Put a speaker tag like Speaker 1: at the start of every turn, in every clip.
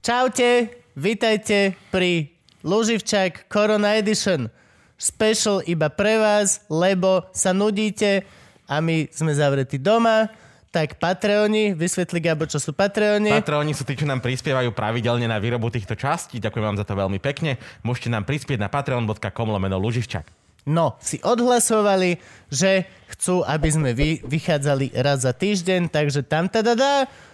Speaker 1: Čaute, vítajte pri Luživčák Corona Edition. Special iba pre vás, lebo sa nudíte a my sme zavretí doma. Tak Patreoni, vysvetli Gabo, čo sú Patreoni.
Speaker 2: Patróni sú tí, čo nám prispievajú pravidelne na výrobu týchto častí. Ďakujem vám za to veľmi pekne. Môžete nám prispieť na patreon.com lomeno Luživčak.
Speaker 1: No, si odhlasovali, že chcú, aby sme vy, vychádzali raz za týždeň, takže tam teda dá.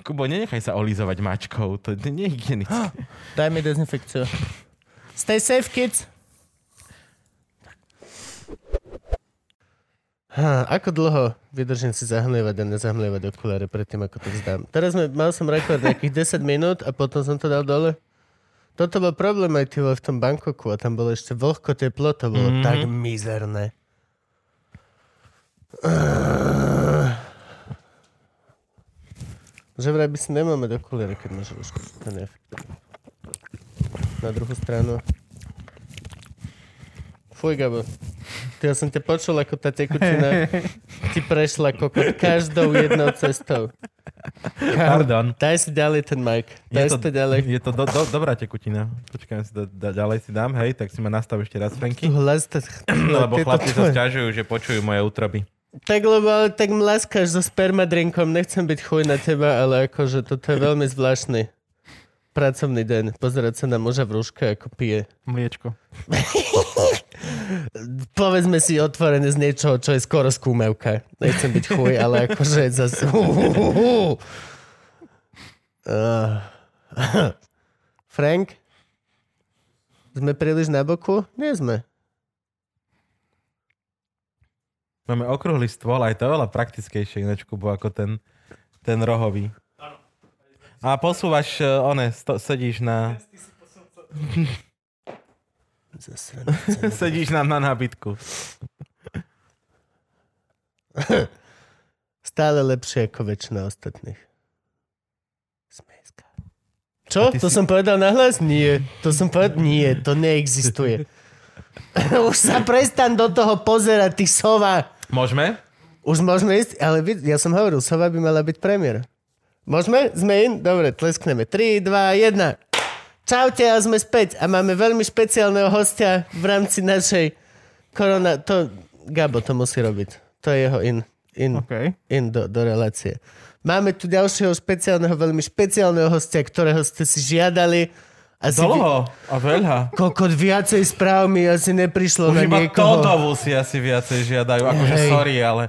Speaker 2: Kubo, nenechaj sa olizovať mačkou, to je nehygienické.
Speaker 1: Daj mi dezinfekciu. Stay safe, kids. Ha, ako dlho vydržím si zahmlievať a nezahmlievať okuláre predtým, ako to vzdám? Teraz sme, mal som rekord nejakých 10 minút a potom som to dal dole. Toto bol problém aj ty vole, v tom Bangkoku a tam bolo ešte vlhko teplo, to
Speaker 2: Mhm.
Speaker 1: bolo mm-hmm. tak mizerné. Ah. Že vraj by si nemáme do kuliere, keď máš rúšku. To je efektívne. Na druhú stranu. Fuj, Gabo. Ty, ja som ťa počul, ako tá tekutina ti prešla kokot každou jednou cestou.
Speaker 2: Pardon.
Speaker 1: Daj si ďalej ten mic. Daj si to ďalej.
Speaker 2: je to do, do, dobrá tekutina. Počkaj, si to da, ďalej si dám, hej, tak si ma nastav ešte raz,
Speaker 1: Tu
Speaker 2: Franky.
Speaker 1: hlas, tá-
Speaker 2: Lebo
Speaker 1: tieto
Speaker 2: chlapci sa
Speaker 1: tvoje-
Speaker 2: sťažujú, že počujú moje útroby.
Speaker 1: Tak lebo ale tak mlaskáš so spermadrinkom, nechcem byť chuj na teba, ale akože toto je veľmi zvláštny pracovný deň. Pozerať sa na muža v rúške, ako pije.
Speaker 2: Mliečko.
Speaker 1: Povedzme si otvorene z niečoho, čo je skoro skúmavka. Nechcem byť chuj, ale akože zase... Uh. Frank? Sme príliš na boku? Nie sme.
Speaker 2: Máme okrúhly stôl, aj to je veľa praktickejšie ináč, Kubo, ako ten, ten rohový. A posúvaš, eh, one, sto, sedíš na,
Speaker 1: Zasrané.
Speaker 2: sedíš nám na nábytku.
Speaker 1: Stále lepšie ako väčšina ostatných. Smejska. Čo?
Speaker 2: A ty
Speaker 1: To
Speaker 2: si-
Speaker 1: som povedal nahlas? Nie. To som povedal? Nie. To neexistuje. Už sa prestan do toho pozerať, ty sova.
Speaker 2: Môžeme?
Speaker 1: Už môžeme ísť, ale vid- ja som hovoril, sova by mala byť premiér. Môžeme? Sme in? Dobre, tleskneme. 3, 2, 1. Čaute a sme späť a máme veľmi špeciálneho hostia v rámci našej korona... To, Gabo to musí robiť. To je jeho in. In
Speaker 3: OK.
Speaker 1: in do, do relácie. Máme tu ďalšieho špeciálneho, veľmi špeciálneho hostia, ktorého ste si žiadali. A si
Speaker 2: Dlho a veľa.
Speaker 1: Kokot viacej správ mi asi neprišlo
Speaker 2: Už
Speaker 1: na
Speaker 2: iba
Speaker 1: niekoho.
Speaker 2: Todovu si asi viacej žiadajú, akože
Speaker 1: Hej.
Speaker 2: sorry, ale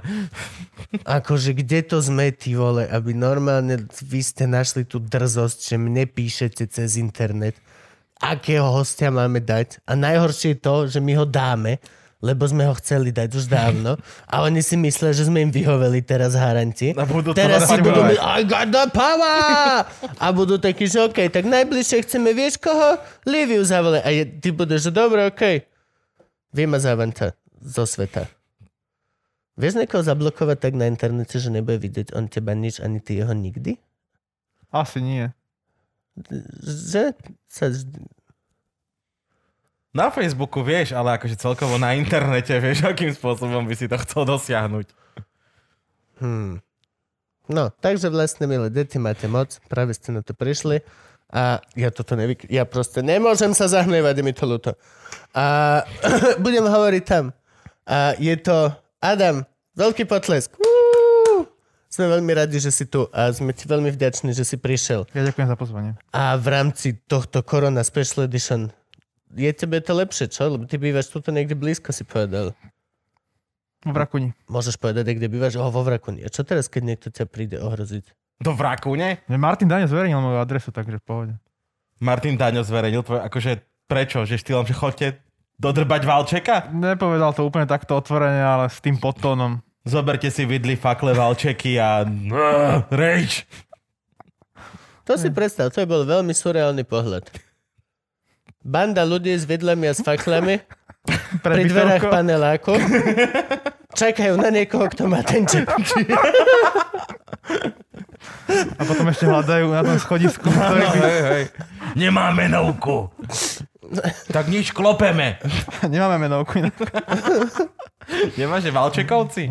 Speaker 1: Akože kde to sme, ty vole, aby normálne vy ste našli tú drzosť, že mne píšete cez internet, akého hostia máme dať. A najhoršie je to, že my ho dáme, lebo sme ho chceli dať už dávno a oni si myslia, že sme im vyhoveli teraz haranti.
Speaker 2: A budú to
Speaker 1: teraz si budú
Speaker 2: rozhodovať.
Speaker 1: my, I got the power! A budú takí, že OK, tak najbližšie chceme, vieš koho? Liviu zavole. A je, ty budeš, že dobre, OK. Vymazávam ťa zo sveta. Vieš niekoho zablokovať tak na internete, že nebude vidieť on teba nič, ani ty jeho nikdy?
Speaker 3: Asi nie.
Speaker 1: Že sa...
Speaker 2: na Facebooku vieš, ale akože celkovo na internete vieš, akým spôsobom by si to chcel dosiahnuť.
Speaker 1: Hmm. No, takže vlastne, milé deti, máte moc, práve ste na to prišli a ja toto nevyk... Ja proste nemôžem sa zahmlievať, je mi to ľúto. A budem hovoriť tam. A je to Adam, veľký potlesk. Uú! Sme veľmi radi, že si tu a sme ti veľmi vďační, že si prišiel.
Speaker 3: Ja ďakujem za pozvanie.
Speaker 1: A v rámci tohto Corona Special Edition je tebe to lepšie, čo? Lebo ty bývaš tuto niekde blízko, si povedal.
Speaker 3: V Rakuni.
Speaker 1: Môžeš povedať, aj kde bývaš, oho, vo Vrakuni. A čo teraz, keď niekto ťa príde ohroziť?
Speaker 2: Do vraku, ne?
Speaker 3: Ne, Martin Dane zverejnil moju adresu, takže v pohode.
Speaker 2: Martin Daňo zverejnil tvoj, akože prečo? Že štýlom, že chodte dodrbať Valčeka?
Speaker 3: Nepovedal to úplne takto otvorene, ale s tým podtónom.
Speaker 2: Zoberte si vidli fakle Valčeky a... no, Rage!
Speaker 1: To si predstav, to je bol veľmi surreálny pohľad. Banda ľudí s vidlami a s faklami
Speaker 3: Pred
Speaker 1: pri dverách
Speaker 3: bytovkou.
Speaker 1: paneláku čakajú na niekoho, kto má ten čip.
Speaker 3: A potom ešte hľadajú na tom schodisku. ktorý-
Speaker 2: hej, hej. Nemáme novku. tak nič, klopeme.
Speaker 3: Nemáme menovku. inak.
Speaker 2: Nemáš, že Valčekovci?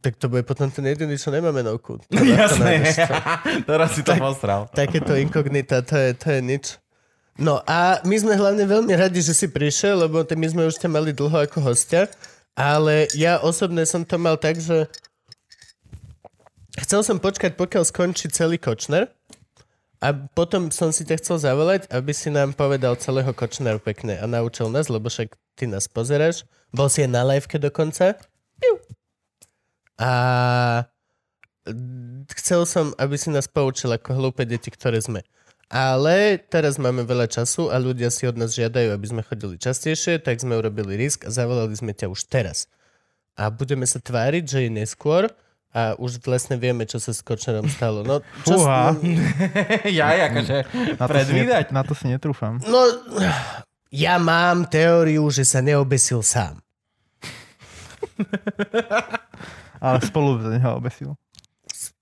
Speaker 1: Tak to bude potom ten jediný, čo nemá menovku. To
Speaker 2: Jasné.
Speaker 1: nájdeš, čo?
Speaker 2: Teraz si to postral.
Speaker 1: Takéto inkognita, to je, to je nič. No a my sme hlavne veľmi radi, že si prišiel, lebo t- my sme už ťa mali dlho ako hostia, ale ja osobne som to mal tak, že chcel som počkať, pokiaľ skončí celý Kočner a potom som si ťa chcel zavolať, aby si nám povedal celého Kočneru pekne a naučil nás, lebo však ty nás pozeráš. Bol si aj na liveke dokonca. Piu. A chcel som, aby si nás poučil ako hlúpe deti, ktoré sme. Ale teraz máme veľa času a ľudia si od nás žiadajú, aby sme chodili častejšie, tak sme urobili risk a zavolali sme ťa už teraz. A budeme sa tváriť, že je neskôr a už vlastne vieme, čo sa s Kočnerom stalo. No, čo,
Speaker 3: Fúha.
Speaker 2: ja, akože,
Speaker 3: Na to, si,
Speaker 2: predvídať.
Speaker 3: ne- na to si netrúfam.
Speaker 1: no, ja mám teóriu, že sa neobesil sám.
Speaker 3: Ale spolu za neho obesil.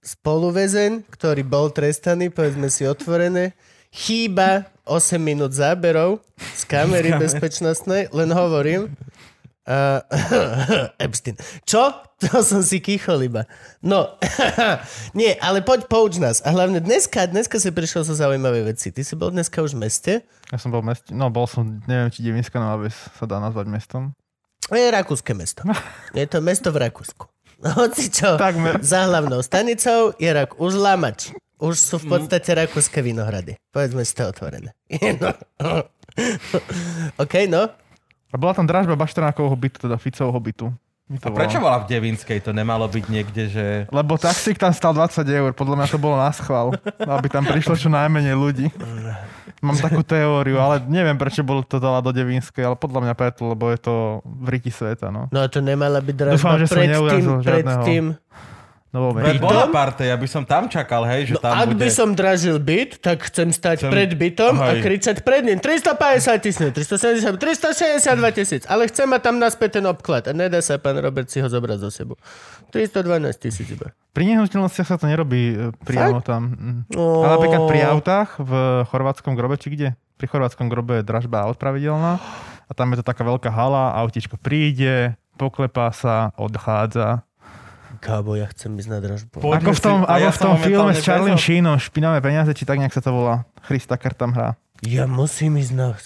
Speaker 1: spoluväzeň, ktorý bol trestaný, povedzme si otvorené, chýba 8 minút záberov z kamery bezpečnostnej, len hovorím. Uh, Epstein. Čo? To som si kýchol iba. No, nie, ale poď pouč nás. A hlavne dneska, dneska si prišiel so zaujímavé veci. Ty si bol dneska už v meste.
Speaker 3: Ja som bol v meste, no bol som, neviem, či Devinská Nová Ves sa dá nazvať mestom.
Speaker 1: To je rakúske mesto. Je to mesto v Rakúsku. Hoci čo,
Speaker 3: Takmer.
Speaker 1: za hlavnou stanicou je rak už lamač. Už sú
Speaker 3: Mm.
Speaker 1: v podstate rakúske vinohrady. Povedzme si to otvorené. no. OK, no.
Speaker 3: A bola tam dražba Bašternákovho bytu, teda Ficovho bytu. My
Speaker 2: A
Speaker 3: to
Speaker 2: prečo
Speaker 3: voláme.
Speaker 2: bola v Devinskej? To nemalo byť niekde, že...
Speaker 3: Lebo taxík tam stal 20 eur, podľa mňa to bolo na schvál, aby tam prišlo čo najmenej ľudí. Mám takú teóriu, ale neviem, prečo bolo to dala do Devinskej, ale podľa mňa preto, lebo je to v riti sveta, no.
Speaker 1: No to nemala byť dražba
Speaker 3: Dúfam, že som
Speaker 1: pred tým,
Speaker 3: neurazil
Speaker 1: pred
Speaker 3: žiadneho.
Speaker 1: tým.
Speaker 3: No,
Speaker 2: Veď
Speaker 3: vôbec.
Speaker 2: bola party, ja by som tam čakal, hej, že
Speaker 1: No,
Speaker 2: tam
Speaker 1: ak
Speaker 2: bude...
Speaker 1: by som dražil byt, tak chcem stať
Speaker 2: Chcem-
Speaker 1: pred bytom a
Speaker 2: Hej.
Speaker 1: kričať pred ním 350 tisíc, 370, 362 tisíc, ale chcem mať tam naspäť ten obklad a nedá sa pán Robert si ho zobrať zo sebou. 312 tisíc iba.
Speaker 3: Pri nehnuteľnostiach sa to nerobí e, priamo tam. Mm.
Speaker 1: No.
Speaker 3: Ale napríklad pri autách v chorvátskom grobe, či kde? Pri chorvátskom grobe je dražba aut pravidelná a tam je to taká veľká hala, autičko príde, poklepá sa, odchádza.
Speaker 1: Kábo, ja chcem ísť na dražbu.
Speaker 2: Po- Poďme
Speaker 3: ako v
Speaker 2: si-
Speaker 3: tom,
Speaker 2: a
Speaker 3: ako
Speaker 2: ja
Speaker 3: v
Speaker 2: sa
Speaker 3: tom filme
Speaker 2: momentálne
Speaker 3: s Charlie
Speaker 2: prezal-
Speaker 3: Sheenom, Špinavé peniaze, či tak nejak sa to volá. Chris Tucker tam hrá.
Speaker 1: Ja musím ísť na...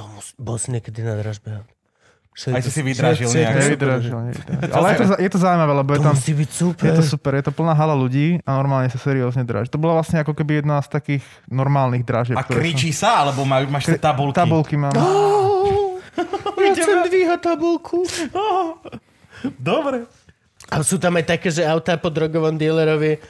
Speaker 1: To mus... Bol si niekedy na dražbe. Všetko,
Speaker 2: Aj si si vydražil nejak. Ja
Speaker 3: Nevydražil, nevydražil. Ale je to, za- je to zaujímavé, lebo
Speaker 1: To
Speaker 3: je tam...
Speaker 1: musí byť super.
Speaker 3: Je to super, je to plná hala ľudí a normálne sa seriózne draží. To bola vlastne ako keby jedna z takých normálnych dražieb.
Speaker 2: A
Speaker 3: ktoré
Speaker 2: kričí sa, alebo má, máš tie
Speaker 3: som...
Speaker 2: tabulky?
Speaker 3: Tabulky mám.
Speaker 1: Oh, ja chcem dvíhať tabulku.
Speaker 2: Oh, dobre.
Speaker 1: A sú tam aj také, že autá po drogovom dílerovi,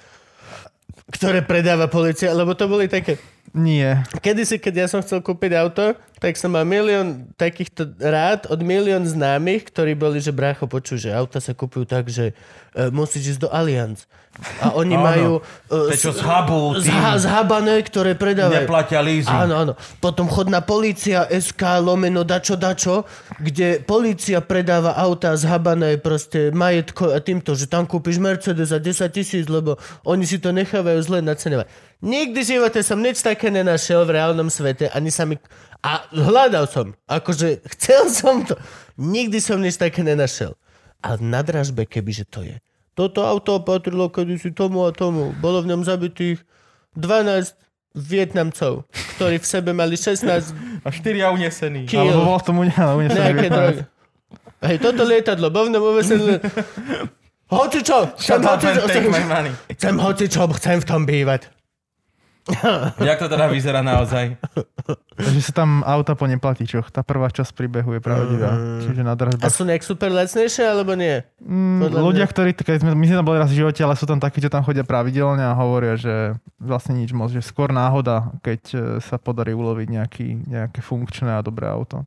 Speaker 1: ktoré predáva policia, lebo to boli také...
Speaker 3: Nie.
Speaker 1: Kedysi, keď ja som chcel kúpiť auto, tak som mal milión takýchto rád od milión známych, ktorí boli, že brácho, počuj, že auta sa kúpujú tak, že e, musíš ísť do Allianz. A oni
Speaker 2: No, Áno.
Speaker 1: majú... E,
Speaker 2: To je čo z hubu, tým.
Speaker 1: zha, zhabané, ktoré predávajú.
Speaker 2: Neplatia leasing.
Speaker 1: Áno, áno. Potom chodná policia, SK, lomeno, dačo, dačo, kde policia predáva auta zhabané proste majetko a týmto, že tam kúpiš Mercedes za 10 tisíc, lebo oni si to nechávajú zle nacenovať. Nikdy v živote som nič také nenašiel v reálnom svete, ani sa mi... A hľadal som, akože chcel som to. Nikdy som nič také nenašiel. A na dražbe, kebyže to je. Toto auto patrilo kedysi tomu a tomu. Bolo v ňom zabitých 12 Vietnamcov, ktorí v sebe mali 16
Speaker 2: A štyria unesení.
Speaker 1: kil
Speaker 3: Alebo bolo v tom unia,
Speaker 1: nejaké drogy. Hej, toto lietadlo, bol v ňom uvesené... Hoci čo! Chcem hoci
Speaker 2: Shut up and
Speaker 1: No, čo!
Speaker 2: take my money.
Speaker 1: Chcem hoci čo, chcem v tom bývať.
Speaker 2: Jak to teda vyzerá naozaj?
Speaker 3: Že sa tam auta po neplatičoch. Tá prvá časť príbehu je pravdivá. Čiže
Speaker 1: A
Speaker 3: na dražbách.
Speaker 1: sú nejak super lacnejšie, alebo nie?
Speaker 3: Mm,
Speaker 1: podľa
Speaker 3: ľudia,
Speaker 1: mňa-
Speaker 3: ktorí, keď sme, my sme tam boli raz v živote, ale sú tam takí, čo tam chodia pravidelne a hovoria, že vlastne nič moc, že skôr náhoda, keď eh, sa podarí uloviť nejaký, nejaké funkčné a dobré auto.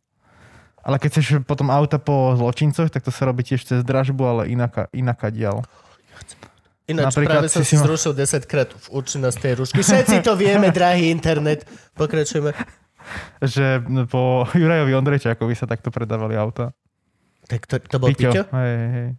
Speaker 3: Ale keď chceš potom auta po zločincoch, tak to sa robí tiež cez dražbu, ale inaká, inaká dial.
Speaker 1: Ináč
Speaker 3: Napríklad
Speaker 1: práve som
Speaker 3: si
Speaker 1: si
Speaker 3: si ma-
Speaker 1: zrušil 10 krát v účinnosť tej rušky. Všetci to vieme, drahý internet. Pokračujeme.
Speaker 3: Že no, po Jurajovi Ondrejčákovi sa takto predávali auta.
Speaker 1: Tak to, to bol Piťo?
Speaker 3: Hej, hej, hej.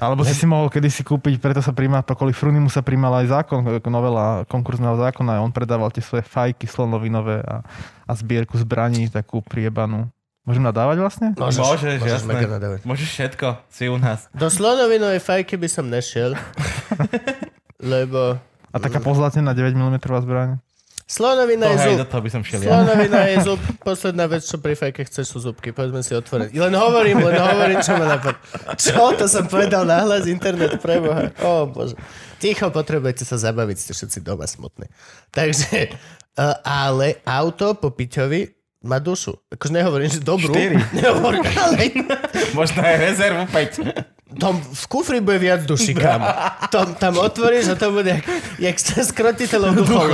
Speaker 3: Alebo si si mohol kedysi kúpiť, preto sa príjma, to kvôli Frunimu sa príjmala aj zákon, novela konkurzného zákona a on predával tie svoje fajky slonovinové a, a zbierku zbraní, takú priebanú. Môžem nadávať vlastne?
Speaker 1: No.
Speaker 2: Môžeš, Môžeš,
Speaker 1: môžeš
Speaker 2: jasné.
Speaker 1: mega nadávať.
Speaker 2: Môžeš všetko, si u nás.
Speaker 1: Do slonovinovej fajky by som nešiel. lebo
Speaker 3: A taká pozlatená 9 mm zbraň.
Speaker 2: To,
Speaker 1: slonovina je
Speaker 2: hej,
Speaker 1: zub.
Speaker 2: do toho by som šiel ja.
Speaker 1: Slonovina je zub. Posledná vec, čo pri fajke chceš, sú zubky. Poďme si otvoriť. Len hovorím, len hovorím, čo ma napadlo. Čo? To som povedal nahlas internet preboha. Ó, bože. Ticho, potrebujete sa zabaviť, ste všetci doma smutní. Takže, e, ale auto po Piťovi má dušu. Akože nehovorím, že dobrú.
Speaker 2: Štyri.
Speaker 1: Nehovorím, ale
Speaker 2: Možno aj rezervu 5.
Speaker 1: Tom v kufri bude viac duší, kam. Tom, tam otvoríš a to bude jak, jak sa skrotiteľov duchov.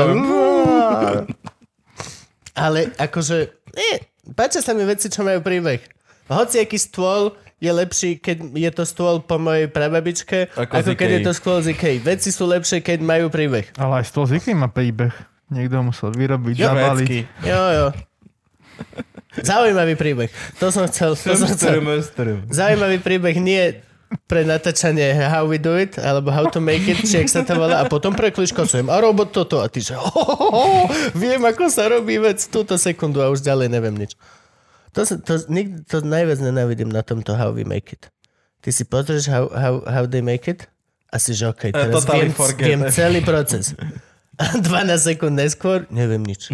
Speaker 1: Ale akože, nie, páčia sa mi veci, čo majú príbeh. Hoci aký stôl je lepší, keď je to stôl po mojej prababičke,
Speaker 2: Ako
Speaker 1: ako,
Speaker 2: z
Speaker 1: ako keď
Speaker 2: Ikei.
Speaker 1: je to stôl z Ikei. Veci sú lepšie, keď majú príbeh.
Speaker 3: Ale aj z toho zvyklý má príbeh. Niekto musel vyrobiť, zabaliť.
Speaker 2: Švedsky.
Speaker 1: Jo, jo. Zaujímavý príbeh. To som chcel. To som chcel. Zaujímavý príbeh nie pre natáčanie How we do it, alebo How to make it, či jak sa to volá, a potom prekliškocujem. A robot toto, a ty že "Ohohoho, viem, ako sa robí vec túto sekundu a už ďalej neviem nič. To, sa- to, nikdy, to najviac nenávidím na tomto How we make it. Ty si pozrieš How, how, how they make it a si že OK, teraz
Speaker 2: Eh, totally
Speaker 1: viem,
Speaker 2: forget.
Speaker 1: viem celý proces. A 12 sekúnd neskôr neviem nič.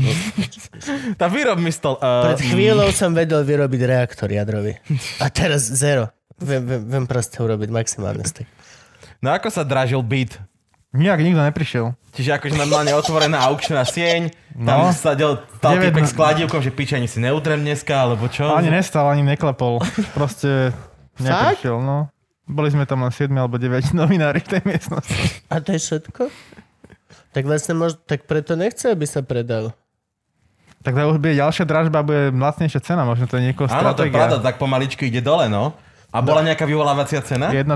Speaker 2: Tá výrob mi stol. Uh,
Speaker 1: Pred chvíľou som vedel vyrobiť reaktor jadrový. A teraz zero. Viem, viem, viem proste urobiť maximálne z tých.
Speaker 2: no ako sa dražil beat?
Speaker 3: Nijak nikto neprišiel.
Speaker 2: Čiže akože normálne otvorená aukčná sieň, tam
Speaker 3: No.
Speaker 2: sadel tal
Speaker 3: Deväť
Speaker 2: typek
Speaker 3: na-
Speaker 2: s kladívkom, že piče, ani si neudrem dneska, alebo
Speaker 1: No.
Speaker 2: čo?
Speaker 3: Ani nestal, ani neklepol. Proste neprišiel, no. Boli sme tam len 7 alebo 9 novinári v tej miestnosti.
Speaker 1: A to je všetko? Tak vlastne mož... tak preto nechce, aby sa predal.
Speaker 3: Tak to už bude ďalšia dražba, bude lacnejšia cena, možno to je niekoho
Speaker 2: Áno, to je pravda,
Speaker 3: stratégia.
Speaker 2: tak pomaličky ide dole, no. A bola nejaká vyvolávacia cena?
Speaker 3: 1,7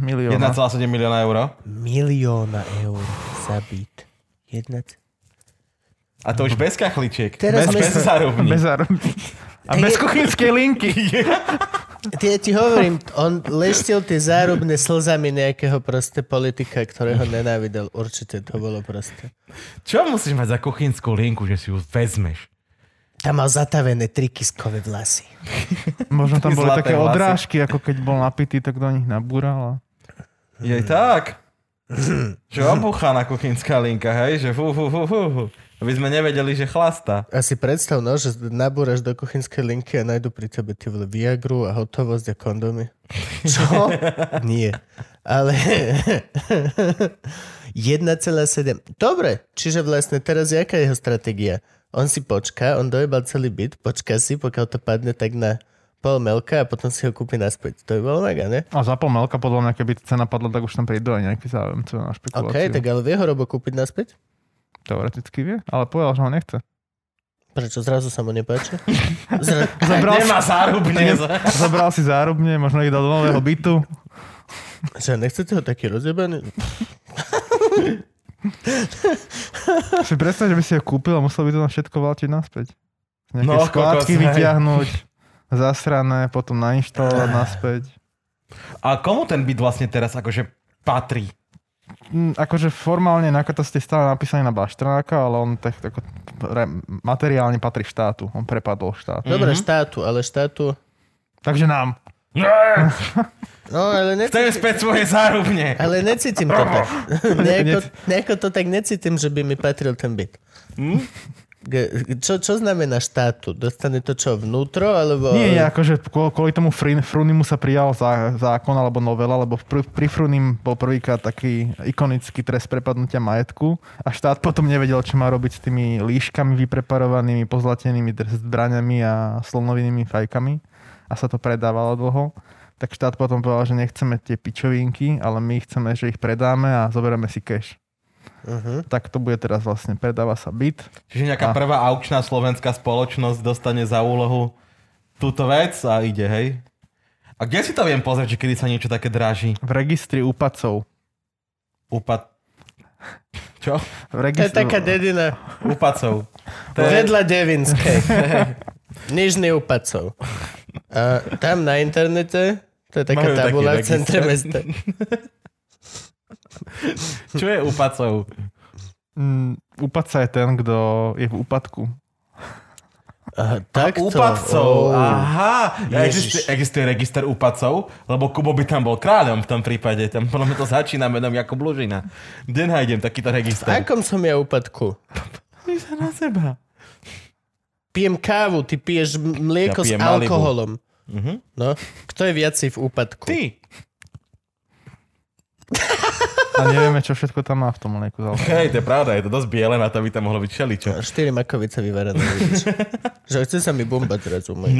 Speaker 3: milióna.
Speaker 2: 1,7 milióna eur.
Speaker 1: Milióna eur za byt. Jedna... c-
Speaker 2: A to už bez kachličiek.
Speaker 1: Teraz
Speaker 2: bez,
Speaker 1: sme
Speaker 2: bez
Speaker 1: sa-
Speaker 2: zárubní.
Speaker 3: Bez zároveň. A
Speaker 1: Tak
Speaker 3: bez
Speaker 1: je-
Speaker 3: kuchynskej linky.
Speaker 1: Ty, ja ti hovorím, on leštil tie zárubné slzami nejakého proste politika, ktorého nenávidel. Určite to bolo proste.
Speaker 2: Čo musíš mať za kuchynskú linku, že si ju vezmeš?
Speaker 1: Tam mal zatavené trikiskové vlasy.
Speaker 3: Možno tam
Speaker 2: Tie
Speaker 3: boli
Speaker 2: zlaté
Speaker 3: také
Speaker 2: vlasy.
Speaker 3: odrážky, ako keď bol napitý, tak do nich nabúral. a-
Speaker 2: Je tak. že obuchaná kuchynská linka, hej? Že hu, hu, hu, hu, hu. Aby sme nevedeli, že chlasta.
Speaker 1: A si predstav, no, že nabúraš do kuchynskej linky a nájdu pri tebe ty vole Viagru a hotovosť a kondomy. Čo? Nie. Ale 1,7. Dobre, čiže vlastne teraz jaká je jeho stratégia? On si počká, on dojebal celý byt, počká si, pokiaľ to padne tak na pol melka a potom si ho kúpi naspäť. To je bolo mega, ne?
Speaker 3: A za pomelka, podľa mňa, keby cena padla, tak už tam prídu aj nejakí záujemcovia na
Speaker 1: OK,
Speaker 3: špekuláciu.
Speaker 1: tak ale vie ho Robo kúpiť naspäť?
Speaker 3: Teoreticky vie, ale povedal, že ho nechce.
Speaker 1: Prečo zrazu sa mu nepáči? Zra-
Speaker 3: Zabral si,
Speaker 2: Nemá zárubne.
Speaker 3: zabral si zárobne, možno ich dal do nového bytu.
Speaker 1: Že nechcete ho taký rozjebaný?
Speaker 3: Si predstav, že by si ho kúpil a musel by to na všetko valčiť naspäť. Nejaké
Speaker 2: No,
Speaker 3: no, skládky
Speaker 2: kokos, hej.
Speaker 3: vyťahnuť, zasrané, potom nainštalovať naspäť.
Speaker 2: A komu ten byt vlastne teraz akože patrí?
Speaker 3: Mm, Akože formálne na katastri stále napísané na Baštrnáka, ale on tak, ako, re, materiálne patrí štátu. On prepadol
Speaker 2: Hm.
Speaker 3: štát.
Speaker 1: Dobre, štátu, ale štátu...
Speaker 3: Takže nám.
Speaker 1: No, ale necítim,
Speaker 2: Chceme späť svoje zárubne.
Speaker 1: ale necítim to tak. nejako,
Speaker 3: Nec-
Speaker 2: Hm?
Speaker 1: nejako to tak necítim, že by mi patril ten byt. G- Čo, čo znamená štátu? Dostane to čo vnútro, alebo...
Speaker 3: Nie, nie, akože kvo- kvôli tomu Frin- Frunimu sa prijal zá, zákon alebo novela, lebo pri, pri Frunim bol prvýkrát taký ikonický trest prepadnutia majetku a štát potom nevedel, čo má robiť s tými líškami vypreparovanými, pozlatenými dr- zbraniami a slonovinými fajkami a sa to predávalo dlho. Tak štát potom povedal, že nechceme tie pičovinky, ale my chceme, že ich predáme a zoberieme si cash.
Speaker 1: Uh-huh.
Speaker 3: Tak to bude teraz vlastne, predáva sa byt.
Speaker 2: Čiže nejaká
Speaker 3: A.
Speaker 2: prvá aukčná slovenská spoločnosť dostane za úlohu túto vec a ide, hej? A kde si to viem pozrieť, že kedy sa niečo také dráži?
Speaker 3: V registri úpadcov.
Speaker 2: Úpad... Čo?
Speaker 3: V
Speaker 1: To je
Speaker 3: registri...
Speaker 1: taká dedina
Speaker 2: Úpadcov. To je...
Speaker 1: vedľa Devinskej. Nižný Upacov. A tam na internete to je taká
Speaker 2: Majú taký
Speaker 1: tabula v centre mesta.
Speaker 2: register. Čo je úpadcov?
Speaker 3: Mm, úpadca je ten, kto je v úpadku.
Speaker 1: Aha, takto.
Speaker 2: Úpadcov.
Speaker 1: Ó.
Speaker 2: Aha. Existuje,
Speaker 1: Ježiš.
Speaker 2: existuje register úpadcov? Lebo Kubo by tam bol kráľom v tom prípade. Tam podľa mňa to začína menom Jakub Lužina. Kde nájdem takýto register?
Speaker 1: Akom som ja úpadku?
Speaker 2: Pozri sa na seba.
Speaker 1: Pijem kávu, ty piješ m- mlieko
Speaker 2: Ja pijem
Speaker 1: s
Speaker 2: Malibu.
Speaker 1: alkoholom.
Speaker 2: Mhm.
Speaker 1: No, kto je viacej v úpadku?
Speaker 2: Ty.
Speaker 3: A nevieme, čo všetko tam má v tom mlieku. za alkohol.
Speaker 2: Hej, to je pravda, je to dosť biele, na to by tam mohlo byť čeličo.
Speaker 1: A Štyri makovice vyvarané, vidíš. Že chce sa mi bomba teraz umyť.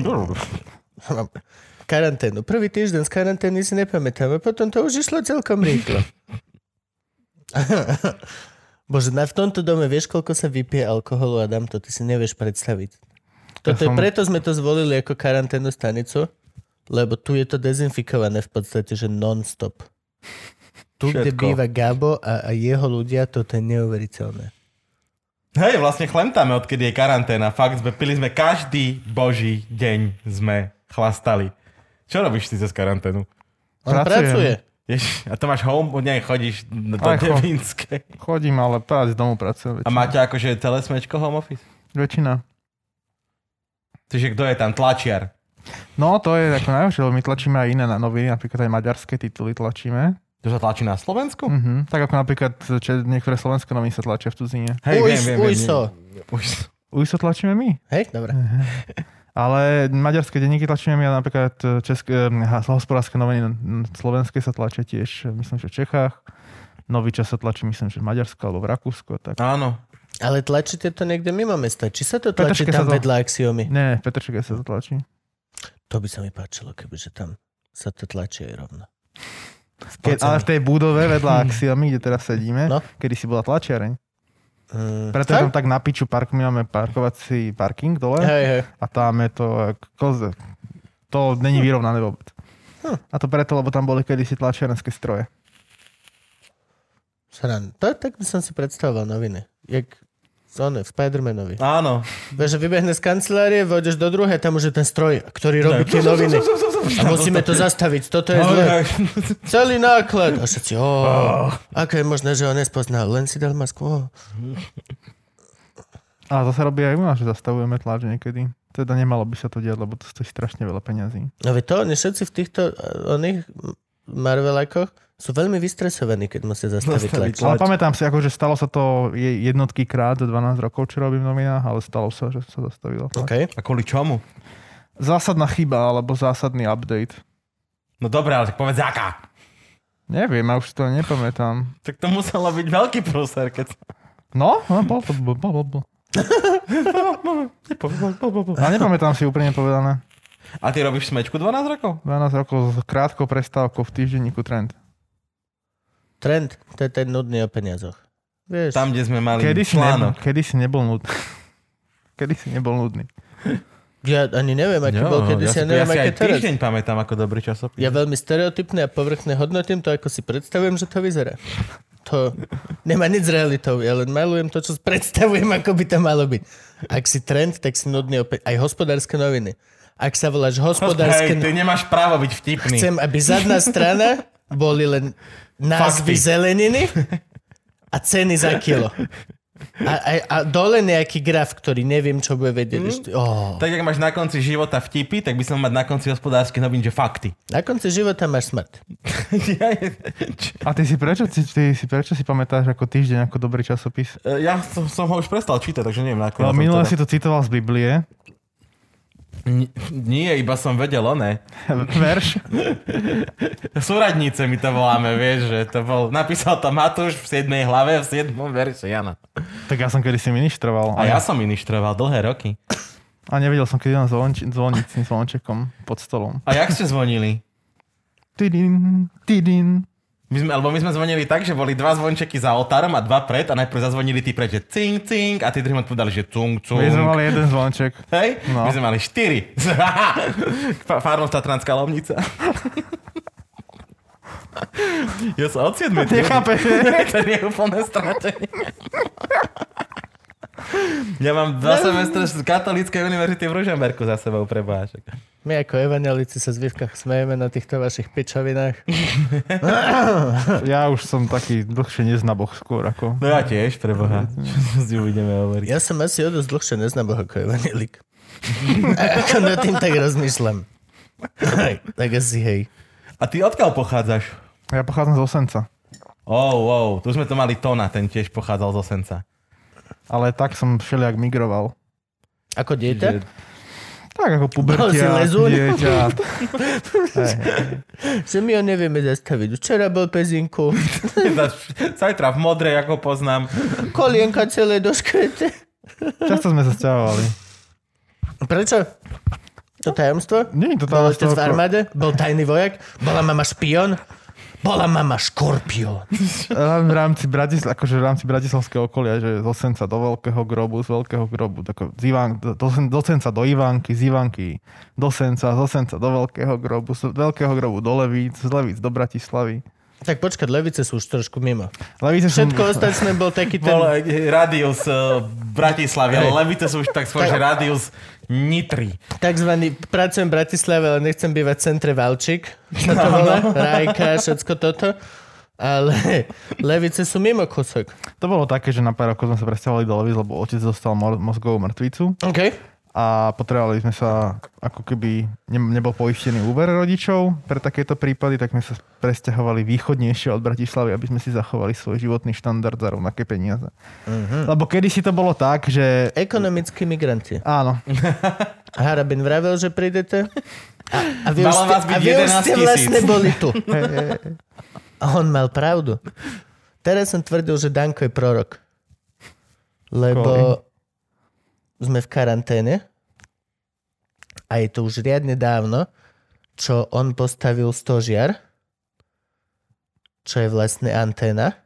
Speaker 1: Karanténu. Prvý týždeň z karantény si nepamätám a potom to už išlo celkom rýchlo. Bože, na, v tomto dome vieš, koľko sa vypije alkoholu a dám to, ty si nevieš predstaviť. Toto je,
Speaker 3: Ja som-
Speaker 1: preto sme to zvolili ako karanténnu stanicu, lebo tu je to dezinfikované v podstate, že non-stop. Tu, Všetko. kde
Speaker 2: Všetko.
Speaker 1: býva Gabo a, a jeho ľudia, toto je neuveriteľné.
Speaker 2: Hej, vlastne chlemtáme, odkedy je karanténa. Fakt, sme, pili sme každý boží deň, sme chlastali. Čo robíš ty cez karanténu?
Speaker 1: On
Speaker 3: Pracujem.
Speaker 1: pracuje.
Speaker 2: Ješ, a to máš home, od nej chodíš do
Speaker 3: Aj home.
Speaker 2: Devinskej.
Speaker 3: Chodím, ale práve z domu pracujem
Speaker 2: A
Speaker 3: väčšina.
Speaker 2: máte akože celé smečko home office?
Speaker 3: väčšina.
Speaker 2: Čiže kto je tam? Tlačiar.
Speaker 3: No to je ako najhoršie, lebo my tlačíme aj iné na- noviny, napríklad aj maďarské tituly tlačíme.
Speaker 2: To sa tlačí na Slovensku?
Speaker 3: Mhm. Tak ako napríklad če, niektoré slovenské noviny sa tlačia v cudzine.
Speaker 1: Hej, Ujs, ujso.
Speaker 2: Ujso.
Speaker 3: Už sa tlačíme my.
Speaker 1: Hej, dobre.
Speaker 3: Ale maďarské denníky tlačíme my a napríklad české, eh, hospodárske noviny mm, slovenské sa tlačia tiež, eh, myslím, že v Čechách. Nový čas sa tlačí, myslím, že v Maďarsku alebo v Rakúsku. a Tak.
Speaker 2: Áno.
Speaker 1: Ale tlačíte to niekde mimo mesta. Či sa to tlačí
Speaker 3: Petržke
Speaker 1: tam
Speaker 3: sa to-
Speaker 1: vedľa axiomy?
Speaker 3: Nie, v Petrčke sa to tlačí.
Speaker 1: To by sa mi páčilo, kebyže tam sa to tlačí aj rovno.
Speaker 3: Keď, ale v tej budove vedľa Axiomy, kde teraz sedíme,
Speaker 1: No.
Speaker 3: no. kedy si bola tlačiareň.
Speaker 1: Mm,
Speaker 3: Preto je tam tak na piču park, my máme parkovací parking dole
Speaker 1: Hej, hej.
Speaker 3: a tam je to jak koze. To není vyrovnané vôbec. A to preto, lebo tam boli kedysi tlačiarenské stroje.
Speaker 1: Sran. To, tak by som si predstavoval noviny. Jak one, v Spider-Manovi.
Speaker 2: Áno.
Speaker 1: Vieš, že vybehne z kancelárie, vôjdeš do druhé, tam už je ten stroj, ktorý robí tie noviny. A
Speaker 3: No,
Speaker 1: musíme to zastaviť, toto je zle. Celý náklad. A všetci, ó,
Speaker 3: Oh."
Speaker 1: ako je možné, že ho nespoznal, len si dal masku. Ó.
Speaker 3: A to sa robí aj u nás, že zastavujeme tlač niekedy. Teda nemalo by sa to diať, lebo to stojí strašne veľa peňazí.
Speaker 1: No veď to, oni všetci v týchto eh, oných Marvelakoch sú veľmi vystresovaní, keď musia zastaviť
Speaker 2: Zastaviť
Speaker 1: tlač.
Speaker 2: tlač.
Speaker 3: Ale pamätám si, akože stalo sa to je- jednotky krát za 12 rokov, čo robím v novinách, ale stalo sa, že sa zastavilo.
Speaker 2: no.
Speaker 3: tlač.
Speaker 1: OK.
Speaker 2: A kvôli čomu?
Speaker 3: Zásadná chyba alebo zásadný update.
Speaker 2: No dobré, ale tak povedz aká.
Speaker 3: Neviem, ja už to nepamätám.
Speaker 2: Tak to muselo byť veľký prúser, keď...
Speaker 3: No, no bol to, bol, bol, bol. A nepamätám si úplne povedané.
Speaker 2: A ty robíš smečku 12 rokov?
Speaker 3: 12 rokov s krátkou prestávkou v týždenníku Trend.
Speaker 1: Trend, to je ten nudný o peniazoch. Vieš,
Speaker 2: Tam, kde sme mali
Speaker 3: Kedy si, nebol,
Speaker 2: článok.
Speaker 3: kedy si nebol nudný. Kedy si nebol nudný.
Speaker 1: ja ani neviem, aký
Speaker 2: Jo,
Speaker 1: bol kedysi, ja,
Speaker 2: ja, si- ja
Speaker 1: neviem,
Speaker 2: si
Speaker 1: aké
Speaker 2: aj
Speaker 1: teraz.
Speaker 2: týždeň pamätám ako dobrý časopis. No,
Speaker 1: Ja veľmi stereotypne a povrchne hodnotím to, ako si predstavujem, že to vyzerá. To nemá nič s realitou, ja len malujem to, čo si predstavujem, ako by to malo byť. Ak si trend, tak si nudný opäť. Aj hospodárske noviny. Ak sa voláš hospodárske...
Speaker 2: Hej, ty nemáš právo byť vtipný.
Speaker 1: Chcem, aby zadná strana boli len názvy
Speaker 2: Fakty.
Speaker 1: zeleniny a ceny za kilo. A, a, a dole nejaký graf, ktorý neviem, čo bude vedieť. Mm. Ešte. Oh.
Speaker 2: Tak, jak máš na konci života vtipy, tak by som mal mať na konci hospodárskych novín, že fakty.
Speaker 1: Na konci života máš smrť.
Speaker 2: ja, č-
Speaker 3: A ty si prečo, ty, ty si, prečo si pamätáš ako týždeň, ako dobrý časopis?
Speaker 2: ja som, som ho už prestal čítať, takže neviem, na
Speaker 3: No, minule si to citoval z Biblie,
Speaker 2: N- nie, iba som vedel, oné.
Speaker 3: verš,
Speaker 2: Súradnice my to voláme, vieš, že to bol, napísal to Matúš v 7. hlave, v 7. verši, Jana.
Speaker 3: tak ja som kedy si ministroval.
Speaker 2: A ja som iništroval dlhé roky.
Speaker 3: a nevedel som, kedy mám zvonči, zvoniť s tým zvončekom pod stolom.
Speaker 2: A jak ste zvonili?
Speaker 3: Tidin, tidin.
Speaker 2: My sme, alebo my sme zvonili tak, že boli dva zvončeky za otárom a dva pred a najprv zazvonili tí pred, že cing, cing a tí druhým odpovedali, že cung, cung.
Speaker 3: My sme mali jeden zvonček.
Speaker 2: Hej? No.
Speaker 3: No.
Speaker 2: My sme mali štyri. Fa- Farnosť Tatranská Lomnica. ja sa od 7.
Speaker 3: Nechápeš, že?
Speaker 2: to nie je úplné stratenie. ja mám dva semestre z katolíckej univerzity v Ružomberku za sebou pre Boháček.
Speaker 1: My ako evangelici sa v zvyškách smejeme na týchto vašich pičovinách.
Speaker 3: Ja už som taký dlhšie neznaboch skôr ako...
Speaker 2: No ja tiež, pre Boha. Čo si budeme hovoriť?
Speaker 1: Ja som asi o dosť dlhšie neznám Boha ako evangelik. A ako nad tým tak rozmýšľam. tak asi hej.
Speaker 2: A ty odkiaľ pochádzaš?
Speaker 3: Ja pochádzam z Osenca.
Speaker 2: Oh, wow, tu sme to mali Tona, ten tiež pochádzal z Osenca.
Speaker 3: Ale tak som všelijak migroval.
Speaker 1: Ako dieťa?
Speaker 3: Tak ako
Speaker 1: Bol si
Speaker 3: pubertia,
Speaker 1: lezuň?
Speaker 3: dieťa. Hej,
Speaker 1: Že my ho nevieme zastaviť. Včera bol pezinku,
Speaker 2: Zajtra v modrej, ako poznám.
Speaker 1: kolienka celé doškryté.
Speaker 3: Často sme sa sťahovali.
Speaker 1: Prečo? To tajomstvo?
Speaker 3: Nie je to
Speaker 1: Bol
Speaker 3: tam
Speaker 1: otec v armáde? Bol tajný vojak? Bola mama špion? Bola mama škorpión.
Speaker 3: v rámci, Bratisl- akože v rámci bratislavského okolia, že z Osenca do veľkého grobu, z veľkého grobu, tako, z Ivan- do, do Osenca do Ivanky, z Ivanky do Senca, z Osenca do veľkého grobu, z veľkého grobu do Levíc, z Levíc do Bratislavy.
Speaker 1: Tak počkať, levice sú už trošku mimo.
Speaker 3: Levíce som-
Speaker 1: Všetko ostatné bol taký ten...
Speaker 2: Bol eh, radius eh, Bratislavy, ale Levice sú už tak skôr, že radius Nitry.
Speaker 1: Takzvaný, pracujem v Bratislave, ale nechcem bývať v centre Valčík, čo to volá, Rajka, všetko toto. Ale levice sú mimo kúsok.
Speaker 3: To bolo také, že na pár rokov sme sa presťahovali do Levíc, lebo otec dostal mor- mozgovú mŕtvicu
Speaker 1: OK.
Speaker 3: a potrebovali sme sa, ako keby ne- nebol poistený úver rodičov pre takéto prípady, tak sme sa presťahovali východnejšie od Bratislavy, aby sme si zachovali svoj životný štandard za rovnaké peniaze.
Speaker 2: Mhm.
Speaker 3: Uh-huh. Lebo kedysi to bolo tak, že...
Speaker 1: Ekonomickí migranti.
Speaker 3: Áno,
Speaker 1: Harabin vravel, že prídete. A, a vy, už
Speaker 2: Malo
Speaker 1: ste,
Speaker 2: vás byť
Speaker 1: a vy už
Speaker 2: 11
Speaker 1: ste
Speaker 2: 000.
Speaker 1: vlastne boli tu. A on mal pravdu. Teraz som tvrdil, že Danko je prorok. Lebo sme v karanténe a je to už riadne dávno, čo on postavil stožiar, čo je vlastne anténa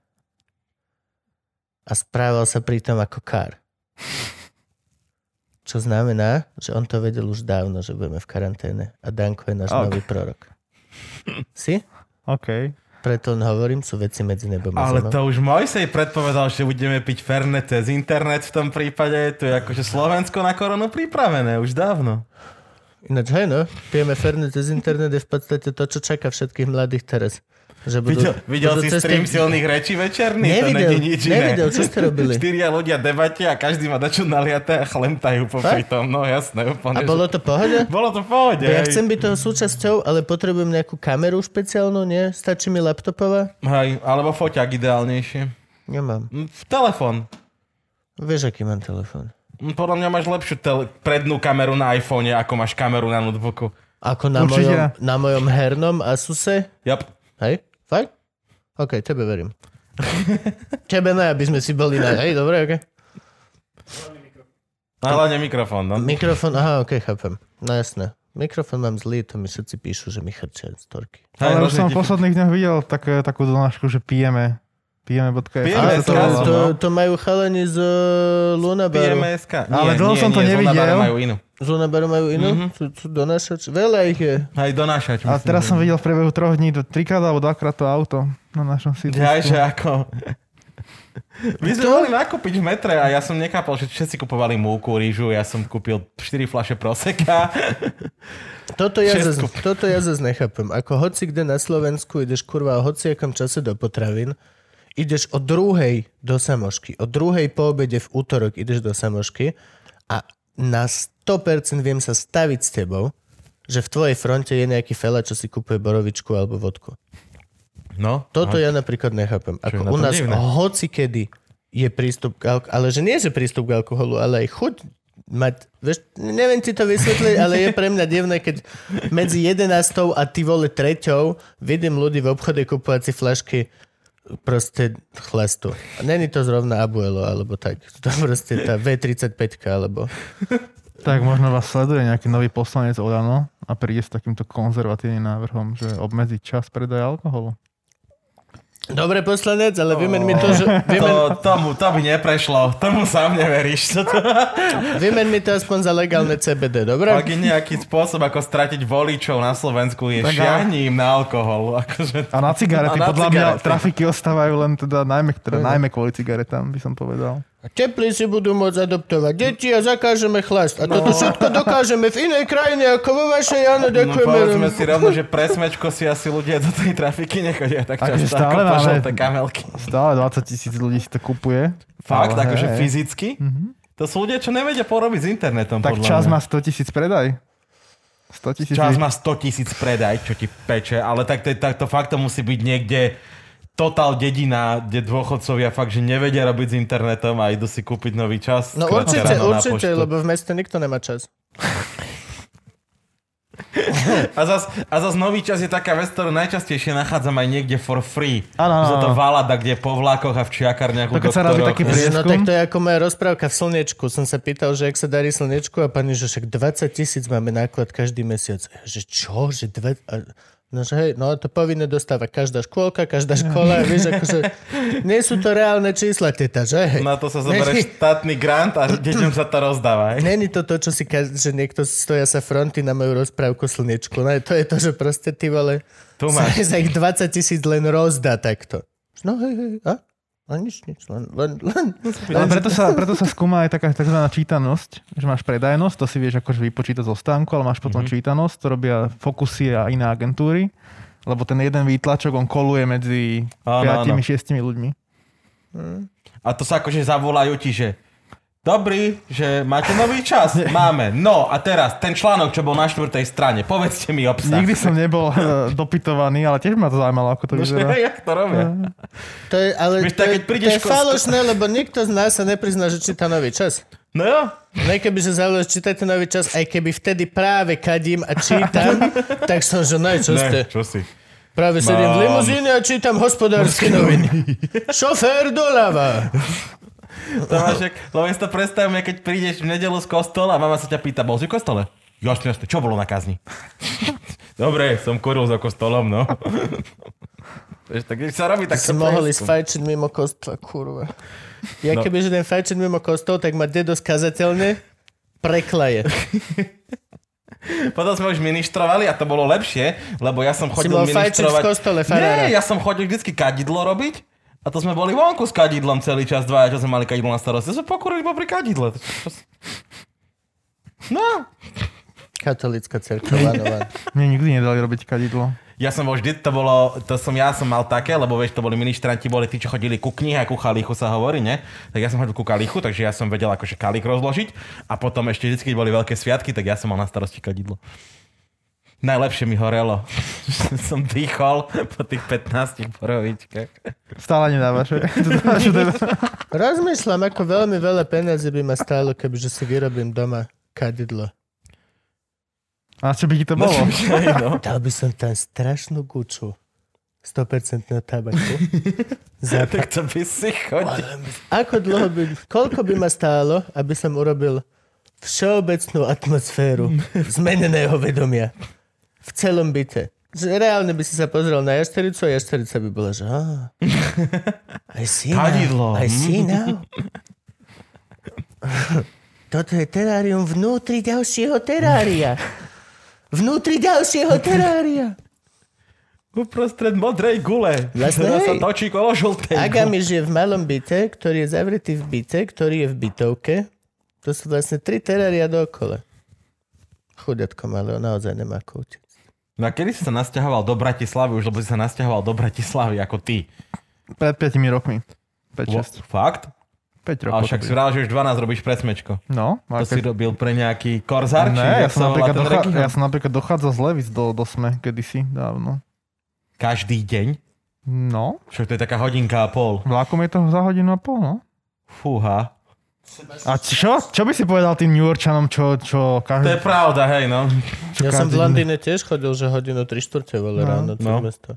Speaker 1: a správal sa pritom ako kár. Čo znamená, že on to vedel už dávno, že budeme v karanténe. A Danko je náš
Speaker 3: Ok.
Speaker 1: okay. nový prorok. Si?
Speaker 3: OK.
Speaker 1: Preto len hovorím, sú veci medzi nebom a
Speaker 2: Ale
Speaker 1: zemou.
Speaker 2: to už Mojsej predpovedal, že budeme piť fernet cez internet v tom prípade. To je akože Slovensko na koronu pripravené už dávno.
Speaker 1: Ináč, hej no, pijeme fernet cez internet je v podstate to, čo čaká všetkých mladých teraz. Že budú,
Speaker 2: Videl, videl
Speaker 1: budú
Speaker 2: si
Speaker 1: cez
Speaker 2: stream
Speaker 1: tie-
Speaker 2: silných rečí večerný?
Speaker 1: Nevidel,
Speaker 2: to není nič iné.
Speaker 1: nevidel, čo ste robili?
Speaker 2: Štyria ľudia debatia a každý má dačo naliaté a chlemtajú popri tom. No jasné,
Speaker 1: A
Speaker 2: úplne.
Speaker 1: bolo to pohoda?
Speaker 2: bolo to v pohode.
Speaker 1: Ja
Speaker 2: hej.
Speaker 1: chcem byť toho súčasťou, ale potrebujem nejakú kameru špeciálnu, nie? Stačí mi laptopová?
Speaker 2: Hej, alebo foťák ideálnejšie.
Speaker 1: Nemám.
Speaker 2: Mm, Telefón.
Speaker 1: Vieš, aký mám telefón?
Speaker 2: Mm, Podľa mňa máš lepšiu tel- prednú kameru na iPhone, ako máš kameru na notebooku.
Speaker 1: Ako na,
Speaker 3: Určite.
Speaker 1: mojom, na mojom hernom Asuse?
Speaker 2: Yep.
Speaker 1: Hej? Fakt? OK, tebe verím. tebe ne, aby sme si boli na... Hej, dobre, OK.
Speaker 2: A hlavne mikrofón, no.
Speaker 1: Mikrofón, aha, OK, chápem. No jasné. Mikrofón mám zlý, to mi všetci píšu, že mi chrčia storky.
Speaker 2: Hej,
Speaker 3: Ale už
Speaker 2: rozhodne
Speaker 3: som
Speaker 2: ti-
Speaker 3: v posledných dňoch videl tak, takú donášku, že e. pijeme. Pijeme.
Speaker 2: Pijeme,
Speaker 1: Ale
Speaker 2: Ale
Speaker 1: to,
Speaker 2: to-
Speaker 1: to,
Speaker 2: no.
Speaker 1: to majú chalani z eh, Lunabaru.
Speaker 2: PMSK. Nie,
Speaker 3: Ale dlho
Speaker 2: nie,
Speaker 3: som to
Speaker 2: nie,
Speaker 3: nevidel.
Speaker 2: Zonabara majú inú.
Speaker 1: Z Lunabaru majú inú? Mm-hmm. Sú, sú donášač? Veľa ich je.
Speaker 2: Aj donášať.
Speaker 3: A
Speaker 2: myslím,
Speaker 3: teraz
Speaker 2: že-
Speaker 3: som videl v priebehu troch dní do- trikrát alebo dvakrát to auto na našom sídlisku.
Speaker 2: Ja, že ako... My sme boli nakúpiť v metre a ja som nechápal, že všetci kupovali múku, rýžu, ja som kúpil 4 flaše proseka.
Speaker 1: Toto ja, zase,
Speaker 2: Šestku.
Speaker 1: toto ja zase nechápem. Ako hoci kde na Slovensku ideš kurva o hociakom čase do potravín, ideš o druhej do samošky, o druhej po obede v útorok ideš do samošky a na 100% viem sa staviť s tebou, že v tvojej fronte je nejaký fela, čo si kúpuje borovičku alebo vodku.
Speaker 2: No,
Speaker 1: Toto
Speaker 2: no,
Speaker 1: ja napríklad nechápem.
Speaker 2: Čo je
Speaker 1: Ako
Speaker 2: na
Speaker 1: u
Speaker 2: tom
Speaker 1: nás
Speaker 2: divné?
Speaker 1: hoci kedy je prístup k alkoholu, ale že nie že prístup k alkoholu, ale aj chuť mať, vieš, neviem ti to vysvetliť, ale je pre mňa divné, keď medzi 11 a ty vole treťou vidím ľudí v obchode kupovať si flašky proste chlastu. A Není to zrovna Abuelo, alebo tak. To proste tá V35 alebo...
Speaker 3: Tak možno vás sleduje nejaký nový poslanec Olano a príde s takýmto konzervatívnym návrhom, že obmedzi čas predaja alkoholu.
Speaker 1: Dobre, poslanec, ale vymen mi to, že...
Speaker 2: Oh.
Speaker 1: Vymen,
Speaker 2: To, tomu, to by neprešlo. Tomu sám neveríš. To, to,
Speaker 1: vymen mi to aspoň za legálne CBD, dobre?
Speaker 2: ak je nejaký spôsob, ako stratiť voličov na Slovensku, je
Speaker 3: Tak a-
Speaker 2: šianím na alkohol. Akože,
Speaker 3: A na cigarety,
Speaker 2: A na
Speaker 3: podľa
Speaker 2: cigarety. Hm.
Speaker 3: mňa trafiky ostávajú len teda najmä, teda najmä kvôli cigaretám, by som povedal.
Speaker 1: Teplici budú môcť adoptovať deti a zakážeme chlast. A toto všetko dokážeme v inej krajine ako vo vašej, áno,
Speaker 2: no, povedzme
Speaker 1: ďakujeme.
Speaker 2: si rovno, že presmečko si asi ľudia do tej trafiky nechodia tak
Speaker 3: Akože
Speaker 2: často ako
Speaker 3: stále máme-
Speaker 2: pošol kamelky.
Speaker 3: Stále 20 tisíc ľudí si to kupuje.
Speaker 2: Fakt,
Speaker 3: Ale
Speaker 2: akože
Speaker 3: hej. Mhm.
Speaker 2: fyzicky? To sú ľudia, čo nevedia porobiť s internetom, podľa
Speaker 3: Tak čas
Speaker 2: mňa.
Speaker 3: má 100 tisíc predaj. 100 tisíc.
Speaker 2: Čas má 100 tisíc predaj, čo ti peče, ale tak to, je- tak to fakt to musí byť niekde totál dedina, kde dôchodcovia fakt, že nevedia robiť s internetom a idú si kúpiť nový čas.
Speaker 1: No
Speaker 2: skratka
Speaker 1: určite,
Speaker 2: ráno na
Speaker 1: určite,
Speaker 2: poštu.
Speaker 1: lebo v meste nikto nemá čas.
Speaker 2: A zas, a zas nový čas je taká vec, ktorú najčastejšie nachádzam aj niekde for free.
Speaker 3: Áno, áno,
Speaker 2: Za to
Speaker 3: áno.
Speaker 2: Valada, kde po vlákoch a v čiakarniach u
Speaker 3: To keď sa robí
Speaker 2: doktorov.
Speaker 3: taký pri-
Speaker 1: No
Speaker 3: Prieskum?
Speaker 1: tak to je ako moja rozprávka v slnečku. Som sa pýtal, že ak sa darí slnečku a pani, že však 20 tisíc máme náklad každý mesiac. A ja, Že čo? Že dve... a- No, že hej, no to povinne dostáva každá škôlka, každá škola, vieš, akože nie sú to reálne čísla, teta, že hej?
Speaker 2: Na to sa zoberieš štátny grant a deťom sa to rozdáva. hej?
Speaker 1: Není to to, čo si kaž, že niekto stoja sa fronty na moju rozprávku slnečku. No, to je to, že proste ty vole
Speaker 2: Tu
Speaker 1: sa,
Speaker 2: máš.
Speaker 1: sa ich 20 tisíc len rozdá takto. No hej, hej, a? A nič, nič, len, len, len.
Speaker 2: No,
Speaker 3: Ale preto sa, preto sa skúma aj taká tzv. čítanosť, že máš predajnosť, to si vieš akože vypočítať zo stánku, ale máš
Speaker 2: Mhm.
Speaker 3: potom mm-hmm. čítanosť, to robia fokusy a iné agentúry, lebo ten jeden výtlačok, on koluje medzi
Speaker 2: Áno,
Speaker 3: 5-6 ľuďmi.
Speaker 2: A to sa akože zavolajú ti, že Dobrý, že máte nový čas? Máme. No a teraz, ten článok, čo bol na štvrtej strane, povedzte mi obsah.
Speaker 3: Nikdy som nebol eh, dopytovaný, ale tiež ma to zaujímalo, ako to
Speaker 2: No, že,
Speaker 3: vyzerá.
Speaker 2: jak to robia?
Speaker 1: To je, ale
Speaker 2: Vieš,
Speaker 1: to,
Speaker 2: tak
Speaker 1: je,
Speaker 2: keď prídeš
Speaker 1: to je
Speaker 2: ko-
Speaker 1: falošné, lebo nikto z nás sa neprizná, že číta nový čas.
Speaker 2: No jo.
Speaker 1: No aj keby, že zaujalo, že čítate nový čas, aj keby vtedy práve kadím a čítam, tak som, že no, čo ste?
Speaker 2: čo si.
Speaker 1: Práve sedím v
Speaker 2: Mám.
Speaker 1: limuzíne a čítam hospodárske noviny. Šofér doľava.
Speaker 2: To máš, jak, lebo ja si to predstavím, ja keď prídeš v nedelu z kostola a mama sa ťa pýta, bol si v kostole? Jasne, jasne, čo bolo na kazni? Dobre, som kuril za kostolom, no. Takže tak sa robí tak
Speaker 1: si mohol ísť fajčiť mimo kostola, kurva. Ja
Speaker 2: No.
Speaker 1: no. keby že idem fajčiť mimo kostol, tak ma dedo skazateľne preklaje.
Speaker 2: Potom sme už ministrovali a to bolo lepšie, lebo ja som chodil
Speaker 1: bol fajčiť v
Speaker 2: ministrovať...
Speaker 1: kostole, farára.
Speaker 2: Nie, ja som chodil vždycky kadidlo robiť a to sme boli vonku s kadidlom celý čas, dva, čo sme mali kadidlo na starosti. To sme pokurili iba pri kadidle. To čo- No,
Speaker 1: Katolická cerkev, áno, áno.
Speaker 3: Mne nikdy nedali robiť kadidlo.
Speaker 2: ja som bol vždy, to bolo, to som ja som mal také, lebo vieš, to boli ministranti, boli tí, čo chodili ku knihe, ku kalichu sa hovorí, ne? Tak ja som chodil ku kalichu, takže ja som vedel akože kalich rozložiť a potom ešte vždy, keď boli veľké sviatky, tak ja som mal na starosti kadidlo. Najlepšie mi horelo. som dýchol po tých 15 borovičkách.
Speaker 3: Stále nedávaš. eh? že? To dávaš, to dávaš.
Speaker 1: Rozmýšľam, ako veľmi veľa peniazy by ma stálo, kebyže si vyrobím doma kadidlo.
Speaker 3: A čo by ti to
Speaker 2: No,
Speaker 3: bolo?
Speaker 2: hej, no.
Speaker 1: Dal by som tam strašnú guču 100% tabaku. Za
Speaker 2: Tak to by si chodil.
Speaker 1: Ako dlho by... Koľko by ma stálo, aby som urobil všeobecnú atmosféru zmeneného vedomia v celom byte? Že reálne by si sa pozrel na jaštericu a jašterica by bola, že... Ah, I see
Speaker 2: Kadidlo.
Speaker 1: now. I see now. Toto je terárium vnútri ďalšieho terária. Vnútri ďalšieho terária.
Speaker 2: Uprostred modrej gule.
Speaker 1: Vlastne,
Speaker 2: Ktorá sa
Speaker 1: hej.
Speaker 2: točí kolo žltej.
Speaker 1: Agami žije v malom byte, ktorý je zavretý v byte, ktorý je v bytovke. To sú vlastne tri terária dookola. Chudiatko malé, on naozaj nemá ako utiec.
Speaker 2: No a kedy si sa nasťahoval do Bratislavy, už lebo si sa nasťahoval do Bratislavy ako ty?
Speaker 3: Pred 5 rokmi.
Speaker 2: Wo-
Speaker 3: 5-6.
Speaker 2: Fakt?
Speaker 3: 5
Speaker 2: Ale
Speaker 3: rokov.
Speaker 2: však
Speaker 3: to
Speaker 2: si
Speaker 3: bude.
Speaker 2: vrál, že už 12 robíš presmečko.
Speaker 3: No,
Speaker 2: To
Speaker 3: a
Speaker 2: si
Speaker 3: keď-
Speaker 2: robil pre nejaký korzár? či
Speaker 3: Ne,
Speaker 2: jak
Speaker 3: ja
Speaker 2: sa volá
Speaker 3: som, napríklad
Speaker 2: ten
Speaker 3: docha-
Speaker 2: rekord?
Speaker 3: ja som napríklad dochádzal z Levic do, do SME kedysi dávno.
Speaker 2: Každý deň?
Speaker 3: No,
Speaker 2: Čo to je taká hodinka a pol.
Speaker 3: vlákom je to za hodinu a pol, no.
Speaker 2: Fúha.
Speaker 3: A čo? Čo by si povedal tým New Yorkčanom, čo,
Speaker 2: To
Speaker 3: čo
Speaker 2: je
Speaker 3: každý...
Speaker 2: pravda, hej no.
Speaker 3: Čo
Speaker 1: Ja som v
Speaker 3: každý-
Speaker 1: Londýne tiež chodil, že hodinu 3 štvrte veľa
Speaker 3: No.
Speaker 1: ráno cez
Speaker 2: No.
Speaker 1: mesto.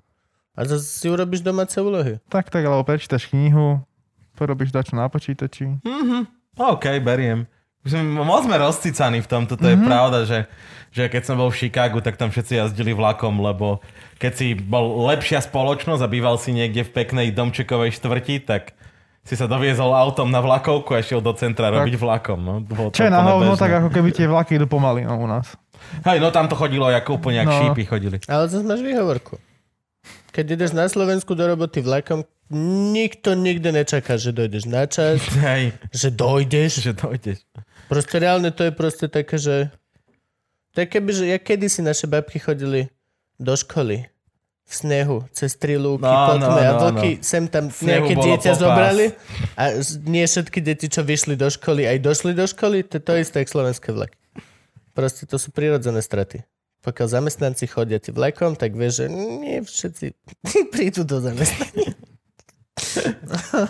Speaker 1: A zase si urobíš domáce úlohy.
Speaker 3: Tak, tak, alebo prečítaš knihu, porobíš dačo na počítači.
Speaker 2: Hm, OK, beriem. Už sme, moc sme rozcicaní v tomto, to je
Speaker 3: Mhm.
Speaker 2: mm-hmm. pravda, že, že keď som bol v Chicagu, tak tam všetci jazdili vlakom, lebo keď si bol lepšia spoločnosť a býval si niekde v peknej domčekovej štvrti, tak si sa doviezol autom na vlakovku a šiel do centra robiť vlakom. No. Bolo to
Speaker 3: Čo je na
Speaker 2: úplne
Speaker 3: hovno,
Speaker 2: bežné.
Speaker 3: tak ako keby tie vlaky idú pomaly no, u nás.
Speaker 2: Hej, no tam to chodilo ako úplne, jak
Speaker 3: No.
Speaker 2: šípy chodili.
Speaker 1: Ale zase máš výhovorku. Keď ideš na Slovensku do roboty vlakom, nikto nikde nečaká, že dojdeš na čas,
Speaker 2: Hej,
Speaker 1: že dojdeš.
Speaker 2: že dojdeš.
Speaker 1: Proste reálne to je proste také, že... To je keby, že ja kedysi naše babky chodili do školy v snehu, cez tri lúky,
Speaker 2: No,
Speaker 1: no, po
Speaker 2: no,
Speaker 1: tme, a
Speaker 2: no,
Speaker 1: vlky sem tam
Speaker 2: snehu
Speaker 1: nejaké
Speaker 2: bolo
Speaker 1: dieťa
Speaker 2: popás.
Speaker 1: zobrali a z- nie všetky deti, čo vyšli do školy, aj došli do školy, to je to isté, jak slovenské vlak. Proste to sú prirodzené straty. Pokiaľ zamestnanci chodia ti vlakom, tak vieš, že nie všetci prídu do zamestnania.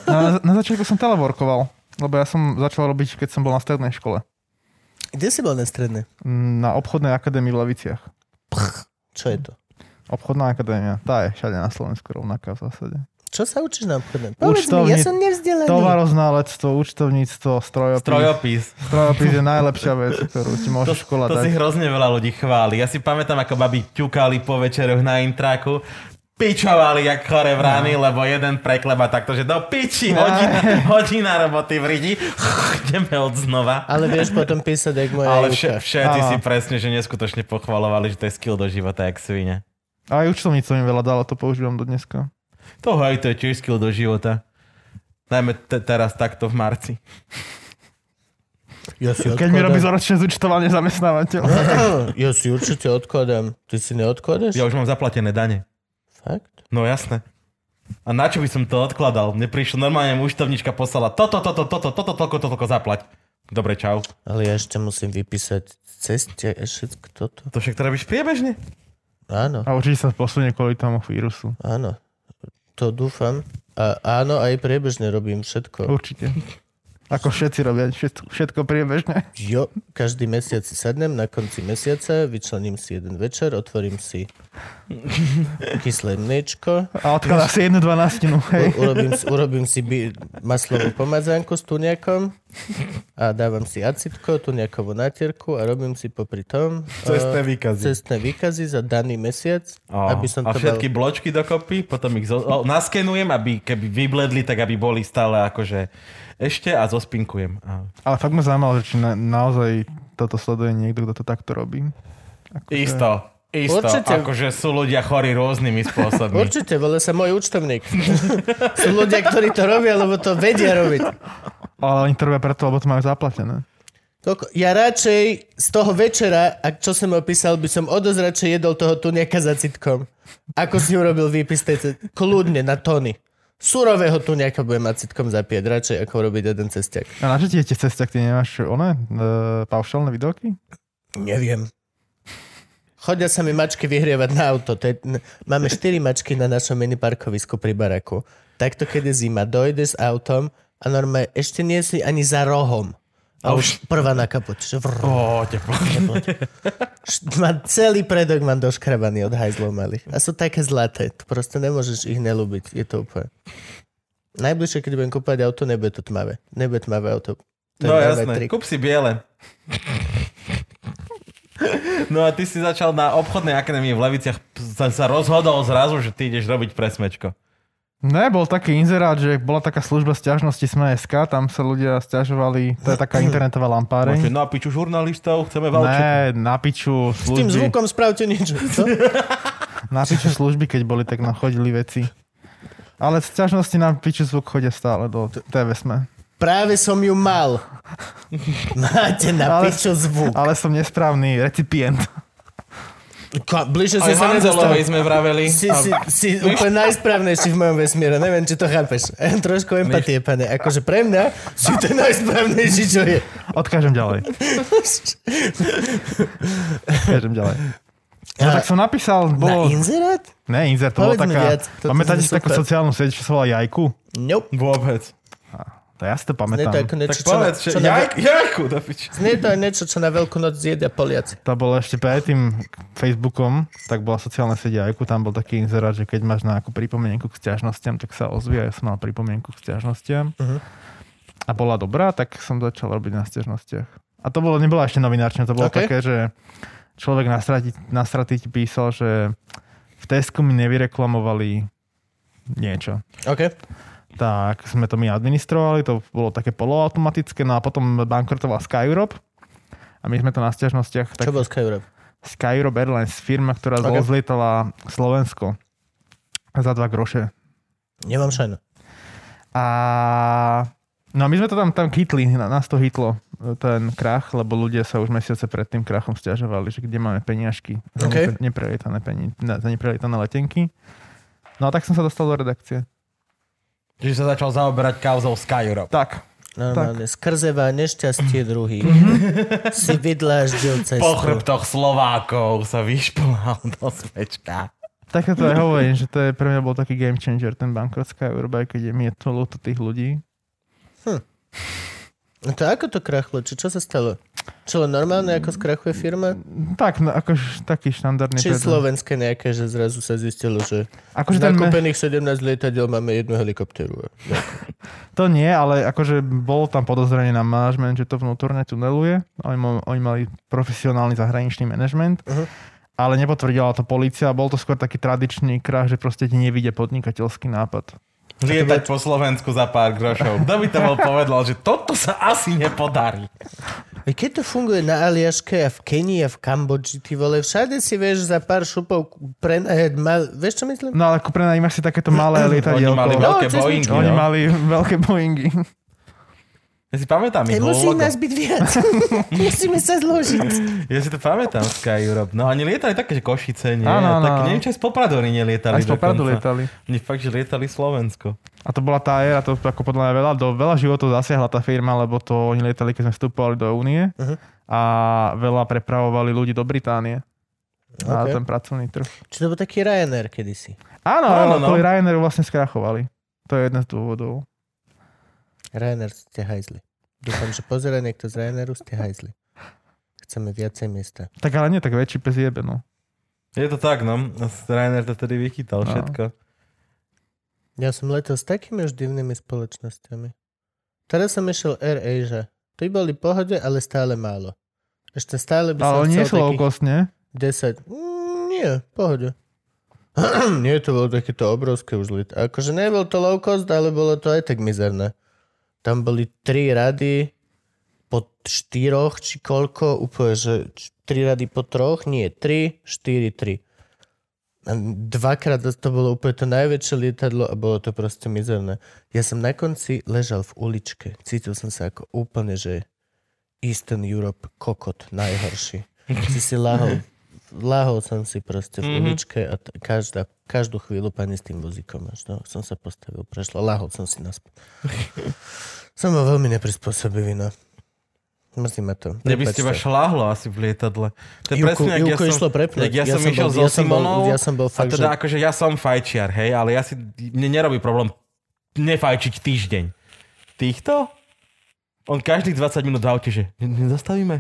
Speaker 3: Na, na začiatku som teleworkoval, lebo ja som začal robiť, keď som bol na strednej škole.
Speaker 1: Kde si bol na strednej?
Speaker 3: Mm, Na obchodnej akadémii v Leviciach.
Speaker 1: Čo je to?
Speaker 3: Obchodná akadémia, tá je všade na Slovensku rovnaká v zásade.
Speaker 1: Čo sa učíš na obchodnej? Povedz mi, ja
Speaker 3: Účtovníc-
Speaker 1: som nevzdelaný.
Speaker 3: Tovaroználectvo, účtovníctvo, strojopis.
Speaker 2: Strojopis.
Speaker 3: Strojopis je najlepšia vec, ktorú ti
Speaker 2: To,
Speaker 3: môže škola
Speaker 2: to si
Speaker 3: dať.
Speaker 2: hrozne veľa ľudí chváli. Ja si pamätám, ako babi ťukali po večeroch na intraku, pičovali jak chore v rány, lebo jeden prekleba takto, že do piči, hodina, hodina roboty v ridi, ideme od znova.
Speaker 1: Ale vieš potom písať, jak moja
Speaker 2: Ale
Speaker 1: Ale
Speaker 2: vše, všetci
Speaker 3: Áno.
Speaker 2: si presne, že neskutočne pochvalovali, že to je skill do života, jak svine.
Speaker 3: Aj účtovníctvo mi veľa dalo, to používam do dneska.
Speaker 2: To hej, to je tiež skill do života. Najmä te- teraz takto v marci.
Speaker 1: Ja si
Speaker 3: Keď mi robí zoročné zúčtovanie zamestnávateľ.
Speaker 1: Ja si určite odkladám. Ty si neodkladáš?
Speaker 2: Ja už mám zaplatené dane.
Speaker 1: Fakt?
Speaker 2: No jasné. A na čo by som to odkladal? Mne prišlo normálne, mu účtovnička poslala toto, toto, toto, toto, toľko, to, toľko, zaplať. Dobre, čau.
Speaker 1: Ale ja ešte musím vypísať ceste a všetko toto.
Speaker 2: To však to robíš priebežne?
Speaker 1: Áno,
Speaker 3: A určite sa posunie kvôli tomu vírusu.
Speaker 1: áno. To dúfam. A áno, aj priebežne robím všetko.
Speaker 3: Určite. Ako všetci robia, všetko, všetko priebežne.
Speaker 1: Jo, každý mesiac si sadnem, na konci mesiaca vyčlením si jeden večer, otvorím si kyslé mliečko,
Speaker 3: A odkladá si jednu dvanáctinu, hej.
Speaker 1: U- urobím, si- urobím si bi- maslovú pomazánku s tuniakom a dávam si acitko, tuniakovú natierku a robím si popri tom
Speaker 2: Cestné
Speaker 1: eh,
Speaker 2: výkazy.
Speaker 1: cestné výkazy za daný mesiac,
Speaker 2: Oh.
Speaker 1: aby som
Speaker 2: a
Speaker 1: to
Speaker 2: všetky
Speaker 1: mal...
Speaker 2: bločky dokopy, potom ich zo- o, naskenujem, aby keby vybledli, tak aby boli stále akože ešte a zospinkujem. A...
Speaker 3: Ale fakt ma zaujímalo, že či na, naozaj toto sleduje niekto, kto to takto robí.
Speaker 2: Isto, isto.
Speaker 1: Určite.
Speaker 2: Akože sú ľudia chorí rôznymi spôsobmi.
Speaker 1: Určite, volá sa môj účtovník. Sú ľudia, ktorí to robia, lebo to vedia robiť.
Speaker 3: Ale oni to robia preto, lebo to majú zaplatené.
Speaker 1: Koľko- Ja radšej z toho večera, a čo som opísal, by som odosť radšej jedol toho tuniaka za citkom. Ako si urobil výpis tej ce- Kľudne, na tony. Surového tuniaka budem mať citkom zapieť, radšej ako robiť jeden cestiak.
Speaker 3: A na čo ti je tie cesty, ak ty nemáš one, e, paušálne videoky?
Speaker 1: Neviem. Chodia sa mi mačky vyhrievať na auto. To je, n- máme 4 mačky na našom mini parkovisku pri baraku. Takto, keď je zima, dojde s autom a normálne ešte nie si ani za rohom. A už prvá na kapoč. že vrr.
Speaker 2: Ó, teplo.
Speaker 1: Št- Má, celý predok mám doškrabaný od hajzlov malých. A sú také zlaté. To proste nemôžeš ich nelúbiť. Je to úplne... Najbližšie, keď budem kúpať auto, nebude to tmavé. Nebude tmavé auto. To je
Speaker 2: No
Speaker 1: normálne
Speaker 2: jasné,
Speaker 1: trik.
Speaker 2: kúp si biele. No a ty si začal na obchodnej akadémii v Leviciach, sa, sa rozhodol zrazu, že ty ideš robiť presmečko.
Speaker 3: Ne, bol taký inzerát, že bola taká služba stiažnosti Sme.sk, tam sa ľudia stiažovali, to je taká internetová
Speaker 2: Máte
Speaker 3: lampáreň.
Speaker 2: na no piču žurnalistov, chceme valčiť.
Speaker 3: Ne, na piču
Speaker 1: S tým
Speaker 3: služby,
Speaker 1: zvukom spravte nič. Co?
Speaker 3: na piču služby, keď boli, tak nám chodili veci. Ale stiažnosti na piču zvuk chodia stále do TV Sme.
Speaker 1: Práve som ju mal. Máte na
Speaker 3: Ale-
Speaker 1: pičo zvuk.
Speaker 3: Ale som nesprávny recipient.
Speaker 1: Ka, bližšie
Speaker 2: Aj
Speaker 1: sme sa nedostali.
Speaker 2: Hanzelovej sme vraveli.
Speaker 1: Si,
Speaker 2: A-
Speaker 1: si, si úplne najsprávnejší v mojom vesmíre, neviem, či to chápeš. Trošku empatie, pane. Akože pre mňa si ten najsprávnejší, čo je.
Speaker 3: Odkážem ďalej. Odkážem ďalej. No
Speaker 1: A-
Speaker 3: tak som napísal,
Speaker 1: Na
Speaker 3: bolo...
Speaker 1: inzerát?
Speaker 3: Ne, Inzer, to bolo
Speaker 1: Povedz mi
Speaker 3: taká...
Speaker 1: viac, toto
Speaker 3: Pamätáte
Speaker 1: je
Speaker 3: si takú
Speaker 1: super.
Speaker 3: sociálnu sieť, čo sa volá Jajku?
Speaker 1: Nope.
Speaker 2: Vôbec.
Speaker 3: To ja si
Speaker 1: Nie
Speaker 3: to
Speaker 1: to
Speaker 3: pamätám.
Speaker 1: ako niečo,
Speaker 2: Tak
Speaker 1: čo, na,
Speaker 2: povedz,
Speaker 1: čo,
Speaker 2: že...
Speaker 1: na,
Speaker 2: Jaj, jajku, do piče.
Speaker 1: nie to je niečo, čo na veľkú noc zjedia Poliaci.
Speaker 3: To bolo ešte pred tým Facebookom, tak bola sociálna sieť Jajku, tam bol taký inzerát, že keď máš nejakú pripomienku k stiažnostiam, tak sa ozvie, ja som mal pripomienku k stiažnostiam.
Speaker 1: Mhm.
Speaker 3: A bola dobrá, tak som začal robiť na stiažnostiach. A to bolo, nebola ešte novinárčina, to bolo
Speaker 1: Ok.
Speaker 3: okay. také, že človek na strati, na strati ti písal, že v Tesku mi nevyreklamovali niečo.
Speaker 1: OK.
Speaker 3: Tak sme to my administrovali, to bolo také poloautomatické, no a potom bankrotoval Skyrob a my sme to na stiažnostiach
Speaker 1: Čo bol Skyrob?
Speaker 3: Skyrob Airlines, firma, ktorá
Speaker 1: Ok.
Speaker 3: okay. zlietala Slovensko za dva groše.
Speaker 1: Nemám šajnu.
Speaker 3: A no a my sme to tam, tam chytli, na- nás to hitlo, ten krach, lebo ľudia sa už mesiace pred tým krachom stiažovali, že kde máme peniažky za
Speaker 1: Ok.
Speaker 3: nepre- neprelietané, peni- ne, za neprelietané letenky. No a tak som sa dostal do redakcie.
Speaker 4: Čiže sa začal zaoberať kauzou Skyrock.
Speaker 3: Tak, Mhm.
Speaker 1: Normálne, skrzeva nešťastie druhý. si vydláždil cestu.
Speaker 2: Po chrbtoch Slovákov sa vyšplhal do smečka.
Speaker 3: tak to aj hovorím, že to je pre mňa bol taký game changer, ten bankrot Skyrob, aj keď je mi je to ľúto tých ľudí.
Speaker 1: No to ako to krachlo? Či čo sa stalo? Čo len normálne, ako skrachuje firma?
Speaker 3: Tak, no, akož taký štandardný...
Speaker 1: Či
Speaker 3: predmet.
Speaker 1: slovenské nejaké, že zrazu sa zistilo, že z
Speaker 3: Akože ten, me-
Speaker 1: nakúpených 17 lietadiel máme jednu helikopteru.
Speaker 3: To nie, ale akože bolo tam podozrenie na manažment, že to vnútorne tuneluje. Oni, mo- oni mali profesionálny zahraničný manažment.
Speaker 1: Mhm.
Speaker 3: Uh-huh. Ale nepotvrdila to policia, bol to skôr taký tradičný krach, že proste ti nevíde podnikateľský nápad.
Speaker 2: Lietať po Slovensku za pár grošov. Kto by to bol povedal, že toto sa asi nepodarí.
Speaker 1: Veď Keď to funguje na Aliaške a v Kenii a v Kambodži, ty vole, všade si vieš za pár šupov prenajať mal... Vieš, čo myslím?
Speaker 3: No ale ako prenajímaš si takéto malé
Speaker 2: Oni
Speaker 3: lietadielko.
Speaker 2: mali veľké
Speaker 1: No, cez
Speaker 2: Boeingy,
Speaker 3: Oni
Speaker 2: no.
Speaker 3: mali veľké Boeingy.
Speaker 2: Ja si pamätám ich
Speaker 1: Musí
Speaker 2: logo.
Speaker 1: nás byť viac. Musíme sa zložiť.
Speaker 2: Ja si to pamätám, Sky Europe. No oni lietali také, že Košice, nie?
Speaker 3: Áno,
Speaker 2: Áno,
Speaker 3: áno,
Speaker 2: tak
Speaker 3: áno.
Speaker 2: neviem, či aj z Popradu oni nelietali
Speaker 3: Aj z Popradu
Speaker 2: dokonca.
Speaker 3: lietali.
Speaker 2: Oni fakt, že lietali Slovensko.
Speaker 3: A to bola tá éra, to ako podľa mňa veľa, do, veľa životov zasiahla tá firma, lebo to oni lietali, keď sme vstupovali do
Speaker 1: Mhm.
Speaker 3: únie uh-huh. a veľa prepravovali ľudí do Británie na
Speaker 1: Ok.
Speaker 3: ten pracovný trh.
Speaker 1: Či to bol taký Ryanair kedysi?
Speaker 2: Áno,
Speaker 3: Áno, áno,
Speaker 2: no.
Speaker 3: kvôli Ryanairu vlastne skrachovali. To je jeden z dôvodov.
Speaker 1: Ryanair ste hajzli. Dúfam, že pozera niekto z Ryanairu, ste hajzli. Chceme viacej miesta.
Speaker 3: Tak ale nie tak väčší pes jebe, no.
Speaker 2: Je to tak, no. Rainer to tedy vychytal
Speaker 3: No.
Speaker 2: všetko.
Speaker 1: Ja som letel s takými už divnými spoločnosťami. Teraz som išiel Air Asia. Tí boli pohode, ale stále málo. Ešte stále by som
Speaker 3: Ale nie
Speaker 1: chcel
Speaker 3: sú
Speaker 1: takých
Speaker 3: low-costne.
Speaker 1: 10. Mm, nie, pohode. nie, to bolo takéto obrovské už lit. Akože nebol to low cost, ale bolo to aj tak mizerné. Tam boli tri rady po štyroch, či koľko, úplne, že č- tri rady po troch, nie, tri, štyri, tri. A Dvakrát to bolo úplne to najväčšie lietadlo a bolo to proste mizerné. Ja som na konci ležal v uličke. Cítil som sa ako úplne, že Eastern Europe kokot najhorší. Si si lahol, lahol som si proste v uličke a t- každá, každú chvíľu pani s tým vozíkom až, no, som sa postavil, prešla, lahol som si naspäť. som bol veľmi neprispôsobivý, no. Mrzí ma to.
Speaker 2: Mne by z
Speaker 1: Prepáčte.
Speaker 2: teba šláhlo asi v lietadle. To je
Speaker 1: Juku-
Speaker 2: presne, ak ja
Speaker 1: Juku
Speaker 2: som,
Speaker 1: išlo prepnúť.
Speaker 2: jak
Speaker 1: Ja
Speaker 2: ja, som,
Speaker 1: som
Speaker 2: išiel
Speaker 1: bol-
Speaker 2: so
Speaker 1: ja som bol-
Speaker 2: Simonou.
Speaker 1: ja som bol
Speaker 2: a
Speaker 1: fakt,
Speaker 2: teda
Speaker 1: že-
Speaker 2: akože ja som fajčiar, hej, ale ja si, mne nerobí problém nefajčiť týždeň. Týchto? On každých 20 minút v aute, že "Ne- nezastavíme.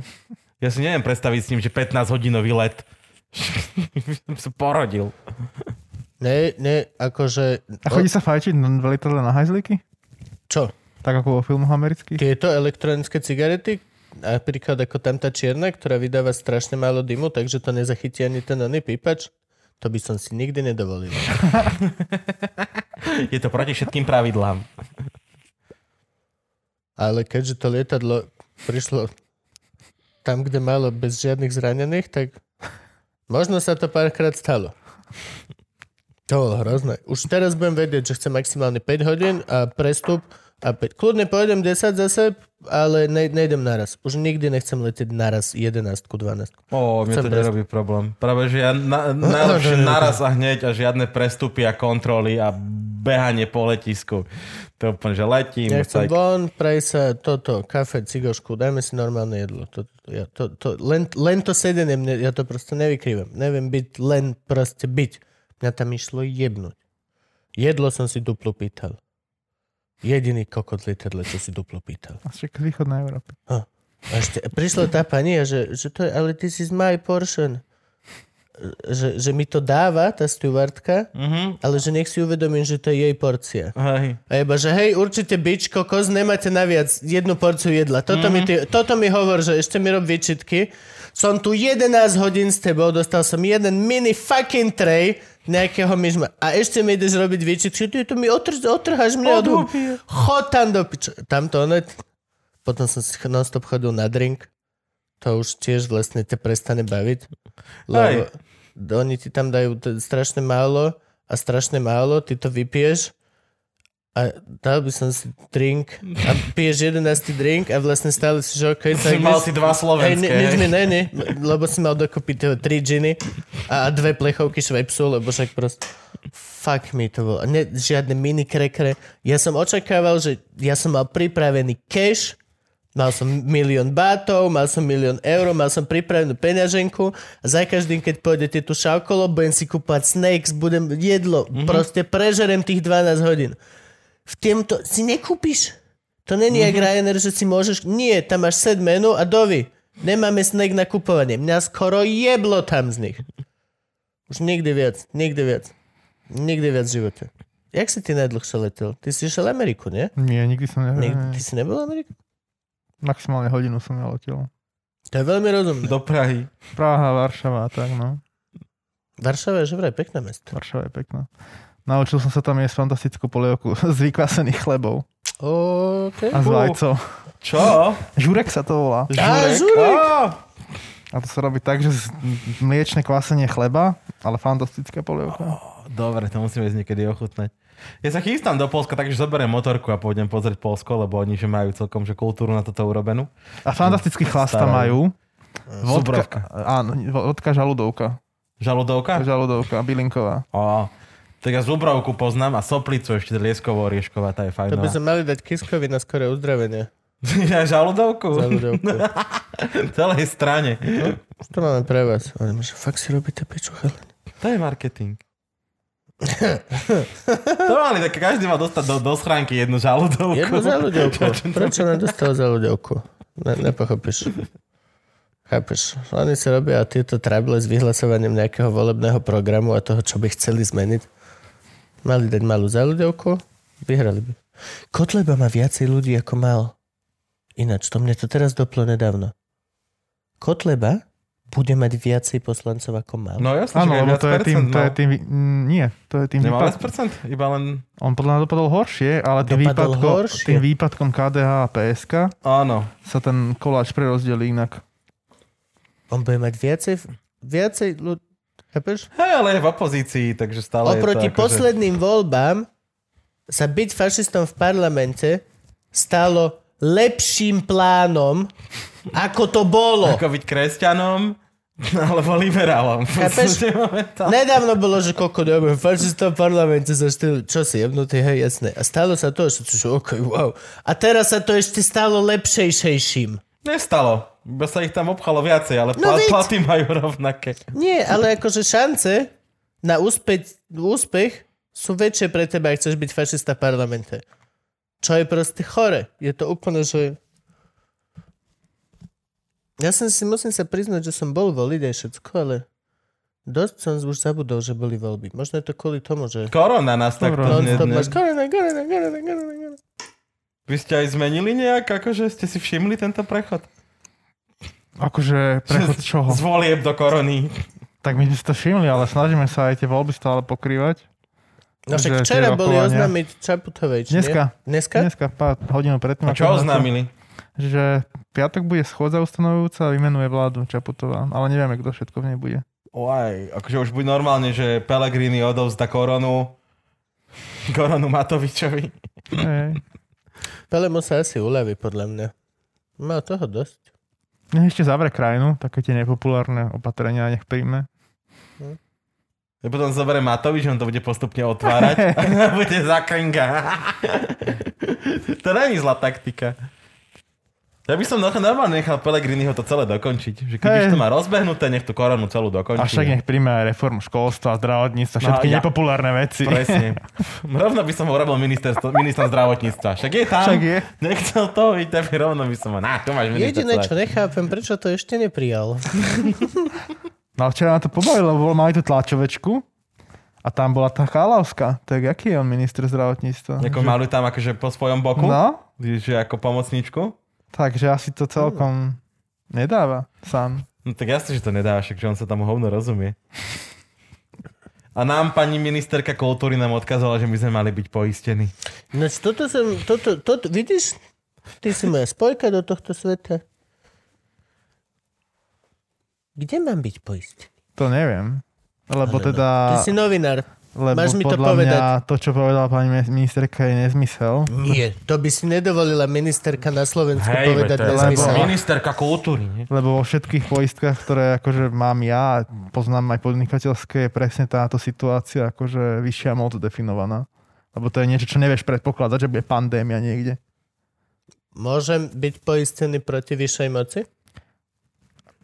Speaker 2: Ja si neviem predstaviť s ním, že 15 hodinový let. som sa porodil.
Speaker 1: Ne, ne, akože...
Speaker 3: A chodí sa fajčiť na v lietadle na hajzlíky?
Speaker 1: Čo?
Speaker 3: Tak ako vo filmoch amerických?
Speaker 1: Tieto elektronické cigarety, napríklad ako tam tá čierna, ktorá vydáva strašne málo dymu, takže to nezachytí ani ten oný pípač, to by som si nikdy nedovolil.
Speaker 2: Je to proti všetkým pravidlám.
Speaker 1: Ale keďže to lietadlo prišlo tam, kde malo bez žiadnych zranených, tak možno sa to párkrát stalo. To bolo hrozné. Už teraz budem vedieť, že chcem maximálne 5 hodín a prestup a 5. Kľudne pojedem 10 zase, ale ne, nejdem naraz. Už nikdy nechcem letieť naraz 11 ku 12.
Speaker 2: Ó, mne
Speaker 1: Chcem
Speaker 2: to
Speaker 1: prest-
Speaker 2: nerobí problém. Práve, že ja na, najlepšie naraz a hneď a žiadne prestupy a kontroly a behanie po letisku. To úplne, že letím.
Speaker 1: Ja chcem
Speaker 2: cajk.
Speaker 1: von, prej sa toto, kafe, cigošku, dajme si normálne jedlo. To, ja, to, to, len, len to sedenie, mne, ja to proste nevykrývam. Neviem byť, len proste byť. Mňa tam išlo jebnúť. Jedlo som si duplo pýtal. Jediný kokot lietadle, čo si duplo pýtal.
Speaker 3: A však z východnej Európy.
Speaker 1: A ešte prišla tá pani, a že, že to je, ale this is my portion. Že, že mi to dáva, tá stewardka,
Speaker 2: Mhm.
Speaker 1: ale že nech si uvedomím, že to je jej porcia.
Speaker 2: Hej.
Speaker 1: A iba, že hej, určite bič, kokos, nemáte naviac jednu porciu jedla. Toto, mm-hmm. mi, ty, toto mi hovor, že ešte mi rob výčitky. Som tu 11 hodín s tebou, dostal som jeden mini fucking tray nejakého myžma. A ešte mi ideš robiť výčitky, ty tu mi otr- otrháš mne od húb. Chod tam do pič. Tam to ono... Potom som si non-stop chodil na drink. To už tiež vlastne te prestane baviť. Lebo oni ti tam dajú t- strašne málo a strašne málo, ty to vypiješ a dal by som si drink a piješ 11 drink a vlastne stále si, že okej, tak...
Speaker 2: Mal si dva
Speaker 1: Hej,
Speaker 2: slovenské.
Speaker 1: ni- nič mi není, lebo si mal dokopy toho tri džiny a dve plechovky švepsu, lebo však proste fuck mi to bolo. Ne, žiadne mini krekre. Ja som očakával, že ja som mal pripravený cash, mal som milión bátov, mal som milión eur, mal som pripravenú peňaženku a za každým, keď pôjdete tu šaukolo, budem si kúpať snakes, budem jedlo,
Speaker 2: Mhm.
Speaker 1: mm-hmm. proste prežerem tých 12 hodín. V tomto si nekúpiš. To není mm-hmm. jak Ryanair, že si môžeš... Nie, tam máš set menu a dovi. Nemáme snack na kupovanie. Mňa skoro jeblo tam z nich. Už nikdy viac, nikdy viac. Nikdy viac v živote. Jak si ty najdlhšie letel? Ty si išiel Ameriku, nie?
Speaker 3: Nie, nikdy som ne...
Speaker 1: Nikdy, ty si nebol v Ameriku?
Speaker 3: Maximálne hodinu som naletel.
Speaker 1: To je veľmi rozumné.
Speaker 2: Do Prahy.
Speaker 3: Praha, Varšava a tak, no.
Speaker 1: Varšava je že vraj pekné mesto.
Speaker 3: Varšava je pekná. Naučil som sa tam jesť fantastickú polievku z vykvasených chlebov
Speaker 1: OK.
Speaker 3: a s vajcov.
Speaker 2: Čo?
Speaker 3: Žurek sa to volá.
Speaker 1: Á, žurek.
Speaker 2: Á,
Speaker 3: A to sa robí tak, že z- mliečne kvasenie chleba, ale fantastická polievka.
Speaker 2: Dobre, to musíme ísť niekedy ochutnať. Ja sa chystám do Polska, takže zoberiem motorku a pôjdem pozrieť Polsko, lebo oni že majú celkom že kultúru na toto urobenú.
Speaker 3: A fantastický chlast tam
Speaker 2: Stará.
Speaker 3: majú.
Speaker 1: Eh,
Speaker 3: Vodka,
Speaker 2: Zubrovka.
Speaker 3: áno, vodka žaludovka.
Speaker 2: Žaludovka?
Speaker 3: Žaludovka, bylinková.
Speaker 2: Á, tak ja Zubrovku poznám a Soplicu ešte lieskovo riešková, tá je
Speaker 1: To by
Speaker 2: fajnová.
Speaker 1: sme mali dať Kiskovi na skoré uzdravenie.
Speaker 2: Ja žaludovku?
Speaker 1: Za ľudovku.
Speaker 2: Celej strane.
Speaker 1: To máme pre vás. Ale že fakt si robíte piču, chalani.
Speaker 2: To je marketing. to mali, tak každý má dostať do, do schránky jednu žaludovku.
Speaker 1: Jedno za ľudovku.
Speaker 2: Čo- čo-
Speaker 1: Prečo nedostal za ľudovku? Ne, nepochopíš. Chápeš? Oni si robia tieto trable s vyhlasovaním nejakého volebného programu a toho, čo by chceli zmeniť. Mali dať malú za ľudovku, vyhrali by. Kotleba má viacej ľudí, ako mal. Ináč, to mne to teraz doplo nedávno. Kotleba bude mať viacej poslancov, ako mal.
Speaker 2: No jasne,
Speaker 3: Áno,
Speaker 2: že
Speaker 3: lebo
Speaker 2: viac
Speaker 3: to je
Speaker 2: percent
Speaker 3: tým, to
Speaker 2: mal.
Speaker 3: je tým, vy- mm, nie, to je tým
Speaker 2: Nemal
Speaker 3: výpad,
Speaker 2: viac percent, iba len...
Speaker 3: on podľa mňa dopadol horšie, ale tým,
Speaker 1: Dopadol
Speaker 3: výpadko,
Speaker 1: horšie.
Speaker 3: tým výpadkom KDH a PSK
Speaker 2: Áno.
Speaker 3: sa ten koláč prerozdelí inak.
Speaker 1: On bude mať viacej, viacej ľudí. Chápeš?
Speaker 2: Hej, ale je v opozícii, takže stále
Speaker 1: Oproti
Speaker 2: je to akože-
Speaker 1: posledným voľbám sa byť fašistom v parlamente stalo lepším plánom, ako to bolo.
Speaker 2: Ako byť kresťanom alebo liberálom.
Speaker 1: Chápeš?
Speaker 2: V podstate momentálne.
Speaker 1: Nedávno bolo, že koľko nebudem fašista v parlamente za štýl, čo si jebnutý, hej, jasné. A stalo sa to, že čo, ok, wow. A teraz sa to ešte stalo lepšejšejším.
Speaker 2: Nestalo. Iba sa ich tam obchalo viacej, ale
Speaker 1: No
Speaker 2: plat,
Speaker 1: veď.
Speaker 2: platy majú rovnaké.
Speaker 1: Nie, ale akože šance na úspech, úspech sú väčšie pre teba, ak chceš byť fašista v parlamente. Čo je proste chore. Je to úplne, že... Ja som si, musím sa priznať, že som bol voliť aj všetko, ale dosť som už zabudol, že boli voľby. Možno je to kvôli tomu, že...
Speaker 2: Korona nás takto...
Speaker 3: Korona.
Speaker 2: Ne,
Speaker 1: Non-stop
Speaker 2: ne,
Speaker 1: máš korona, korona, korona, korona, korona.
Speaker 2: vy ste aj zmenili nejak? Akože ste si všimli tento prechod?
Speaker 3: Akože prechod čoho?
Speaker 2: Z volieb do korony.
Speaker 3: Tak my sme si to všimli, ale snažíme sa aj tie voľby stále pokrývať.
Speaker 1: No
Speaker 3: Že
Speaker 1: však
Speaker 3: tie
Speaker 1: včera boli
Speaker 3: rokovania-
Speaker 1: oznámiť Čaputovej, či nie?
Speaker 3: Dneska.
Speaker 1: Dneska?
Speaker 3: Dneska pár hodinu
Speaker 2: A
Speaker 3: predtým. ako
Speaker 2: čo
Speaker 3: sme začali,
Speaker 2: oznámili?
Speaker 3: Že piatok bude schôdza ustanovujúca a vymenuje vládu Čaputová, ale nevieme, kto všetko v nej bude.
Speaker 2: Oj, akože už buď normálne, že Pellegrini odovzda koronu koronu Matovičovi.
Speaker 3: Hej.
Speaker 1: Pelemu sa asi uľaví, podľa mňa. Má toho dosť.
Speaker 3: Nech ešte zavre krajinu, také tie nepopulárne opatrenia nech príjme.
Speaker 2: Ja potom zoberie Matovič, on to bude postupne otvárať a bude zakringa. to není zlá taktika. Ja by som nech- normálne nechal Pellegriniho to celé dokončiť. Že keď
Speaker 3: Hej.
Speaker 2: už to má rozbehnuté, nech tú koronu celú dokončí.
Speaker 3: A však nech príjme aj reformu školstva, zdravotníctva, všetky
Speaker 2: No, ja-
Speaker 3: nepopulárne veci.
Speaker 2: Presne. Rovno by som ho robil ministerstvo- ministrom zdravotníctva. Však je tam.
Speaker 3: Však je.
Speaker 2: Nechcel to, byť, tak rovno by som ho... Na, tu máš ministerstvo.
Speaker 1: Jediné, čo nechápem, prečo to ešte neprijal.
Speaker 3: No a včera ma to pobavilo, lebo mali tú tlačovečku a tam bola tá Chalavská. Tak aký je on minister zdravotníctva?
Speaker 2: Ako
Speaker 3: Že-
Speaker 2: mali tam akože po svojom boku.
Speaker 3: Mhm. No,
Speaker 2: Že ako pomocničku.
Speaker 3: takže asi to celkom nedáva sám.
Speaker 2: No tak jasne, že to nedá, však že on sa tam hovno rozumie. A nám pani ministerka kultúry nám odkázala, že my sme mali byť poistení.
Speaker 1: No toto som, toto, toto, vidíš? Ty si moja spojka do tohto sveta. Kde mám byť poistený?
Speaker 3: To neviem. Lebo
Speaker 1: Ale no,
Speaker 3: teda...
Speaker 1: Ty si novinár.
Speaker 3: Lebo
Speaker 1: máš mi to
Speaker 3: podľa
Speaker 1: povedať.
Speaker 3: Mňa to, čo povedala pani mi- ministerka, je nezmysel.
Speaker 1: Nie, to by si nedovolila ministerka na Slovensku
Speaker 2: Hej, veď
Speaker 1: povedať
Speaker 2: to je
Speaker 1: nezmysel.
Speaker 3: lebo-
Speaker 2: Ministerka kultúry, nie?
Speaker 3: Lebo vo všetkých poistkách, ktoré akože mám ja, a poznám aj podnikateľské, je presne táto situácia akože vyššia moc definovaná. Lebo to je niečo, čo nevieš predpokladať, že bude pandémia niekde.
Speaker 1: Môžem byť poistený proti vyššej moci?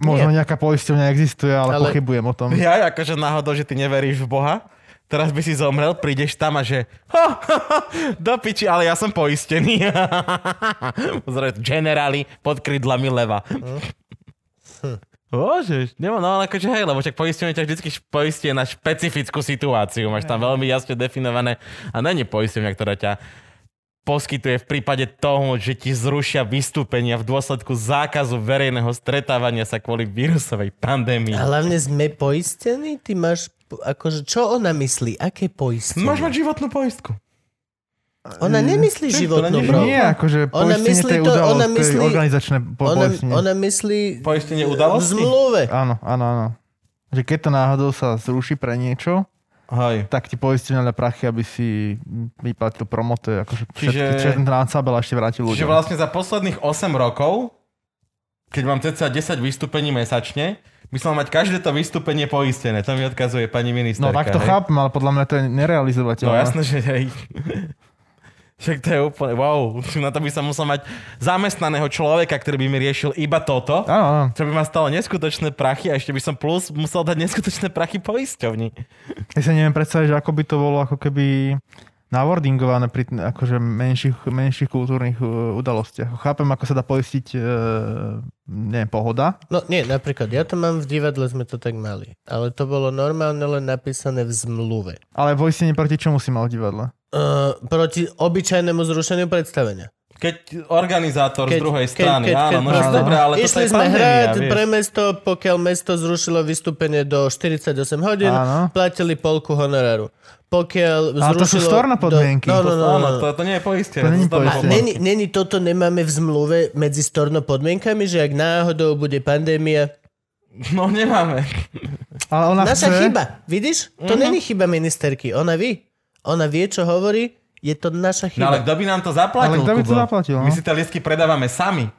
Speaker 3: Možno nejaká poisťovňa existuje, ale,
Speaker 1: Ale-
Speaker 3: ale pochybujem o tom.
Speaker 2: Ja, akože náhodou, že ty neveríš v Boha, teraz by si zomrel, prídeš tam a že ho, ho, ho, do piči, ale ja som poistený. Pozeraj, generáli pod krydlami leva.
Speaker 1: Hm.
Speaker 2: Môžeš, nemá, no ale akože hej, lebo však poistenie ťa vždy poistie na špecifickú situáciu, máš tam veľmi jasne definované a není poistenia, ktorá ťa poskytuje v prípade toho, že ti zrušia vystúpenia v dôsledku zákazu verejného stretávania sa kvôli vírusovej pandémii.
Speaker 1: A hlavne sme poistení? Ty máš, po- akože, čo ona myslí? Aké poistenie?
Speaker 2: Máš mať životnú poistku.
Speaker 1: Ona nemyslí
Speaker 2: Čo,
Speaker 1: životnú,
Speaker 2: Hm, to nie-
Speaker 1: bro.
Speaker 3: Nie, akože
Speaker 1: Ona
Speaker 3: poistenie
Speaker 1: myslí
Speaker 3: to je
Speaker 1: to-
Speaker 3: udalosť,
Speaker 1: ona
Speaker 3: to je
Speaker 1: myslí-
Speaker 3: organizačné po-
Speaker 1: Ona,
Speaker 3: poistenie.
Speaker 1: ona myslí
Speaker 2: Poistenie
Speaker 1: v
Speaker 2: udalosti?
Speaker 1: zmluve.
Speaker 3: Áno, áno, áno. Že keď to náhodou sa zruší pre niečo,
Speaker 2: Hej.
Speaker 3: tak ti poistenie dá prachy, aby si vyplatil promote, akože
Speaker 2: Čiže-
Speaker 3: všetky, čiže ten nácabel ešte vrátil ľuďom.
Speaker 2: Čiže vlastne za posledných 8 rokov, keď mám ceca 10 vystúpení mesačne, by som mal mať každé to vystúpenie poistené. To mi odkazuje pani
Speaker 3: No
Speaker 2: ministerka.
Speaker 3: tak to
Speaker 2: hej.
Speaker 3: chápem, ale podľa mňa to je nerealizovateľné.
Speaker 2: No jasné, že hej. Však to je úplne, wow, na to by som musel mať zamestnaného človeka, ktorý by mi riešil iba toto,
Speaker 3: Áno, áno.
Speaker 2: čo by ma stalo neskutočné prachy a ešte by som plus musel dať neskutočné prachy poisťovni.
Speaker 3: Ja si neviem predstaviť, že ako by to bolo ako keby navordingované pri t- akože menších, menších kultúrnych uh, udalostiach. Chápem, ako sa dá poistiť, uh, neviem, pohoda.
Speaker 1: No nie, napríklad, ja to mám v divadle, sme to tak mali. Ale to bolo normálne len napísané v zmluve.
Speaker 3: Ale poistenie proti čomu si mal v divadle?
Speaker 1: Uh, proti obyčajnému zrušeniu predstavenia.
Speaker 2: Keď organizátor
Speaker 1: Keď-
Speaker 2: z druhej
Speaker 1: keď-
Speaker 2: strany,
Speaker 1: keď-
Speaker 2: áno,
Speaker 1: keď
Speaker 2: no však
Speaker 1: proste-
Speaker 2: dobre, ale toto
Speaker 1: Išli
Speaker 2: je
Speaker 1: sme
Speaker 2: pandémia,
Speaker 1: hrať
Speaker 2: vieš.
Speaker 1: pre mesto, pokiaľ mesto zrušilo vystúpenie do 48 hodín,
Speaker 3: Áno. No,
Speaker 1: platili polku honoráru. Pokiaľ
Speaker 3: Ale to sú
Speaker 1: zrušilo...
Speaker 3: storno podmienky.
Speaker 1: Do... No, no,
Speaker 2: To,
Speaker 1: no,
Speaker 2: áno,
Speaker 1: no, no.
Speaker 2: to, to nie je poistené.
Speaker 3: To není
Speaker 2: tam
Speaker 1: A
Speaker 3: poistené.
Speaker 2: bolo.
Speaker 1: není, není toto nemáme v zmluve medzi storno podmienkami, že ak náhodou bude pandémia...
Speaker 2: No nemáme.
Speaker 3: Ale ona
Speaker 1: Naša
Speaker 3: chce... Mhm.
Speaker 1: chyba, vidíš? To není chyba ministerky, ona ví. Ona vie, čo hovorí, je to naša
Speaker 2: No ale
Speaker 1: chyba.
Speaker 2: kto by nám to zaplatil?
Speaker 3: Ale kto by to
Speaker 2: Kubo?
Speaker 3: zaplatil, no?
Speaker 2: My si tie listky predávame sami.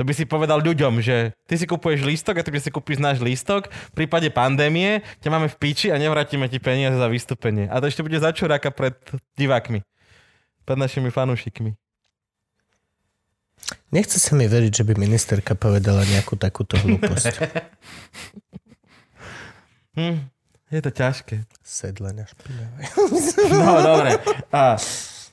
Speaker 2: To by si povedal ľuďom, že ty si kupuješ lístok a ty si kúpiš náš lístok. V prípade pandémie ťa máme v piči a nevrátime ti peniaze za vystúpenie. A to ešte bude za čuráka pred divákmi. Pred našimi fanúšikmi.
Speaker 1: Nechce sa mi veriť, že by ministerka povedala nejakú takúto hlúposť.
Speaker 2: Hm, je to ťažké.
Speaker 1: Sedla na špinavej.
Speaker 2: No, dobre. A,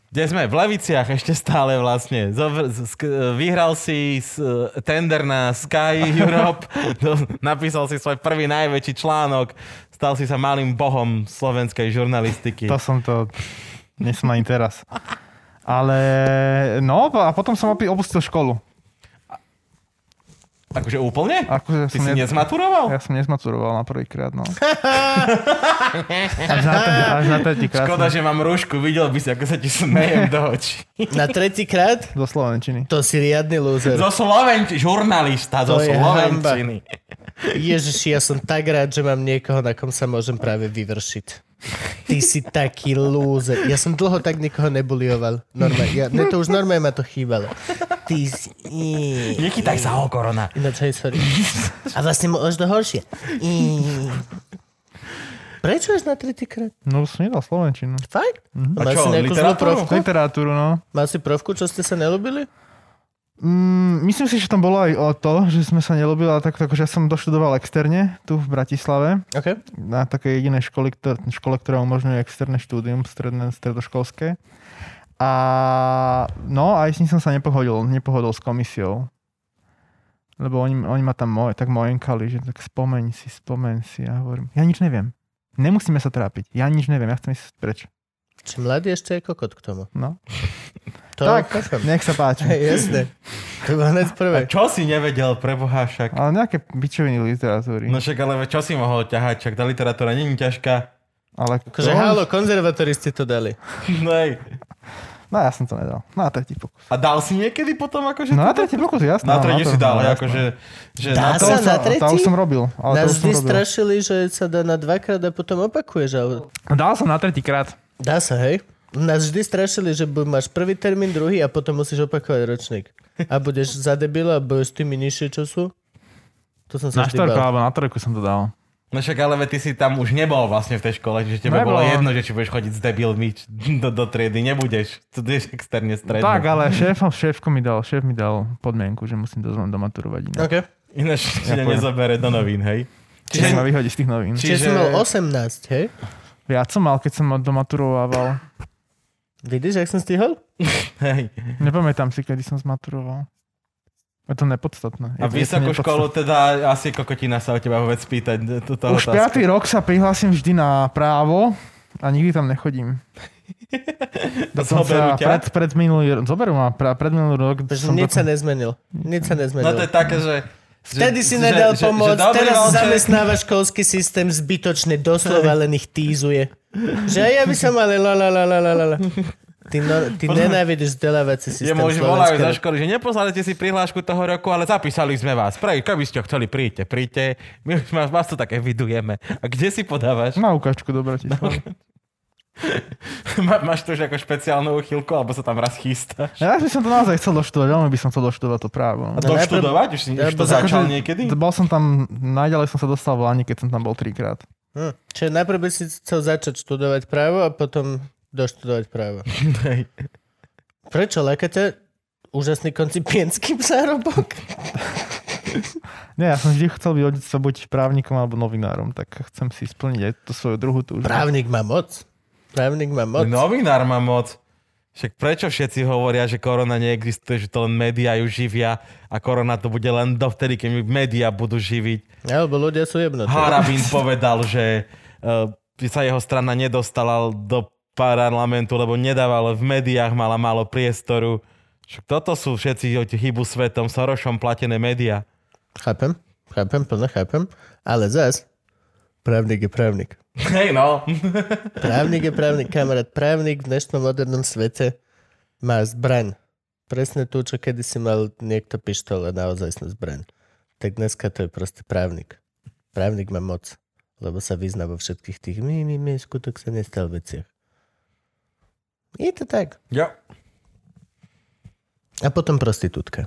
Speaker 2: kde sme? V Leviciach ešte stále vlastne. Zovr- z- sk- vyhral si s, tender na Sky Europe, do- napísal si svoj prvý najväčší článok, stal si sa malým bohom slovenskej žurnalistiky.
Speaker 3: To som to... Nesmím ani teraz. Ale... No a potom som opi- opustil školu.
Speaker 2: Akože úplne?
Speaker 3: Akože
Speaker 2: Ty si
Speaker 3: som ned-
Speaker 2: nezmaturoval?
Speaker 3: Ja som nezmaturoval na prvýkrát, no. až na, te- až na tretíkrát.
Speaker 2: Škoda,
Speaker 3: som-
Speaker 2: že mám rúšku, videl by si, ako sa ti smejem do očí.
Speaker 1: Na tretíkrát?
Speaker 3: Do Slovenčiny.
Speaker 1: To si riadny loser.
Speaker 2: Zo Slovenčiny, žurnalista
Speaker 1: To
Speaker 2: zo
Speaker 1: je
Speaker 2: Slovenčiny.
Speaker 1: Ježiši, ja som tak rád, že mám niekoho, na kom sa môžem práve vyvršiť. Ty si taký lúzer. Ja som dlho tak nikoho nebulioval. Normálne. Ja, ne, to už normálne ma to chýbalo. Ty si... I-
Speaker 4: Nechytaj sa ho, korona.
Speaker 1: Ináč, hej, sorry. A vlastne mu až do horšie. I... Prečo ješ na krát?
Speaker 3: No už som nedal Slovenčinu.
Speaker 1: Fakt? Mm-hmm. Mal
Speaker 2: A čo,
Speaker 1: si nejakú zlú
Speaker 2: literatúru?
Speaker 1: provku?
Speaker 3: Mhm. Literatúru, no.
Speaker 1: Mal si provku, čo ste sa nelúbili?
Speaker 3: Mm, myslím si, že tam bolo aj o to, že sme sa nelobili, ale tak, akože ja som doštudoval externe tu v Bratislave
Speaker 1: OK.
Speaker 3: na takej jedinej škole, ktor- škole ktorá umožňuje externé štúdium stredné, stredoškolské. A no, aj s ním som sa nepohodil, nepohodol s komisiou. Lebo oni, oni ma tam moj, tak mojenkali, že tak spomeň si, spomeň si. Ja hovorím, ja nič neviem. Nemusíme sa trápiť. Ja nič neviem, ja chcem ísť preč.
Speaker 1: Či mladý ešte je kokot k tomu?
Speaker 3: No.
Speaker 1: To
Speaker 3: tak,
Speaker 1: chápem.
Speaker 3: nech sa páči.
Speaker 1: Jasné. To bolo hneď prvé.
Speaker 2: A čo si nevedel, preboha však?
Speaker 3: Ale nejaké bičoviny literatúry.
Speaker 2: No však ale čo si mohol ťahať, však tá literatúra není ťažká.
Speaker 3: Ale
Speaker 1: Akože
Speaker 3: No,
Speaker 1: halo, konzervatoristi to dali.
Speaker 2: No aj.
Speaker 3: No ja som to nedal. Na tretí pokus.
Speaker 2: A dal si niekedy potom akože...
Speaker 3: No na
Speaker 2: toto?
Speaker 3: tretí pokus, jasné.
Speaker 2: Na tretí
Speaker 3: to- no,
Speaker 2: si dal,
Speaker 3: jasné.
Speaker 2: akože... Že
Speaker 1: Dá
Speaker 2: na
Speaker 1: sa?
Speaker 2: to...
Speaker 3: už
Speaker 1: na
Speaker 3: som-
Speaker 1: tretí?
Speaker 3: To už som robil. Ale to
Speaker 1: Nás
Speaker 3: už som
Speaker 1: vždy
Speaker 3: robil.
Speaker 1: strašili, že sa dá na dvakrát a potom opakuješ. A...
Speaker 3: Dal som na tretí krát.
Speaker 1: Dá sa, hej? Nás vždy strašili, že bu- máš prvý termín, druhý a potom musíš opakovať ročník. A budeš za debila a budeš tými nižšie, čo sú. To som sa
Speaker 3: Na
Speaker 1: vždy
Speaker 3: štvorku
Speaker 1: bál.
Speaker 3: alebo na trojku som to dal.
Speaker 2: No však ale veď ty si tam už nebol vlastne v tej škole, že tebe bolo
Speaker 3: Nebol.
Speaker 2: jedno, že či budeš chodiť s debilmi č- do, do triedy, nebudeš. To ideš externe strednú.
Speaker 3: Tak, ale šéf, šéfko mi dal, šéf mi dal podmienku, že musím to znovu domaturovať inak.
Speaker 1: OK.
Speaker 2: Ináč
Speaker 3: Ja
Speaker 2: ťa
Speaker 3: poviem.
Speaker 2: nezabere do novín, hej?
Speaker 3: Čiže ma vyhodí z tých novín.
Speaker 1: Čiže
Speaker 2: Či- Čiže-
Speaker 1: som mal 18, hej?
Speaker 3: Viac som mal, keď som domaturovával.
Speaker 1: Vidíš, jak som stihol?
Speaker 2: hej.
Speaker 3: Nepamätám si, kedy som zmaturoval. Je to nepodstatné. Je
Speaker 2: A
Speaker 3: to- je to
Speaker 2: vysokú
Speaker 3: nepodstatné.
Speaker 2: školu teda asi kokotina sa o teba vôbec pýtať No túto
Speaker 3: Už
Speaker 2: otázku.
Speaker 3: piatý rok sa prihlásim vždy na právo a nikdy tam nechodím.
Speaker 2: Zoberú
Speaker 3: Dokonca
Speaker 2: ťa?
Speaker 3: pred, pred minulý, zoberú ma, pra, pred minulý rok
Speaker 1: Pretože
Speaker 3: som
Speaker 1: nič sa
Speaker 3: dokon-
Speaker 1: nezmenil. Nič sa
Speaker 2: No to
Speaker 1: nezmenil.
Speaker 2: je také, že... že-
Speaker 1: Vtedy si
Speaker 2: že-
Speaker 1: nedal
Speaker 2: že- že
Speaker 1: pomoc,
Speaker 2: dobrý
Speaker 1: teraz
Speaker 2: Valček-
Speaker 1: zamestnáva školský systém zbytočne, doslova len ich týzuje. Že aj ja by som ale la la la la la la, la. Ty, no, ty nenávidíš vzdelávací
Speaker 2: Je
Speaker 1: systém
Speaker 2: môj volajú zo
Speaker 1: slovenského.
Speaker 2: školy, že neposláte si prihlášku toho roku, ale zapísali sme vás. Prej, keby ste chceli, príďte, príďte. My už vás, vás to tak evidujeme. A kde si podávaš?
Speaker 3: Na ukážku do
Speaker 2: No.
Speaker 3: Bratislavy.
Speaker 2: Má, máš tu už ako špeciálnu uchylku, alebo sa tam raz chystá?
Speaker 3: Ja by som to naozaj chcel doštudovať, veľmi by som chcel doštudovať to právo. Akože
Speaker 2: A No to
Speaker 1: najprv-
Speaker 2: študovať? Už, si- už
Speaker 1: najprv
Speaker 2: to akože
Speaker 1: za-
Speaker 2: začal niekedy?
Speaker 3: Bol som tam, najďalej som sa dostal v Lani, keď som tam bol trikrát.
Speaker 1: Hm. Čiže najprv by si chcel začať študovať právo a potom doštudovať právo.
Speaker 2: Hej.
Speaker 1: Prečo? Lekate úžasný koncipientský zárobok?
Speaker 3: Nie, ja som vždy chcel byť od- sa buď právnikom alebo novinárom, tak chcem si splniť aj tú svoju druhú túžbu.
Speaker 1: Právnik má moc. Právnik má moc.
Speaker 2: Novinár má moc. Však prečo všetci hovoria, že korona neexistuje, že to len médiá ju živia a korona to bude len dovtedy, keď ju médiá budú živiť.
Speaker 1: Alebo ľudia sú jednotní.
Speaker 2: Harabin povedal, že uh, sa jeho strana nedostala do parlamentu, lebo nedával v médiách, mala málo priestoru. Však toto sú všetci od chybu svetom, Sorošom platené médiá.
Speaker 1: Chápem, chápem, plne chápem. Ale zas, právnik je právnik.
Speaker 2: Hej no.
Speaker 1: Právnik je právnik, kamarát. Právnik v dnešnom modernom svete má zbraň. Presne tú, čo kedysi mal niekto pištol a naozaj sme zbraň. Tak dneska to je proste právnik. Právnik má moc, lebo sa vyzná vo všetkých tých my, my, my, skutok sa nestal veciach. Je to tak.
Speaker 2: Jo.
Speaker 1: A potom prostitútka.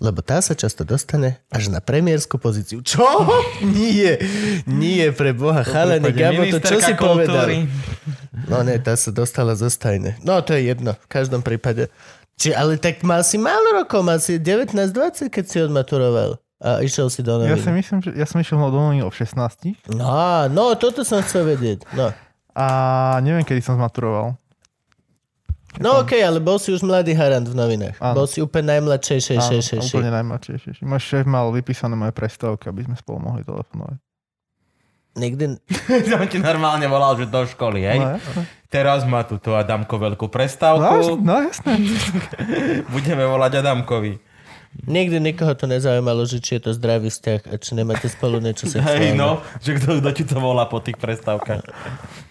Speaker 1: Lebo tá sa často dostane až na premiérskú pozíciu. Čo? Nie. Nie, pre Boha. Chalani, Gabo, to čo si povedal? No ne, tá sa dostala zo stajne. No to je jedno, v každom prípade. Či, ale tak mal si málo rokov, mal si 19-20, keď si odmaturoval. A išiel si do
Speaker 3: Ja si
Speaker 1: novín.
Speaker 3: myslím, že ja som išiel do Lani o 16
Speaker 1: No, no, toto som chcel vedieť. No,
Speaker 3: a neviem, kedy som zmaturoval.
Speaker 1: no okej, ale bol si už mladý harant v novinách.
Speaker 3: Áno.
Speaker 1: Bol si úplne najmladšej, šej,
Speaker 3: Áno,
Speaker 1: šej, šej, šej.
Speaker 3: úplne najmladšie. šeš. Môj šéf mal vypísané moje prestávky, aby sme spolu mohli telefonovať.
Speaker 1: Nikdy...
Speaker 2: On ti normálne volal, že do školy, hej.
Speaker 3: No, jasné.
Speaker 2: Teraz má tu to Adamko veľkú
Speaker 3: No, jasné,
Speaker 2: prestávku.
Speaker 3: no jasné.
Speaker 2: Budeme volať Adamkovi.
Speaker 1: Nikdy nikoho to nezaujímalo, že či je to zdravý vzťah a či nemáte spolu niečo sexuálne.
Speaker 2: Hej no, že kto, kto ti to volá po tých prestávkach.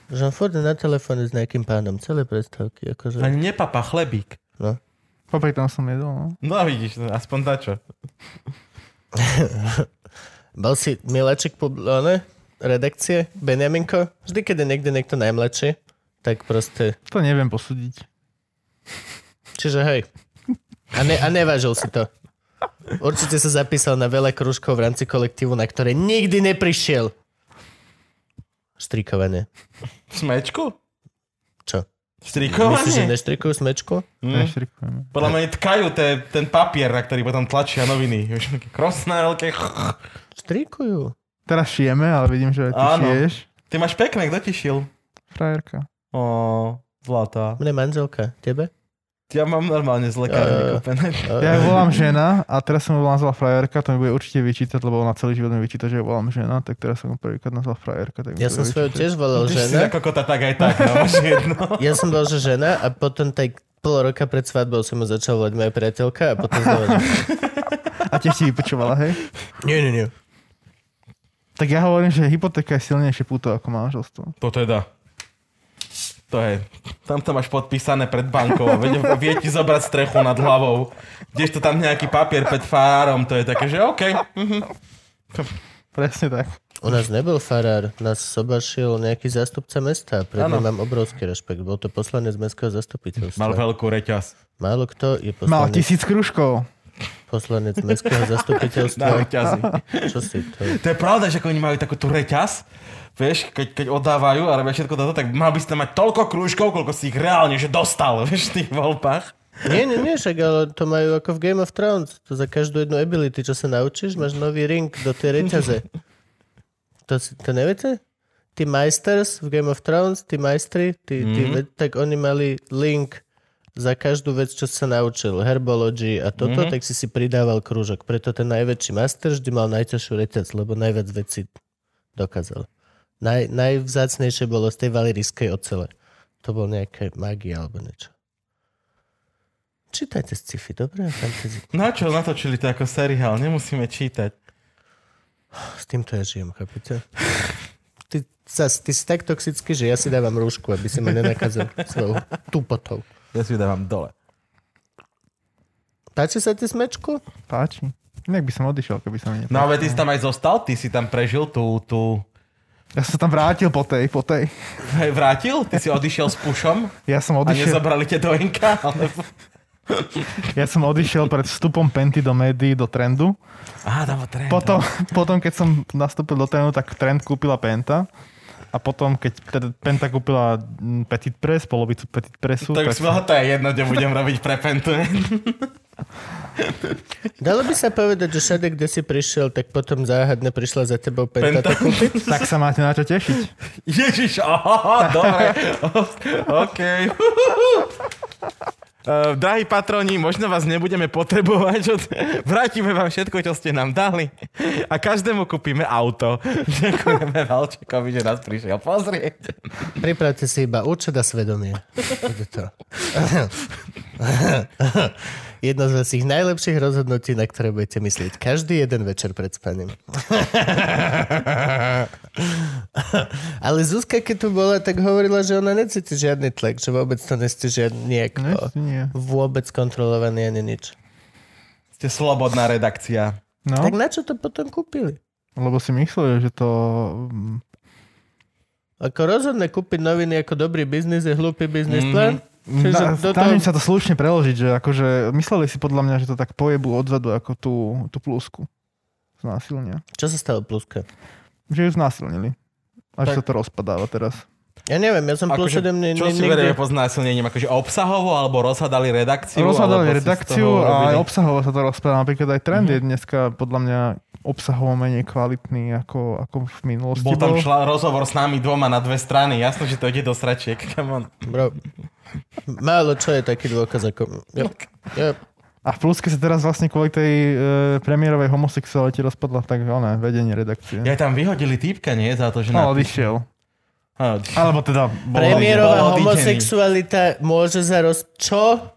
Speaker 1: Že on furt je na telefóne s nejakým pánom, celé prestávky. Akože...
Speaker 2: Ani nepapa chlebík.
Speaker 1: No.
Speaker 3: Popri tom som jedol, no.
Speaker 2: No a vidíš, aspoň na čo.
Speaker 1: Bol si miláčik, pub- ne? redakcie, Benjaminko, vždy, keď je niekde niekto najmladší, tak proste,
Speaker 3: To neviem posúdiť.
Speaker 1: čiže hej. A, ne, a nevážil si to. Určite sa zapísal na veľa krúžkov v rámci kolektívu, na ktoré nikdy neprišiel. Štrikovanie.
Speaker 2: Smečku?
Speaker 1: Čo? Myslíš, že
Speaker 2: Strikovanie?
Speaker 1: neštrikujú smečku?
Speaker 2: Hm.
Speaker 3: Neštrikujeme.
Speaker 2: Podľa mňa tkajú te, ten papier, na ktorý potom tlačia noviny. Už také krosnárelke.
Speaker 1: Štrikujú.
Speaker 3: Teraz šijeme, ale vidím, že aj ty
Speaker 2: Áno.
Speaker 3: šiješ.
Speaker 2: Ty máš pekné, kto ti šil?
Speaker 3: Frajerka.
Speaker 2: Ó, zlatá.
Speaker 1: Mne manželka. Tebe?
Speaker 2: Ja mám normálne z lekárne
Speaker 1: Jo, jo, jo.
Speaker 2: kúpené.
Speaker 3: Ja ju volám žena a teraz som ju volám zva frajerka, to mi bude určite vyčítať, lebo ona celý život mi vyčíta, že ju volám žena, tak teraz som ju prvýkrát nazval frajerka. Tak mi
Speaker 1: Ja
Speaker 3: bude
Speaker 1: som svoju
Speaker 3: vyčítať.
Speaker 1: tiež volal
Speaker 2: Ty si
Speaker 1: žena.
Speaker 2: ako kota tak aj tak, no, máš jedno.
Speaker 1: Ja som bol, že žena a potom tak pol roka pred svadbou som ma začal volať moja priateľka a potom znova...
Speaker 3: A tiež si vypočovala, hej?
Speaker 1: Nie, nie, nie.
Speaker 3: Tak ja hovorím, že hypotéka je silnejšie puto ako manželstvo.
Speaker 2: To teda. To je. Tam to máš podpísané pred bankou. a Vie, vie ti zobrať strechu nad hlavou. Kdež to tam nejaký papier pred farárom, to je také, že OK. Mhm.
Speaker 3: Presne tak.
Speaker 1: U nás nebol farár, nás sobašil nejaký zástupca mesta. Pre
Speaker 2: Áno.
Speaker 1: ním mám obrovský rešpekt. Bol to poslanec mestského zastupiteľstva.
Speaker 2: Mal veľkú reťaz.
Speaker 1: Málo kto je
Speaker 3: Mal
Speaker 1: poslanec,
Speaker 3: tisíc kružkov.
Speaker 1: poslanec mestského
Speaker 2: Na
Speaker 1: zastupiteľstva.
Speaker 2: reťazi.
Speaker 1: Čo si to?
Speaker 2: No. To je pravda, že ako oni majú takú tú reťaz, vieš, keď, keď oddávajú a robia všetko toto, tak mal by ste mať toľko krúžkov, koľko si ich reálne že dostal, vieš, v tých voľbách.
Speaker 1: Nie, nie, nie, však, ale to majú ako v Game of Thrones. To za každú jednu ability, čo sa naučíš, máš nový ring do tej reťaze. To, si, to neviete? Tí Meisters v Game of Thrones, tí majstri, tí, tí, mm tak oni mali link za každú vec, čo sa naučil. Herbology a toto, mm-hmm. tak si si pridával krúžok. Preto ten najväčší master vždy mal najťažšiu reťaz, lebo najviac vecí dokázal. Naj, najvzácnejšie bolo z tej valirijskej ocele. To bol nejaké magia alebo niečo. Čítajte sci-fi, dobre? A fantasy.
Speaker 2: Na čo natočili to ako seriál? Nemusíme čítať.
Speaker 1: S týmto ja žijem, chápete? Ty, zas, ty si tak toxický, že ja si dávam rúšku, aby si ma nenakazil svojou tupotou.
Speaker 2: Ja si dávam dole.
Speaker 1: Páči sa ti smečku?
Speaker 3: Páči. Inak by som odišiel, keby som mi
Speaker 2: No
Speaker 3: no.
Speaker 2: ale ty si tam aj zostal, ty si tam prežil tú, tú...
Speaker 3: Ja som sa tam vrátil po tej, po tej.
Speaker 2: Hej, Vrátil? Ty si odišiel s pušom?
Speaker 3: Ja
Speaker 2: A
Speaker 3: som odišiel,
Speaker 2: nezobrali ťa do NK? Alebo...
Speaker 3: ja som odišiel pred vstupom Penty do médií, do trendu.
Speaker 2: Á, tam bol trend.
Speaker 3: Potom,
Speaker 1: No.
Speaker 3: potom, keď som nastúpil do trénu, tak trend kúpila Penta. A potom, keď teda Penta kúpila mm, Petit Press, polovicu Petit Pressu,
Speaker 2: Tak
Speaker 3: tak,
Speaker 2: si mal, to je jedno, kde budem robiť pre pentu.
Speaker 1: Dalo by sa povedať, že všade, kde si prišiel, tak potom záhadne prišla za tebou penta.
Speaker 2: Penta.
Speaker 1: penta. Takú...
Speaker 3: tak sa máte na čo tešiť.
Speaker 2: Ježiš, aha, dobre. OK. Uh, Eh, drahí patroni, možno vás nebudeme potrebovať. Čo Vrátime vám všetko, čo ste nám dali. A každému kúpime auto. Ďakujeme Valčekovi, že nás prišiel pozrieť.
Speaker 1: Pripravte si iba účet a svedomie. Bude to. Jedno z vašich najlepších rozhodnutí, na ktoré budete myslieť každý jeden večer pred spaním. Ale Zuzka, keď tu bola, tak hovorila, že ona necíti žiadny tlak, že vôbec to neste žiadny
Speaker 3: Ne,
Speaker 1: nejako
Speaker 3: nie.
Speaker 1: vôbec kontrolovaný ani nič.
Speaker 2: Ste slobodná redakcia.
Speaker 3: No,
Speaker 1: Tak na čo to potom kúpili?
Speaker 3: lebo si myslel, že to... mm,
Speaker 1: Ako rozhodne kúpiť noviny ako dobrý biznis je hlúpy biznis plán? Čiže
Speaker 3: Mhm. Na,
Speaker 1: do
Speaker 3: Hm, snažím
Speaker 1: toho-
Speaker 3: sa to slušne preložiť, že akože mysleli si podľa mňa, že to tak pojebu odzadu ako tú, tú plusku. Znásilnia.
Speaker 1: Čo sa stalo pluska?
Speaker 3: Že ju znásilnili. A že
Speaker 2: Tak-
Speaker 3: sa to rozpadáva teraz.
Speaker 1: Ja neviem, ja som plus
Speaker 2: Akože,
Speaker 1: 7 ne,
Speaker 2: čo
Speaker 1: ne,
Speaker 2: si
Speaker 1: nikdy...
Speaker 2: verejme pod znásilnením? Akože obsahovo, alebo rozhadali redakciu?
Speaker 3: Rozhľadali
Speaker 2: alebo si vlastne z toho Mhm.
Speaker 3: redakciu a aj
Speaker 2: urobili-
Speaker 3: obsahovo sa to rozpráva. Napríklad aj trend je dneska podľa mňa obsahovo menej kvalitný ako, ako v minulosti
Speaker 2: Bol
Speaker 3: bol.
Speaker 2: tam šla rozhovor s nami dvoma na dve strany. Jasno, že to ide do sračiek. Come on.
Speaker 1: Bro. Málo čo je taký dôkaz ako...
Speaker 2: No,
Speaker 1: Jo. Jo.
Speaker 3: A v pluske sa teraz vlastne kvôli tej e, premiérovej homosexualite rozpadla tak ona, vedenie redakcie.
Speaker 1: Hm.
Speaker 2: Ja tam vyhodili týpka, nie? Za to, že... Na...
Speaker 3: No, odišiel.
Speaker 2: A, d-
Speaker 3: Alebo teda bol...
Speaker 1: Premiérová
Speaker 2: bol odídený.
Speaker 1: homosexualita môže za roz... Čo?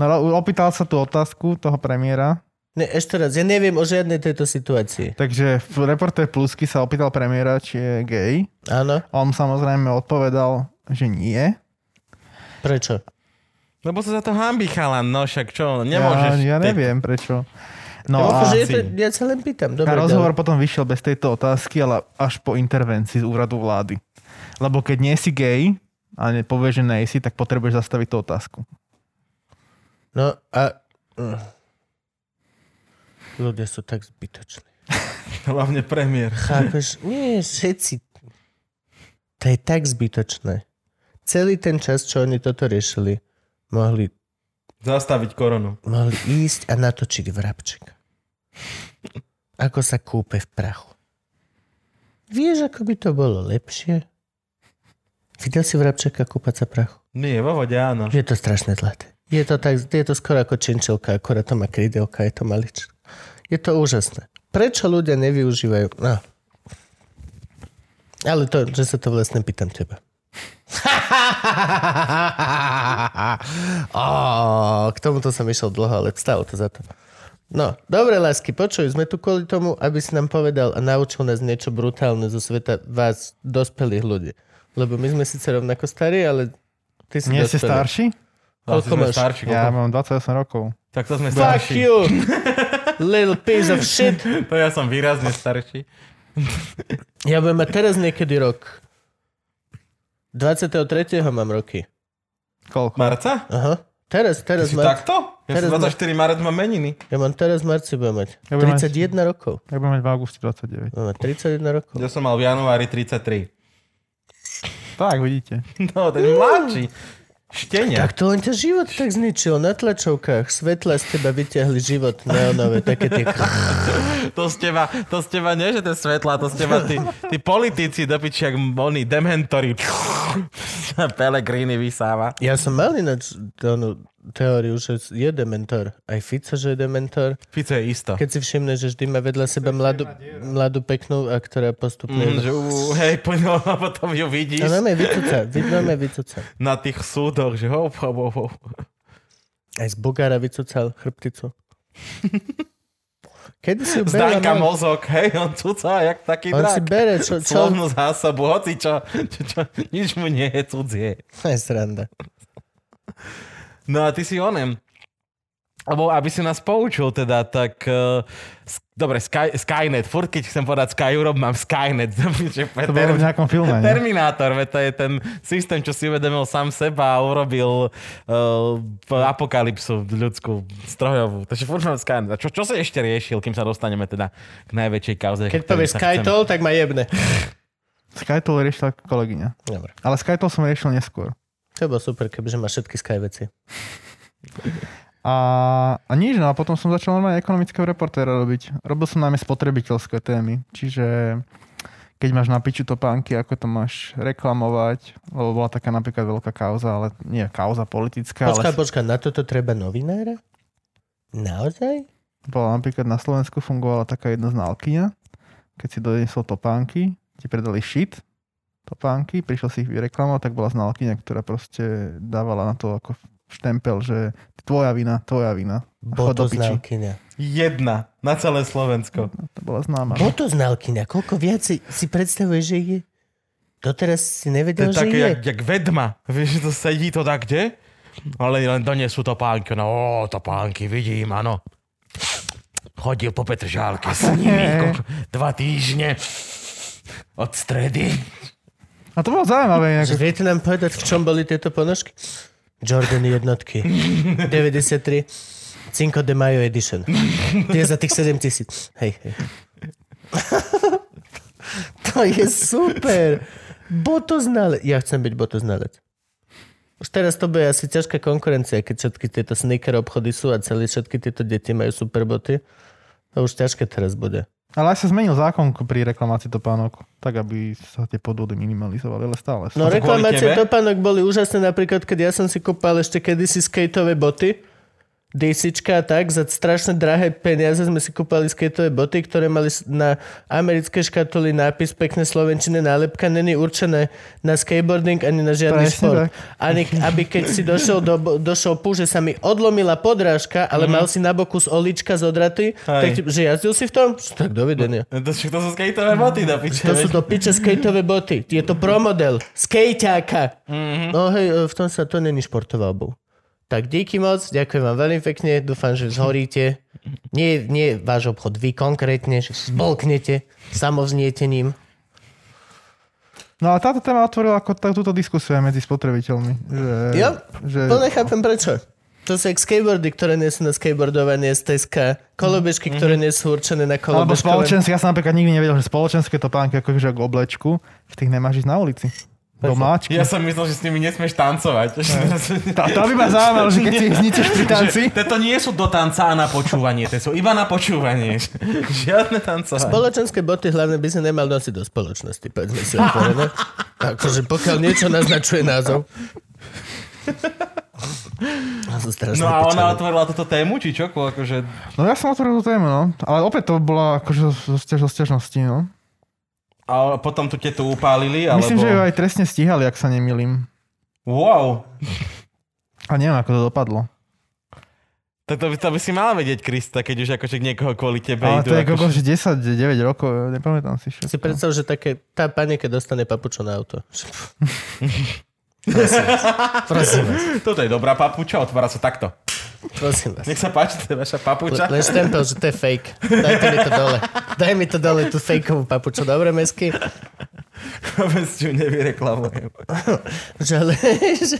Speaker 3: No, ale opýtal sa tú otázku toho premiéra,
Speaker 1: Ne, ešte raz, ja neviem o žiadnej tejto situácii.
Speaker 3: Takže v reportér Plusky sa opýtal premiéra, či je gay.
Speaker 1: Áno?
Speaker 3: On samozrejme odpovedal, že nie.
Speaker 1: Prečo?
Speaker 2: Lebo sa za to hambi, chalan. No však čo? Nemôžeš.
Speaker 3: ja, ja
Speaker 2: ty-
Speaker 3: neviem prečo. No a
Speaker 1: Akože je to, ja sa len pýtam. Dobre,
Speaker 3: a rozhovor
Speaker 1: dobre.
Speaker 3: potom vyšiel bez tejto otázky, ale až po intervencii z úradu vlády. Lebo keď nie si gay a ne- povieš, že nej si, tak potrebuješ zastaviť tú otázku.
Speaker 1: No a... Mm. Ľudia sú tak zbytoční.
Speaker 2: Hlavne premiér.
Speaker 1: Chápeš? Nie, všetci. To je tak zbytočné. Celý ten čas, čo oni toto riešili, mohli,
Speaker 2: Zastaviť koronu.
Speaker 1: mohli ísť a natočiť vrabček. Ako sa kúpe v prachu. Vieš, ako by to bolo lepšie? Videl si vrabčeka kúpať sa v prachu?
Speaker 2: Nie, vo vode áno.
Speaker 3: No.
Speaker 1: Je to strašne zlaté. Je to, tak, je to skoro ako činčelka, akorát to má krydelka, je to malič. Je to úžasné. Prečo ľudia nevyužívajú? No. Ale to, že sa to vlastne pýtam teba. Ó, k tomuto som išiel dlho, ale stalo to za to. No, dobre, lásky, počuj, sme tu kvôli tomu, aby si nám povedal a naučil nás niečo brutálne zo sveta vás, dospelých ľudí. Lebo my sme síce rovnako starí, ale ty si
Speaker 3: Nie ste
Speaker 1: dospelý.
Speaker 3: starší?
Speaker 1: Koľko máš?
Speaker 2: Starší,
Speaker 3: Ja
Speaker 2: koľko?
Speaker 3: mám 28 rokov.
Speaker 2: Tak to sme
Speaker 1: Fuck
Speaker 2: starší.
Speaker 1: you! Little piece of shit.
Speaker 2: To ja som výrazne starší.
Speaker 1: Ja budem mať teraz niekedy rok. 23. mám roky.
Speaker 3: Koľko?
Speaker 2: Marca?
Speaker 1: Aha. Teraz,
Speaker 2: Ty
Speaker 1: teraz
Speaker 2: si
Speaker 1: mar...
Speaker 2: takto? Ja
Speaker 1: teraz
Speaker 2: som
Speaker 1: ma-
Speaker 2: 24 marec mám meniny.
Speaker 1: Ja mám teraz v marci budem mať.
Speaker 3: Ja budem mať-
Speaker 1: 31 rokov.
Speaker 3: Ja budem mať v auguste 29.
Speaker 1: Budem mať 31 rokov.
Speaker 2: Ja som mal v januári 33.
Speaker 3: Tak, vidíte.
Speaker 2: No, ten mladší. Štenia.
Speaker 1: Tak to len ťa život tak zničil. Na tlačovkách svetla z teba vyťahli život neonové. Také tie...
Speaker 2: To z teba, to z teba nie, že to je svetla, to z teba tí, tí politici do piči, jak oni, dementori. Pelegrini vysáva.
Speaker 1: Ja som mal ináč onú teóriu, že je dementor. Aj Fico, že je dementor.
Speaker 2: Fico je isto.
Speaker 1: Keď si všimne, že vždy má vedľa seba mladú, mladú peknú, a ktorá postupne...
Speaker 2: Mm, že, ú, hej, poďme, a potom ju
Speaker 1: A
Speaker 2: vidíš
Speaker 1: normálne vycúca, vy- normálne vycúca.
Speaker 2: na tých súdoch, že hop, hop, hop, hop.
Speaker 1: Aj z Bogára vycúcal chrbticu. Kedy si ju bere,
Speaker 2: Zdanka
Speaker 1: on,
Speaker 2: mozog, hej, on cuca, jak taký
Speaker 1: on si
Speaker 2: drak.
Speaker 1: bere, čo, čo,
Speaker 2: Slovnú zásobu, hoci čo, čo, čo, nič mu nie je cudzie.
Speaker 1: čo je sranda.
Speaker 2: No a ty si onem. Lebo aby si nás poučil teda, tak... Uh, dobre, Sky, Skynet, furt keď chcem povedať Sky Europe, mám Skynet. že
Speaker 3: To bolo
Speaker 2: term-
Speaker 3: v nejakom filme, nie?
Speaker 2: Terminátor, veď to je ten systém, čo si uvedomil sám seba a urobil uh, apokalypsu ľudskú, strojovú. Takže furt mám Skynet. A čo, čo si ešte riešil, kým sa dostaneme teda k najväčšej kauze?
Speaker 1: Keď
Speaker 2: ktorým
Speaker 1: povieš
Speaker 2: sa chcem-
Speaker 1: Skytol, tak ma jebne.
Speaker 3: Skytol riešila kolegyňa.
Speaker 1: Dobre.
Speaker 3: Ale Skytol som riešil neskôr.
Speaker 1: To bolo super, kebyže máš všetky Sky veci.
Speaker 3: A, a nič, no a potom som začal normálne ekonomického reportéra robiť. Robil som najmä spotrebiteľské témy, čiže keď máš na piču topánky, ako to máš reklamovať, lebo bola taká napríklad veľká kauza, ale nie kauza politická,
Speaker 1: Počkaj,
Speaker 3: ale
Speaker 1: počkaj, na toto treba novinára? Naozaj?
Speaker 3: bola napríklad na Slovensku fungovala taká jedna znalkyňa, keď si doniesol topánky, ti predali shit, topánky, prišiel si ich vyreklamovať, tak bola znalkyňa, ktorá proste dávala na to ako štempel, že tvoja vina, tvoja vina. A
Speaker 1: Bo
Speaker 3: chod do
Speaker 1: to
Speaker 3: piči.
Speaker 1: znalkyňa.
Speaker 2: Jedna, na celé Slovensko.
Speaker 3: To bola známa.
Speaker 1: Bo to znalkyňa. Koľko viac si, si predstavuješ, že je? Doteraz si
Speaker 2: To
Speaker 1: nevedel,
Speaker 2: je
Speaker 1: že
Speaker 2: také,
Speaker 1: je.
Speaker 2: jak, jak vedma. Vieš, že to sedí to tak, kde? Ale len donesú to pánky. No, ó, to pánky, vidím, áno. Chodil po Petržálke s nimi ko- dva týždne od stredy.
Speaker 3: A to bolo zaujímavé. Inak,
Speaker 1: Že viete nám povedať, v čom boli tieto ponožky? Jordan jednotky. 93. Cinco de Mayo Edition. Tie za tých 7 tisíc. Hej, hej. to je super. Botoznalec. Ja chcem byť botoznalec. Už teraz to bude asi ťažká konkurencia, keď všetky tieto sneaker obchody sú a celé všetky tieto deti majú super boty. To už ťažké teraz bude.
Speaker 3: ale aj sa zmenil zákon pri reklamácii topánok, tak aby sa tie podvody minimalizovali, ale stále. sú.
Speaker 1: No
Speaker 2: to kvôli
Speaker 1: reklamácie
Speaker 2: tebe?
Speaker 1: topánok boli úžasné, napríklad keď ja som si kúpal ešte kedysi skateové boty, DCčka a tak, za strašne drahé peniaze sme si kúpali skateové boty, ktoré mali s- na americké škatuli nápis pekné slovenčine nálepka, není určené na skateboarding ani na žiadny
Speaker 3: Presne
Speaker 1: šport.
Speaker 3: tak.
Speaker 1: Ani aby keď si došiel do, bo- do šopu, že sa mi odlomila podrážka, ale
Speaker 2: Mhm.
Speaker 1: mal si na boku z olička zodraty, tak ti, že jazdil si v tom? Tak dovidenia.
Speaker 2: No To, čo- to sú skateové boty do piče.
Speaker 1: To sú do piče skateové boty.
Speaker 3: Mhm.
Speaker 1: Je to promodel. Skejťáka. No hej, e, v tom sa to není športová obuv. Tak díky moc, ďakujem vám veľmi pekne, dúfam, že zhoríte. Nie, nie váš obchod, vy konkrétne, že zbolknete samovznietením.
Speaker 3: No a táto téma otvorila ako tá, túto diskusiu aj medzi spotrebiteľmi. Že,
Speaker 1: Jo,
Speaker 3: že,
Speaker 1: To nechápem prečo. To sú jak skateboardy, ktoré nie sú na skateboardovanie z Teska, kolobežky, ktoré nie sú určené na
Speaker 3: Mhm. alebo
Speaker 1: kolobežkové.
Speaker 3: spoločenské, ja som napríklad nikdy nevedel, že spoločenské topánky akože ako oblečku, v tých nemáš ísť na ulici. Domáčky.
Speaker 2: Ja som myslel, že s nimi nesmieš tancovať.
Speaker 3: Tá, to by ma zaujímalo, že keď si ich zničíš pri tanci,
Speaker 2: Tieto nie sú do tanca a na počúvanie, tie sú iba na počúvanie. Žiadne tancovanie.
Speaker 1: Spoločenské boty hlavne by si nemal nosiť do spoločnosti, povedzme si otvorené. Akože pokiaľ niečo naznačuje názov. Ja som strašne
Speaker 2: No a ona
Speaker 1: pičaný.
Speaker 2: otvorila túto tému, či čo? Akože...
Speaker 3: No ja som otvoril tú tému, no. Ale opäť to bola akože zo stiaž- zo stiažnosti, no.
Speaker 2: A potom tu te tu upálili, alebo...
Speaker 3: Myslím, že ju aj trestne stíhali, ak sa nemýlim.
Speaker 2: Wow.
Speaker 3: A neviem, ako to dopadlo.
Speaker 2: To, to, by, to by si mal vedieť, Krista, keď už akože niekoho kvôli tebe
Speaker 3: Ale
Speaker 2: idú.
Speaker 3: to je ako,
Speaker 2: akože...
Speaker 3: že 10, 9 rokov, ja nepamätám si všetko.
Speaker 1: Si predstav, že také, tá pani, keď dostane papučo na auto. prosím, vás,
Speaker 2: Toto je dobrá papuča, otvára sa takto.
Speaker 1: prosím vás, prosím vás.
Speaker 2: Nech sa páči, to je vaša
Speaker 1: Le-
Speaker 2: papuča.
Speaker 1: Len štempel, že to je fake. Dajte mi to dole. Daj mi to dole, tú fejkovú papuču. Dobre, mesky?
Speaker 2: Vôbec ju nevyreklamujem.
Speaker 1: Že ale, že,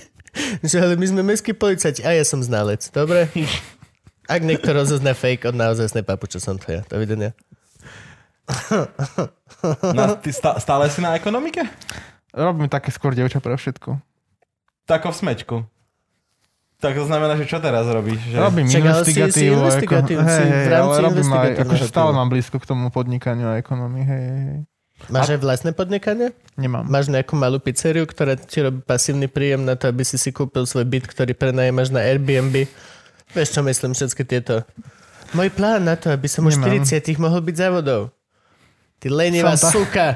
Speaker 1: že ale my sme mestskí policajti a ja som znalec. Dobre? Ak niekto rozozná fake od naozaj papuče, som to ja. Dovidenia.
Speaker 2: Na, ty sta, stále si na ekonomike?
Speaker 3: Robím také skôr dievča pre všetko.
Speaker 2: Tak v smečku. Tak to znamená, že čo teraz robíš? Že...
Speaker 3: Robím
Speaker 1: Čak, ale si- si
Speaker 3: investigatívu. ako-
Speaker 1: investigatív, si v
Speaker 3: hej, hej, ale
Speaker 1: rámci
Speaker 3: robím aj,
Speaker 1: investigatívneho
Speaker 3: akože
Speaker 1: týmu.
Speaker 3: stále mám blízko k tomu podnikaniu a ekonomii. Hej, hej, hej.
Speaker 1: Máš aj vlastné podnikanie?
Speaker 3: Nemám.
Speaker 1: Máš nejakú malú pizzeriu, ktorá ti robí pasívny príjem na to, aby si si kúpil svoj byt, ktorý prenajímaš na Airbnb? Vieš, čo myslím, všetky tieto. Môj plán na to, aby som už
Speaker 3: Nemám.
Speaker 1: 40 mohol byť závodov. Ty lenivá
Speaker 3: Som tá-
Speaker 1: suka.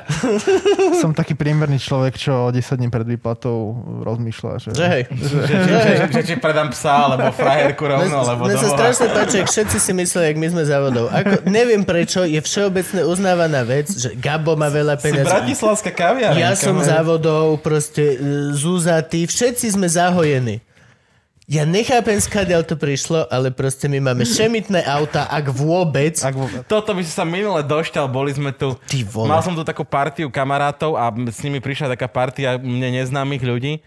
Speaker 3: Som taký priemerný človek, čo 10 dní pred výplatou rozmýšľa, že...
Speaker 1: Že hej.
Speaker 2: Že, že, že, že, že, či predám psa, alebo frajerku rovno, alebo
Speaker 1: Mne sa
Speaker 2: domov.
Speaker 1: strašne páči, jak všetci si myslia, jak my sme závodov. Ako, neviem prečo, je všeobecne uznávaná vec, že Gabo má veľa
Speaker 2: Si
Speaker 1: peniazí.
Speaker 2: bratislavská kaviarenka.
Speaker 1: Ja som
Speaker 2: no.
Speaker 1: závodov, proste e, zúzatý, všetci sme zahojení. Ja nechápem, skadiaľ to prišlo, ale proste my máme šemitné auta, ak vôbec.
Speaker 3: Ak vôbec.
Speaker 2: Toto by si sa minule došťal, boli sme tu.
Speaker 1: Ty vole.
Speaker 2: Mal som tu takú partiu kamarátov a m- s nimi prišla taká partia mne neznámych ľudí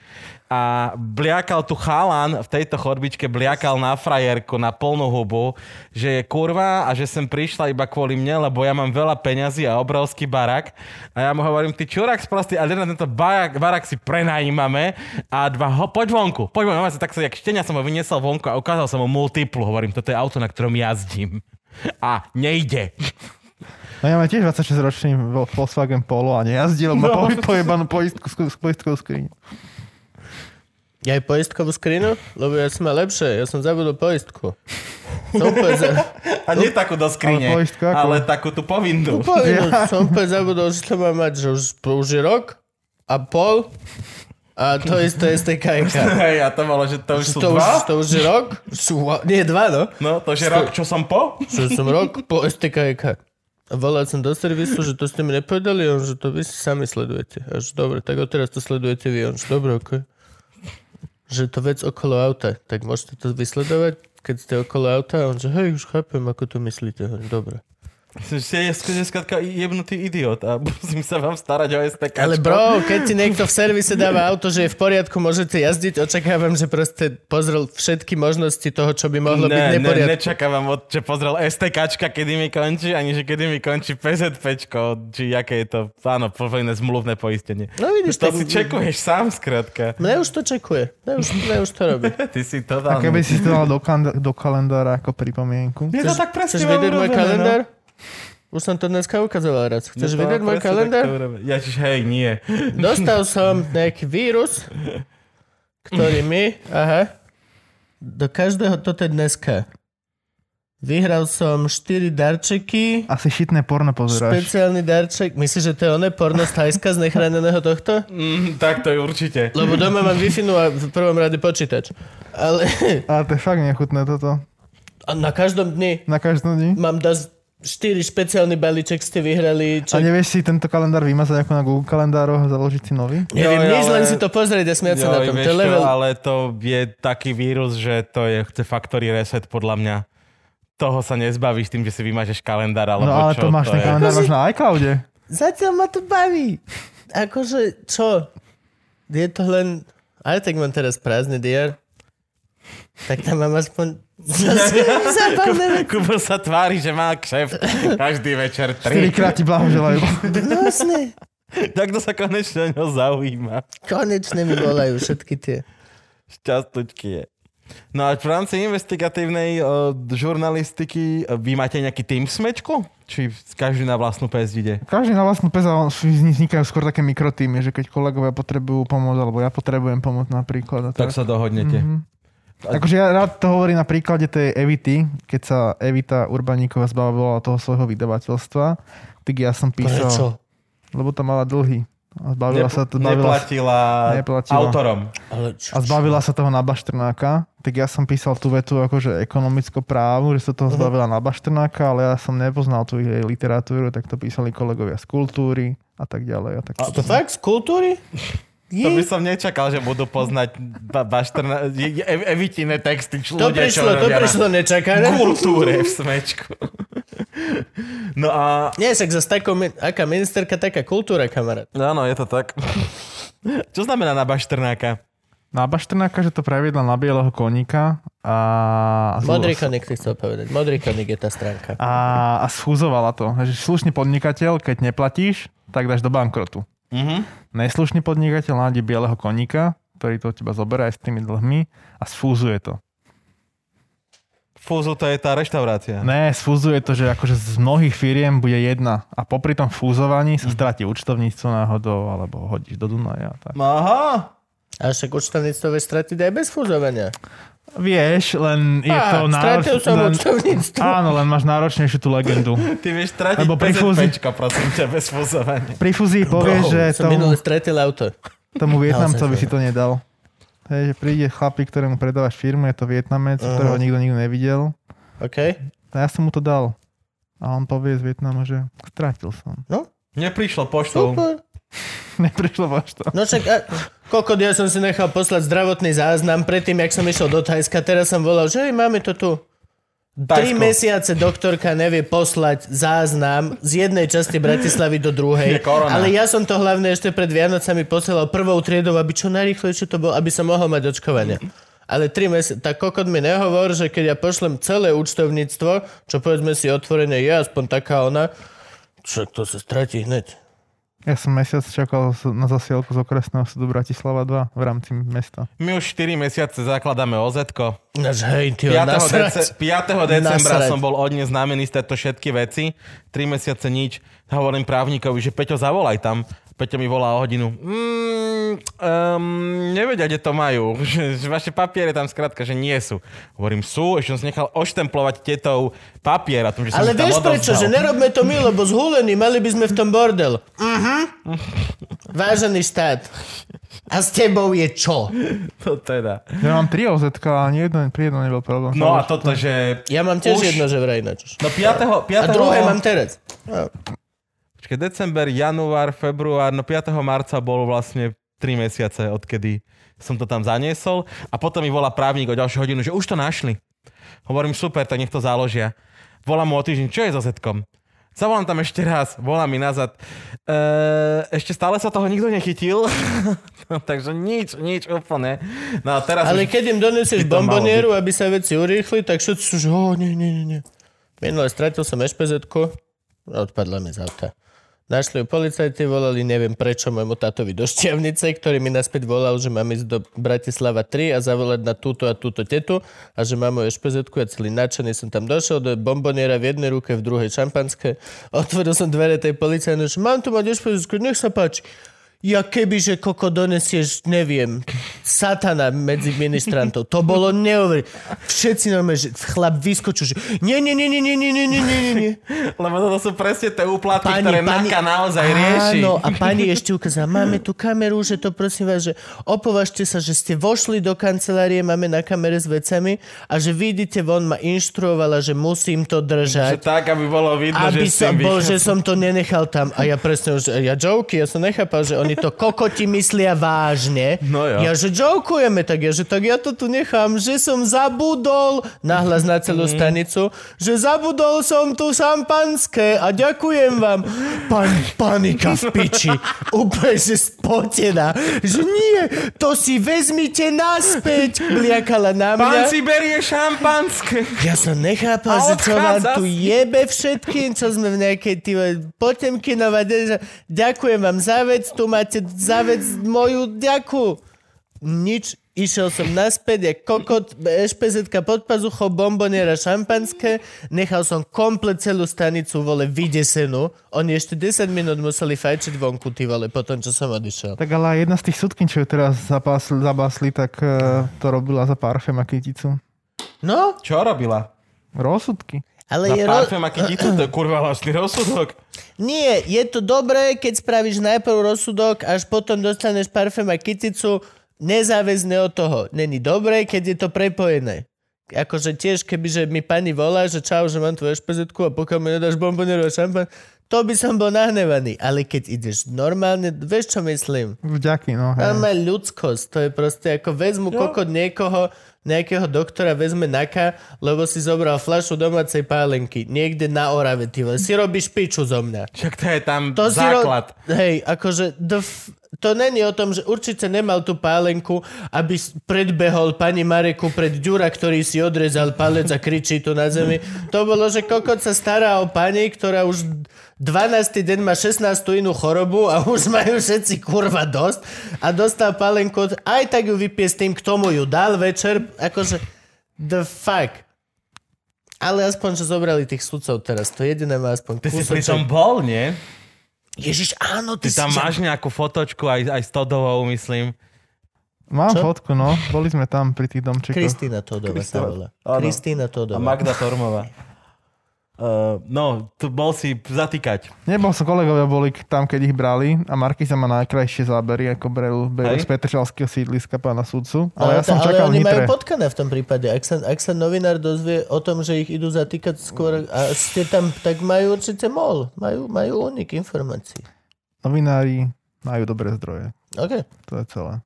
Speaker 2: a bliakal tu chalan v tejto chodbičke, bliakal na frajerku, na plnú hubu, že je kurva a že sem prišla iba kvôli mne, lebo ja mám veľa peňazí a obrovský barak. A ja mu hovorím, ty čurák sprostý, ale na tento barak, barak si prenajímame a dva, ho, poď vonku, poď vonku. Ja sa tak sa, jak štenia som ho vyniesol vonku a ukázal som mu multiplu. Hovorím, toto je auto, na ktorom jazdím. A nejde.
Speaker 3: No ja mám tiež 26-ročný vo- Volkswagen Polo a nejazdil, no. má po, pojebanú poistku, sku- poistkovú skriň.
Speaker 1: Ja aj poistkovú skrinu? Lebo ja som mal lepšie, ja som zabudol poistku. Som úplne, za...
Speaker 2: A nie takú do skrine,
Speaker 3: Ale
Speaker 2: ale,
Speaker 3: poistku ako?
Speaker 2: ale takú tú povinnú.
Speaker 1: úplne, som úplne zabudol, že to má mať, že už, už je rok a pol a to isté je z tej kajka.
Speaker 2: Hej, a to bolo, že to už
Speaker 1: Že
Speaker 2: sú
Speaker 1: to, už,
Speaker 2: dva?
Speaker 1: to už je rok? Sú, nie, dva, no.
Speaker 2: No, to už je rok, čo som po?
Speaker 1: Že som rok po STKK. E A volal som do servisu, že to ste mi nepovedali, a on, že to vy si sami sledujete. A že dobre, tak odteraz to sledujete vy. A On, že dobre, ok. Že je to vec okolo auta, tak môžete to vysledovať, keď ste okolo auta. A on, že hej, už chápem, ako to myslíte. Hovorím, dobre.
Speaker 2: Ste je skratka jebnutý idiot a musím sa vám starať o STK.
Speaker 1: Ale bro, keď ti niekto v servise dáva auto, že je v poriadku, môžete jazdiť, očakávam, že proste pozrel všetky možnosti toho, čo by mohlo byť
Speaker 2: Ne, ne,
Speaker 1: neporiadku.
Speaker 2: nečakám vám, od, že pozrel STKčka, kedy mi končí, ani že kedy mi končí PZPčko, či aké je to, áno, povinné zmluvné poistenie.
Speaker 1: No vidíš, tak-
Speaker 2: to
Speaker 1: No.
Speaker 2: si čekuješ sám, skratka.
Speaker 1: Mne už to čekuje. Mne už, mne už to robí.
Speaker 2: Ty si no.
Speaker 3: A
Speaker 2: totálny.
Speaker 3: keby si to dal do, kand- do kalendára ako pripomienku.
Speaker 2: Je to tak presne
Speaker 1: Chceš
Speaker 2: mám
Speaker 1: vidieť môj
Speaker 2: urobené, no.
Speaker 1: kalendár? Už som to dneska ukazoval raz. Chceš
Speaker 2: Je No to
Speaker 1: vidieť
Speaker 2: mám
Speaker 1: môj
Speaker 2: presne
Speaker 1: kalendár?
Speaker 2: takto urobené. Ježiš, hej, nie.
Speaker 1: Dostal som nejaký vírus, ktorý mi... Aha. Do každého toto je dneska. Vyhral som 4 darčeky,
Speaker 3: Asi šitné porno pozeráš.
Speaker 1: špeciálny darček. Myslíš, že to je ono porno z Thajska z nechráneného tohto?
Speaker 2: Mm, tak to je určite.
Speaker 1: Lebo doma mám wi a v prvom rade počítač. Ale
Speaker 3: Ale to je fakt nechutné toto.
Speaker 1: a na každom dni
Speaker 3: Na každom dni.
Speaker 1: mám dosť štyri špeciálny balíček ste vyhrali. Čo...
Speaker 3: A nevieš si tento kalendár vymazať ako na Google kalendároch a založiť si nový?
Speaker 1: Neviem,
Speaker 2: Joj,
Speaker 1: nič,
Speaker 2: No ale-
Speaker 1: len si to pozrieť a smiať sa na
Speaker 2: Joj,
Speaker 1: tom.
Speaker 2: vieš
Speaker 1: To je
Speaker 2: čo,
Speaker 1: level...
Speaker 2: Ale to je taký vírus, že to je chce factory reset podľa mňa. Toho sa nezbavíš tým, že si vymažeš kalendár alebo
Speaker 3: no ale
Speaker 2: čo.
Speaker 3: to máš
Speaker 2: je.
Speaker 3: ten kalendár
Speaker 1: Akože-
Speaker 3: máš na iCloude.
Speaker 1: Zatiaľ ma to baví. Akože, čo? Je to len... Ale tak mám teraz prázdny DR. Tak tam mám aspoň zase zábavné veci.
Speaker 2: Kubo sa tvári, že má kšeft každý večer tri.
Speaker 3: Štyrikrát ti blahoželajú.
Speaker 1: Hnusné.
Speaker 2: Tak to sa konečne o ňo zaujíma.
Speaker 1: Konečne mi volajú všetky tie.
Speaker 2: Šťastučky je. No a v rámci investigatívnej uh, žurnalistiky uh, vy máte nejaký tým smečku? Či každý na vlastnú pes ide?
Speaker 3: Každý na vlastnú pes a on- z nich vznikajú skôr také mikrotýmy, že keď kolegovia potrebujú pomoc, alebo ja potrebujem pomoc napríklad. A
Speaker 2: Tak
Speaker 3: tak.
Speaker 2: sa dohodnete.
Speaker 3: Mhm.
Speaker 2: Mm-hmm.
Speaker 3: Akože ja rád to hovorím na príklade tej Evity, keď sa Evita Urbaníková zbavila toho svojho vydavateľstva, tak ja som písal,
Speaker 1: Prečo?
Speaker 3: lebo tam mala dlhy. A zbavila sa to, bavila sa,
Speaker 2: neplatila,
Speaker 3: Neplatila.
Speaker 2: autorom.
Speaker 1: Ale čo?
Speaker 3: a zbavila sa toho na Baštrnáka, tak ja som písal tú vetu akože ekonomicko právu, že sa
Speaker 1: Mhm.
Speaker 3: toho zbavila na Baštrnáka, ale ja som nepoznal tú jej literatúru, tak to písali kolegovia z kultúry a tak ďalej. A tak
Speaker 1: A to fakt z kultúry?
Speaker 2: To by
Speaker 1: Je.
Speaker 2: som nečakal, že budú poznať ba- baštrna, je- je- ev- evitine texty čo
Speaker 1: To
Speaker 2: ľudia, čo
Speaker 1: prišlo, to
Speaker 2: robia na
Speaker 1: prišlo nečakané.
Speaker 2: kultúre v smečku. No a...
Speaker 1: Nie, však zase takou, min- aká ministerka, taká kultúra, kamarát.
Speaker 2: no Áno, je to tak. Čo znamená na baštrnáka?
Speaker 3: Na Baštrnáka, že to previedla na bieleho koníka a... a
Speaker 1: Modrý konik si chcel povedať. Modrý konik je tá stránka.
Speaker 3: a, a schúzovala to. Že slušný podnikateľ, keď neplatíš, tak dáš do bankrotu.
Speaker 2: Mhm.
Speaker 3: Neslušný podnikateľ nájde bieleho koníka, ktorý to od teba zoberá aj s tými dlhmi a sfúzuje to.
Speaker 2: Fúzu to je tá reštaurácia.
Speaker 3: Ne, sfúzuje to, že akože z mnohých firiem bude jedna a popri tom fúzovaní
Speaker 1: Mhm.
Speaker 3: sa stratí účtovníctvo náhodou alebo hodíš do Dunaja. a Tak.
Speaker 2: No Aha.
Speaker 1: A však účtovníctvo vieš stratiť aj bez fúzovania.
Speaker 3: Vieš, len je
Speaker 1: Á,
Speaker 3: to
Speaker 1: stratil som
Speaker 3: len-
Speaker 1: účtovníctvo.
Speaker 3: Áno, len máš náročnejšiu tú legendu.
Speaker 2: Ty vieš stratiť
Speaker 3: Lebo pri fúzi-
Speaker 2: PZPčka, prosím ťa, bez fúzovania.
Speaker 3: Pri fúzii povieš, že
Speaker 1: No, Som
Speaker 3: tomu,
Speaker 1: minule stretil auto.
Speaker 3: tomu Vietnamcovi
Speaker 1: Naozaj
Speaker 3: si to nedal. Hej, že príde chlapík, ktorému predávaš firmu, je to Vietnamec, ktorého nikto nikdy nevidel.
Speaker 1: OK?
Speaker 3: A ja som mu to dal. A on povie z Vietnamu, že stratil som.
Speaker 2: Neprišlo poštou.
Speaker 1: Super.
Speaker 3: Neprišlo až to.
Speaker 1: No však, a, kokot, ja som si nechal poslať zdravotný záznam predtým, jak som išiel do Thajska. Teraz som volal, že hej, máme to tu. Tri
Speaker 2: Tajsko.
Speaker 1: mesiace doktorka nevie poslať záznam z jednej časti Bratislavy do druhej.
Speaker 2: Je korona.
Speaker 1: Ale ja som to hlavne ešte pred Vianocami posielal prvou triedou, aby čo najrýchlejšie to bolo, aby som mohol mať očkovanie. Ale tri mesiace, tak kokot mi nehovor, že keď ja pošlem celé účtovníctvo, čo povedzme si otvorené je, aspoň taká ona, však to sa stratí hneď.
Speaker 3: Ja som mesiac čakal z- na zasielku z okresného súdu Bratislava 2 v rámci mesta.
Speaker 2: My už 4 mesiace zakladáme OZ-ko.
Speaker 1: Náš hej, ty
Speaker 2: 5.
Speaker 1: nasrať.
Speaker 2: Dece- 5. decembra
Speaker 1: Nasrať.
Speaker 2: som bol odneznamený z tieto všetky veci. 3 mesiace nič. Hovorím právnikovi, že Peťo, zavolaj tam. Peťo mi volá o hodinu. Mm, um, nevedia, kde to majú. Že, že vaše papiere tam skrátka, že nie sú. Hovorím, sú. Ešte som si nechal oštemplovať tietou papier a tom, že som
Speaker 1: Ale
Speaker 2: ich tam
Speaker 1: vieš prečo, že
Speaker 2: odovzdal.
Speaker 1: nerobme to my, lebo zhulení, mali by sme v tom bordel. Mhm. Vážený štát. A s tebou je čo?
Speaker 2: To teda.
Speaker 3: Ja mám tri OZ, ale ani jedno, pri jednom nebol problém.
Speaker 2: No a toto, že...
Speaker 1: Ja mám tiež
Speaker 2: Už.
Speaker 1: jedno, že vraj načož.
Speaker 2: No 5. 5.
Speaker 1: A druhé mám teraz. No,
Speaker 2: Počkaj, december, január, február, no 5. marca bolo vlastne 3 mesiace, odkedy som to tam zaniesol. A potom mi volá právnik o ďalšiu hodinu, že už to našli. Hovorím, super, tak nech to záložia. Volám mu o týždeň, čo je so Zetkom? Zavolám tam ešte raz, volá mi nazad. E, ešte stále sa toho nikto nechytil, no, takže nič, nič úplne. No a teraz
Speaker 1: Ale
Speaker 2: už...
Speaker 1: keď im donesieš
Speaker 2: by to malo
Speaker 1: bombonieru, aby sa veci urýchli, tak všetci sú, že oh, nie, nie, nie, nie. Minule stratil som špz odpadla mi z auta. Našli ju policajti, volali neviem prečo môjmu tátovi do Šťavnice, ktorý mi naspäť volal, že mám ísť do Bratislava 3 a zavolať na túto a túto tetu a že mám moju špz ja celý nadšený som tam došiel do bomboniera v jednej ruke, v druhej šampanské. Otvoril som dvere tej policajnej, že mám tu mať špz nech sa páči. Ja keby, že koko donesieš, neviem, satana medzi ministrantov. To bolo neuveriteľné. Všetci normálne, že chlap vyskočil, že nie, nie, nie, nie, nie, nie, nie, nie, nie, nie.
Speaker 2: Lebo toto sú presne tie úplatky,
Speaker 1: Pani,
Speaker 2: ktoré
Speaker 1: pani-
Speaker 2: NAKA naozaj rieši.
Speaker 1: Áno, a pani ešte ukázala, máme tu kameru, že to prosím vás, že opovažte sa, že ste vošli do kancelárie, máme na kamere s vecami a že vidíte, von ma inštruovala, že musím to
Speaker 2: Že
Speaker 1: držať.
Speaker 2: tak, aby bolo vidno,
Speaker 1: aby
Speaker 2: že ste
Speaker 1: som bol,
Speaker 2: vy.
Speaker 1: že som to nenechal tam. A ja presne už, ja joky, ja som nechápal, že oni to kokoti myslia vážne.
Speaker 2: No jo.
Speaker 1: Ja, že jokujeme, tak ja, že tak ja to tu nechám, že som zabudol, nahlas na celú
Speaker 2: Mhm.
Speaker 1: stanicu, že zabudol som tu šampanské a ďakujem vám. Pan, panika v piči, úplne, že spotená, že nie, to si vezmite naspäť, bliakala na mňa.
Speaker 2: Pán si berie šampanské.
Speaker 1: Ja som nechápal,
Speaker 2: A
Speaker 1: že čo vám
Speaker 2: odchádza
Speaker 1: tu
Speaker 2: si.
Speaker 1: jebe všetkým, čo sme v nejakej tý, potemkinová deža. Ďakujem vám za vec, tu máte za vec moju ďaku. Nič, išiel som naspäť, jak kokot, ešpezetka pod pazuchou, bomboniera, šampanské. Nechal som komplet celú stanicu, vole, vydesenú. Oni ešte 10 minút museli fajčiť vonku, ty vole, po tom, čo som odišiel.
Speaker 3: Tak ale aj jedna z tých sudkin, čo ju teraz zapásli, zabásli, tak eh, to robila za parfém a kyticu.
Speaker 1: No,
Speaker 4: Čo robila?
Speaker 3: Rozsudky.
Speaker 1: ale
Speaker 2: Za
Speaker 1: je... ro-
Speaker 2: parfém, aký ti to je kurva vlastný rozsudok.
Speaker 1: Nie, je to dobré, keď spravíš najprv rozsudok, až potom dostaneš parfém a kyticu. Nezáväzne od toho. Není dobré, keď je to prepojené. Akože tiež, kebyže mi pani volá, že čau, že mám tvoju špezetku a pokiaľ mi nedáš bomboneru a šampan, to by som bol nahnevaný. Ale keď ideš normálne, vieš čo myslím?
Speaker 3: Vďaky, no. Hej.
Speaker 1: Normálne ľudskosť, to je proste ako vezmu kokot niekoho, nejakého doktora vezme naka, lebo si zobral fľašu domácej pálenky, niekde na Orave, ty vole. si robíš piču zo mňa.
Speaker 2: Však to je tam
Speaker 1: To si ro-
Speaker 2: základ.
Speaker 1: Hej, akože the f- to není o tom, že určite nemal tú pálenku, aby s- predbehol pani Mareku pred Ďura, ktorý si odrezal palec a kričí tu na zemi. To bolo, že kokot sa stará o pani, ktorá už 12. deň má 16. inú chorobu a už majú všetci kurva dosť a dostal pálenku, od- aj tak ju vypie s tým, kto mu ju dal večer. Akože the fuck. Ale aspoň, že zobrali tých sudcov teraz. To jediné má aspoň
Speaker 2: Ty si pri
Speaker 1: kúsoček.
Speaker 2: tom bol, nie?
Speaker 1: Ježiš, áno, ty,
Speaker 2: Ty
Speaker 1: si
Speaker 2: tam
Speaker 1: tam-
Speaker 2: máš nejakú fotočku aj, aj s Todovou, myslím.
Speaker 3: Mám
Speaker 1: Čo?
Speaker 3: fotku, no. Boli sme tam pri tých domčekoch.
Speaker 1: Kristýna Todová sa volá.
Speaker 2: áno.
Speaker 1: Kristýna
Speaker 2: A
Speaker 1: Todová.
Speaker 2: Magda Tormová. Uh, no, tu bol si zatýkať.
Speaker 3: Nebol som, kolegovia boli k- tam, keď ich brali a Markiza má najkrajšie zábery, ako berú, berú
Speaker 2: Hej.
Speaker 3: z Petržalského sídliska pána sudcu.
Speaker 2: no
Speaker 3: Ale ja som
Speaker 1: ale
Speaker 3: čakal v
Speaker 1: oni majú
Speaker 3: Nitre.
Speaker 1: potkané v tom prípade. Ak sa, ak sa novinár dozvie o tom, že ich idú zatýkať skôr a ste tam, tak majú určite mol. Majú, majú únik informácií.
Speaker 3: Novinári majú dobré zdroje.
Speaker 1: OK.
Speaker 3: To je celé.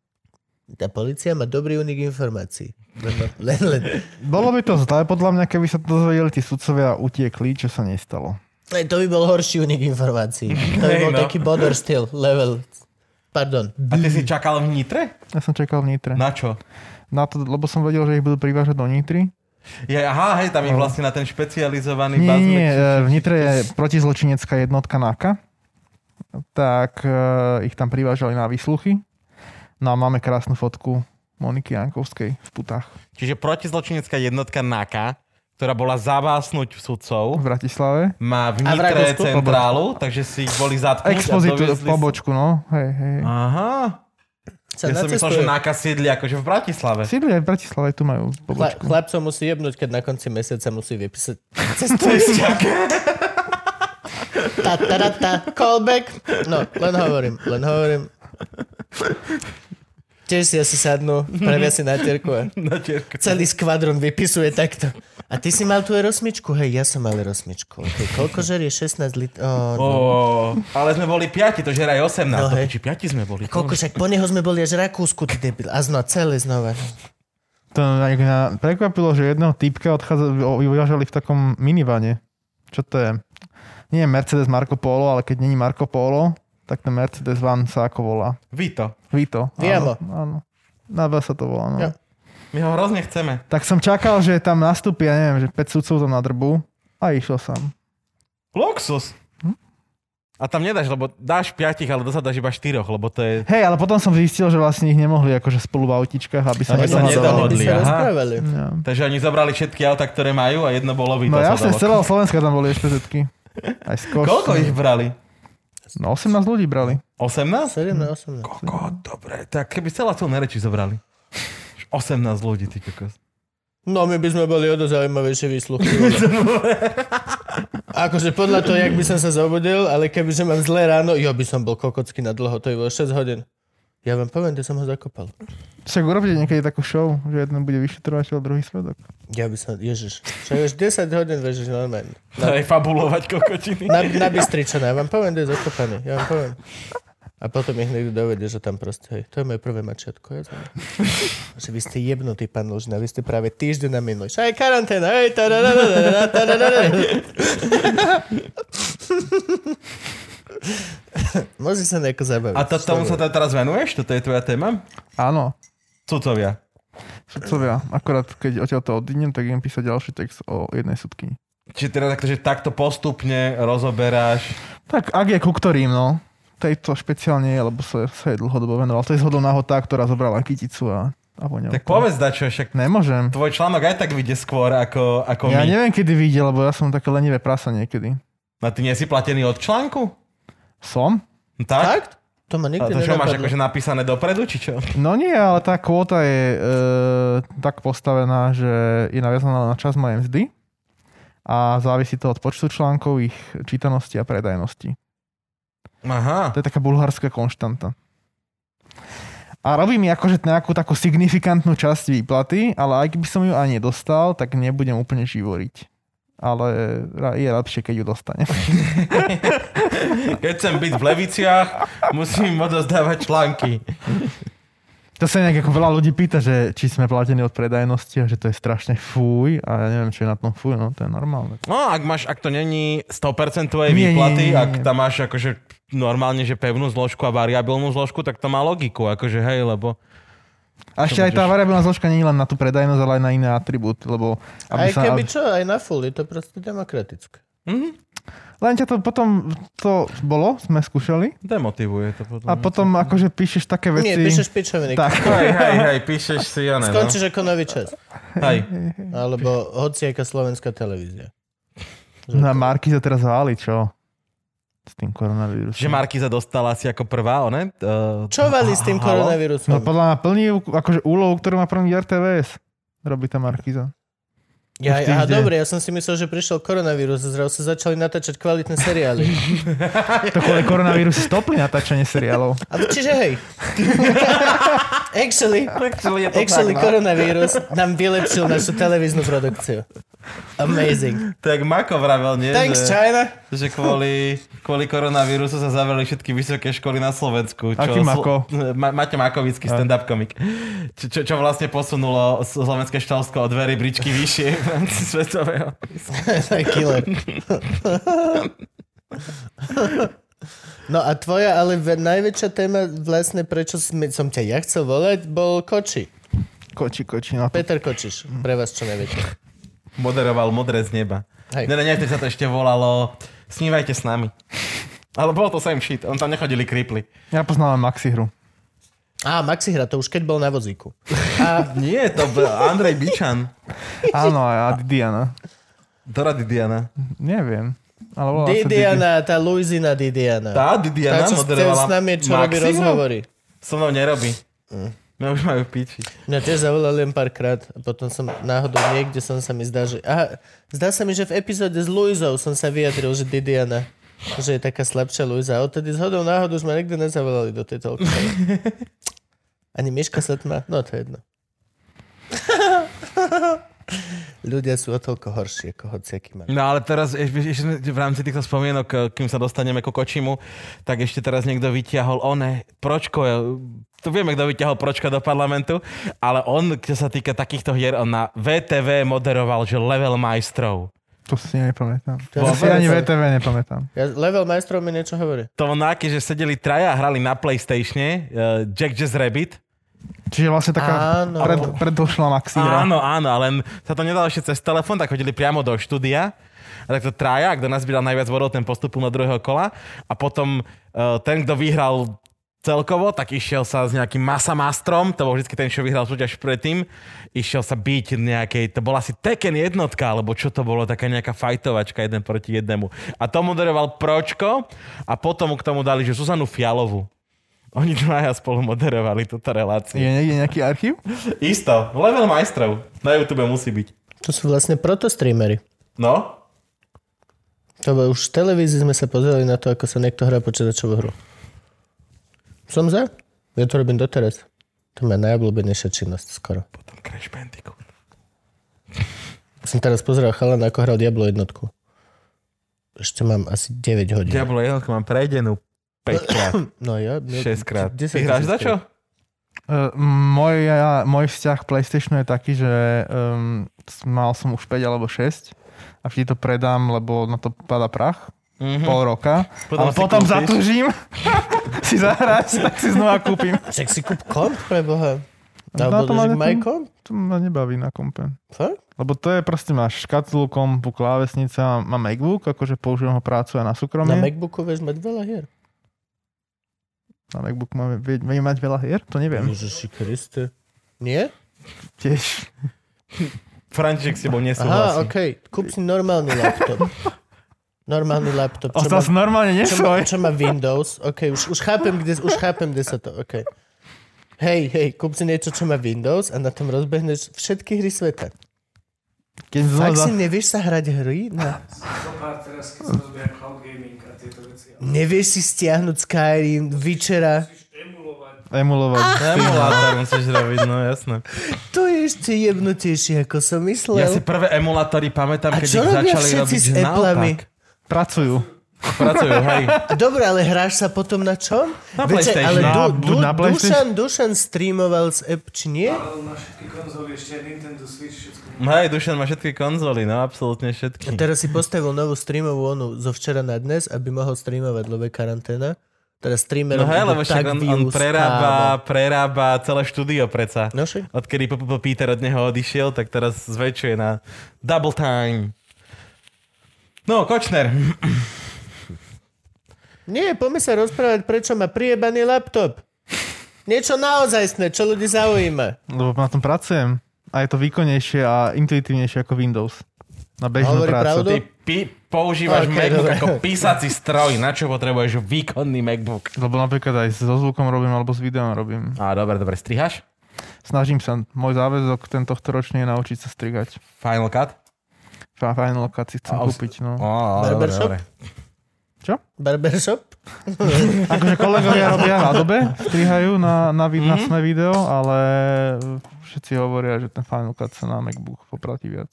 Speaker 1: Tá policia má dobrý únik informácií. Len, len, len.
Speaker 3: Bolo by to zlé, podľa mňa, keby sa to dozvedeli tí sudcovia a utiekli, čo sa nestalo.
Speaker 1: Ej, To by bol horší únik informácií. To by
Speaker 2: Hej,
Speaker 1: bol
Speaker 2: no.
Speaker 1: taký border still level. Pardon.
Speaker 4: A ty si čakal v Nitre?
Speaker 3: Ja som čakal v Nitre.
Speaker 4: Na
Speaker 3: Na,
Speaker 4: čo?
Speaker 3: na to, lebo som vedel, že ich budú privážať do Nitry.
Speaker 2: Je, aha, hej, tam ich vlastne na ten špecializovaný
Speaker 3: Nie,
Speaker 2: bazmet.
Speaker 3: nie, nie, e, v Nitre je protizločinecká jednotka NAKA, tak e, ich tam privážali na výsluchy. No a máme krásnu fotku Moniky Jankovskej v putách
Speaker 2: Čiže protizločinecká jednotka NAKA, ktorá bola zabásnuť
Speaker 3: v
Speaker 2: sudcov,
Speaker 3: Bratislave.
Speaker 2: má v
Speaker 1: A v
Speaker 2: Nitre
Speaker 1: Rakúsku?
Speaker 2: centrálu, takže si ich boli zatknúť a
Speaker 3: Expozitu,
Speaker 2: doviezli
Speaker 3: pobočku, no. Hej, hej.
Speaker 2: Aha,
Speaker 1: Sa
Speaker 2: ja som myslel, že
Speaker 1: nacestuje.
Speaker 2: NAKA sídli akože v Bratislave.
Speaker 3: Sídli aj v Bratislave, tu majú
Speaker 1: Chla-
Speaker 3: pobočku.
Speaker 1: chlapcom musí jebnúť, keď na konci mesiaca musí vypísať cestujú. tá, tá, tá, tá, callback. No, len hovorím, len hovorím. Tiež si asi sadnú, spravia si natierku a
Speaker 2: Na čierku.
Speaker 1: celý skvadron vypisuje takto. A ty si mal tú erosmičku? Hej, ja som mal erosmičku. Okay, koľko žerie? 16 lit... Oh, no.
Speaker 2: Ó, ale sme boli piati, to žeraj 18.
Speaker 1: No,
Speaker 2: No,
Speaker 1: hej.
Speaker 2: či piati sme boli.
Speaker 1: Koľko však po neho sme boli až v Rakúsku, ty debil. A znova, celé znova.
Speaker 3: To nejak na- prekvapilo, že jedného typka odchádza, o- vyvážali v takom minivane. Čo to je? Nie je Mercedes Marco Polo, ale keď není Marco Polo, tak ten Mercedes van sa ako volá.
Speaker 2: Vito,
Speaker 3: Vito.
Speaker 1: Viamo.
Speaker 3: Áno, áno. Na V sa to volá, no.
Speaker 1: Jo.
Speaker 2: my ho hrozne chceme.
Speaker 3: Tak som čakal, že tam nastúpi, ja neviem, že 5 sudcov tam nadrbú a išiel som.
Speaker 2: Luxus. A tam nedáš, lebo dáš piatich, ale dosadáš iba štyroch, lebo to je...
Speaker 3: Hej, ale potom som zistil, že vlastne ich nemohli akože spolu v autičkách, aby sa
Speaker 2: Aby sa
Speaker 3: nedohadovali.
Speaker 2: nedohodli.
Speaker 1: By sa
Speaker 2: aha.
Speaker 1: rozprávali.
Speaker 3: Ja.
Speaker 2: Takže oni zobrali všetky auta, ktoré majú a jedno bolo Vito.
Speaker 3: No
Speaker 2: sa
Speaker 3: jasne,
Speaker 2: dalo.
Speaker 3: z celého Slovenska tam boli ešte zetky. Aj z Koš-
Speaker 2: Koľko ich brali?
Speaker 3: No 18 ľudí brali.
Speaker 2: 18?
Speaker 1: 17, 18.
Speaker 2: Koko, dobre, tak keby celá tu nereči zobrali. 18 ľudí, ty kokos.
Speaker 1: No my by sme boli o dosť zaujímavejšie výsluchy. akože podľa toho, jak by som sa zobudil, ale keby že mám zlé ráno, jo by som bol kokocky na dlho, to je bolo 6 hodín. Ja vám poviem, kde som ho zakopal.
Speaker 3: Však urobte niekedy takú show, že jeden bude vyšetrovateľ, druhý svedok.
Speaker 1: Ja by som, ježiš, čo je už 10 hodín vežeš normálne.
Speaker 2: Aj fabulovať kokotiny.
Speaker 1: Na, na Bystričana, ja vám poviem, kde je zakopaný, ja vám poviem. A potom ich niekto dovede, že tam proste, hej, to je moje prvé mačiatko. Ja som- že vy ste jebnutý, pán Lužina, vy ste práve týždeň na minulý. Že aj karanténa, hej, tarararara, tararara. Môže sa nejako zabaviť.
Speaker 2: A to, tomu sa
Speaker 1: Dobre.
Speaker 2: tam teraz venuješ? Toto je tvoja téma?
Speaker 3: Áno,
Speaker 2: Cudcovia.
Speaker 3: sudcovia. Akorát keď odtiaľ to odídem, tak idem písať ďalší text o jednej sudkyni.
Speaker 2: Čiže teda takto, že takto postupne rozoberáš.
Speaker 3: Tak ak je ku ktorým, no. Tejto špeciálne je, lebo sa, sa jej dlhodobo venoval. To je zhodou náhod tá, ktorá zobrala kyticu a, a voňavku.
Speaker 2: Tak povedz dačo, však
Speaker 3: Nemôžem.
Speaker 2: tvoj článok aj tak vyjde skôr ako, ako
Speaker 3: Ja
Speaker 2: my.
Speaker 3: neviem, kedy vyjde, lebo ja som také lenivé prasa niekedy.
Speaker 2: No ty nie si platený od článku?
Speaker 3: Som?
Speaker 2: No Tak?
Speaker 1: Fakt? To ma
Speaker 2: A
Speaker 1: nikdy
Speaker 2: to čo máš
Speaker 1: nenapadlo.
Speaker 2: akože napísané dopredu, či čo?
Speaker 3: No nie, ale tá kvóta je e, tak postavená, že je naviazaná na čas mojej mzdy a závisí to od počtu článkov, ich čítanosti a predajnosti.
Speaker 2: Aha.
Speaker 3: To je taká bulharská konštanta. A robí mi akože nejakú takú signifikantnú časť výplaty, ale aj keby som ju ani nedostal, tak nebudem úplne živoriť. Ale ra- je lepšie, keď ju dostanem.
Speaker 2: Keď chcem byť v Leviciach, musím odozdávať články.
Speaker 3: To sa nejak ako veľa ľudí pýta, že či sme platení od predajnosti a že to je strašne fuj a ja neviem, čo je na tom fuj, no to je normálne.
Speaker 2: No, ak, máš, ak to není 100% tvojej
Speaker 3: Nie, nie,
Speaker 2: výplaty,
Speaker 3: nie, nie,
Speaker 2: ak
Speaker 3: nie.
Speaker 2: tam máš akože normálne, že pevnú zložku a variabilnú zložku, tak to má logiku, akože hej, lebo...
Speaker 3: A ešte
Speaker 2: Čo
Speaker 3: aj tá variabilná zložka nie je len na tú predajnosť, ale aj na iné atribúty, lebo aby
Speaker 1: Aj
Speaker 3: sa,
Speaker 1: keby čo, aj na full, je to proste demokratické.
Speaker 2: Mhm,
Speaker 3: len ťa to potom, to bolo, sme skúšali
Speaker 2: demotivuje to potom.
Speaker 3: a potom akože píšeš také veci.
Speaker 1: Mhm. Nie, píšeš pičoviny.
Speaker 3: Tak.
Speaker 2: Hej, hej, hej, píšeš si, ja ne, no.
Speaker 1: Skončíš ako nový čas.
Speaker 2: Hej.
Speaker 1: Alebo hociaká slovenská televízia.
Speaker 3: Na Marky sa teraz váli, čo? S tým koronavírusom.
Speaker 2: Že Markiza dostala asi ako prvá, one? Uh,
Speaker 1: Čo vali s tým
Speaker 2: Halo?
Speaker 1: koronavírusom?
Speaker 3: No podľa mňa plní akože úlohu, ktorú má prvý RTVS. Robí tá Markiza.
Speaker 1: Ja,
Speaker 3: Už
Speaker 1: aha,
Speaker 3: týždeň.
Speaker 1: dobre, ja som si myslel, že prišiel koronavírus, zrazu sa začali natáčať kvalitné seriály.
Speaker 3: To kvôli koronavírusu stopli natáčanie seriálov.
Speaker 1: A čiže hej. actually,
Speaker 2: Actually, je to
Speaker 1: actually
Speaker 2: tak, no.
Speaker 1: koronavírus nám vylepšil našu televíznu produkciu. Amazing.
Speaker 2: Tak Mako vravel, nie?
Speaker 1: Thanks,
Speaker 2: že,
Speaker 1: China.
Speaker 2: že kvôli, kvôli koronavírusu sa zavreli všetky vysoké školy na Slovensku.
Speaker 3: Aký Mako?
Speaker 2: Ma, Maťo Makovický, stand-up komik. Čo, čo, čo vlastne posunulo s- slovenské školstvo od dverí bričky vyššie v rámci svetového.
Speaker 1: Aj killer. No a tvoja ale ve- najväčšia téma vlastne, prečo sme, som ťa ja chcel volať, bol Koči.
Speaker 3: Koči, koči. No.
Speaker 1: Peter Kočiš, pre vás čo neviete.
Speaker 2: Moderoval modré z neba.
Speaker 1: Hej.
Speaker 2: Ne, ne, ne, vtedy sa to ešte volalo Snívajte s nami. Ale bolo to same shit, on tam nechodili kripli.
Speaker 3: Ja poznám len Maxi hru.
Speaker 1: Á, Maxi hra, to už keď bol na vozíku.
Speaker 2: Nie, to bol Andrej Bičan.
Speaker 3: Áno, a Didiana.
Speaker 2: Dora Didiana.
Speaker 3: Neviem. Ale volala sa Didi.
Speaker 1: Didiana, tá Luizina Didiana.
Speaker 2: Tá
Speaker 1: tá
Speaker 2: Didiana
Speaker 1: čo ste
Speaker 2: moderovala
Speaker 1: s nami, čo robí
Speaker 2: Maximu?
Speaker 1: rozhovory.
Speaker 2: So mnou nerobí. Mňa už majú v piči.
Speaker 1: Mňa tiež zavolali len párkrát a potom som náhodou niekde som sa mi zdá, že... Aha, zdá sa mi, že v epizóde s Luizou som sa vyjadril, že Didiana že je taká slabšia Luisa. A odtedy zhodou náhodou už ma nikdy nezavolali do tej toľky. Ani Miška sa tma. No to je jedno. Ľudia sú o toľko horší ako hociaký man.
Speaker 2: No ale teraz eš- vieš, ešte sme v rámci týchto spomienok, e, kým sa dostaneme ku kočimu, tak ešte teraz niekto vyťahol one, pročko, e, to vieme, kto vyťahol pročka do parlamentu, ale on, čo sa týka takýchto hier, on na VTV moderoval, že level majstrov.
Speaker 3: To si nepamätám.
Speaker 1: To
Speaker 3: To
Speaker 1: je
Speaker 3: si ani
Speaker 1: super.
Speaker 3: VTV nepamätám.
Speaker 1: Ja, level majstrov mi niečo hovorí.
Speaker 2: To bol nejaký, že sedeli traja a hrali na Playstatione, e, Jack Jazz Rabbit,
Speaker 3: Čiže vlastne taká
Speaker 1: Áno.
Speaker 3: pred, predošla Maxi hra.
Speaker 2: Áno, áno, ale sa to nedalo ešte cez telefón, tak chodili priamo do štúdia. A tak to traja, kto nazbíral najviac bodov, ten postupil na druhého kola. A potom eh, ten, kto vyhral celkovo, tak išiel sa s nejakým masamastrom, to bol vždy ten, čo vyhral súťaž predtým, išiel sa byť nejakej, to bola asi Tekken jednotka, alebo čo to bolo, taká nejaká fajtovačka jeden proti jednému. A to moderoval Pročko a potom mu k tomu dali, že Zuzanu Fialovu. Oni dvaja spolu moderovali túto reláciu.
Speaker 3: Je niekde nejaký archív?
Speaker 1: Hm.
Speaker 2: Isto, level majstrov. Na YouTube musí byť.
Speaker 1: To sú vlastne protostreamery.
Speaker 2: No,
Speaker 1: To bolo- už v televízii sme sa pozerali na to, ako sa niekto hrá počítačovú hru. Som za? Ja to robím doteraz. To je moja najobľúbenejšia činnosť skoro.
Speaker 2: potom Crash Bandicoot.
Speaker 1: Som teraz pozeral chalana, ako hral Diablo jednotku. Ešte mám asi 9 hodín.
Speaker 2: Diablo jednotku mám prejdenú 5 krát,
Speaker 1: No ja... ja
Speaker 2: 6 krát.
Speaker 1: 10
Speaker 2: Ty hráš za čo?
Speaker 3: Uh, môj, ja, môj vzťah k PlayStationu je taký, že um, mal som už 5 alebo 6 a vždy to predám, lebo na to pada prach. Mm-hmm. Pol roka.
Speaker 2: Hm. Mhm. Potom
Speaker 3: Potom ale
Speaker 2: si
Speaker 3: potom
Speaker 2: kúpiš.
Speaker 3: zatúžim si zahrať, tak si znova kúpim.
Speaker 1: Však si kúp komp, preboha.
Speaker 3: No,
Speaker 1: Alebo
Speaker 3: to
Speaker 1: no,
Speaker 3: má
Speaker 1: to
Speaker 3: nejakú-
Speaker 1: komp?
Speaker 3: To ma nebaví na kompe.
Speaker 1: Fakt?
Speaker 3: Lebo to je proste máš škatulu, kompu, klávesnica, mám MacBook, akože používam ho prácu aj na súkromie.
Speaker 1: Na Macbooku vieš mať veľa hier.
Speaker 3: na MacBook máme, vie- vieme mať veľa hier? To neviem.
Speaker 1: Ježiši Kriste. Nie?
Speaker 3: Tiež.
Speaker 2: František s tebou nesúhlasí.
Speaker 1: Aha, okej. Kúp si normálny laptop. Normálny laptop. Čo má,
Speaker 3: Ostal si normálne
Speaker 1: čo, má,
Speaker 3: nesvoj.
Speaker 1: čo má Windows. OK, už, už chápem, kde, už chápem, kde sa to... OK. Hej, hej, kúp si niečo, čo má Windows a na tom rozbehneš všetky hry sveta.
Speaker 3: Keď
Speaker 2: No
Speaker 1: Ak si
Speaker 3: znova...
Speaker 1: nevieš sa hrať hry, No. na...
Speaker 5: Zopár teraz, keď sa rozbieha cloud gaming a tieto veci. Ale
Speaker 1: nevieš si stiahnuť Skyrim, Witchera,
Speaker 5: musíš emulovať
Speaker 1: Ah!
Speaker 3: emulovať.
Speaker 2: Emulátor musíš robiť, no jasné.
Speaker 1: to je ešte jebnutejšie, ako som myslel.
Speaker 2: Ja si prvé emulátory pamätám,
Speaker 1: a
Speaker 2: keď
Speaker 1: čo
Speaker 2: ich
Speaker 1: robia
Speaker 2: začali
Speaker 1: všetci
Speaker 2: robiť
Speaker 1: s Applami?
Speaker 2: naopak.
Speaker 3: Pracujú.
Speaker 2: Pracujú, hej.
Speaker 1: Dobre, ale hráš sa potom na čom?
Speaker 2: Na
Speaker 1: Viete,
Speaker 2: PlayStation.
Speaker 1: Ale
Speaker 3: Na-
Speaker 1: du,
Speaker 3: buď
Speaker 1: du,
Speaker 3: na PlayStation.
Speaker 1: Dušan, Dušan streamoval z app, či nie?
Speaker 5: ale na všetky konzoly, ešte aj Nintendo Switch, všetko.
Speaker 2: No Hej, Dušan má všetky konzoly, no absolútne
Speaker 1: A
Speaker 2: všetky.
Speaker 1: teraz si postavil novú streamovú onu zo včera na dnes, aby mohol streamovať, lebo je karanténa. Teraz
Speaker 2: No
Speaker 1: streamerov
Speaker 2: hej,
Speaker 1: idú
Speaker 2: lebo však
Speaker 1: tak
Speaker 2: on, on
Speaker 1: vyústáva.
Speaker 2: prerába, prerába celé štúdio preca.
Speaker 1: No však.
Speaker 2: Odkedy P- P- P- Peter od neho odišiel, tak teraz zväčšuje na double time. No, Kočner.
Speaker 1: Nie, poďme sa rozprávať, prečo má priebaný laptop. Niečo naozajstné, čo ľudí zaujíma.
Speaker 3: Lebo na tom pracujem. A je to výkonnejšie a intuitívnejšie ako Windows. Na bežnú
Speaker 1: Hovorí pravdu?
Speaker 3: prácu.
Speaker 2: Ty pi-
Speaker 1: No.
Speaker 2: používaš
Speaker 1: Ok,
Speaker 2: okay, MacBook
Speaker 1: dobre.
Speaker 2: ako písací stroj. Na čo potrebuješ výkonný MacBook?
Speaker 3: Lebo napríklad aj so zvukom robím, alebo s videom robím.
Speaker 2: Á, dobre, dobre, strihaš?
Speaker 3: Snažím sa. Môj záväzok ten tohto ročný je naučiť sa strigať.
Speaker 2: Final Cut?
Speaker 3: Fá- Fajn lokácii chcem
Speaker 2: A os-
Speaker 3: kúpiť, no.
Speaker 2: Á, á, dobre,
Speaker 1: Barbershop?
Speaker 2: dobre.
Speaker 3: Čo?
Speaker 1: Barbershop?
Speaker 3: Akože kolegovia robia v Adobe, strihajú na, na, vid- na
Speaker 2: Mhm.
Speaker 3: sme video, ale všetci hovoria, že ten Final Cut sa na MacBook poplatí viac.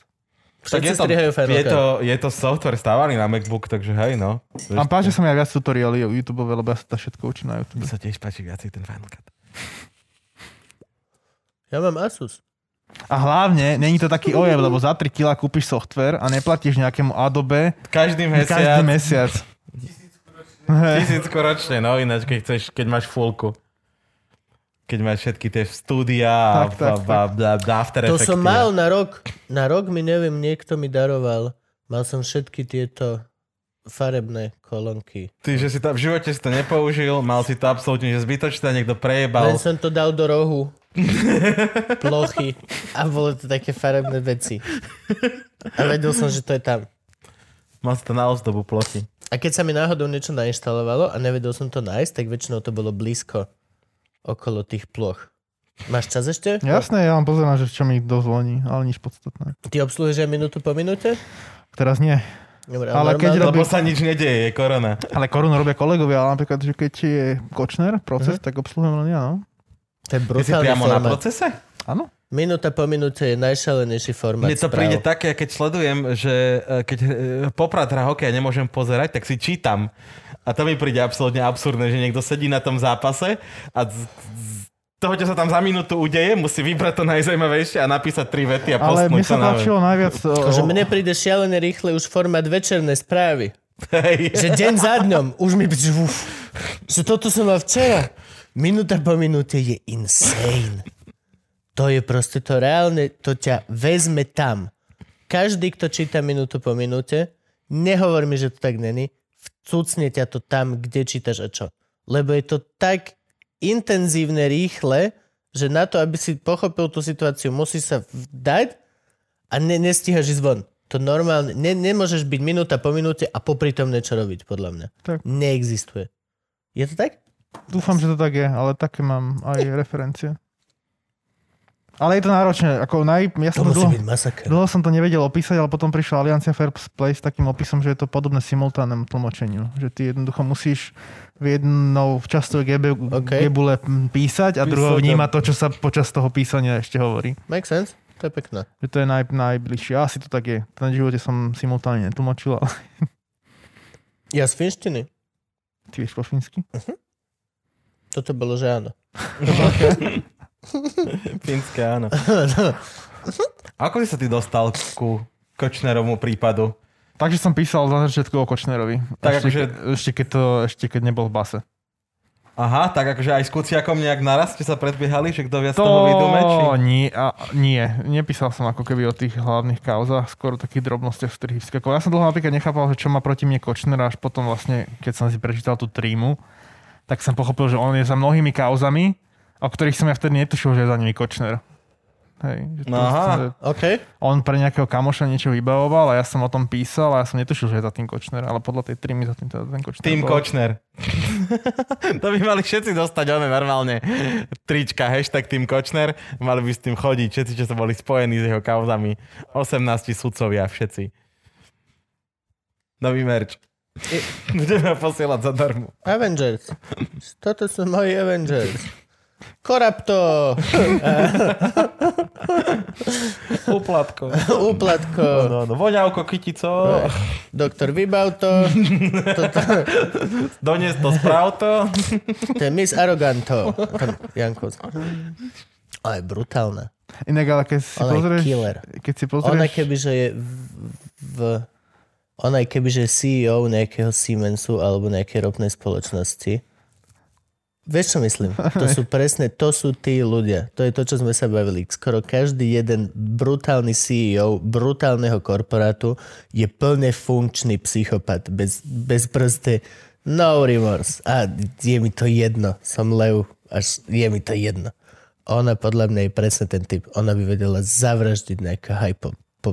Speaker 2: Tak
Speaker 1: Všetci
Speaker 2: je to,
Speaker 1: strihajú Final
Speaker 2: je,
Speaker 1: Cut.
Speaker 2: to, je to software stávaný na MacBook, takže hej, no.
Speaker 3: A páči sa mi aj viac tutoriály YouTube, lebo ja sa to všetko učím na
Speaker 2: Mne
Speaker 3: YouTube.
Speaker 2: sa tiež páči viacej ten Final Cut.
Speaker 1: Ja mám Asus.
Speaker 3: A hlavne, není to taký ojev, lebo za 3 kila kúpiš software a neplatíš nejakému Adobe
Speaker 2: Každý mesiac,
Speaker 3: každý mesiac.
Speaker 2: tisícku ročne, no ináč, keď, chceš, keď máš fulku. Keď máš všetky tie štúdia a
Speaker 3: Tak, tak,
Speaker 2: ba- ba- ba- ba- after
Speaker 1: To som
Speaker 2: Effecty.
Speaker 1: mal na rok. Na rok mi neviem, niekto mi daroval. Mal som všetky tieto farebné kolonky.
Speaker 2: Ty, že si to, v živote si to nepoužil, mal si to absolútne že zbytočné, niekto prejebal.
Speaker 1: Len som to dal do rohu. Plochy. A bolo to také farebné veci. A vedel som, že to je tam.
Speaker 2: Mal si to na ozdobu plochy.
Speaker 1: A keď sa mi náhodou niečo nainštalovalo a nevedel som to nájsť, tak väčšinou to bolo blízko okolo tých ploch. Máš čas ešte?
Speaker 3: Jasné, ja vám pozerám, že čo mi dozvoní, ale nič podstatné.
Speaker 1: Ty obsluhuješ aj minútu po minúte?
Speaker 3: Teraz nie.
Speaker 1: Dobre,
Speaker 3: Ale keď
Speaker 1: normálne-
Speaker 3: rob-
Speaker 2: Lebo sa nič nedieje, je korona.
Speaker 3: Ale korunu robia kolegovia, ale napríklad, že keď je Kočner proces, tak obsluhujem len ja, no.
Speaker 1: To je
Speaker 2: Ty si
Speaker 1: brutálny
Speaker 2: priamo na
Speaker 1: formát.
Speaker 2: procese?
Speaker 3: Áno.
Speaker 1: Minúta po minúte je najšalenejší formát
Speaker 2: Mne to
Speaker 1: správ.
Speaker 2: príde také, keď sledujem, že e, keď e, Poprad hrá hokej a nemôžem pozerať, tak si čítam. A to mi príde absolútne absurdné, že niekto sedí na tom zápase a z, z toho, čo sa tam za minútu udeje, musí vybrať to najzajímavejšie a napísať tri vety a
Speaker 3: Ale
Speaker 2: postnúť
Speaker 3: mne
Speaker 2: to
Speaker 3: sa
Speaker 2: na
Speaker 3: páčilo najviac... o-
Speaker 1: Že Akože mne príde šialené rýchle už formát večernej správy.
Speaker 2: Hej.
Speaker 1: Že deň za dňom už mi príde, že uf, že toto som mal včera. Minúta po minúte je insane. To je proste to reálne, to ťa vezme tam. Každý, kto číta minútu po minúte, nehovor mi, že to tak není, vcucne ťa to tam, kde čítaš a čo. Lebo je to tak intenzívne, rýchle, že na to, aby si pochopil tú situáciu, musí sa dať a ne, nestíhaš ísť von. To normálne, ne, nemôžeš byť minúta po minúte a popri tom niečo robiť, podľa mňa.
Speaker 3: Tak.
Speaker 1: Neexistuje. Je to tak?
Speaker 3: Dúfam, že to tak je, ale také mám aj referencie. Ale je to náročné. Ako naj... Ja
Speaker 1: To
Speaker 3: som to
Speaker 1: musí
Speaker 3: dlho,
Speaker 1: byť masaker.
Speaker 3: dlho som to nevedel opísať, ale potom prišla Aliancia Fair Play s takým opisom, že je to podobné simultánnemu tlmočeniu. Že ty jednoducho musíš v jednou častou gebe,
Speaker 1: OK.
Speaker 3: okay. gebule m, E písať a
Speaker 1: Písať
Speaker 3: druhou
Speaker 1: a-
Speaker 3: vníma to, čo sa počas toho písania ešte hovorí.
Speaker 1: Make sense? To je pekné.
Speaker 3: Že to je naj, najbližšie. Asi to tak je. To na živote som simultánne netlmočil, ale
Speaker 1: Ja z finštiny.
Speaker 3: ty vieš po fínsky.
Speaker 1: Toto bolo, že áno.
Speaker 2: Fínske, áno. Ako si sa ty dostal ku Kočnerovmu prípadu?
Speaker 3: Takže som písal na začiatku o Kočnerovi.
Speaker 2: Tak akože-
Speaker 3: ešte, ešte, keď to, ešte keď nebol v base.
Speaker 2: Aha, tak akože aj s Kuciakom nejak naraz ste sa predbiehali, že kto viac toho vydume, či...
Speaker 3: nie, a, nie, nepísal som ako keby o tých hlavných kauzách, skôr o takých drobnostiach, z ktorých vyskakol. Ja som dlho napríklad nechápal, že čo má proti mne Kočner, až potom vlastne, keď som si prečítal tú trímu, tak som pochopil, že on je za mnohými kauzami, o ktorých som ja vtedy netušil, že je za nimi Kočner. Hej, že to,
Speaker 2: Aha.
Speaker 3: že
Speaker 1: OK.
Speaker 3: on pre nejakého kamoša niečo vybavoval a ja som o tom písal a ja som netušil, že je za tým Kočner, ale podľa tej trímy za tým teda ten Kočner.
Speaker 2: Tým
Speaker 3: bol.
Speaker 2: Kočner. to by mali všetci dostať, one normálne trička, hashtag Tým Kočner. Mali by s tým chodiť všetci, čo sa boli spojení s jeho kauzami. 18 sudcovia, všetci. Nový merch. Budeme ho posielať zadarmo.
Speaker 1: Avengers. Toto sú moji Avengers. Korapto!
Speaker 2: Uplatko.
Speaker 1: Uplatko!
Speaker 2: No, no, voňavko, kytico,
Speaker 1: Doktor Vybauto! Toto,
Speaker 2: dones to, sprav to.
Speaker 1: to je Miss Arroganto. Tam, Janko. Ona je brutálna.
Speaker 3: Inak, ale keď si
Speaker 1: Ona je
Speaker 3: pozrieš...
Speaker 1: killer.
Speaker 3: Keď si pozrieš...
Speaker 1: Ona kebyže je v... v ona je kebyže CEO nejakého Siemensu alebo nejakej ropnej spoločnosti. Vieš, čo myslím? To sú presne, to sú tí ľudia. To je to, čo sme sa bavili. Skoro každý jeden brutálny CEO brutálneho korporátu je plne funkčný psychopat. Bez, bez prste no remorse. A je mi to jedno. Som lev. Až je mi to jedno. Ona podľa mňa je presne ten typ. Ona by vedela zavraždiť nejaké hype po,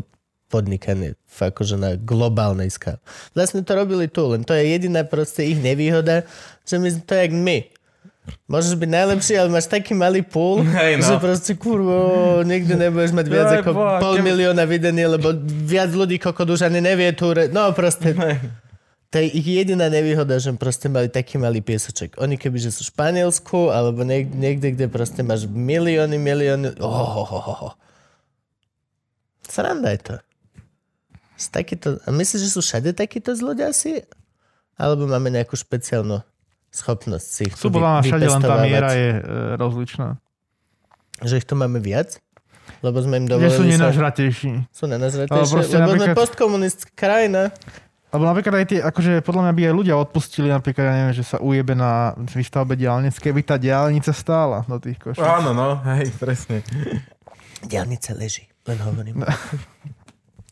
Speaker 1: podnikanie fakt akože na globálnej skále. Vlastne to robili tu, len to je jediná proste ich nevýhoda, že my, to je jak my. Môžeš byť najlepší, ale máš taký malý pool,
Speaker 2: Hej, no.
Speaker 1: že proste kurvo, nikdy nebudeš mať viac
Speaker 2: Jaj,
Speaker 1: ako
Speaker 2: boha,
Speaker 1: pol
Speaker 2: keby-
Speaker 1: milióna videní, lebo viac ľudí kokot už ani nevie tu, re- no proste. To je ich jediná nevýhoda, že proste mali taký malý piesoček. Oni keby, že sú v Španielsku, alebo niek- niekde, kde proste máš milióny, milióny... Oh, oh, oh, oh. Sranda je to. S takýto... A myslíš, že sú všade takíto zlodí asi? Alebo máme nejakú špeciálnu schopnosť si ich
Speaker 3: Sú
Speaker 1: tu
Speaker 3: podľa mňa
Speaker 1: vy-
Speaker 3: všade, len tá
Speaker 1: vypestovávať?
Speaker 3: miera je e, rozličná.
Speaker 1: Že ich tu máme viac? Lebo sme im
Speaker 3: Že sú
Speaker 1: dovolili... sa-
Speaker 3: nenažratejší.
Speaker 1: sú
Speaker 3: Ale
Speaker 1: nenažratejšie,
Speaker 3: proste
Speaker 1: lebo sme
Speaker 3: napríklad-
Speaker 1: postkomunistická krajina.
Speaker 3: Lebo napríklad aj tie, akože podľa mňa by aj ľudia odpustili, napríklad, ja neviem, že sa ujebe na výstavbe diálnic, keby tá diálnica stála do tých košov.
Speaker 2: Áno, no, hej, presne.
Speaker 1: Diálnica leží, len hovorím.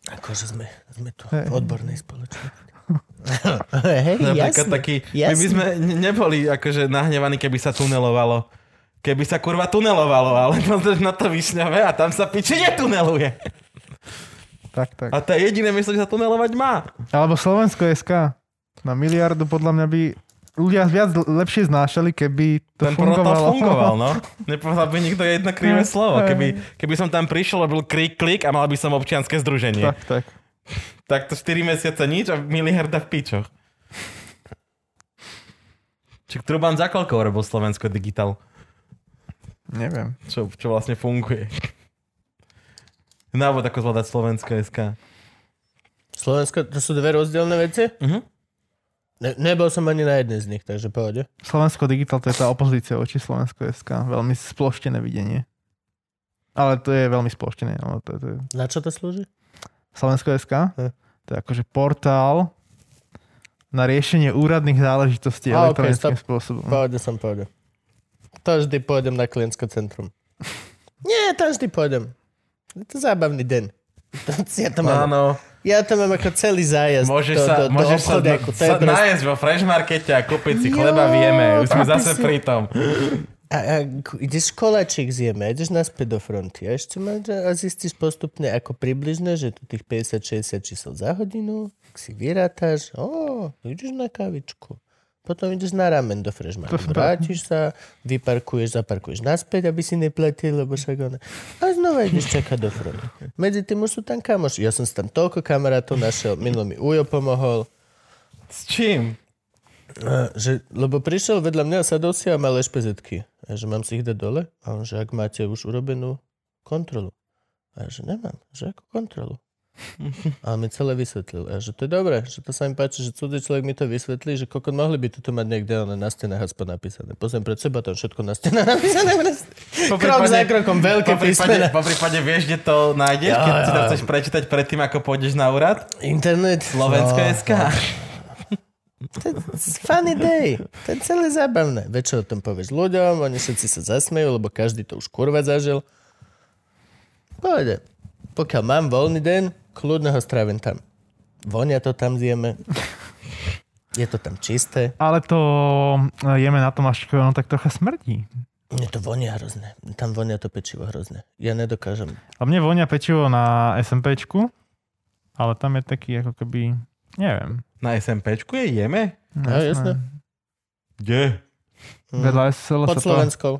Speaker 1: Akože sme, sme tu
Speaker 3: No. Hej.
Speaker 1: v odbornej spoločnosti. Hej, jasne.
Speaker 2: Napríklad taký, my by
Speaker 1: jasne.
Speaker 2: sme ne- neboli akože nahnevaní, keby sa tunelovalo. Keby sa kurva tunelovalo, ale pozrieš na to Višňové a tam sa piči netuneluje.
Speaker 3: Tak, tak.
Speaker 2: A to je jediné miesto, kde sa tunelovať má.
Speaker 3: Alebo Slovensko SK. Na miliardu podľa mňa by ľudia viac lepšie znášali, keby to
Speaker 2: Ten protokol
Speaker 3: fungovalo.
Speaker 2: fungoval, no. Nepovedal by nikto jedno krivé
Speaker 3: Hej,
Speaker 2: slovo.
Speaker 3: hej.
Speaker 2: Keby, keby som tam prišiel a byl krik, klik a mal by som občianske združenie.
Speaker 3: Tak, tak.
Speaker 2: Tak to 4 mesiace nič a miliarda v pičoch. Čiže Truban za koľko robil Slovensko digitál?
Speaker 3: Neviem.
Speaker 2: čo, čo vlastne funguje. Návod, ako zvládať Slovensko SK.
Speaker 1: Slovensko, to sú dve rozdielne veci?
Speaker 2: Mhm.
Speaker 1: Ne, nebol som ani na jednej z nich, takže pohode.
Speaker 3: Slovensko Digital to je tá opozícia voči Slovensko SK. Veľmi sploštené videnie. Ale to je veľmi sploštené. No, to, to je...
Speaker 1: Na čo to slúži?
Speaker 3: Slovensko SK?
Speaker 1: Hm.
Speaker 3: To je akože portál na riešenie úradných záležitostí
Speaker 1: A, ok,
Speaker 3: elektronickým
Speaker 1: stop.
Speaker 3: spôsobom.
Speaker 1: Pohode som pohode. To vždy pôjdem na klientské centrum. Nie, tam vždy pôjdem. Je to zábavný deň. Ja to mám,
Speaker 2: Áno,
Speaker 1: ja to mám ako celý zájazd
Speaker 2: môžeš
Speaker 1: do,
Speaker 2: sa,
Speaker 1: do, do
Speaker 2: môžeš sa,
Speaker 1: obchodu. ako, to je
Speaker 2: sa
Speaker 1: proste-
Speaker 2: nájsť vo Fresh Markete a kúpiť si
Speaker 1: Jo,
Speaker 2: chleba, vieme. Už sme
Speaker 1: papi
Speaker 2: zase
Speaker 1: si-
Speaker 2: pri tom.
Speaker 1: A, a k- ideš koláčik zjeme, a ideš naspäť do fronty a ešte máš a zistíš postupne ako približne, že tu tých 50-60 čísel za hodinu, tak si vyrátaš, o, ideš na kavičku. Potom ideš na ramen do Freshmarku. Vrátiš sa, vyparkuješ, zaparkuješ naspäť, aby si neplatil, lebo však ona... A znova ideš čakať do Frona. Medzi tým už sú tam kamoši. Ja som si tam toľko kamarátov našiel. Minul mi Ujo pomohol.
Speaker 2: S čím?
Speaker 1: A, že, lebo prišiel vedľa mňa a sadol si a mal ešpezetky. A že mám si ich dať dole? A on, že ak máte už urobenú kontrolu. A ja, že nemám. Že ako kontrolu? A on mi celé vysvetlil. A ja, že to je dobré, že to sa mi páči, že cudzí človek mi to vysvetlí, že kokon mohli by toto mať niekde ono na stenách aspoň napísané. Pozriem pred seba, tam všetko na stenách napísané. proste. Krok za krokom, veľké
Speaker 2: po prípade,
Speaker 1: písmená.
Speaker 2: po prípade vieš, kde to nájdeš,
Speaker 1: Ja,
Speaker 2: keď si to
Speaker 1: ja.
Speaker 2: chceš prečítať predtým, ako pôjdeš na úrad?
Speaker 1: Internet.
Speaker 2: Slovensko
Speaker 1: No.
Speaker 2: SK.
Speaker 1: To je funny day. To je celé zábavné. Veď čo o tom povieš ľuďom, oni všetci sa zasmejú, lebo každý to už kurva zažil. Pôjde. Pokiaľ mám voľný deň, kľudne ho strávim tam. Vonia to tam zjeme. Je to tam čisté.
Speaker 3: Ale to e, jeme na tom až no, tak trocha smrdí.
Speaker 1: Mne to vonia hrozné. Tam vonia to pečivo hrozné. Ja nedokážem.
Speaker 3: A mne vonia pečivo na SMPčku, ale tam je taký ako keby, neviem.
Speaker 2: Na SMPčku je jeme?
Speaker 3: No, Hm.
Speaker 1: Ja, jasné.
Speaker 2: Kde?
Speaker 1: Mm.
Speaker 3: Vedľa
Speaker 1: Pod
Speaker 3: SL sa to...
Speaker 1: Slovenskou.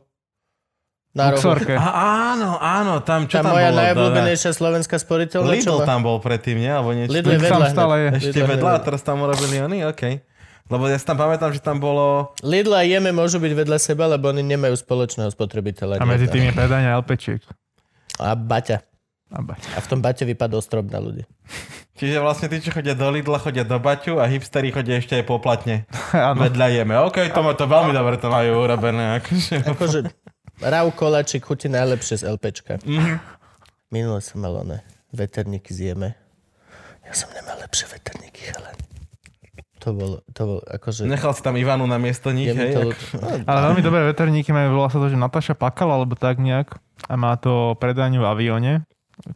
Speaker 1: Na rohu.
Speaker 3: Luxorke.
Speaker 2: A, áno, áno, tam
Speaker 1: Tá
Speaker 2: čo tam,
Speaker 1: moja
Speaker 2: bolo?
Speaker 1: najobľúbenejšia slovenská sporiteľná. čo
Speaker 2: Lidl
Speaker 1: má-
Speaker 2: tam bol predtým, nie? Alebo niečo.
Speaker 1: Lidl je
Speaker 3: Lidl tam
Speaker 1: vedľa.
Speaker 3: stále je.
Speaker 1: hneď.
Speaker 2: Ešte
Speaker 1: Lidl je
Speaker 2: vedľa, teraz tam urobili oni? OK. Lebo ja si tam pamätám, že tam bolo...
Speaker 1: Lidl a Jeme môžu byť vedľa seba, lebo oni nemajú spoločného spotrebiteľa.
Speaker 3: A medzi tým je predajňa LPčiek.
Speaker 1: A Baťa.
Speaker 3: A bať.
Speaker 1: A v tom Baťe vypadol strop na ľudí.
Speaker 2: Čiže vlastne tí, čo chodia do Lidla, chodia do Baťu a hipsteri chodia ešte aj poplatne.
Speaker 3: Áno.
Speaker 2: Vedľa jeme. OK, to, ma- to veľmi dobre to majú urobené. Akože.
Speaker 1: Akože rau koláčik chutí najlepšie z LPčka. Minule som mal one veterníky z Jeme. Ja som nemal lepšie veterníky, ale to bolo, to bolo akože...
Speaker 2: Nechal si tam Ivanu na miesto nich,
Speaker 1: je mi
Speaker 2: hej?
Speaker 1: to
Speaker 2: Ako...
Speaker 1: ľúto. No,
Speaker 3: Ale veľmi dobré veterníky majú, volá sa to, že Natáša Pakala, alebo tak nejak. A má to predajňu v avióne.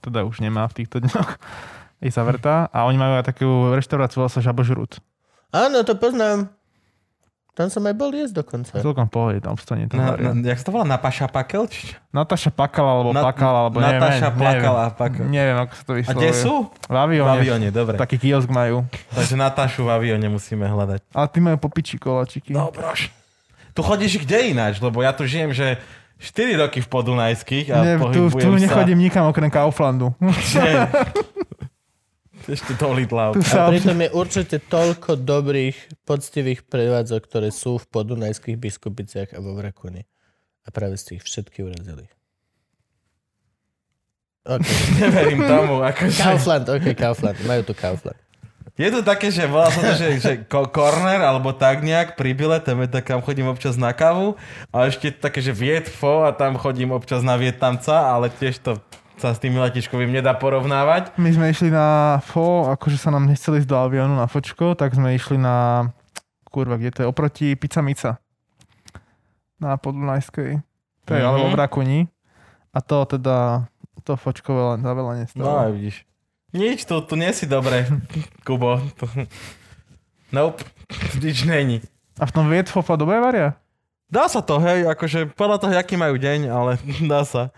Speaker 3: Teda už nemá v týchto dňoch. Je zavrtá. A oni majú aj takú reštauráciu, volá sa Žabožrút.
Speaker 1: Áno, to poznám. Tam som aj bol jesť dokonca.
Speaker 3: Celkom v pohode, tam obstane. Tam
Speaker 2: Na,
Speaker 3: na,
Speaker 2: na, jak sa to volá? Napaša Pakel? Či... čo?
Speaker 3: Natáša Pakala, alebo
Speaker 2: Na-
Speaker 3: Pakala, alebo neviem.
Speaker 2: Natáša
Speaker 3: neviem,
Speaker 2: Plakala,
Speaker 3: neviem.
Speaker 2: Pakala.
Speaker 3: Neviem, ako sa to
Speaker 2: A
Speaker 3: vyslovuje.
Speaker 2: kde sú?
Speaker 3: V avióne.
Speaker 2: V avióne, dobre.
Speaker 3: Taký kiosk majú.
Speaker 2: Takže Natášu v avióne musíme hľadať.
Speaker 3: Ale tí majú popiči koláčiky.
Speaker 2: Dobroš. Tu chodíš kde ináč? Lebo ja tu žijem, že 4 roky v Podunajských a
Speaker 3: Ne, tu,
Speaker 2: pohybujem sa...
Speaker 3: tu nechodím nikam okrem Kauflandu.
Speaker 2: Nie. Ešte do Lidla.
Speaker 1: A
Speaker 3: Tu sa
Speaker 1: pritom je určite toľko dobrých, poctivých prevádzok, ktoré sú v podunajských biskupiciach a vo Vrakuni. A práve ste ich všetky urazili. OK.
Speaker 2: Neverím tomu. Akože...
Speaker 1: Kaufland, OK, Kaufland. Majú tu Kaufland.
Speaker 2: Je to také, že volá sa to, že, že ko- corner alebo tak nejak pri bile, tam je to, kam chodím občas na kávu. A ešte je to také, že Vietfo a tam chodím občas na Vietnamca, ale tiež to sa s tým letiškovým nedá porovnávať.
Speaker 3: My sme išli na fo, akože sa nám nechceli ísť do aviónu na fočko, tak sme išli na, kurva, kde to je, oproti Pizza Mica. Na Podunajskej. To je,
Speaker 2: Mhm.
Speaker 3: alebo v Rakuni. A to teda, to fočko veľa, za veľa nestalo.
Speaker 2: No a vidíš. Nič, tu, tu nie si dobre, Kubo. Tu- Nope, nič není.
Speaker 3: A v tom Vietfofa dobre varia?
Speaker 2: Dá sa to, hej, akože podľa toho, aký majú deň, ale dá sa.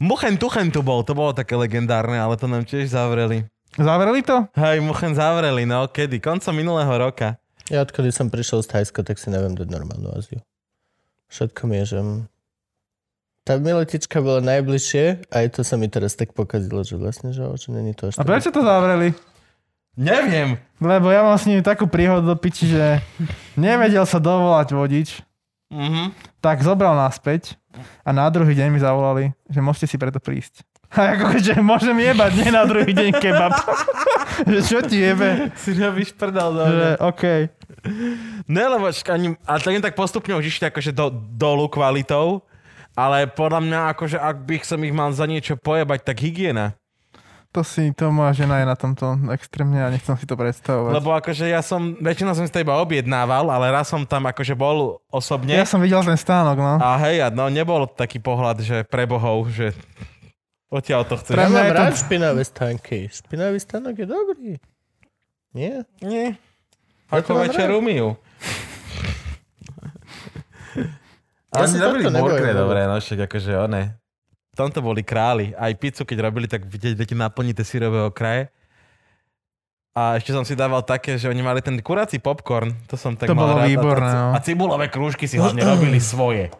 Speaker 2: Muchen Tuchen tu bol, to bolo také legendárne, ale to nám tiež zavreli.
Speaker 3: Zavreli to?
Speaker 2: Hej, Muchen zavreli, no kedy? Koncom minulého roka.
Speaker 1: Ja odkedy som prišiel z Thajska, tak si neviem dať normálnu Áziu. Všetko mi je, že... Tá miletička bola najbližšie a aj to sa mi teraz tak pokazilo, že vlastne, že, o, že není to až
Speaker 3: A
Speaker 1: tak-
Speaker 3: prečo to zavreli?
Speaker 2: Neviem,
Speaker 3: Lebo ja mám s nimi takú príhodu do piči, že nevedel sa dovolať vodič,
Speaker 2: Mhm.
Speaker 3: tak zobral naspäť a na druhý deň mi zavolali, že môžete si preto prísť. A ako že môžem jebať, nie na druhý deň kebab. že čo ti jebe?
Speaker 2: Si robíš prdel do
Speaker 3: Že
Speaker 2: mňa.
Speaker 3: OK.
Speaker 2: Ne, lebo však ani, ale tak len tak postupne už išli akože do, dolu kvalitou, ale podľa mňa akože ak by som ich mal za niečo pojebať, tak hygiena.
Speaker 3: To si, to moja žena je na tomto extrémne a nechcem si to predstavovať.
Speaker 2: Lebo akože ja som, väčšinou som si to iba objednával, ale raz som tam akože bol osobne.
Speaker 3: Ja som videl ten stánok, no.
Speaker 2: A hej, a no nebol taký pohľad, že pre bohov, že odtiaľ to chceš.
Speaker 1: Ja
Speaker 3: Pre-
Speaker 1: mám
Speaker 3: Mňa je to-
Speaker 1: rád špinavé stánky. Špinavý stánok je dobrý. Nie?
Speaker 2: Nie.
Speaker 1: Ja to
Speaker 2: Ako
Speaker 1: mám
Speaker 2: večer
Speaker 1: rád.
Speaker 2: umýjú.
Speaker 1: Ja si tohto nebojím, lebo-
Speaker 2: no však akože one. V tomto boli králi. Aj pizzu, keď robili, tak vidieť, viete, naplní tie sírové okraje. A ešte som si dával také, že oni mali ten kuráci popcorn, to som tak
Speaker 3: To
Speaker 2: mal rád.
Speaker 3: bolo
Speaker 2: A-
Speaker 3: výborné,
Speaker 2: a,
Speaker 3: no.
Speaker 2: a cibulové krúžky si hlavne robili svoje.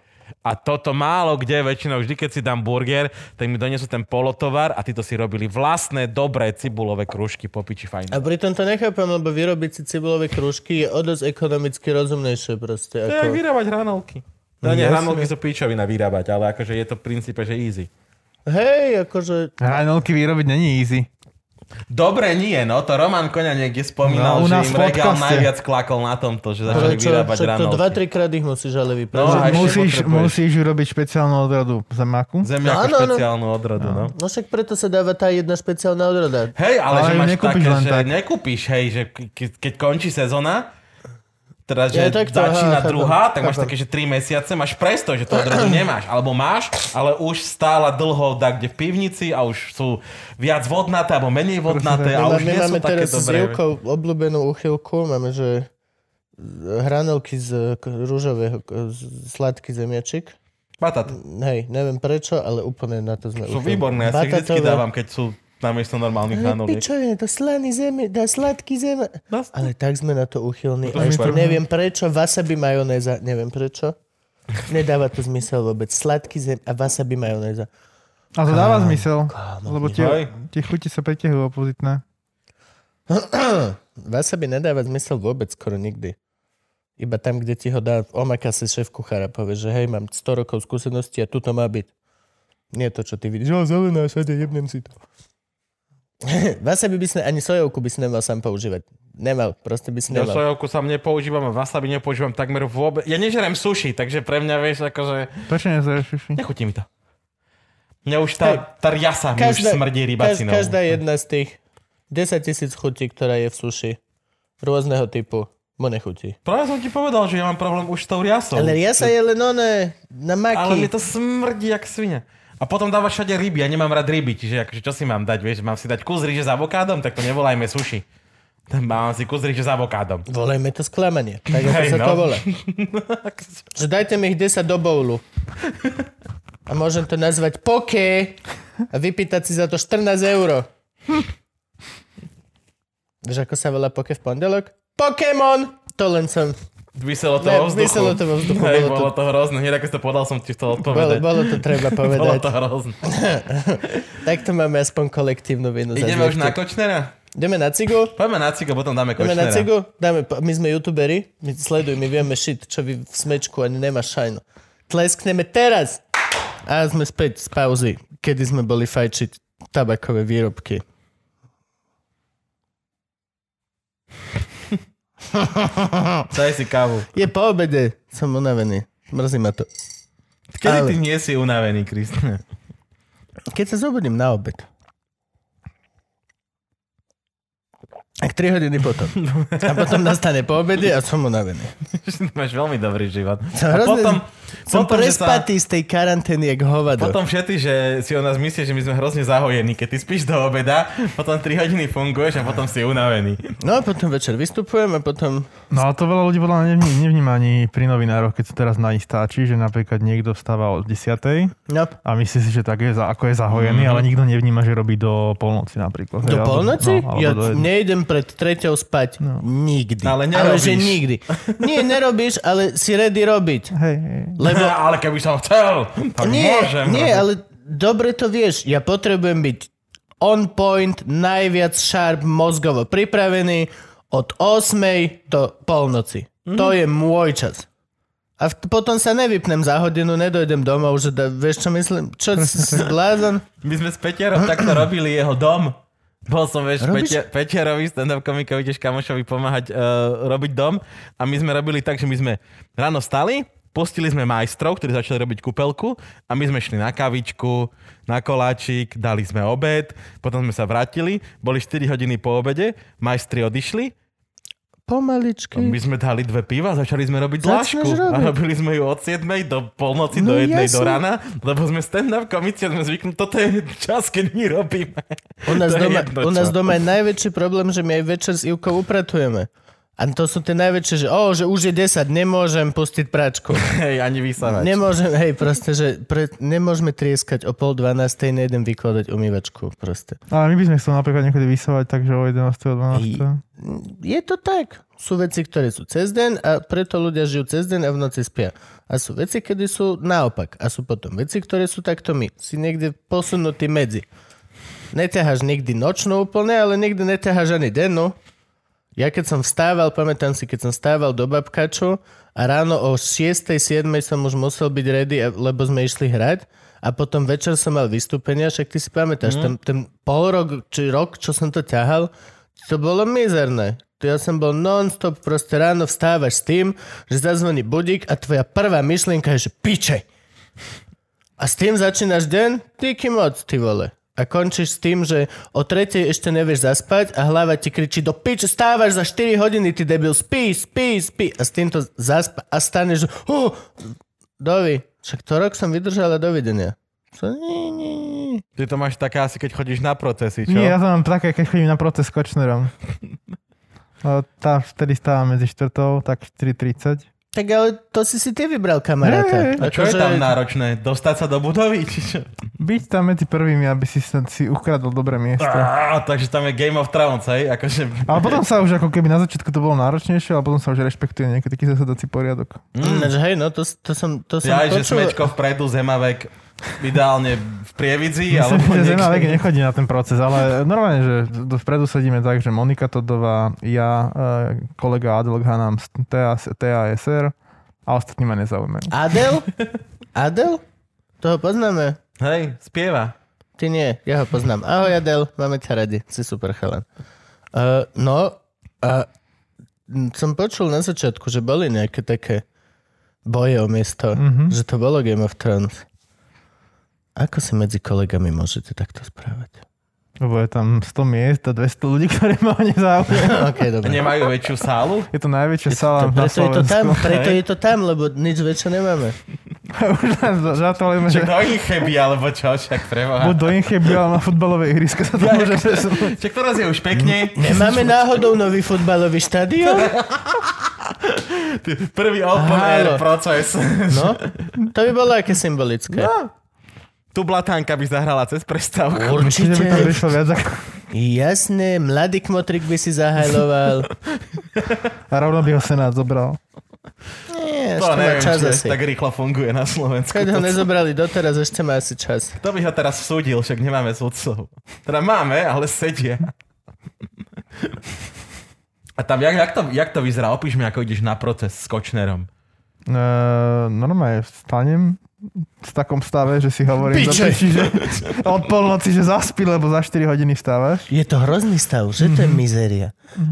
Speaker 2: A toto málo kde, väčšinou vždy, keď si dám burger, tak mi donesú ten polotovar a títo si robili vlastné, dobré cibulové krúžky po piči fajn.
Speaker 1: A pritom to nechápem, lebo vyrobiť si cibulové krúžky je o dosť ekonomicky rozumnejšie proste.
Speaker 2: To je jak
Speaker 1: Ako...
Speaker 2: vyrábať hranolky. No nie,
Speaker 3: Jasne.
Speaker 2: hranolky sú píčovina vyrábať, ale akože je to v princípe, že easy.
Speaker 1: Hej, akože...
Speaker 3: Hranolky vyrobiť není easy.
Speaker 2: Dobre, nie, no to Roman Koňa niekde spomínal,
Speaker 3: No, u
Speaker 2: no, že
Speaker 3: nás
Speaker 2: im
Speaker 3: v
Speaker 2: regál
Speaker 3: podcaste.
Speaker 2: najviac klakol na tomto, že začali
Speaker 1: Ale čo,
Speaker 2: vyrábať
Speaker 1: čo to dva,
Speaker 2: hranolky.
Speaker 1: trikrát ich musíš ale
Speaker 2: No,
Speaker 1: vypražiť.
Speaker 2: a ešte
Speaker 3: musíš,
Speaker 2: potrebuješ.
Speaker 3: musíš urobiť špeciálnu odrodu zemaku.
Speaker 2: Zem ako
Speaker 1: Áno, áno.
Speaker 2: špeciálnu odrodu, no.
Speaker 1: No však preto sa dáva tá jedna špeciálna odroda.
Speaker 2: Hej, ale,
Speaker 3: Ale
Speaker 2: že
Speaker 3: ju
Speaker 2: máš
Speaker 3: nekúpiš
Speaker 2: také,
Speaker 3: len
Speaker 2: že
Speaker 3: tak.
Speaker 2: nekúpiš, hej, že ke- ke- keď končí sezóna, teda, že
Speaker 1: Ja takto,
Speaker 2: začína
Speaker 1: aha, chápem,
Speaker 2: druhá, tak máš
Speaker 1: chápem.
Speaker 2: také, že 3 mesiace, máš prestoj, že to odrodu nemáš. Alebo máš, ale už stála dlho tak, kde v pivnici a už sú viac vodnaté alebo menej vodnaté a
Speaker 1: My,
Speaker 2: už
Speaker 1: my
Speaker 2: nie sú
Speaker 1: máme
Speaker 2: také
Speaker 1: teraz s
Speaker 2: dobré.
Speaker 1: Jivkou obľúbenú uchylku, máme, že hranolky z k- rúžového, k- z- sladký zemiačik.
Speaker 2: Batat.
Speaker 1: Hej, neviem prečo, ale úplne na to sme
Speaker 2: Sú
Speaker 1: uchylní.
Speaker 2: výborné, ja si ich
Speaker 1: Hm,
Speaker 2: vždycky
Speaker 1: Batatové- Hm,
Speaker 2: dávam, keď sú namiesto
Speaker 1: Ale
Speaker 2: normálnych hranolík.
Speaker 1: pičo je, to slaný zemi, dá sladký zemi.
Speaker 2: No,
Speaker 1: Ale tak sme na to uchylní.
Speaker 2: To
Speaker 1: A
Speaker 2: mi
Speaker 1: ešte
Speaker 2: to-
Speaker 1: neviem prečo, wasabi majonéza, neviem prečo. Nedáva to zmysel vôbec. Sladký zem a wasabi majonéza.
Speaker 3: A to dáva zmysel,
Speaker 1: Kámo,
Speaker 3: lebo
Speaker 2: Hej.
Speaker 3: tie, tie chute sa preťahujú opozitné.
Speaker 1: Wasabi nedáva zmysel vôbec skoro nikdy. Iba tam, kde ti ho dá omakase šéf kuchára, povie, že hej, mám 100 rokov skúsenosti a tu to má byť. Nie to, čo ty vidíš. O, zelená, všade, jebnem si to. Wasabi by si, ne- ani sojovku by si nemal sám používať. Nemal, proste by si
Speaker 2: Ja
Speaker 1: nemal.
Speaker 2: sojovku sám nepoužívam a wasabi nepoužívam takmer vôbec. Ja nežerem sushi, takže pre mňa, vieš, akože...
Speaker 3: Prečo nezrešiš?
Speaker 2: Nechutí mi to. Mňa už tá, tá riasa mi už
Speaker 1: Každá-
Speaker 2: smrdí
Speaker 1: Kaž,
Speaker 2: rybacinou.
Speaker 1: každá jedna z tých 10 tisíc chutí, ktorá je v suši, rôzneho typu, mu nechutí.
Speaker 2: Práve som ti povedal, že ja mám problém už s tou riasou.
Speaker 1: Ale ja sa je len oné, na maky.
Speaker 2: Ale mi to smrdí jak svine. A potom dáva všade ryby, ja nemám rád ryby, čiže akože čo si mám dať, vieš, mám si dať kus ryže s avokádom, tak to nevolajme sushi. Mám si kus ryže s avokádom.
Speaker 1: Volajme to sklamanie, tak ako
Speaker 2: Hej,
Speaker 1: sa to
Speaker 2: no.
Speaker 1: volá. Že dajte mi ich 10 do boulu. A môžem to nazvať poke a vypýtať si za to 14 eur. Vieš, ako sa volá poke v pondelok? Pokémon! To len som...
Speaker 2: Vyselo to
Speaker 1: Ne,
Speaker 2: vo vzduchu.
Speaker 1: vyselo to vo vzduchu, bolo
Speaker 2: Hej,
Speaker 1: to-
Speaker 2: bolo to hrozné, hneď ako si to podal, som ti chcel
Speaker 1: Bolo,
Speaker 2: odpovedať.
Speaker 1: bolo to treba
Speaker 2: Bolo
Speaker 1: povedať.
Speaker 2: to hrozné.
Speaker 1: Takto máme aspoň kolektívnu vinu. za
Speaker 2: Ideme už na
Speaker 1: zmetky.
Speaker 2: Kočnera?
Speaker 1: Ideme na cigu?
Speaker 2: Poďme na cigo, potom dáme
Speaker 1: Ideme na
Speaker 2: Kočnera.
Speaker 1: cigu? Dáme, po- my sme youtuberi, my sleduj, my vieme shit, čo vy v smečku ani nemá šajno. Tleskneme teraz! A sme späť z pauzy, kedy sme boli fajčiť tabakové výrobky.
Speaker 2: Daj si kávu.
Speaker 1: Je po obede, som unavený. Mrzí ma to.
Speaker 2: Kedy
Speaker 1: Ale-
Speaker 2: ty nie si unavený, Kristina?
Speaker 1: Keď sa zobudím na obed. Ak 3 hodiny potom. A potom nastane po obede a som unavený.
Speaker 2: Že Máš veľmi dobrý život.
Speaker 1: Som
Speaker 2: A
Speaker 1: hrozne-
Speaker 2: potom,
Speaker 1: Som
Speaker 2: potom, že sa,
Speaker 1: prespatý z tej karantény jak hovado.
Speaker 2: potom všetci, že si o nás myslíš, že my sme hrozne zahojení. Keď ty spíš do obeda, potom 3 hodiny funguješ a potom si unavený.
Speaker 1: No a potom večer vystupujem a potom...
Speaker 3: No ale to veľa ľudí podľa mňa nevní, nevníma ani pri novinároch, keď sa teraz na nich stáči, že napríklad niekto vstáva o 10.
Speaker 1: No,
Speaker 3: a myslí si, že tak je, za- ako je zahojený, ale nikto nevníma, že robí do polnoci napríklad.
Speaker 1: Mhm. do
Speaker 3: Alebo-
Speaker 1: polnoci?
Speaker 3: No,
Speaker 1: ja
Speaker 3: ja, do jednej.
Speaker 1: nejdem pred treťou spať.
Speaker 3: No.
Speaker 1: Nikdy.
Speaker 2: Ale
Speaker 1: ale že
Speaker 2: nerobíš.
Speaker 1: nikdy. Nie, nerobíš, ale si ready robiť.
Speaker 3: Hej, hej.
Speaker 1: Lebo...
Speaker 2: No, ale keby som chcel, tak
Speaker 1: nie,
Speaker 2: môžem. no,
Speaker 1: nie, ale dobre to vieš. Ja potrebujem byť on point, najviac sharp, mozgovo pripravený od 8 do polnoci.
Speaker 2: Mhm.
Speaker 1: To je môj čas. A v- potom sa nevypnem za hodinu, nedojdem domov, že da, vieš čo myslím? Čo, si blázon?
Speaker 2: My sme s Peťarom takto robili jeho dom. Bol som, vieš,
Speaker 1: Robíš?
Speaker 2: Peťa, Peťarovi, stand-up komikovi, tiež kamošovi pomáhať eh, robiť dom. A my sme robili tak, že my sme ráno vstali, pustili sme majstrov, ktorí začali robiť kúpelku a my sme šli na kavičku, na koláčik, dali sme obed, potom sme sa vrátili, boli 4 hodiny po obede, majstri odišli,
Speaker 1: Pomaličky.
Speaker 4: No,
Speaker 2: No my sme dali dve piva, začali sme robiť
Speaker 1: Mm. Začneš
Speaker 2: dlášku a
Speaker 1: robiť.
Speaker 2: robili sme ju od 7 do polnoci,
Speaker 1: No
Speaker 2: do 1 do
Speaker 1: jasne.
Speaker 2: rána, lebo sme stand-up komici a sme zvyknutí, toto je čas, keď my robíme.
Speaker 1: U nás,
Speaker 2: To je
Speaker 1: doma,
Speaker 2: jedno
Speaker 1: u nás
Speaker 2: čo.
Speaker 1: doma je najväčší problém, že my aj večer s Ivkou upratujeme. A to sú tie najväčšie, že, o, že už je 10, nemôžem pustiť pračku.
Speaker 4: Hej, ani vysávať.
Speaker 1: Nemôžem, hej, proste, že pre, nemôžeme trieskať o pol dvanástej, nejdem vykladať umývačku, proste.
Speaker 3: Ale my by sme chceli napríklad niekedy vysávať, takže o 11. o 12.
Speaker 1: Je to tak. Sú veci, ktoré sú cez deň a preto ľudia žijú cez deň a v noci spia. A sú veci, kedy sú naopak. A sú potom veci, ktoré sú takto my. Si niekde posunutý medzi. Neťaháš nikdy nočnú úplne, ale nikdy neťaháš ani dennú. Ja keď som vstával, pamätám si, keď som vstával do babkaču a ráno o 6. 7. som už musel byť ready, a- lebo sme išli hrať a potom večer som mal vystúpenia, však ty si pamätáš, mm. ten, ten pol rok, či rok, čo som to ťahal, to bolo mizerné. To ja som bol non-stop, proste ráno vstávaš s tým, že zazvoní budík a tvoja prvá myšlienka je, že piče. A s tým začínaš deň, díky moc, ty vole. A končíš s tým, že o tretej ešte nevieš zaspať a hlava ti kričí do piče, stávaš za 4 hodiny, ty debil, spí, spí, spí. A s týmto zaspa a staneš, že uh, dovi, však to rok som vydržala, dovidenia. Co? Ní, ní, ní.
Speaker 4: Ty to máš také asi, keď chodíš na procesy, čo?
Speaker 3: Nie, ja som mám také, keď chodím na proces s Kočnerom. A tá vtedy stáva medzi 4. tak 4.30.
Speaker 1: Tak ale to si si ty vybral kamaráta. Akože-
Speaker 3: Hej,
Speaker 4: A čo je tam náročné? Dostať sa do budovy? Či čo?
Speaker 3: Byť tam medzi prvými, aby si sa- si ukradol dobré
Speaker 1: Ah.
Speaker 3: miesto.
Speaker 4: Á, takže tam je Game of Thrones, hej? Akože...
Speaker 3: Ale potom sa už ako keby na začiatku to bolo náročnejšie, ale potom sa už rešpektuje niekedy taký zasadací poriadok.
Speaker 1: Ináč, hej, no to, to som, to som
Speaker 4: Mm. Ja, že
Speaker 1: počul.
Speaker 4: smečko vpredu, zemavek ideálne v prievidzi,
Speaker 3: Ja som
Speaker 4: alebo
Speaker 3: že Zema
Speaker 4: niekde...
Speaker 3: Vek nechodí na ten proces, ale normálne, že vpredu sedíme tak, že Monika Todová, ja, e, kolega Adel Hanam z TAS TASR a ostatní ma nezaujímajú.
Speaker 1: Adel? Adel? Toho poznáme.
Speaker 4: Hej, spieva.
Speaker 1: Ty nie, ja ho poznám. Ahoj Adel, máme ťa radi, si super chalan. Uh, no, a m, som počul na začiatku, že boli nejaké také boje o miesto,
Speaker 3: Mhm.
Speaker 1: mm-hmm. že to bolo Game of Thrones. Ako si medzi kolegami môžete takto správať?
Speaker 3: Lebo je tam 100 miest a 200 ľudí, ktoré ma nezaujímajú.
Speaker 1: OK, dobre.
Speaker 4: Nemajú väčšiu sálu?
Speaker 3: Je to najväčšia sala
Speaker 1: to,
Speaker 3: na
Speaker 1: preto, je to tam,
Speaker 3: Slovensku.
Speaker 1: preto je to tam, lebo nič väčšie nemáme.
Speaker 3: Už len žartolujeme, že
Speaker 4: Čo do ich chebí, alebo čo? Však preboha.
Speaker 3: buď do Incheby, ale na futbalové ihrisko sa to môže presunúť.
Speaker 4: Však teraz je už pekne.
Speaker 1: Nemáme náhodou nový futbalový štadión?
Speaker 4: Prvý open air
Speaker 1: Halo.
Speaker 4: proces.
Speaker 1: No, to by bolo aké symbolické.
Speaker 4: Tu blatánka by zahrala cez prestávku.
Speaker 3: Čiže No, by tam
Speaker 1: Určite.
Speaker 3: prišlo viac ako...
Speaker 1: Jasné, mladý kmotrik by si zahajloval.
Speaker 3: A rovno by ho Senát zobral.
Speaker 1: Nie,
Speaker 4: To
Speaker 1: ešte má
Speaker 4: neviem,
Speaker 1: čas
Speaker 4: či
Speaker 1: asi.
Speaker 4: tak rýchlo funguje na Slovensku.
Speaker 1: Keď ho
Speaker 4: To-
Speaker 1: nezobrali doteraz, ešte má asi čas.
Speaker 4: Kto by ho teraz súdil, však nemáme sudcov. Teda máme, ale sedia. A tam, jak, jak, to, jak to vyzerá? Opíš mi, ako ideš na proces s Kočnerom.
Speaker 3: Uh, normálne vstanem v takom stave, že si hovorím
Speaker 1: Piče.
Speaker 3: do piči, že od polnoci, že zaspí, lebo za 4 hodiny vstávaš.
Speaker 1: Je to hrozný stav, že to je
Speaker 4: Mhm.
Speaker 1: mizeria.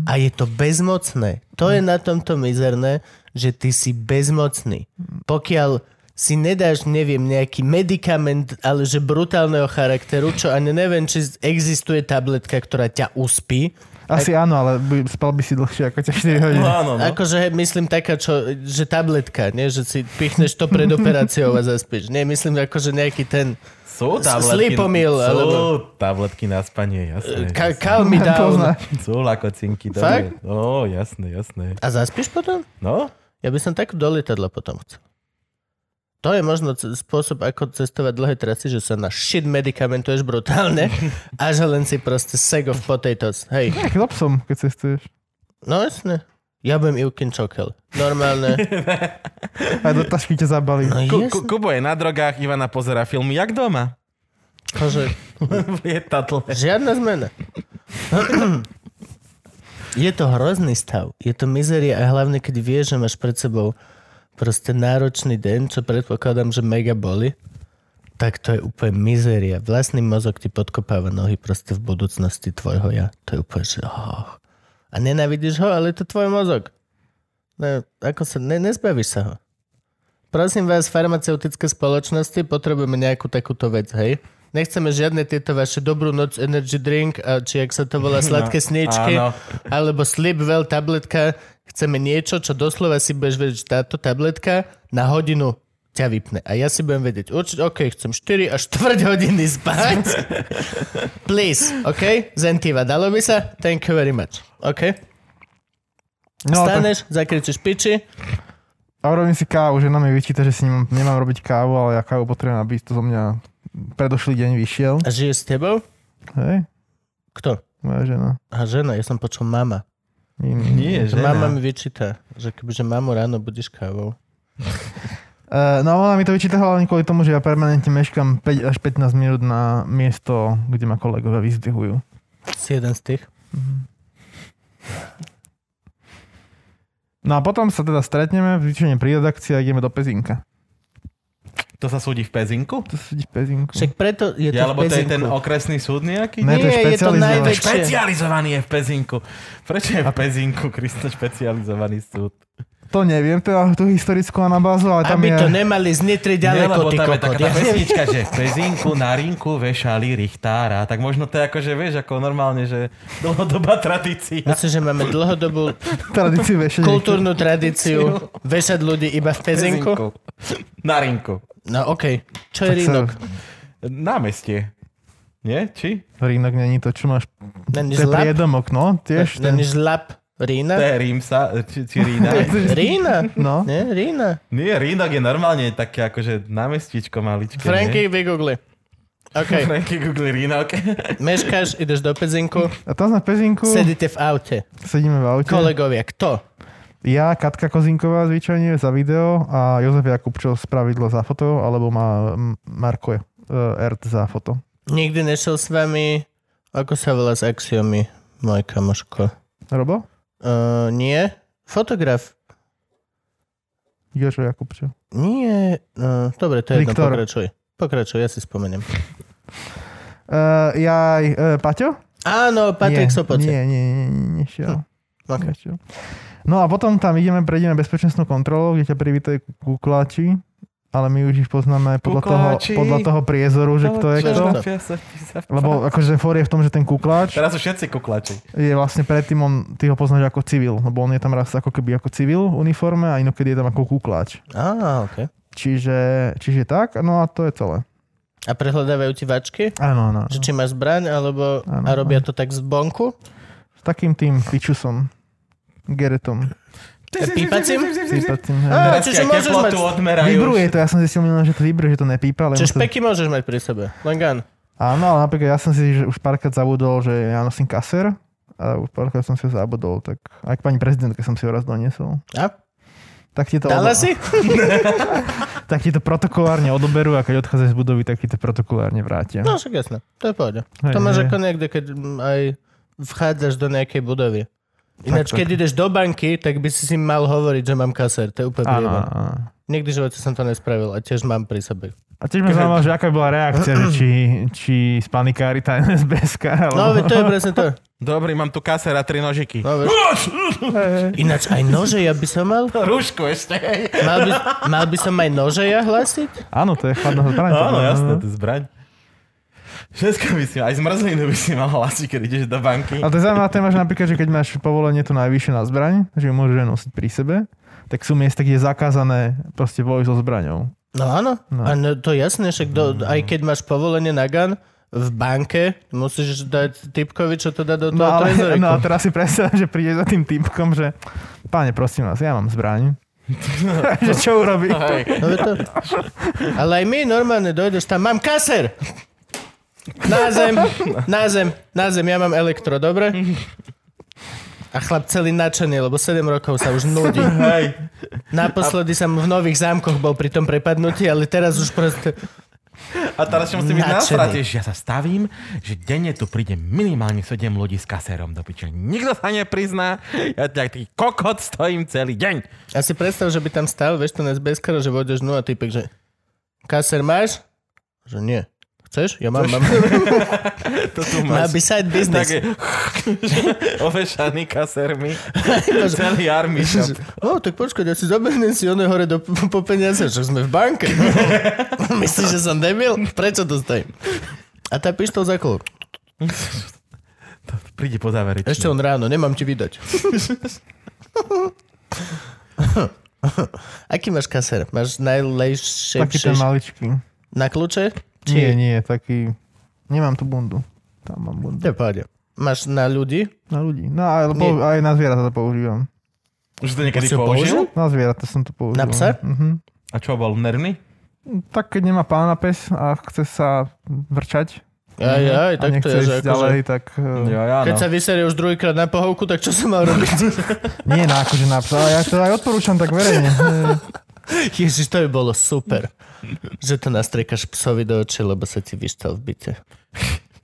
Speaker 1: A je to bezmocné. To je na tomto mizerné, že ty si bezmocný. Pokiaľ si nedáš, neviem, nejaký medikament, ale že brutálneho charakteru, čo ani neviem, či existuje tabletka, ktorá ťa uspí.
Speaker 3: Asi áno, ale by, spal by si dlhšie ako tie 4 hodiny.
Speaker 4: No áno, no.
Speaker 1: Akože hej, myslím taká, čo, že tabletka, nie? že si pichneš to pred operáciou a zaspíš. Nie, myslím akože nejaký ten...
Speaker 4: Sú
Speaker 1: S-
Speaker 4: tabletky,
Speaker 1: slipomil,
Speaker 4: sú
Speaker 1: alebo-
Speaker 4: tabletky na spanie, jasné.
Speaker 1: Ka-
Speaker 4: jasné.
Speaker 1: calm me down.
Speaker 3: Poznáš.
Speaker 4: Sú lakocinky, dobre. Ó, jasné, jasné.
Speaker 1: A zaspíš potom?
Speaker 4: No,
Speaker 1: Ja by som tak do lietadla potom chcel. To je možno c- spôsob, ako cestovať dlhé trasy, že sa na shit medikamentuješ brutálne a že len si proste seg of potatoes. Hej,
Speaker 3: Tak s obsom, keď cestuješ.
Speaker 1: no jasne. Ja budem Ivkin Čokel. Normálne.
Speaker 3: Aj do tašky ťa zabalí.
Speaker 1: No
Speaker 4: Ku, ku,
Speaker 1: jasne.
Speaker 4: Kubo je na drogách, Ivana pozera filmy jak doma.
Speaker 1: Akože
Speaker 4: v lietadle.
Speaker 1: Žiadna zmena. Je to hrozný stav. Je to mizeria a hlavne, keď vieš, že máš pred sebou proste náročný deň, čo predpokladám, že mega boli, tak to je úplne mizeria. Vlastný mozog ti podkopáva nohy proste v budúcnosti tvojho ja. To je úplne, že oh. A nenávidíš ho, ale je to tvoj mozog. No, ako sa, ne, nezbavíš sa ho. Prosím vás, farmaceutické spoločnosti, potrebujeme nejakú takúto vec, hej? Nechceme žiadne tieto vaše dobrú noc energy drink, a či ak sa to volá sladké no, sniečky,
Speaker 4: áno.
Speaker 1: alebo sleep well tabletka. Chceme niečo, čo doslova si budeš vedieť, že táto tabletka na hodinu ťa vypne. A ja si budem vedieť, určite, OK, chcem 4 až 4 hodiny spať. Please, OK? Zentiva, dalo by sa? Thank you very much. OK?
Speaker 3: No, tak,
Speaker 1: Staneš, zakričíš piči,
Speaker 3: a urobím si kávu, žena mi vyčíta, že si nemám, nemám robiť kávu, ale ja kávu potrebujem, aby to zo mňa predošlý deň vyšiel.
Speaker 1: a žije s tebou?
Speaker 3: Hej,
Speaker 1: Kto?
Speaker 3: moja žena.
Speaker 1: A žena, ja som počul mama.
Speaker 3: Nie.
Speaker 2: Nie,
Speaker 1: Že
Speaker 2: že
Speaker 1: mama mi vyčíta, že kebyže mamu ráno budíš kávou.
Speaker 3: Uh, no ona mi to vyčíta hlavne kvôli tomu, že ja permanentne meškam 5 až 15 minút na miesto, kde ma kolegovia vyzdvihujú.
Speaker 1: Si jeden z tých.
Speaker 3: No a potom sa teda stretneme zvyčajne pri redakcii a ideme do Pezinka.
Speaker 2: To sa súdi v Pezinku?
Speaker 3: To sú ti Pezinku.
Speaker 1: Však preto je to
Speaker 2: Mhm. Ja,
Speaker 1: ja,
Speaker 2: lebo to je ten okresný súd nejaký?
Speaker 3: Ne,
Speaker 1: Nie, je
Speaker 3: to je
Speaker 1: to
Speaker 3: špecializované.
Speaker 1: najväčšie.
Speaker 2: Špecializovaný je v Pezinku. Prečo je v Pezinku, Kristo, špecializovaný súd?
Speaker 3: To neviem, teda tú historickú anabázu, ale tam
Speaker 1: Aby
Speaker 3: je...
Speaker 1: to nemali z Nitry
Speaker 2: Nie,
Speaker 1: ďaleko,
Speaker 2: lebo
Speaker 1: ty
Speaker 2: tam je taká
Speaker 1: kokot.
Speaker 2: tá
Speaker 1: Ja
Speaker 2: pesnička, že v Pezinku na rinku vešali Richtára. Tak možno to je ako, že vieš, ako normálne, že dlhodobá tradícia.
Speaker 1: Myslím, že máme dlhodobú
Speaker 3: Tradíciu vešenie.
Speaker 1: kultúrnu tradíciu vešať ľudí iba v pezinku.
Speaker 2: Na rinku.
Speaker 1: No okej. Čo je rínok?
Speaker 2: Námestie. Nie? Či?
Speaker 3: Rínok není to, čo máš...
Speaker 1: Není
Speaker 3: To je
Speaker 1: žlab?
Speaker 3: priedomok, no, tiež. Ten,
Speaker 1: Není žlab
Speaker 2: To
Speaker 1: rína?
Speaker 2: je Rímsa, či, či Rína.
Speaker 1: Rína?
Speaker 3: no,
Speaker 1: Nie, rína.
Speaker 2: Nie, Rínok je normálne také akože námestičko maličké. nie?
Speaker 1: Franky, vygoogli. OK,
Speaker 2: Franky Google Rínok.
Speaker 1: meškáš, ideš do pezinku,
Speaker 3: a tam sme v Pezinku,
Speaker 1: sedíte v aute.
Speaker 3: sedíme v aute.
Speaker 1: Kolegovia, kto?
Speaker 3: Ja, Katka Kozinková zvyčajne za video a Jozef Jakubčov z pravidlo za foto, alebo má M- Marko je, eh, Ert za foto.
Speaker 1: Nikdy nešiel s vami, ako sa volá s axiomy, môj kamoško.
Speaker 3: Robo?
Speaker 1: Uh, nie? Fotograf?
Speaker 3: Jožo Jakubčov.
Speaker 1: Nie. Uh, dobre, to je jedno,
Speaker 3: Viktor.
Speaker 1: pokračuj. Pokračuj, ja si spomeniem.
Speaker 3: Uh, ja, uh, Paťo?
Speaker 1: Áno, Patrik
Speaker 3: nie,
Speaker 1: Sopote. Hm,
Speaker 3: Nie, nie, nie, nie, nešiel.
Speaker 1: ok.
Speaker 3: Nešiel. No a potom tam ideme, prejdeme bezpečnostnú kontrolu, kde ťa privítajú ku- kukláči, ale my už ich poznáme podľa, toho,
Speaker 2: Kukláči.
Speaker 3: podľa toho priezoru, že kto je
Speaker 1: No, čo?
Speaker 3: kto. Lebo akože fór je v tom, že ten kukláč
Speaker 2: Teraz sú všetci kuklači.
Speaker 3: je vlastne predtým, on, ty ho poznáš ako civil, lebo on je tam raz ako keby ako civil v uniforme a inokedy je tam ako kukláč.
Speaker 1: Á, ok.
Speaker 3: Čiže, čiže tak, no a to je celé.
Speaker 1: A prehľadávajú ti vačky?
Speaker 3: Áno, áno.
Speaker 1: Že či máš zbraň, alebo
Speaker 3: No. Áno,
Speaker 1: a robia to tak z bonku?
Speaker 3: S takým tým pičusom, Geretom.
Speaker 1: Pípacím?
Speaker 3: Pípacím, hej.
Speaker 1: Á,
Speaker 2: Teraz
Speaker 1: čiže
Speaker 2: aj
Speaker 1: môžeš mať...
Speaker 2: teplotu odmerajú.
Speaker 3: Vybruje to, ja som zistil minulé, že to vybruje, že to nepípa, ale...
Speaker 1: Čiže
Speaker 3: ono to-
Speaker 1: špeky môžeš mať pri sebe. Len gun.
Speaker 3: Áno, ale napríklad ja som si že už párkrát zabudol, že ja nosím kaser a už párkrát som si ho zabudol, tak aj k pani prezidentke som si ho raz doniesol.
Speaker 1: A?
Speaker 3: Tak ti to,
Speaker 1: Dala si?
Speaker 3: tak ti to protokolárne odoberú a keď odchádzaš z budovy, tak ti to protokolárne vrátia.
Speaker 1: No, však jasné. To je pohode.
Speaker 3: Hej,
Speaker 1: To máš
Speaker 3: hej.
Speaker 1: ako niekde, keď mm, aj vchádzaš do nejakej budovy. Ináč, keď ideš do banky, tak by si si mal hovoriť, že mám kaser. To je úplne
Speaker 3: Áno,
Speaker 1: prieba.
Speaker 3: áno.
Speaker 1: Nikdy v živote som to nespravil a tiež mám pri sebe.
Speaker 3: A tiež ma zaujímalo, že aká by bola reakcia, že či, či spanikári tá NSBSK,
Speaker 1: No, veď
Speaker 3: alebo...
Speaker 1: to je presne to.
Speaker 2: Dobrý, mám tu kasera, tri nožiky.
Speaker 1: No, veď. Ináč, aj nože ja by som mal?
Speaker 2: Rúšku No, ešte.
Speaker 1: Mal by, mal by som aj nože ja hlásiť?
Speaker 3: Áno, to je chladná zbraň.
Speaker 2: Áno, jasné, to je zbraň. Všetko by si mal, aj zmrzlinu by si mal hlásiť, keď ideš do banky.
Speaker 3: A to je zaujímavé téma, že napríklad, že keď máš povolenie to najvyššie na zbraň, že ju môžeš nosiť pri sebe, tak sú miesta, kde je zakázané proste vojsť so zbraňou.
Speaker 1: No áno,
Speaker 3: No. Mm.
Speaker 1: no. A no, to jasné, však do, aj keď máš povolenie na gun v banke, musíš dať typkovi, čo to dá do toho
Speaker 3: No, ale, no a
Speaker 1: trezoriku.
Speaker 3: teraz si predstav, že príde za tým typkom, že páne, prosím vás, ja mám zbraň. že čo urobí?
Speaker 1: No, veď to... Ale aj my normálne dojdeš tam, mám kaser! Na zem, na zem, na zem, ja mám elektro, dobre? A chlap celý nadšený, lebo 7 rokov sa už nudí.
Speaker 2: Hej.
Speaker 1: Naposledy som v nových zámkoch bol pri tom prepadnutí, ale teraz už proste...
Speaker 2: A teraz čo musím byť
Speaker 1: Nadšený.
Speaker 2: nasratý, že ja sa stavím, že denne tu príde minimálne 7 ľudí s kasérom do piče. Nikto sa neprizná, ja tak taký kokot stojím celý deň.
Speaker 1: A si predstav, že by tam stal, vieš, ten SBS-kar, že vôjdeš dnu a typek, že kaser máš? Že nie. Chceš? Ja mám, mám.
Speaker 2: To tu
Speaker 1: Má
Speaker 2: máš.
Speaker 1: by side business.
Speaker 2: Také, ovešaný kasermi,
Speaker 1: Bože.
Speaker 2: celý army shop.
Speaker 1: O, tak počkaj, ja si zoberiem si one hore do, po peniaze, že sme v banke. No, Myslíš, že som debil? Prečo tu stojím? A tá pištol za klub.
Speaker 2: Príde po záveri.
Speaker 1: Ešte on ráno, nemám ti vydať. Aký máš kaser? Máš
Speaker 3: Taký
Speaker 1: najlejšie
Speaker 3: ten maličký.
Speaker 1: na kľúče? Či...
Speaker 3: Nie, nie, taký... Nemám tu bundu. Tam mám bundu.
Speaker 1: To je v pohode. Máš na ľudí?
Speaker 3: Na ľudí. No aj,
Speaker 1: Nie.
Speaker 3: aj na zvieratá to používam.
Speaker 4: Už to niekedy
Speaker 1: Si ho
Speaker 4: použil?
Speaker 3: Na zvieratá som to použil.
Speaker 1: Na psa?
Speaker 3: Mhm.
Speaker 4: A čo bol, nervný?
Speaker 3: Tak keď nemá pána pes a chce sa vrčať
Speaker 1: Aj, aj,
Speaker 3: Mhm. a
Speaker 1: tak to
Speaker 3: nechce
Speaker 1: je, že
Speaker 3: ísť
Speaker 1: akože...
Speaker 3: ďalej, tak... eh,
Speaker 4: Jo, ja,
Speaker 1: Keď
Speaker 4: no.
Speaker 1: sa vyserie už druhýkrát na pohovku, tak čo sa má robiť?
Speaker 3: Nie na akože na psa, ale ja to aj odporúčam tak verejne. Eh,
Speaker 1: Ježiš, to by bolo super. Že to nastriekaš psovi do očí, lebo sa ti vyštal v byte.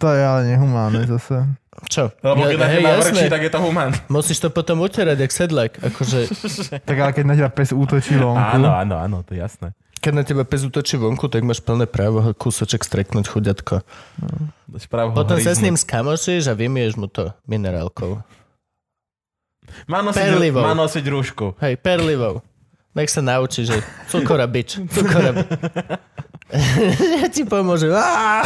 Speaker 3: To je ale nehumánne zase.
Speaker 1: Čo?
Speaker 4: No, Lebo keď na
Speaker 1: hej,
Speaker 4: teba
Speaker 1: jasné.
Speaker 4: vrčí, tak je to humán.
Speaker 1: Musíš to potom utierať, jak sedlak. Akože,
Speaker 3: Tak ale keď na teba pes útočí
Speaker 4: Áno,
Speaker 3: vonku,
Speaker 4: áno, áno, to je jasné.
Speaker 1: keď na teba pes utočí vonku, tak máš plné právo ho kúsoček streknúť chuďatko.
Speaker 4: Správ ho
Speaker 1: Potom sa s
Speaker 4: hryznúť.
Speaker 1: ním skamošíš a vymiješ mu to minerálkou.
Speaker 4: Má nosiť,
Speaker 1: perlivou.
Speaker 4: má nosiť rúšku.
Speaker 1: Hej, perlivou. Nech sa naučí, že cukora bič, cukora bič. ja ti pomôžem. Á!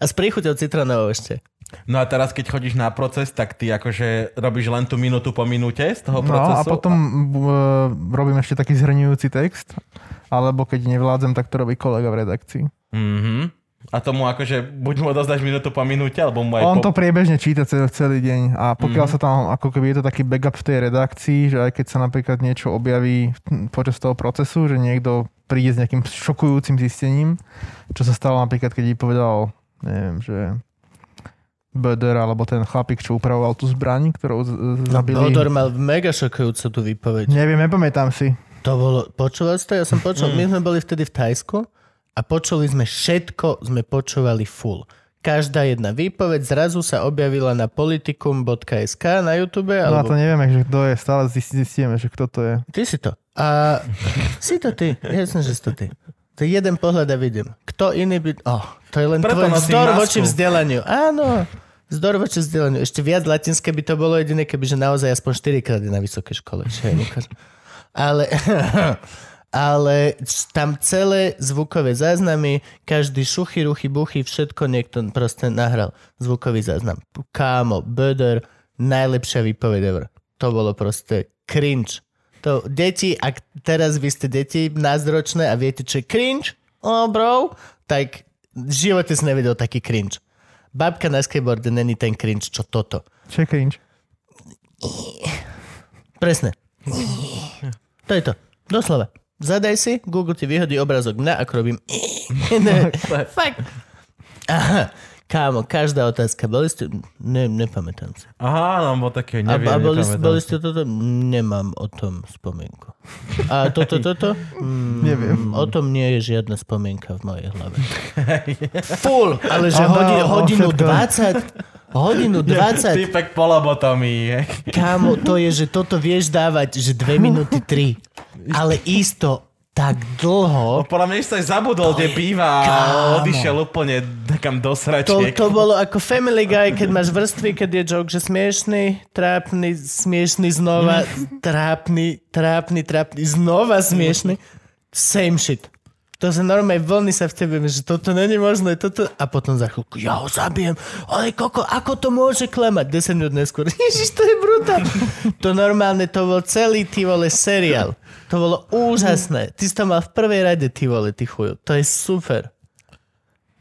Speaker 1: a s príchuťou citronovou ešte.
Speaker 4: No a teraz, keď chodíš na proces, tak ty akože robíš len tú minútu po minúte z toho
Speaker 3: No
Speaker 4: procesu.
Speaker 3: a potom uh, robím ešte taký zhrňujúci text, alebo keď nevládzem, tak to robí kolega v redakcii.
Speaker 4: Mhm. A tomu akože buď mu odozdáš minútu po minúte, alebo mu aj
Speaker 3: On
Speaker 4: po... Mhm.
Speaker 3: to priebežne číta celý, celý deň a pokiaľ sa tam, ako keby je to taký backup v tej redakcii, že aj keď sa napríklad niečo objaví hm, počas toho procesu, že niekto príde s nejakým šokujúcim zistením, čo sa stalo napríklad, keď povedal, neviem, že Böder alebo ten chlapík, čo upravoval tú zbraň, ktorou z- z- zabili.
Speaker 1: Odor mal mega šokujúcu tú výpoveď.
Speaker 3: Neviem, nepamätám si.
Speaker 1: To bolo, počúval si to? Ja som počul. My sme boli vtedy v Tajsku a počuli sme všetko, sme počúvali full. Každá jedna výpoveď zrazu sa objavila na politikum.sk na YouTube.
Speaker 3: No a
Speaker 1: Alebo...
Speaker 3: to nevieme, že kto je. Stále zisti- zistíme, že kto to je.
Speaker 1: Ty si to. A si to ty. Jasne, že si to ty. To je jeden pohľad a vidím. Kto iný by... Oh, to je len
Speaker 4: Preto
Speaker 1: tvoj
Speaker 4: nosím
Speaker 1: vzdor
Speaker 4: masku.
Speaker 1: voči vzdelaniu. Áno. Vzdor voči vzdelaniu. Ešte viac latinské by to bolo jediné, kebyže naozaj aspoň 4 krát je na vysokej škole. Čo ja nekážem. Ale... Ale tam celé zvukové záznamy, každý šuchy, ruchy, buchy, všetko niekto proste nahral. Zvukový záznam. Kámo, Böder, najlepšia výpoveď ever. To bolo proste cringe. To deti, ak teraz vy ste deti názročné a viete, čo je cringe, oh bro, tak v živote si nevidel taký cringe. Babka na skateboarde není ten cringe, čo toto.
Speaker 3: Čo je cringe?
Speaker 1: Presne. To je to. Doslova. Zadaj si, Google ti vyhodí obrazok mňa, ako robím... Ne, Fakt. Aha. Kámo, každá otázka. Boli ste... Ne, nepamätám si.
Speaker 4: Aha, no, bo také,
Speaker 1: A,
Speaker 4: neviem,
Speaker 1: a boli,
Speaker 4: nepamätám
Speaker 1: boli
Speaker 4: si.
Speaker 1: ste toto? Nemám o tom spomienku. A toto, toto? Mm,
Speaker 3: Neviem.
Speaker 1: O tom nie je žiadna spomienka v mojej hlave. Full, ale že
Speaker 3: Aha,
Speaker 1: hodinu,
Speaker 3: o
Speaker 1: hodinu
Speaker 3: všetko.
Speaker 1: 20... Hodinu 20
Speaker 4: Typek polobotomí, hej.
Speaker 1: Kámo, to je, že toto vieš dávať, že 2 minúty 3. Ale isto tak dlho.
Speaker 4: Podľa mňa ešte aj zabudol, kde býva a odišiel úplne kam do
Speaker 1: To,
Speaker 4: sračiek.
Speaker 1: to bolo ako Family Guy, keď máš vrstvy, keď je joke, že smiešný, trápny, smiešný znova, trápny, trápny, trápny, znova smiešný. Same shit. To sa normálne vlny sa v tebe, že toto není možné, toto... A potom za chvíľku, ja ho zabijem, ale koko, ako to môže klamať? 10 minút neskôr, ježiš, to je brutál. To normálne, to bol celý, ty vole, seriál. To bolo úžasné. Ty si to mal v prvej rade, ty vole, ty chuju. To je super.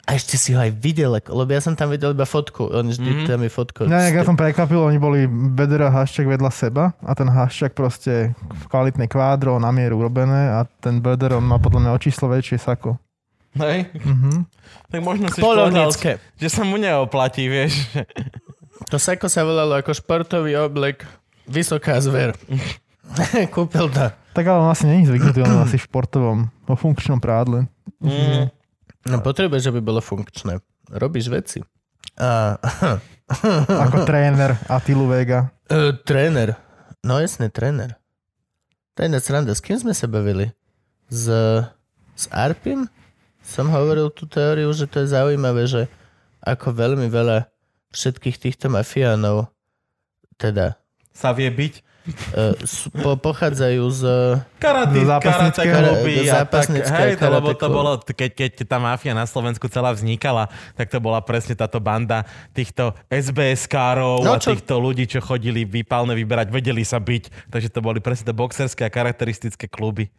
Speaker 1: A ešte si ho aj videl, ako- lebo ja som tam videl iba fotku. On vždy mm-hmm. tam je fotka.
Speaker 3: Ja, nejak No, ja som prekvapil, oni boli Beder a Hašček vedľa seba a ten Hašček proste v kvalitné kvádro, na mieru urobené a ten Beder, on má podľa mňa očíslo väčšie sako.
Speaker 4: Hej.
Speaker 3: Mhm.
Speaker 4: Tak možno si povedal,
Speaker 1: Polovnícke.
Speaker 4: že sa mu neoplatí, vieš.
Speaker 1: To sako sa volalo ako športový oblek Vysoká zver. Kúpil to.
Speaker 3: Tak ale on asi není zvyknutý, on je asi v športovom, vo funkčnom prádle. Mhm.
Speaker 4: Mm.
Speaker 1: No potrebuješ, aby bolo funkčné. Robíš veci. A,
Speaker 3: Ako tréner Atilu Vega.
Speaker 1: e, tréner. No jasne, tréner. Tajná sranda, s kým sme sa bavili? S, s Arpim? Som hovoril tú teóriu, že to je zaujímavé, že ako veľmi veľa všetkých týchto mafiánov, teda
Speaker 4: Sa vie byť.
Speaker 1: Eh, s- po, pochádzajú z...
Speaker 4: Karate, karate
Speaker 3: Zo zápasníckého-
Speaker 4: kluby a tak,
Speaker 1: zápasníckého
Speaker 4: hej, to,
Speaker 1: karate
Speaker 4: lebo to
Speaker 1: klubu.
Speaker 4: bolo, keď, keď tá mafia na Slovensku celá vznikala, tak to bola presne táto banda týchto SBS-károv
Speaker 1: No,
Speaker 4: a
Speaker 1: čo-
Speaker 4: týchto ľudí, čo chodili výpalne vyberať, vedeli sa byť, takže to boli presne tie boxerské a charakteristické kluby.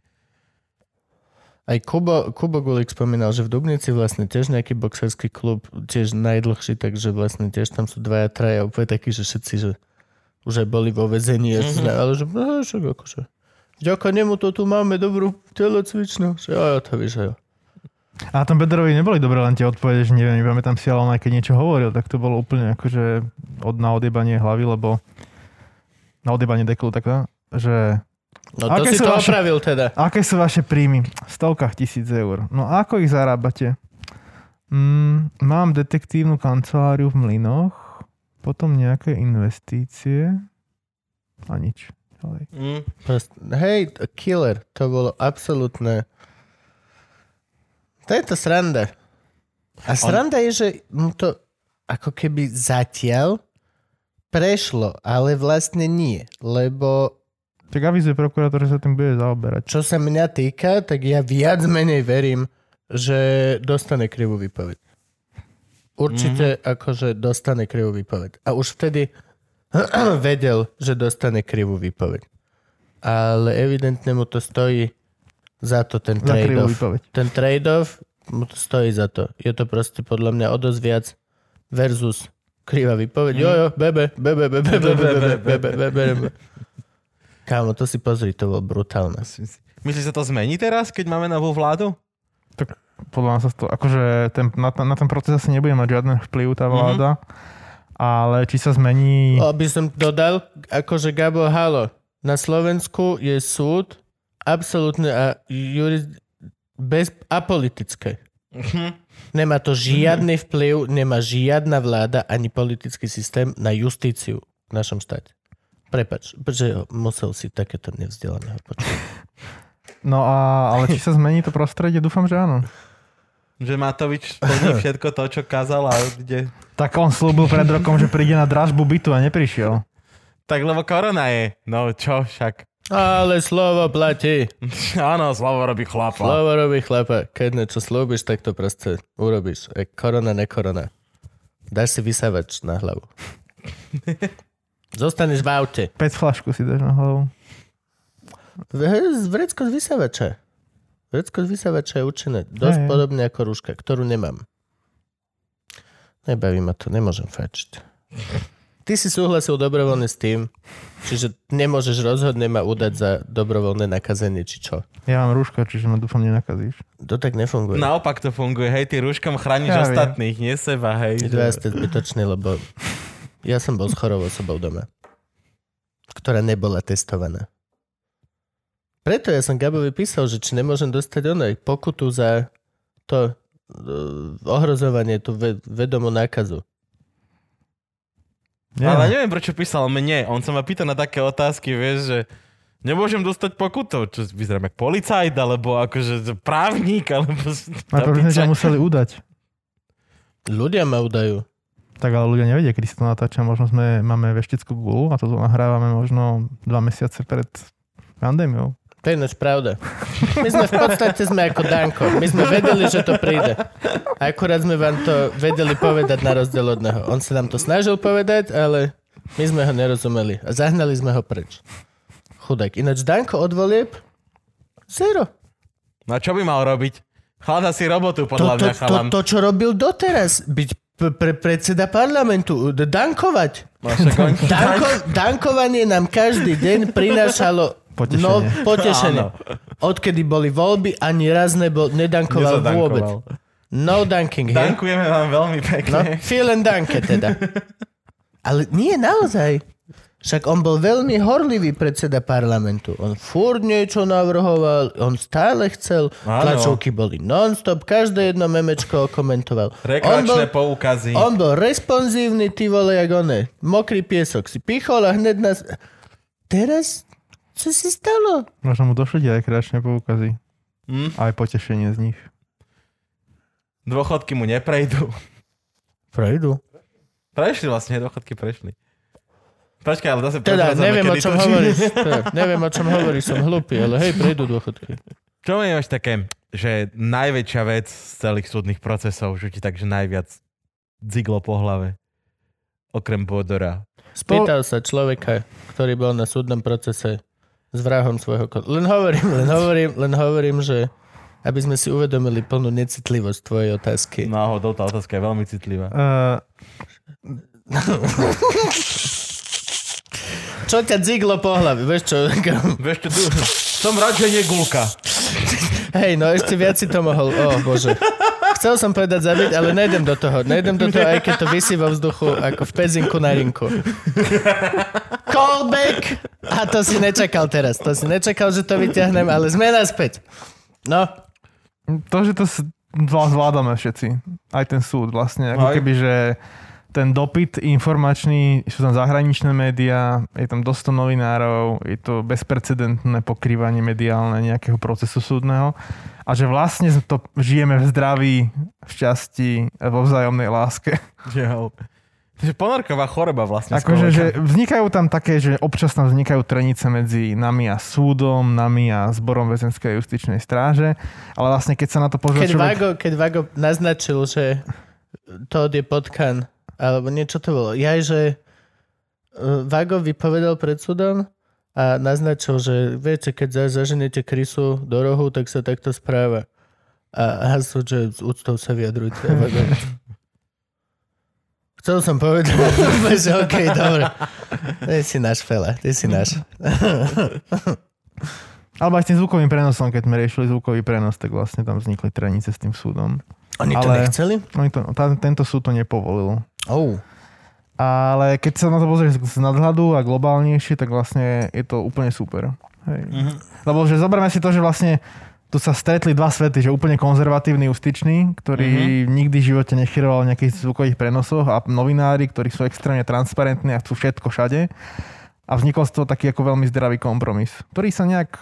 Speaker 1: Aj Kubo, Kubo Gulik spomínal, že v Dubnici vlastne tiež nejaký boxerský klub, tiež najdlhší, takže vlastne tiež tam sú dvaja, traja, úplne takí, že všetci, že že boli vo vezení,
Speaker 3: Mhm.
Speaker 1: ja mm-hmm. ale že no, však akože. Ďaká nemu to tu máme dobrú telocvičnú. Že jo, jo, to víš, že jo.
Speaker 3: A tam Bederovi neboli dobré len tie odpovede, že neviem, iba tam si, ale on aj keď niečo hovoril, tak to bolo úplne akože od, na odjebanie hlavy, lebo na odjebanie deklu, tak že
Speaker 1: No to si
Speaker 3: Aké sú
Speaker 1: to
Speaker 3: vaše-
Speaker 1: opravil teda.
Speaker 3: Aké sú vaše príjmy? V stovkách tisíc eur. No a ako ich zarábate? Mm, mám detektívnu kanceláriu v Mlynoch, potom nejaké investície a nič. Ďalej.
Speaker 4: Mm.
Speaker 1: Prost- Hej, t- killer, to bolo absolútne... To je to sranda. A sranda je, že mu to ako keby zatiaľ prešlo, ale vlastne nie, lebo
Speaker 3: Tak avizuje prokurátor, že sa tým bude zaoberať.
Speaker 1: čo sa mňa týka, tak ja viac menej verím, že dostane krivú výpoveď. Určite mm-hmm. akože dostane krivú výpoveď. A už vtedy vedel, že dostane krivú výpoveď. Ale evidentne mu to stojí za to ten
Speaker 3: Za krivú
Speaker 1: trade-off.
Speaker 3: výpoveď.
Speaker 1: Ten trade-off mu to stojí za to. Je to proste podľa mňa o dosť viac versus krivá výpoveď. Jo, jo, bebe, bebe, bebe, Mhm. bebe, bebe, bebe, bebe, bebe. Kámo, to si pozri, to bolo brutálne.
Speaker 4: Myslíš, že sa to zmení teraz, keď máme novú vládu?
Speaker 3: Podľa mňa sa to, akože ten, na, na, na ten proces asi nebude mať žiadny vplyv tá vláda, ale či sa zmení...
Speaker 1: Aby som dodal, akože Gabo, halo, na Slovensku je súd absolútne a juris, bez, apolitické. Nemá to žiadny vplyv, nemá žiadna vláda ani politický systém na justíciu v našom štáte. Prepač, že musel si takéto nevzdelaného počuť.
Speaker 3: No a, ale či sa zmení to prostredie, dúfam, že áno.
Speaker 4: Že Matovič splní všetko to, čo kázal a kde...
Speaker 3: Tak on slúbil pred rokom, že príde na dražbu bytu a neprišiel.
Speaker 4: Tak lebo korona je. No čo však.
Speaker 1: Ale slovo platí.
Speaker 4: Áno, slovo robí chlapa.
Speaker 1: Slovo robí chlapa. Keď niečo slúbiš, tak to proste urobíš. E, korona, nekorona. Dáš si vysavač na hlavu. Zostaneš v aute.
Speaker 3: 5 flašku si dáš na hlavu.
Speaker 1: V- Vrecko z vysavača. Vrecko z vysavača je účinné. Dosť
Speaker 3: Hej.
Speaker 1: podobne ako rúška, ktorú nemám. Nebaví ma to, nemôžem fačiť. Ty si súhlasil dobrovoľne s tým, čiže nemôžeš rozhodne ma udať za dobrovoľné nakazenie, či čo.
Speaker 3: Ja mám rúška, čiže ma dúfam nenakazíš.
Speaker 1: To tak nefunguje.
Speaker 4: Naopak to funguje, hej, ty rúškom chrániš
Speaker 3: Ja viem.
Speaker 4: ostatných, nie seba, hej.
Speaker 1: Vy dva ste zbytoční, lebo ja som bol s chorou osobou doma, ktorá nebola testovaná. Preto ja som Gabovi písal, že či nemôžem dostať onej pokutu za to eh, ohrozovanie, tú ve- vedomú nákazu.
Speaker 3: Ja.
Speaker 4: Ale neviem, prečo písal mne. On sa ma pýta na také otázky, vieš, že nemôžem dostať pokutu. Čo vyzerám jak policajt, alebo akože právnik, alebo...
Speaker 3: Na to už sme ťa museli udať.
Speaker 1: Ľudia ma udajú.
Speaker 3: Tak ale ľudia nevedia, kedy sa to natáča. Možno sme, máme vešteckú gulu a to nahrávame možno dva mesiace pred pandémiou.
Speaker 1: To je ináč pravda. My sme v podstate sme ako Danko. My sme vedeli, že to príde. A akurát sme vám to vedeli povedať na rozdiel od neho. On sa nám to snažil povedať, ale my sme ho nerozumeli. A zahnali sme ho preč. Chudák. Ináč Danko od volieb? Zero.
Speaker 4: No čo by mal robiť? Chlada si robotu,
Speaker 1: To,
Speaker 4: podľa
Speaker 1: to,
Speaker 4: mňa,
Speaker 1: to,
Speaker 4: chalám.
Speaker 1: to, čo robil doteraz. Byť p- pre predseda parlamentu. D- Dankovať.
Speaker 4: No, však on-
Speaker 1: Danko, dankovanie nám každý deň prinášalo
Speaker 3: Potešenie.
Speaker 1: No, potešenie.
Speaker 4: Áno.
Speaker 1: Odkedy boli voľby, ani raz nebol, nedankoval
Speaker 4: Nezadankoval.
Speaker 1: vôbec. No danking. here.
Speaker 4: Dankujeme vám veľmi
Speaker 1: No,
Speaker 4: pekne.
Speaker 1: vielen danke teda. Ale nie, naozaj. Však on bol veľmi horlivý predseda parlamentu. On furt niečo navrhoval, on stále chcel,
Speaker 4: Áno.
Speaker 1: tlačovky boli non-stop, každé jedno memečko komentoval. on bol,
Speaker 4: Rekreačné poukazy.
Speaker 1: on bol responsívny, ty vole, jak one. Mokrý piesok si pichol a hneď nás... Teraz? Co si stalo?
Speaker 3: Možno mu došli aj kreačné poukazy.
Speaker 4: Mm.
Speaker 3: Aj potešenie z nich.
Speaker 4: Dôchodky mu neprejdú.
Speaker 1: Prejdu.
Speaker 4: Prešli vlastne, dôchodky prešli. Počkaj, ale zase
Speaker 1: Teda,
Speaker 4: prezradzame,
Speaker 1: neviem, o
Speaker 4: kedy
Speaker 1: čom
Speaker 4: to-
Speaker 1: hovoríš. Teda, neviem, o čom hovoríš, som hlupý, ale hej, prejdú dôchodky.
Speaker 4: Čo mi máš také, že najväčšia vec z celých súdnych procesov, že ti takže najviac ziglo po hlave? Okrem Bodora.
Speaker 1: Spýtal sa človeka, ktorý bol na súdnom procese s vrahom svojho... kon- Len hovorím, len hovorím, len hovorím, že aby sme si uvedomili plnú necitlivosť tvojej otázky.
Speaker 2: No.
Speaker 4: Náhodou tá otázka
Speaker 3: Ehm,
Speaker 4: je veľmi citlivá.
Speaker 3: Uh,
Speaker 1: Čo ťa dziglo po hlave, vieš čo?
Speaker 2: Vieš čo, tu- som rád, že nie gulka.
Speaker 1: Hej, no ešte viac si to mohol, o bože. Chcel som povedať zabiť, ale nejdem do toho. Nejdem do toho, aj keď to vysí vo vzduchu, ako v pezinku na rinku. Callback! A to si nečakal teraz. To si nečakal, že to vyťahnem, ale sme naspäť. No,
Speaker 3: To, že to s- zvlá- zvládame všetci. Aj ten súd vlastne.
Speaker 2: Aj.
Speaker 3: Ako keby, že ten dopyt informačný, sú tam zahraničné médiá, je tam dosť to novinárov, je to bezprecedentné pokrývanie mediálne nejakého procesu súdneho a že vlastne to žijeme v zdraví, v šťastí, vo vzájomnej láske.
Speaker 2: Jo. Takže ponorková choroba vlastne. skoro.
Speaker 3: Akože, že vznikajú tam také, že občas tam vznikajú trenice medzi nami a súdom, nami a zborom väzenskej justičnej stráže, ale vlastne keď sa na to pozrie
Speaker 1: keď
Speaker 3: človek...
Speaker 1: Vago, keď Vago naznačil, že Todd je potkan, alebo niečo to bolo. Ja, že eh, Vago vypovedal pred súdom a naznačil, že viete, keď za- zaženete krysu do rohu, tak sa takto správa. A, a sú, že s úctou sa vyjadrujte. A Vago, Chcel som povedať, že OK, dobre. Ty si náš fela, ty si náš.
Speaker 3: Alebo aj s tým zvukovým prenosom, keď sme riešili zvukový prenos, tak vlastne tam vznikli trenice s tým súdom.
Speaker 1: Oni to
Speaker 3: Ale-
Speaker 1: nechceli?
Speaker 3: Oni to, tá, tento súd to nepovolil.
Speaker 1: Oh.
Speaker 3: Ale keď sa na to pozrieš z nadhľadu a globálnejšie, tak vlastne je to úplne super. Hej.
Speaker 1: Mhm.
Speaker 3: Mm-hmm. Lebo že zoberme si to, že vlastne tu sa stretli dva svety, že úplne konzervatívny justičný,
Speaker 1: Mhm.
Speaker 3: ktorý mm-hmm. nikdy v živote nechyroval o nejakých zvukových prenosoch a novinári, ktorí sú extrémne transparentní a chcú všetko všade. A vznikol z toho taký ako veľmi zdravý kompromis, ktorý sa nejak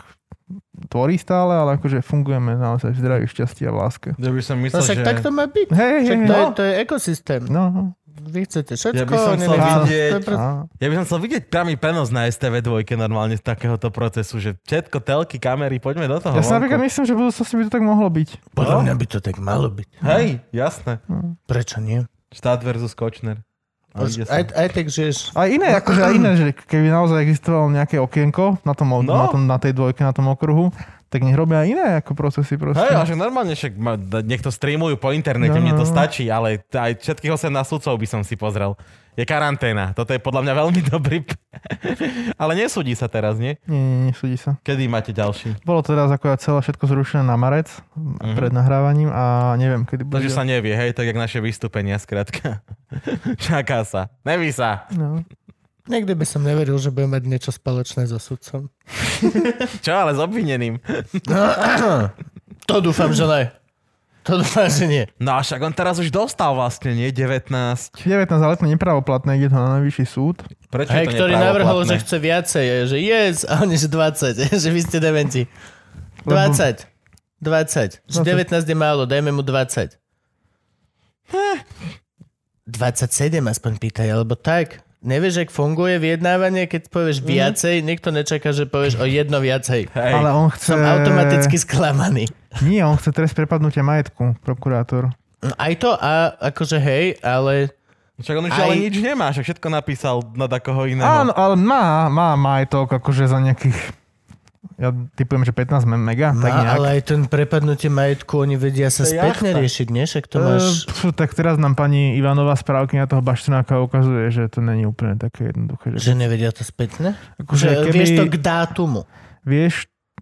Speaker 3: tvorí stále, ale akože fungujeme naozaj v zdraví, šťastí a v láske.
Speaker 2: Ja by som
Speaker 1: No
Speaker 2: myslel, že...
Speaker 1: však tak to má byť.
Speaker 3: Hej, hej,
Speaker 1: Však
Speaker 3: hej.
Speaker 1: to, je,
Speaker 3: No,
Speaker 1: to je ekosystém.
Speaker 3: no.
Speaker 1: Vy chcete všetko.
Speaker 2: Ja by som
Speaker 1: oni
Speaker 2: chcel
Speaker 1: nechcú-
Speaker 2: vidieť-
Speaker 1: to je proste-
Speaker 3: A,
Speaker 2: Ja by som chcel vidieť priamy prenos na STV2 normálne z takéhoto procesu, že všetko, telky, kamery, poďme do toho.
Speaker 3: ja si
Speaker 2: vonku.
Speaker 3: napríklad myslím, že v budúcnosti by to tak mohlo byť.
Speaker 1: Podľa mňa by to tak malo byť.
Speaker 2: Hej, jasné.
Speaker 1: Prečo nie?
Speaker 2: Štát versus Kočner. A ide sa.
Speaker 1: Aj, aj tak žiješ.
Speaker 3: Aj iné, akože aj iné, že keby naozaj existovalo nejaké okienko na, tom, no.
Speaker 2: No.
Speaker 3: na, tom, na tej dvojke, na tom okruhu, tak nech robia iné ako procesy proste.
Speaker 2: Hej, ale však normálne, však ma, da- nech to streamujú po internete,
Speaker 3: No,
Speaker 2: mne to
Speaker 3: no.
Speaker 2: stačí, ale t- aj všetkých 18 sudcov by som si pozrel. Je karanténa, toto je podľa mňa veľmi dobrý... p- ale nesúdi sa teraz, nie?
Speaker 3: Nie, nie, nesúdi sa.
Speaker 2: Kedy máte ďalší?
Speaker 3: Bolo to teraz akorát celé všetko zrušené na marec mm-hmm. pred nahrávaním a neviem, kedy bude.
Speaker 2: Mhm. Takže sa nevie, hej, tak jak naše vystúpenia, skrátka. Čaká sa. Neví sa.
Speaker 3: No.
Speaker 1: Niekde by som neveril, že budem mať niečo spoločné so sudcom.
Speaker 2: Čo ale s obvineným?
Speaker 1: To dúfam, že ne. To dúfam, že nie.
Speaker 2: No a však on teraz už dostal vlastne, nie? 19.
Speaker 3: 19 za letné nepravoplatné, ide to na najvyšší súd.
Speaker 2: Prečo
Speaker 1: Hej,
Speaker 2: je to
Speaker 1: ktorý navrhol, že
Speaker 2: nepávoplatné?
Speaker 1: chce viacej, je, že yes, a oni, že 20, že vy ste dementi.
Speaker 3: Lebo-
Speaker 1: 20. 20. Že 19 je málo, dajme mu 20. 27 aspoň pýtaj, alebo tak. Nevieš, ak funguje vyjednávanie, keď
Speaker 3: Mhm.
Speaker 1: povieš viacej, nikto nečaká, že povieš o jedno viacej.
Speaker 2: Hej,
Speaker 3: Ale on chce...
Speaker 1: Som automaticky sklamaný.
Speaker 3: Nie, on chce trest prepadnutia majetku, prokurátor.
Speaker 1: No, Aj to, a akože hej, ale
Speaker 2: však on už
Speaker 1: aj-
Speaker 2: ale nič nemá, však všetko napísal na takoho iného.
Speaker 3: Áno, ale má, má majetok akože za nejakých... Ja typujem, že 15 me- mega, tak
Speaker 1: má,
Speaker 3: nejak.
Speaker 1: ale aj ten prepadnutie majetku, oni vedia sa
Speaker 2: To je
Speaker 1: spätne
Speaker 2: jachta.
Speaker 1: riešiť, nie? Však to máš...
Speaker 3: E, pf, tak teraz nám pani Ivanová správky na toho Baštrnáka ukazuje, že to není úplne také jednoduché. Že,
Speaker 1: Že nevedia to spätne?
Speaker 3: akože
Speaker 1: Že
Speaker 3: keby
Speaker 1: vieš to k dátumu.
Speaker 3: vieš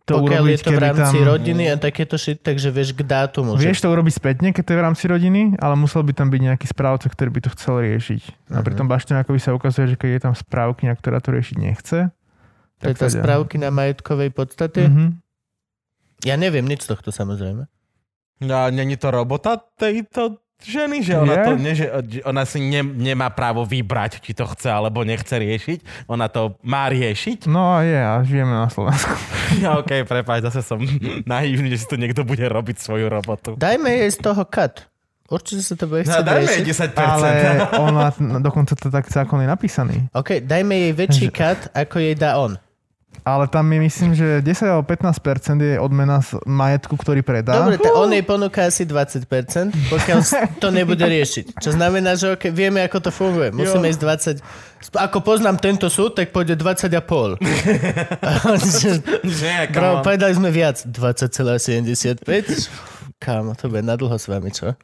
Speaker 3: to
Speaker 1: Pokiaľ
Speaker 3: urobiť,
Speaker 1: je to v
Speaker 3: keby
Speaker 1: rámci
Speaker 3: tam,
Speaker 1: rodiny a takéto shit, takže vieš k dátumu. že-
Speaker 3: Vieš to urobiť spätne, keď to je v rámci rodiny, ale musel by tam byť nejaký správca, ktorý by to chcel riešiť. A
Speaker 1: Mhm.
Speaker 3: pri tom Baštrnákovi sa ukazuje, že keď je tam správkňa, ktorá to riešiť nechce,
Speaker 1: to je
Speaker 3: tak
Speaker 1: tá
Speaker 3: teda.
Speaker 1: správky na majetkovej podstate?
Speaker 3: Mhm.
Speaker 1: Ja neviem nič z tohto samozrejme.
Speaker 2: A No, není to robota tejto ženy, že ona,
Speaker 3: Je?
Speaker 2: to, nie, že že ona si ne, nemá právo vybrať, či to chce alebo nechce riešiť. Ona to má riešiť.
Speaker 3: No a je, a žijeme na Slovensku.
Speaker 2: Ja, OK, prepáč, zase som naivný, že si tu niekto bude robiť svoju robotu.
Speaker 1: Dajme jej z toho kat. Určite sa to bude
Speaker 2: No,
Speaker 1: chcieť
Speaker 2: dajme
Speaker 1: riešiť.
Speaker 2: jej 10%.
Speaker 3: Ale ona, no, dokonca to tak zákon je napísaný.
Speaker 1: OK, dajme jej väčší kat, ako jej dá on.
Speaker 3: Ale tam je myslím, že 10 alebo 15% je odmena z majetku, ktorý predá.
Speaker 1: Dobre, tak on jej ponúka asi 20%, pokiaľ s- to nebude riešiť. Čo znamená, že okay, vieme, ako to funguje. Musíme ísť 20... Ako poznám tento súd, tak pôjde 20 a pol.
Speaker 2: Nie,
Speaker 1: Bro,
Speaker 2: come on.
Speaker 1: povedali sme viac. 20,75. Kámo, to bude nadlho s vami, čo?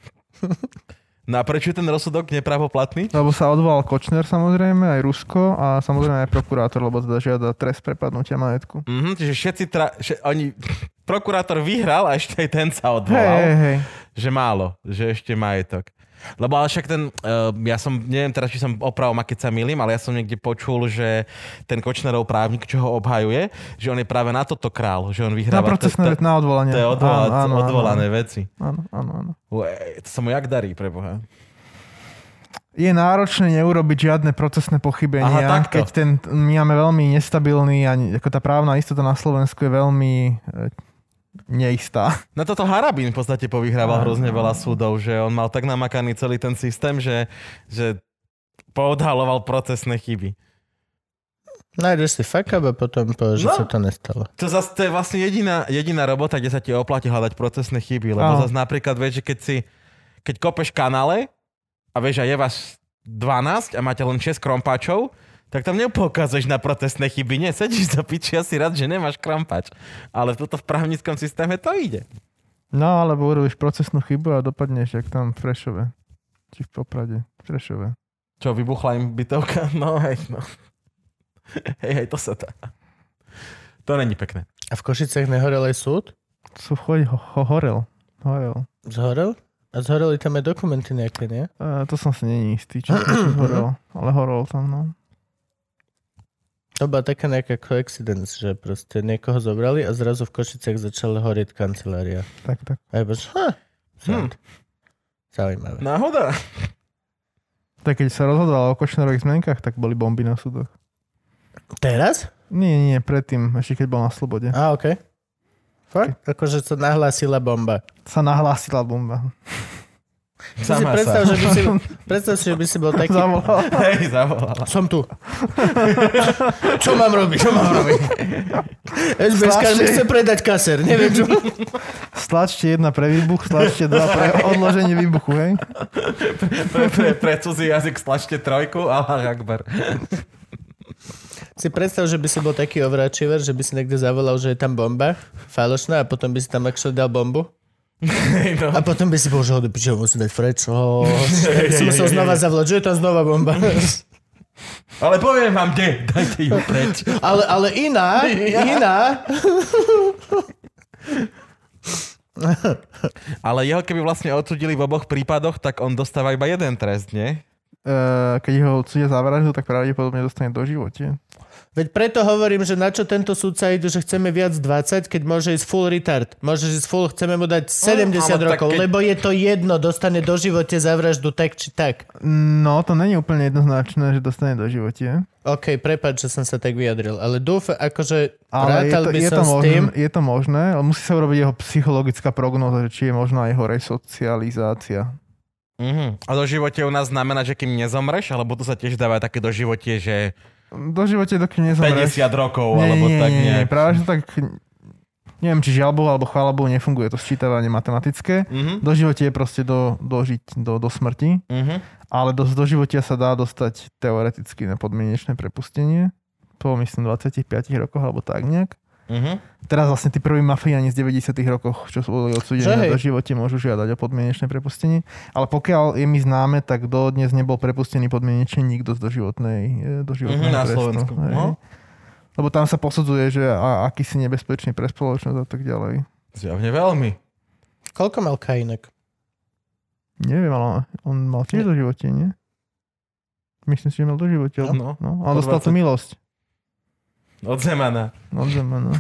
Speaker 2: No a prečo je ten rozsudok nepravoplatný?
Speaker 3: Lebo sa odvolal Kočner samozrejme, aj Rusko a samozrejme aj prokurátor, lebo teda žiada trest prepadnutia majetku.
Speaker 2: Mhm, čiže všetci tra... Še... Oni... Prokurátor vyhral a ešte aj ten sa odvolal.
Speaker 3: Hej, hej, hej.
Speaker 2: že málo, že ešte majetok. Lebo ale však ten, uh, ja som, neviem teraz, či som opravom, a keď sa milím, ale ja som niekde počul, že ten Kočnerov právnik, čo ho obhajuje, že on je práve na toto král, že on
Speaker 3: Na
Speaker 2: vyhráva
Speaker 3: procesné,
Speaker 2: to,
Speaker 3: vec, na odvolanie.
Speaker 2: to je odvola,
Speaker 3: Áno, áno, áno,
Speaker 2: odvolané veci.
Speaker 3: Áno, áno, áno.
Speaker 2: Ué, to sa mu jak darí, preboha.
Speaker 3: Je náročné neurobiť žiadne procesné pochybenia,
Speaker 2: Aha, takto.
Speaker 3: keď ten, my máme veľmi nestabilný, ani, ako tá právna istota na Slovensku je veľmi e, neistá.
Speaker 2: Na toto Harabín v podstate povyhrával hrozne veľa súdov, že on mal tak namakaný celý ten systém, že, že poodhaloval procesné chyby.
Speaker 1: Nájdeš si fuck up a potom povieš, že
Speaker 2: No.
Speaker 1: sa to nestalo.
Speaker 2: To, zas, to je vlastne jediná, jediná robota, kde sa ti oplatí hľadať procesné chyby, lebo
Speaker 3: Áno.
Speaker 2: zase napríklad vieš, že keď si, keď kopeš kanále a vieš, a je vás 12 a máte len 6 krompáčov, tak tam nepoukazuješ na protestné chyby, nie, sedíš do piči a si rád, že nemáš krampač. Ale toto v právnickom systéme to ide.
Speaker 3: No, alebo urobíš procesnú chybu a dopadneš, jak tam v Prešove. Či v Poprade. V Prešove.
Speaker 2: Čo, vybuchla im bytovka? No hej, no. Hej, hej, to sa dá. To není pekné.
Speaker 1: A v Košicech nehorel aj súd?
Speaker 3: Sú choď, ho, ho, horel. Horel.
Speaker 1: Zhorel? A zhoreli tam aj dokumenty nejaké, nie?
Speaker 3: E, to som si není istý, či to horel. Ale horel tam, no.
Speaker 1: To bola taká nejaká coincidence, že proste niekoho zobrali a zrazu v Košicech začala horieť kancelária.
Speaker 3: Tak, tak.
Speaker 1: A iba, že, ha, hm. Zaujímavé. No.
Speaker 2: Náhoda.
Speaker 3: Tak keď sa rozhodovalo o Kočnerových zmenkách, tak boli bomby na súdoch.
Speaker 1: Teraz?
Speaker 3: Nie, nie, predtým, ešte keď bol na slobode.
Speaker 1: A, okej. Fakt? Akože sa nahlásila bomba.
Speaker 3: Sa nahlásila bomba.
Speaker 1: Si
Speaker 2: Sama
Speaker 1: predstav,
Speaker 2: sa.
Speaker 1: že by si, predstav si, že by si bol taký...
Speaker 3: Zavolala.
Speaker 2: Hej, zavolala.
Speaker 1: Som tu. čo mám robiť? Čo mám robiť? SBSK mi chce predať kaser. Neviem, čo...
Speaker 3: Stlačte jedna pre výbuch, stlačte dva pre odloženie výbuchu, hej?
Speaker 2: pre, pre, pre cudzí jazyk stlačte trojku, ale akbar.
Speaker 1: Si predstav, že by si bol taký ovračiver, že by si niekde zavolal, že je tam bomba falošná a potom by si tam actually dal bombu. A potom by si bol, že ho do piče, musím dať freč. Oh, si musel znova zavolať, že je tam znova bomba.
Speaker 2: Ale poviem vám, kde, dajte ju preč.
Speaker 1: Ale, ale iná, iná.
Speaker 2: Ale jeho keby vlastne odsudili v oboch prípadoch, tak on dostáva iba jeden trest, nie?
Speaker 3: E, keď ho odsúdia za vraždu, tak pravdepodobne dostane do živote.
Speaker 1: Veď preto hovorím, že na čo tento sudca ide, že chceme viac 20, keď môže ísť full retard. Môže ísť full, chceme mu dať 70
Speaker 2: ale Mm, tak
Speaker 1: rokov,
Speaker 2: keď-
Speaker 1: lebo je to jedno, dostane do živote za vraždu tak či tak.
Speaker 3: No, to není úplne jednoznačné, že dostane do živote.
Speaker 1: OK, prepáč, že som sa tak vyjadril, ale dúfam, akože
Speaker 3: Ale je
Speaker 1: rátal
Speaker 3: to,
Speaker 1: by
Speaker 3: je,
Speaker 1: som
Speaker 3: to
Speaker 1: s
Speaker 3: možné,
Speaker 1: tým,
Speaker 3: je to možné, ale musí sa urobiť jeho psychologická prognóza, že či je možná jeho resocializácia.
Speaker 2: Mhm. A do živote u nás znamená, že kým nezomreš, alebo tu sa tiež dáva také do živote, že
Speaker 3: Do živote, dokým nezomreš.
Speaker 2: 50 rokov, alebo tak
Speaker 3: nie, nie,
Speaker 2: nejak.
Speaker 3: práve že tak... Neviem, či žiaľ Bohu, alebo chvála Bohu, nefunguje to sčítavanie matematické.
Speaker 2: Mhm.
Speaker 3: Do živote je proste do, dožiť do, do smrti,
Speaker 2: Mhm.
Speaker 3: ale do, do životia sa dá dostať teoreticky na podmienečné prepustenie po myslím 25 rokoch alebo tak nejak.
Speaker 2: Mhm.
Speaker 3: Teraz vlastne tí prví mafiáni z 90 rokoch, čo sú boli odsúdení
Speaker 1: Že hej.
Speaker 3: na doživote, môžu žiadať o podmienečné prepustenie. Ale pokiaľ je mi známe, tak dodnes nebol prepustený podmienečne nikto z doživotnej, e, doživotného
Speaker 2: Mhm, na
Speaker 3: trestu.
Speaker 2: Slovensku,
Speaker 3: Hej.
Speaker 2: no.
Speaker 3: Lebo tam sa posudzuje, že a, aký si nebezpečný pre spoločnosť a tak ďalej.
Speaker 2: Zjavne veľmi.
Speaker 1: koľko mal Kainek?
Speaker 3: Neviem, ale on mal tiež doživote, nie? Myslím si, že mal doživote.
Speaker 2: No.
Speaker 3: no. A on
Speaker 2: Po
Speaker 3: dostal tú
Speaker 2: 20.
Speaker 3: milosť.
Speaker 2: Od Zemana.
Speaker 3: Od zeme, no.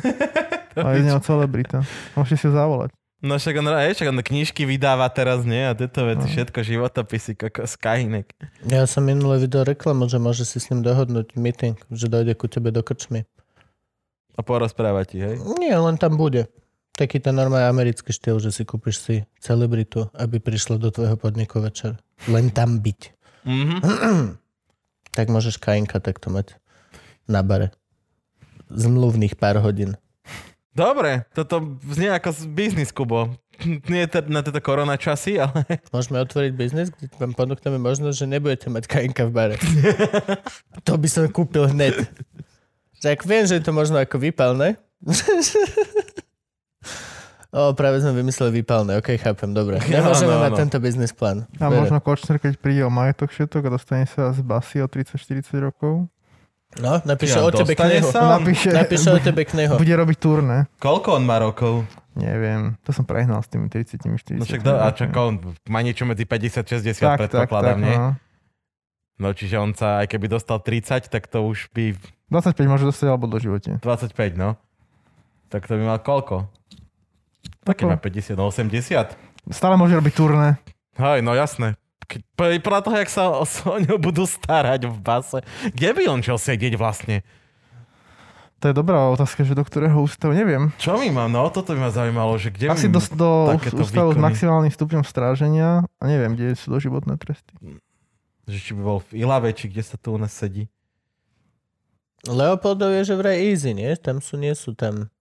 Speaker 3: A je z neho celebrita. Môžete si ho zavolať.
Speaker 2: No však on, aj, však on knižky vydáva teraz, nie? A tieto veci,
Speaker 3: Mhm.
Speaker 2: všetko životopisy, kokos, kajinek.
Speaker 1: Ja som minule videl reklamu, že môže si s ním dohodnúť meeting, že dojde ku tebe do krčmy.
Speaker 2: A porozpráva ti, hej?
Speaker 1: Nie, len tam bude. Taký ten normálny americký štýl, že si kúpiš si celebritu, aby prišla do tvojho podniku večer. Len tam byť.
Speaker 2: Mhm.
Speaker 1: Tak môžeš Kainka takto mať na bare. Zmluvných pár hodín.
Speaker 2: Dobre, toto znie ako z- biznis, Kubo. Nie te- na tieto korona časy, ale
Speaker 1: Môžeme otvoriť biznis, kde vám ponúkneme možnosť, že nebudete mať Kainka v bare. to by som kúpil hneď. Tak viem, že je to možno ako vypalné. O, práve sme vymysleli výpalné, ok, chápem, dobre. Nemôžeme
Speaker 4: áno,
Speaker 1: mať
Speaker 4: áno.
Speaker 1: tento biznis plán.
Speaker 3: A
Speaker 1: Dobre.
Speaker 3: možno Kočner, keď príde o majetok všetok a dostane sa z basy o 30-40 rokov,
Speaker 1: No, napíše o tebe
Speaker 4: Dostane
Speaker 1: knihu.
Speaker 4: sa?
Speaker 3: napíše,
Speaker 1: Napíše o tebe knihu.
Speaker 3: bude robiť turné.
Speaker 4: Koľko on má rokov?
Speaker 3: Neviem, to som prehnal s tými 30-40.
Speaker 2: No však do, a čo, on má niečo medzi 50-60
Speaker 3: tak, tak, tak,
Speaker 2: predpokladám, nie?
Speaker 3: no.
Speaker 2: No čiže on sa, aj keby dostal 30, tak to už by
Speaker 3: 25 môže dostať alebo do živote.
Speaker 2: 25, no. Tak to by mal koľko? Keď má
Speaker 3: Hm.
Speaker 2: 50, no 80.
Speaker 3: Stále môže robiť turné.
Speaker 2: Hej, no jasné. Keď, po- podľa toho, jak sa o, o ňo budú starať v base. Kde by on čel sedieť vlastne?
Speaker 3: To je dobrá otázka, že do ktorého ústavu, neviem.
Speaker 2: Čo mi mám? No toto by ma zaujímalo, že kde
Speaker 3: Asi
Speaker 2: by...
Speaker 3: do, do
Speaker 2: takéto
Speaker 3: ústavu s
Speaker 2: výkony.
Speaker 3: maximálnym stupňom stráženia a neviem, kde sú doživotné tresty.
Speaker 2: Že či by bol v Ilave, či kde sa tu u nás sedí.
Speaker 1: Leopoldov je že vraj easy, nie? Tam sú, nie sú tam.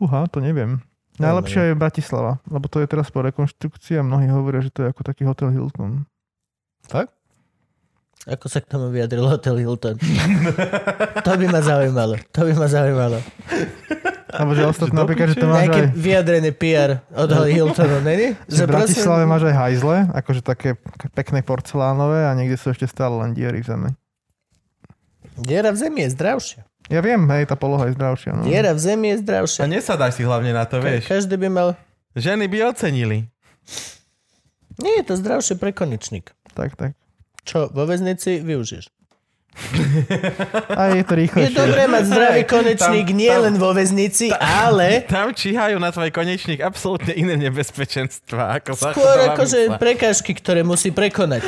Speaker 3: Huha, to neviem. Najlepšia je Bratislava, lebo to je teraz po rekonštrukcii a mnohí hovoria, že to je ako taký hotel Hilton.
Speaker 1: Fakt? Ako sa k tomu vyjadril Hotel Hilton? to by ma zaujímalo. To by ma zaujímalo.
Speaker 3: Alebo že ostatné, napríklad, že to máš aj...
Speaker 1: Nejaké vyjadrený PR od Hiltonu, není?
Speaker 3: Že
Speaker 1: prosím-
Speaker 3: v Bratislave máš aj hajzle, akože také pekné porcelánové a niekde sú ešte stále len diery v zemi.
Speaker 1: Diera v zemi je zdravšia.
Speaker 3: Ja viem, hej, tá poloha je zdravšia. No.
Speaker 1: Diera v zemi je
Speaker 4: A
Speaker 1: zdravšia.
Speaker 4: nesadaj si hlavne na to,
Speaker 1: Ka-
Speaker 4: vieš.
Speaker 1: Každý by mal...
Speaker 4: Ženy by ocenili.
Speaker 1: Nie je to zdravšie pre konečník.
Speaker 3: Tak, tak.
Speaker 1: Čo vo väznici využiješ.
Speaker 3: A je to
Speaker 1: Je
Speaker 3: rýchlejšie.
Speaker 1: dobré mať zdravý
Speaker 4: Hej,
Speaker 1: konečník
Speaker 4: tam-
Speaker 1: nie
Speaker 4: tam-
Speaker 1: len vo väznici, ale
Speaker 4: Tam číhajú na tvoj konečník absolútne iné nebezpečenstva. Ako sa
Speaker 1: skôr
Speaker 4: chodová
Speaker 1: akože
Speaker 4: mysla.
Speaker 1: prekážky, ktoré musí prekonať,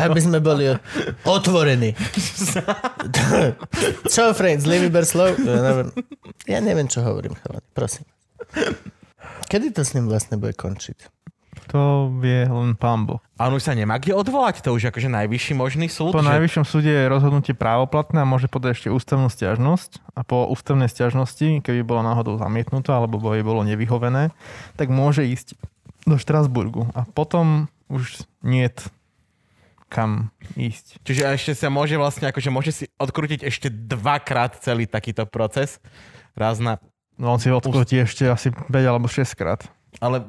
Speaker 1: aby sme boli otvorení. čo, Frank, zlý výber slov? Ja neviem, ja neviem čo hovorím, chalani, prosím. Kedy to s ním vlastne bude končiť?
Speaker 3: To vie len pán Boh.
Speaker 2: A on už sa nemá kde odvolať, to už akože najvyšší možný súd.
Speaker 3: Po
Speaker 2: že-
Speaker 3: najvyššom súde je rozhodnutie právoplatné a môže podať ešte ústavnú stiažnosť. A po ústavnej stiažnosti, keby bola náhodou zamietnutá alebo by jej bolo nevyhovené, tak môže ísť do Štrasburgu. A potom už niet kam ísť.
Speaker 2: Čiže ešte sa môže vlastne, akože môže si odkrútiť ešte dvakrát celý takýto proces. Raz na...
Speaker 3: No on si ho odkrutí ešte asi 5 alebo 6 krát.
Speaker 2: Ale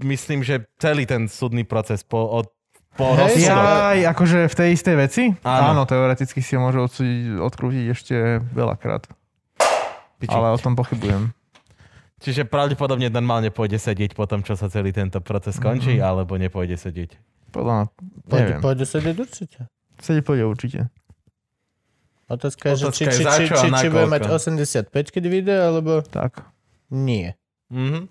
Speaker 2: myslím, že celý ten súdny proces po, od, po
Speaker 1: Hej,
Speaker 2: rozsudok.
Speaker 3: Jaj, akože v tej istej veci?
Speaker 2: Áno.
Speaker 3: Áno, teoreticky si ho môže odsúdiť, odkrútiť ešte veľakrát.
Speaker 2: Piči.
Speaker 3: Ale o tom pochybujem.
Speaker 2: Čiže pravdepodobne normálne pôjde sedieť po tom, čo sa celý tento proces skončí,
Speaker 3: Mhm.
Speaker 2: alebo nepôjde sedieť.
Speaker 3: Podľa mňa,
Speaker 1: Pôjde,
Speaker 3: neviem.
Speaker 1: pôjde sedieť určite.
Speaker 3: Sedí pôjde určite.
Speaker 1: Otázka je, že či,
Speaker 4: Otázka je,
Speaker 1: či,
Speaker 4: za
Speaker 1: či,
Speaker 4: čo a
Speaker 1: či, či bude
Speaker 4: nakoľko?
Speaker 1: mať 85, keď vyjde, alebo
Speaker 3: Tak.
Speaker 1: nie.
Speaker 4: Mhm.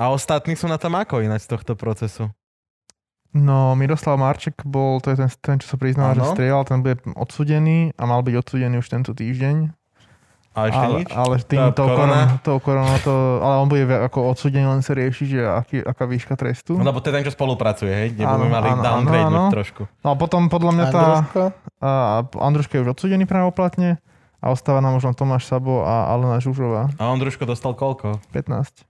Speaker 4: A ostatní sú na tom ako ináč z tohto procesu?
Speaker 3: No, Miroslav Marček bol, to je ten, ten čo sa priznal, že
Speaker 4: Áno.
Speaker 3: strieľal, ten bude odsudený a mal byť odsudený už tento týždeň.
Speaker 4: A ešte
Speaker 3: ale,
Speaker 4: nič?
Speaker 3: ale tým
Speaker 4: Tá
Speaker 3: tou
Speaker 4: korona?
Speaker 3: korona, tou korona to, ale on bude vi- ako odsudený, len sa rieši, že aký, aká výška trestu.
Speaker 4: Lebo to je ten, čo spolupracuje, hej? Kde by
Speaker 3: Áno,
Speaker 4: mali
Speaker 3: áno,
Speaker 4: downgrade
Speaker 3: áno, áno.
Speaker 4: trošku.
Speaker 3: No a potom podľa mňa tá...
Speaker 1: Andruško?
Speaker 3: A Andruška je už odsudený právoplatne a ostáva nám už len Tomáš Sabo a Alena Žužová.
Speaker 4: A on družko dostal koľko?
Speaker 3: 15.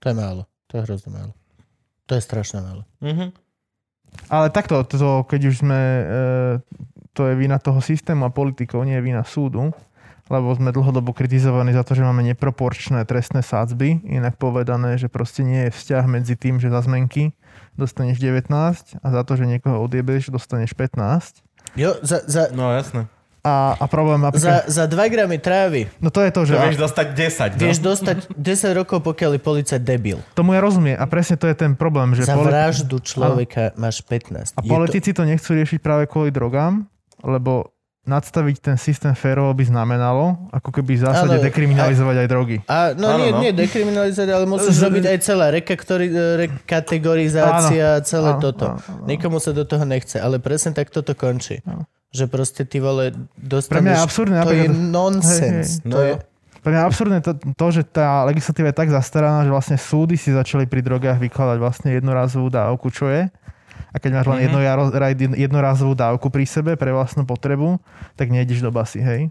Speaker 1: To je málo. To je hrozne málo. To je strašne málo.
Speaker 4: Mhm.
Speaker 3: Ale takto, to, keď už sme... E, to je vina toho systému a politikov, nie je vina súdu, lebo sme dlhodobo kritizovaní za to, že máme neproporčné trestné sádzby, inak povedané, že proste nie je vzťah medzi tým, že za zmenky dostaneš 19 a za to, že niekoho odjebeš, dostaneš 15.
Speaker 1: Jo, za, za,
Speaker 4: No jasné.
Speaker 3: A, a problém
Speaker 1: za,
Speaker 3: napríklad...
Speaker 1: za 2 gramy trávy
Speaker 3: No to je to, že...
Speaker 4: To vieš dostať 10, no?
Speaker 1: vieš dostať 10 rokov, pokiaľ je policajt debil.
Speaker 3: Tomu ja rozumiem a presne to je ten problém, že...
Speaker 1: Za
Speaker 3: poli-
Speaker 1: vraždu človeka máš 15.
Speaker 3: A
Speaker 1: Je
Speaker 3: politici to... nechcú riešiť práve kvôli drogám, lebo nadstaviť ten systém férovo by znamenalo, ako keby v zásade
Speaker 1: Áno,
Speaker 3: dekriminalizovať aj drogy.
Speaker 1: To... A no,
Speaker 4: Áno,
Speaker 1: nie,
Speaker 4: no.
Speaker 1: nie dekriminalizovať, ale musíš robiť aj celá rekategori- rekategorizácia, celé
Speaker 3: áno,
Speaker 1: toto.
Speaker 3: áno, áno.
Speaker 1: Nikomu sa do toho nechce, ale presne tak toto končí.
Speaker 3: Áno.
Speaker 1: Že proste ty vole
Speaker 3: Pre mňa je
Speaker 1: dostaneš...
Speaker 3: absurdné,
Speaker 1: to je
Speaker 3: napríklad,
Speaker 1: nonsens.
Speaker 3: Hej, hej.
Speaker 1: To je...
Speaker 3: pre mňa je absurdné to, to, že tá legislatíva je tak zastaraná, že vlastne súdy si začali pri drogách vykladať vlastne jednorazovú dávku, čo je. A keď máš len jedno, jaro- ra- jednorazovú dávku pri sebe pre vlastnú potrebu, tak nejdeš do basy, hej?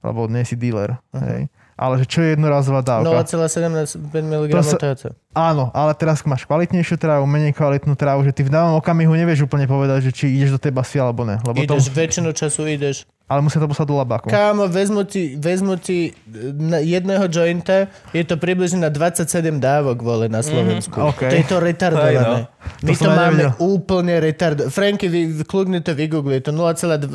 Speaker 3: Lebo nie si dealer, hej? A Ale že čo je jednorazová
Speaker 1: No,
Speaker 3: dávka?
Speaker 1: 0,75 mg
Speaker 3: Proste-
Speaker 1: THC.
Speaker 3: Áno, ale teraz máš kvalitnejšiu trávu, menej kvalitnú trávu, že ty v danom okamihu nevieš úplne povedať, že či ideš do tej basy alebo ne. Lebo to,
Speaker 1: Ideš, väčšinu času ideš.
Speaker 3: ale musia to poslať do labáku.
Speaker 1: Kámo, vezmu ti, vezmu ti e, na jedného jointa, je to približne na 27 dávok, vole, na Slovensku.
Speaker 3: Mm, okej.
Speaker 1: To je to retardované. My
Speaker 3: no. To
Speaker 1: to,
Speaker 3: som aj
Speaker 1: máme
Speaker 3: nevedel.
Speaker 1: úplne retardované. Franky, vy, kľudne to vygoogli, je to 0,14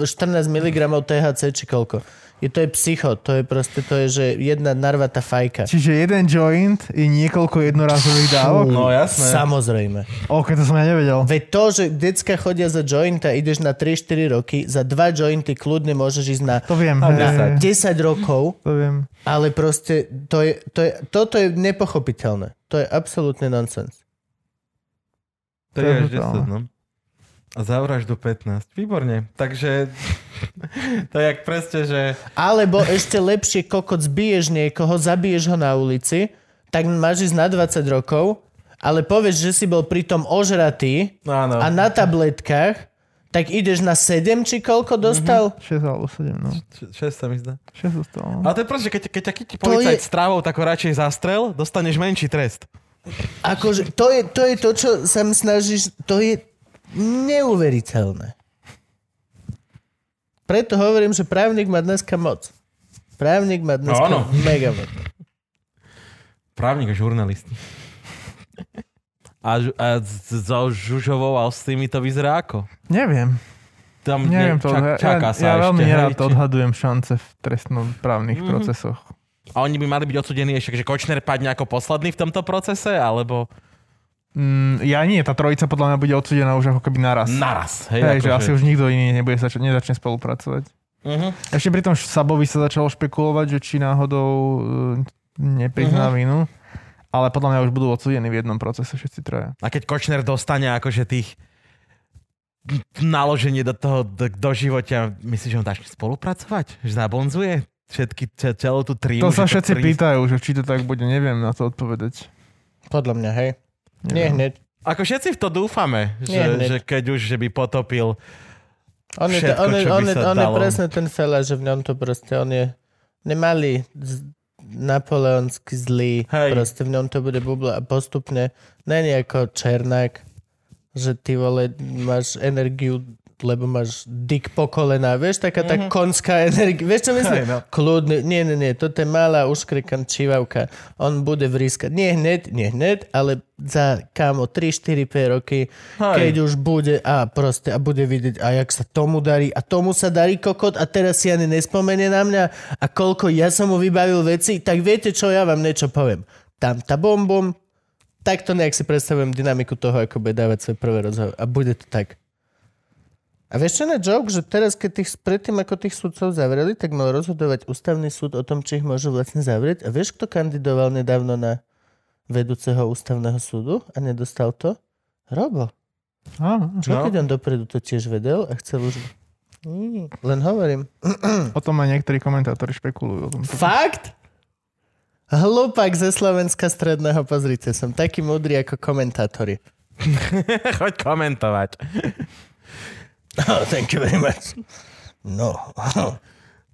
Speaker 1: mg THC či koľko. Je to je psycho, to je proste, to je, že jedna narvatá fajka.
Speaker 3: Čiže jeden joint i niekoľko jednorazových dávok?
Speaker 2: No jasné.
Speaker 1: Samozrejme.
Speaker 3: OK, to som ja nevedel.
Speaker 1: Veď to, že decka chodia za jointa, ideš na 3-4 roky, za dva jointy kľudne môžeš ísť na,
Speaker 3: To viem. hej, hej,
Speaker 1: na
Speaker 3: hej.
Speaker 1: 10 rokov,
Speaker 3: To viem.
Speaker 1: ale proste to je, to je, toto je nepochopiteľné. To je absolútne nonsens.
Speaker 2: To je
Speaker 3: To je
Speaker 2: až 10,
Speaker 3: brutálne.
Speaker 2: no. A za vraždu 15. Výborne. Takže to je jak presne, že
Speaker 1: Alebo ešte lepšie, kokot zbiješ niekoho, zabiješ ho na ulici, tak máš ísť na 20 rokov, ale povieš, že si bol pritom ožratý
Speaker 2: No, áno,
Speaker 1: a na tabletkách, tak ideš na 7 či koľko dostal?
Speaker 3: 6 alebo 7, no.
Speaker 2: 6 sa mi zdá.
Speaker 3: 6 zostalo. no.
Speaker 2: Ale to je proste, že keď, keď ťa chytí
Speaker 1: To je-
Speaker 2: policajt s trávou, tak ho radšej zastrel, dostaneš menší trest.
Speaker 1: Akože, to je, to je to, čo sa m snažíš, to je neuveriteľné. Preto hovorím, že právnik má dneska moc. Právnik má dneska no,
Speaker 2: Áno.
Speaker 1: mega moc.
Speaker 2: Právnik a žurnalist. A, žu- a so Žužovou a s tými to vyzerá ako?
Speaker 3: Neviem.
Speaker 2: Tam
Speaker 3: Neviem to.
Speaker 2: čak,
Speaker 3: ja-
Speaker 2: čaká
Speaker 3: ja,
Speaker 2: sa
Speaker 3: ja
Speaker 2: ešte.
Speaker 3: veľmi
Speaker 2: hej,
Speaker 3: nerad
Speaker 2: či- Mhm.
Speaker 3: odhadujem šance v trestnoprávnych mm-hmm. procesoch.
Speaker 2: A oni by mali byť odsudení ešte, že Kočner padne ako posledný v tomto procese, alebo
Speaker 3: Mm, ja nie, tá trojica podľa mňa bude odsudená už ako keby naraz.
Speaker 2: naraz. Hej,
Speaker 3: Hej,
Speaker 2: akože-
Speaker 3: že asi už nikto iný nebude zač- nezačne spolupracovať.
Speaker 2: Mhm.
Speaker 3: Ešte pri tom Sabovi sa začalo špekulovať, že či náhodou e, neprizná
Speaker 2: Mhm.
Speaker 3: vinu, ale podľa mňa už budú odsudení v jednom procese všetci traja.
Speaker 2: A keď Kočner dostane akože tých naloženie do toho do, do života, myslíš, že on začne spolupracovať? Že zabonzuje všetky, ce- celú tú trímu?
Speaker 3: To
Speaker 2: že
Speaker 3: sa všetci
Speaker 2: prísť-
Speaker 3: pýtajú, že či to tak bude, neviem na to odpovedať.
Speaker 1: Podľa mňa, hej.
Speaker 2: No.
Speaker 1: Nie hneď.
Speaker 3: Neviem.
Speaker 2: Ako všetci v to dúfame, že,
Speaker 1: Nie, nie.
Speaker 2: že keď už že by potopil
Speaker 1: On je,
Speaker 2: Všetko,
Speaker 1: on, je,
Speaker 2: čo by
Speaker 1: on, je,
Speaker 2: sa
Speaker 1: on je
Speaker 2: dalo.
Speaker 1: presne ten fela, že v ňom to proste, on je nemalý, z, napoleonsky zlý,
Speaker 2: Hej.
Speaker 1: hej. proste v ňom to bude bubla a postupne, není ako Černák, že ty vole máš energiu, lebo máš dick po kolená, vieš, taká tá konská energia, vieš čo myslím?
Speaker 2: Mhm. Hej, no.
Speaker 1: Kľudný, nie, nie, nie, toto je malá uškrikan čivavka, on bude vrískať, nie hneď, nie hneď, ale za kámo 3, 4, 5 roky,
Speaker 2: Hej.
Speaker 1: keď už bude a proste a bude vidieť a jak sa tomu darí a tomu sa darí kokot a teraz si ani nespomenie na mňa a koľko ja som mu vybavil veci, tak viete čo, ja vám niečo poviem. Tam tá bom bom, takto nejak si predstavujem dynamiku toho, ako bude dávať svoje prvé rozhovor a bude to tak. A vieš čo je na joke, že teraz, keď tých, predtým ako tých sudcov zavreli, tak mal rozhodovať ústavný súd o tom, či ich môžu vlastne zavrieť. A vieš, kto kandidoval nedávno na vedúceho ústavného súdu a nedostal to? Robo.
Speaker 3: Áno,
Speaker 1: Čo
Speaker 2: No.
Speaker 1: no. keď on dopredu to tiež vedel a chcel už... Mm, len hovorím.
Speaker 3: o tom aj niektorí komentátori špekulujú. O tom.
Speaker 1: Fakt? Hlupak ze Slovenska stredného, pozrite, som taký múdry ako komentátori.
Speaker 2: choď komentovať.
Speaker 1: Oh, thank you very much. No.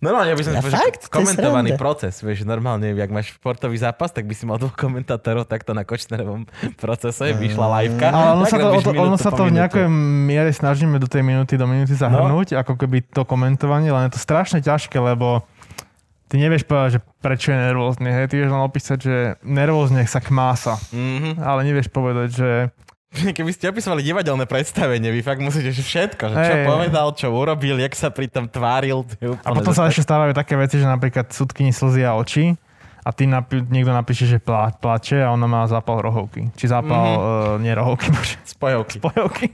Speaker 2: Normálne by som
Speaker 1: Ja
Speaker 2: povedal, že
Speaker 1: fakt? To je
Speaker 2: komentovaný
Speaker 1: sranda.
Speaker 2: proces, vieš, normálne, jak máš športový zápas, tak by si mal dvoch komentátorov takto na Kočnerovom procese, by išla liveka.
Speaker 3: Ale ono
Speaker 2: tak
Speaker 3: sa to,
Speaker 2: robíš
Speaker 3: o- ono
Speaker 2: minútu No.
Speaker 3: sa
Speaker 2: po
Speaker 3: to v
Speaker 2: minútu.
Speaker 3: nejakej miere snažíme do tej minúty, do minúty zahrnúť, ako keby to komentovanie, len je to strašne ťažké, lebo ty nevieš povedať, že prečo je nervózny. Hej? Ty vieš len opísať, že nervózne sa kmása,
Speaker 2: Mhm.
Speaker 3: ale nevieš povedať, že
Speaker 2: Keby ste opisovali divadelné predstavenie, vy fakt musíte že všetko, že čo
Speaker 3: Hej.
Speaker 2: povedal, čo urobil, jak sa pri tom tváril. to je
Speaker 3: A
Speaker 2: úplne
Speaker 3: potom sa
Speaker 2: zase-
Speaker 3: ešte stávajú také veci, že napríklad sudkyni slzia oči a ty napi- niekto napíše, že plá- plače a ona má zápal rohovky. Či zápal,
Speaker 2: Mhm.
Speaker 3: mm-hmm. uh, nie rohovky, bože,
Speaker 2: Spojovky.
Speaker 3: pojovky.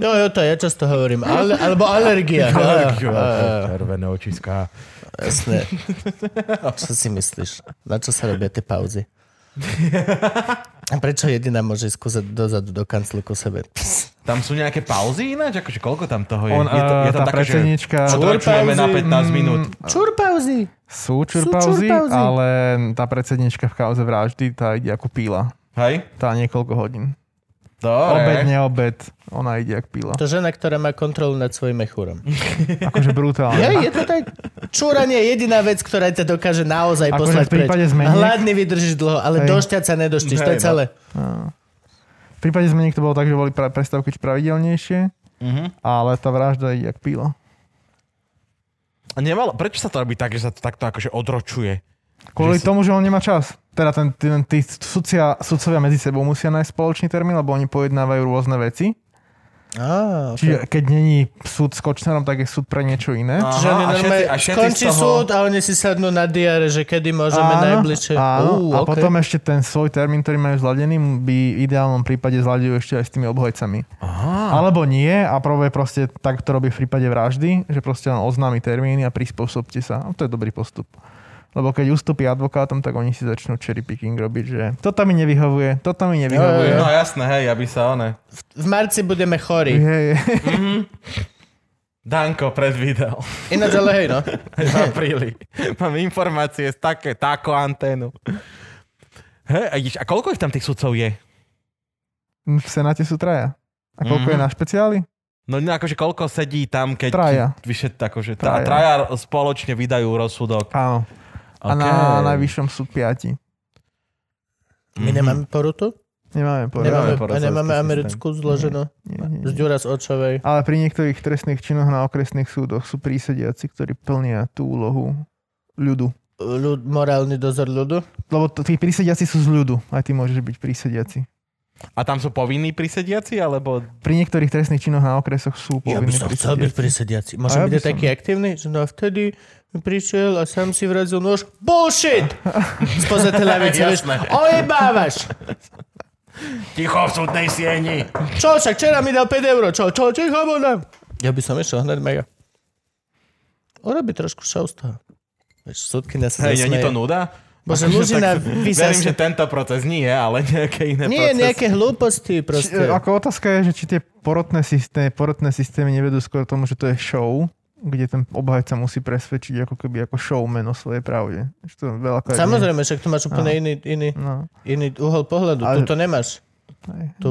Speaker 1: Jo, No, jo, to ja často hovorím. Ale, alebo alergia. no. Jo, jo,
Speaker 2: Alergiu,
Speaker 1: jo, jo.
Speaker 2: Eh. Červené očiská.
Speaker 1: Jasné. Čo si myslíš? Na čo sa robia tie pauzy? A prečo jediná môže ísť kúzať dozadu do kanclu ku sebe? Pst.
Speaker 2: Tam sú nejaké pauzy ináč? Akože koľko tam toho je?
Speaker 3: On, e, eh,
Speaker 2: je, to, je
Speaker 3: tá
Speaker 2: tam také, že
Speaker 3: predsednička... mm,
Speaker 2: odročujeme na 15 minút.
Speaker 1: Čur pauzy!
Speaker 3: Sú
Speaker 1: čurpauzy,
Speaker 3: čurpauzy, ale tá predsednička v kauze vraždy, tá ide ako píla.
Speaker 2: Hej?
Speaker 3: Tá niekoľko hodín. Obed,
Speaker 2: Dobre.
Speaker 3: neobed, ona ide ako píla.
Speaker 1: To žena, ktorá má kontrolu nad svojim mechúrom.
Speaker 3: Akože brutálne.
Speaker 1: Ja, je to tak. Čúranie je jediná vec, ktorá ťa dokáže naozaj
Speaker 3: Akože
Speaker 1: poslať
Speaker 3: v prípade
Speaker 1: preč.
Speaker 3: zmeniek-
Speaker 1: Hladný vydržíš dlho, ale
Speaker 3: Hej.
Speaker 1: došťať sa nedoštíš, to je
Speaker 2: Hej, no.
Speaker 1: celé.
Speaker 3: V prípade zmeniek to bolo tak, že boli pra- prestávky pravidelnejšie,
Speaker 2: Mhm.
Speaker 3: ale tá vražda je jak píla.
Speaker 6: A nemalo, prečo sa to robí tak, že sa to takto akože odročuje? Že
Speaker 3: Kvôli
Speaker 6: si-
Speaker 3: tomu, že on nemá čas. Teda ten, ten, tí sudcia, sudcovia medzi sebou musia nájsť spoločný termín, lebo oni pojednávajú rôzne veci.
Speaker 1: Á, okay.
Speaker 3: Čiže keď není súd s Kočnerom, tak je súd pre niečo iné.
Speaker 2: Aha,
Speaker 1: Čiže oni
Speaker 2: a
Speaker 1: normálne
Speaker 2: všetci- a všetci
Speaker 1: skončí
Speaker 2: z toho-
Speaker 1: súd a oni si sadnú na diare, že kedy môžeme
Speaker 3: Áno,
Speaker 1: najbližšie.
Speaker 3: áno.
Speaker 1: Ú,
Speaker 3: a
Speaker 1: okay.
Speaker 3: potom ešte ten svoj termín, ktorý majú zladený, by v ideálnom prípade zladil ešte aj s tými obhojcami. Aha. Alebo nie a prvé proste tak to robí v prípade vraždy, že proste on oznámi termíny a prispôsobte sa. A to je dobrý postup. Lebo keď ustúpi advokátom, tak oni si začnú cherry picking robiť, že toto mi nevyhovuje, toto mi nevyhovuje.
Speaker 2: No jasné, hej, aby sa one.
Speaker 1: V marci budeme chorí.
Speaker 3: Hej,
Speaker 2: Danko predvídal.
Speaker 1: Ináč ale hej, no.
Speaker 2: v apríli. Mám informácie z také, tako anténu.
Speaker 6: Hej, a, ideš, a koľko ich tam tých sudcov je?
Speaker 3: v Senáte sú traja. A koľko
Speaker 2: Mhm.
Speaker 3: je na špeciáli?
Speaker 2: No no, akože koľko sedí tam, keď
Speaker 3: Traja.
Speaker 2: vyše akože,
Speaker 3: Traja.
Speaker 2: traja. traja spoločne vydajú rozsudok.
Speaker 3: Áno. A na
Speaker 2: Okej.
Speaker 3: najvyššom sú piati.
Speaker 2: Mhm.
Speaker 1: My nemáme porutu?
Speaker 3: Nemáme povedať.
Speaker 1: Nemáme,
Speaker 2: Nemáme
Speaker 1: a
Speaker 2: porutu,
Speaker 1: nemáme
Speaker 2: systém.
Speaker 1: americkú zloženú?
Speaker 3: Nie, nie,
Speaker 1: Z
Speaker 3: nie.
Speaker 1: Ďura z Očovej.
Speaker 3: Ale pri niektorých trestných činoch na okresných súdoch sú prísediaci, ktorí plnia tú úlohu ľudu.
Speaker 1: Ľud, morálny dozor ľudu.
Speaker 3: Lebo t- tí prísediaci sú z ľudu, aj ty môžeš byť prísediaci.
Speaker 2: A tam sú povinní prisediaci, alebo...
Speaker 3: Pri niektorých trestných činoch na okresoch sú
Speaker 1: Ja by
Speaker 3: povinní
Speaker 1: som chcel byť
Speaker 3: prísediaci.
Speaker 1: prisediaci.
Speaker 3: A
Speaker 1: Môžem
Speaker 3: ja
Speaker 1: byť
Speaker 3: by
Speaker 1: aj taký aktívny? Že no a vtedy mi prišiel a sám si vrazil nôž. Bullshit! Spoza tej lavice, vieš. Ojebávaš!
Speaker 6: Ticho v súdnej sieni.
Speaker 1: Čo však, včera mi dal 5 eur, čo, čo, čo, chápu, dám. Ja by som išiel hneď mega. Urobi trošku šou z toho. Vieš, súdkynia sa zasmeje.
Speaker 2: Hej, není to nuda?
Speaker 1: Bože,
Speaker 2: Akože
Speaker 1: Lužina,
Speaker 2: tak-
Speaker 1: vy sa...
Speaker 2: Verím, že tento proces nie je, ale nejaké iné
Speaker 1: Nie,
Speaker 2: procesy.
Speaker 1: nejaké hlúposti
Speaker 3: Či,
Speaker 1: proste.
Speaker 3: e, ako otázka je, že či tie porotné systémy, porotné systémy nevedú skôr tomu, že to je show, kde ten obhajca musí presvedčiť ako keby ako showman o svojej pravde. Že to veľakrát nie-
Speaker 1: Samozrejme, však tu máš úplne iný, iný,
Speaker 3: No.
Speaker 1: iný uhol pohľadu.
Speaker 3: Ale-
Speaker 1: Tu to nemáš.
Speaker 3: Hej.
Speaker 1: Tu...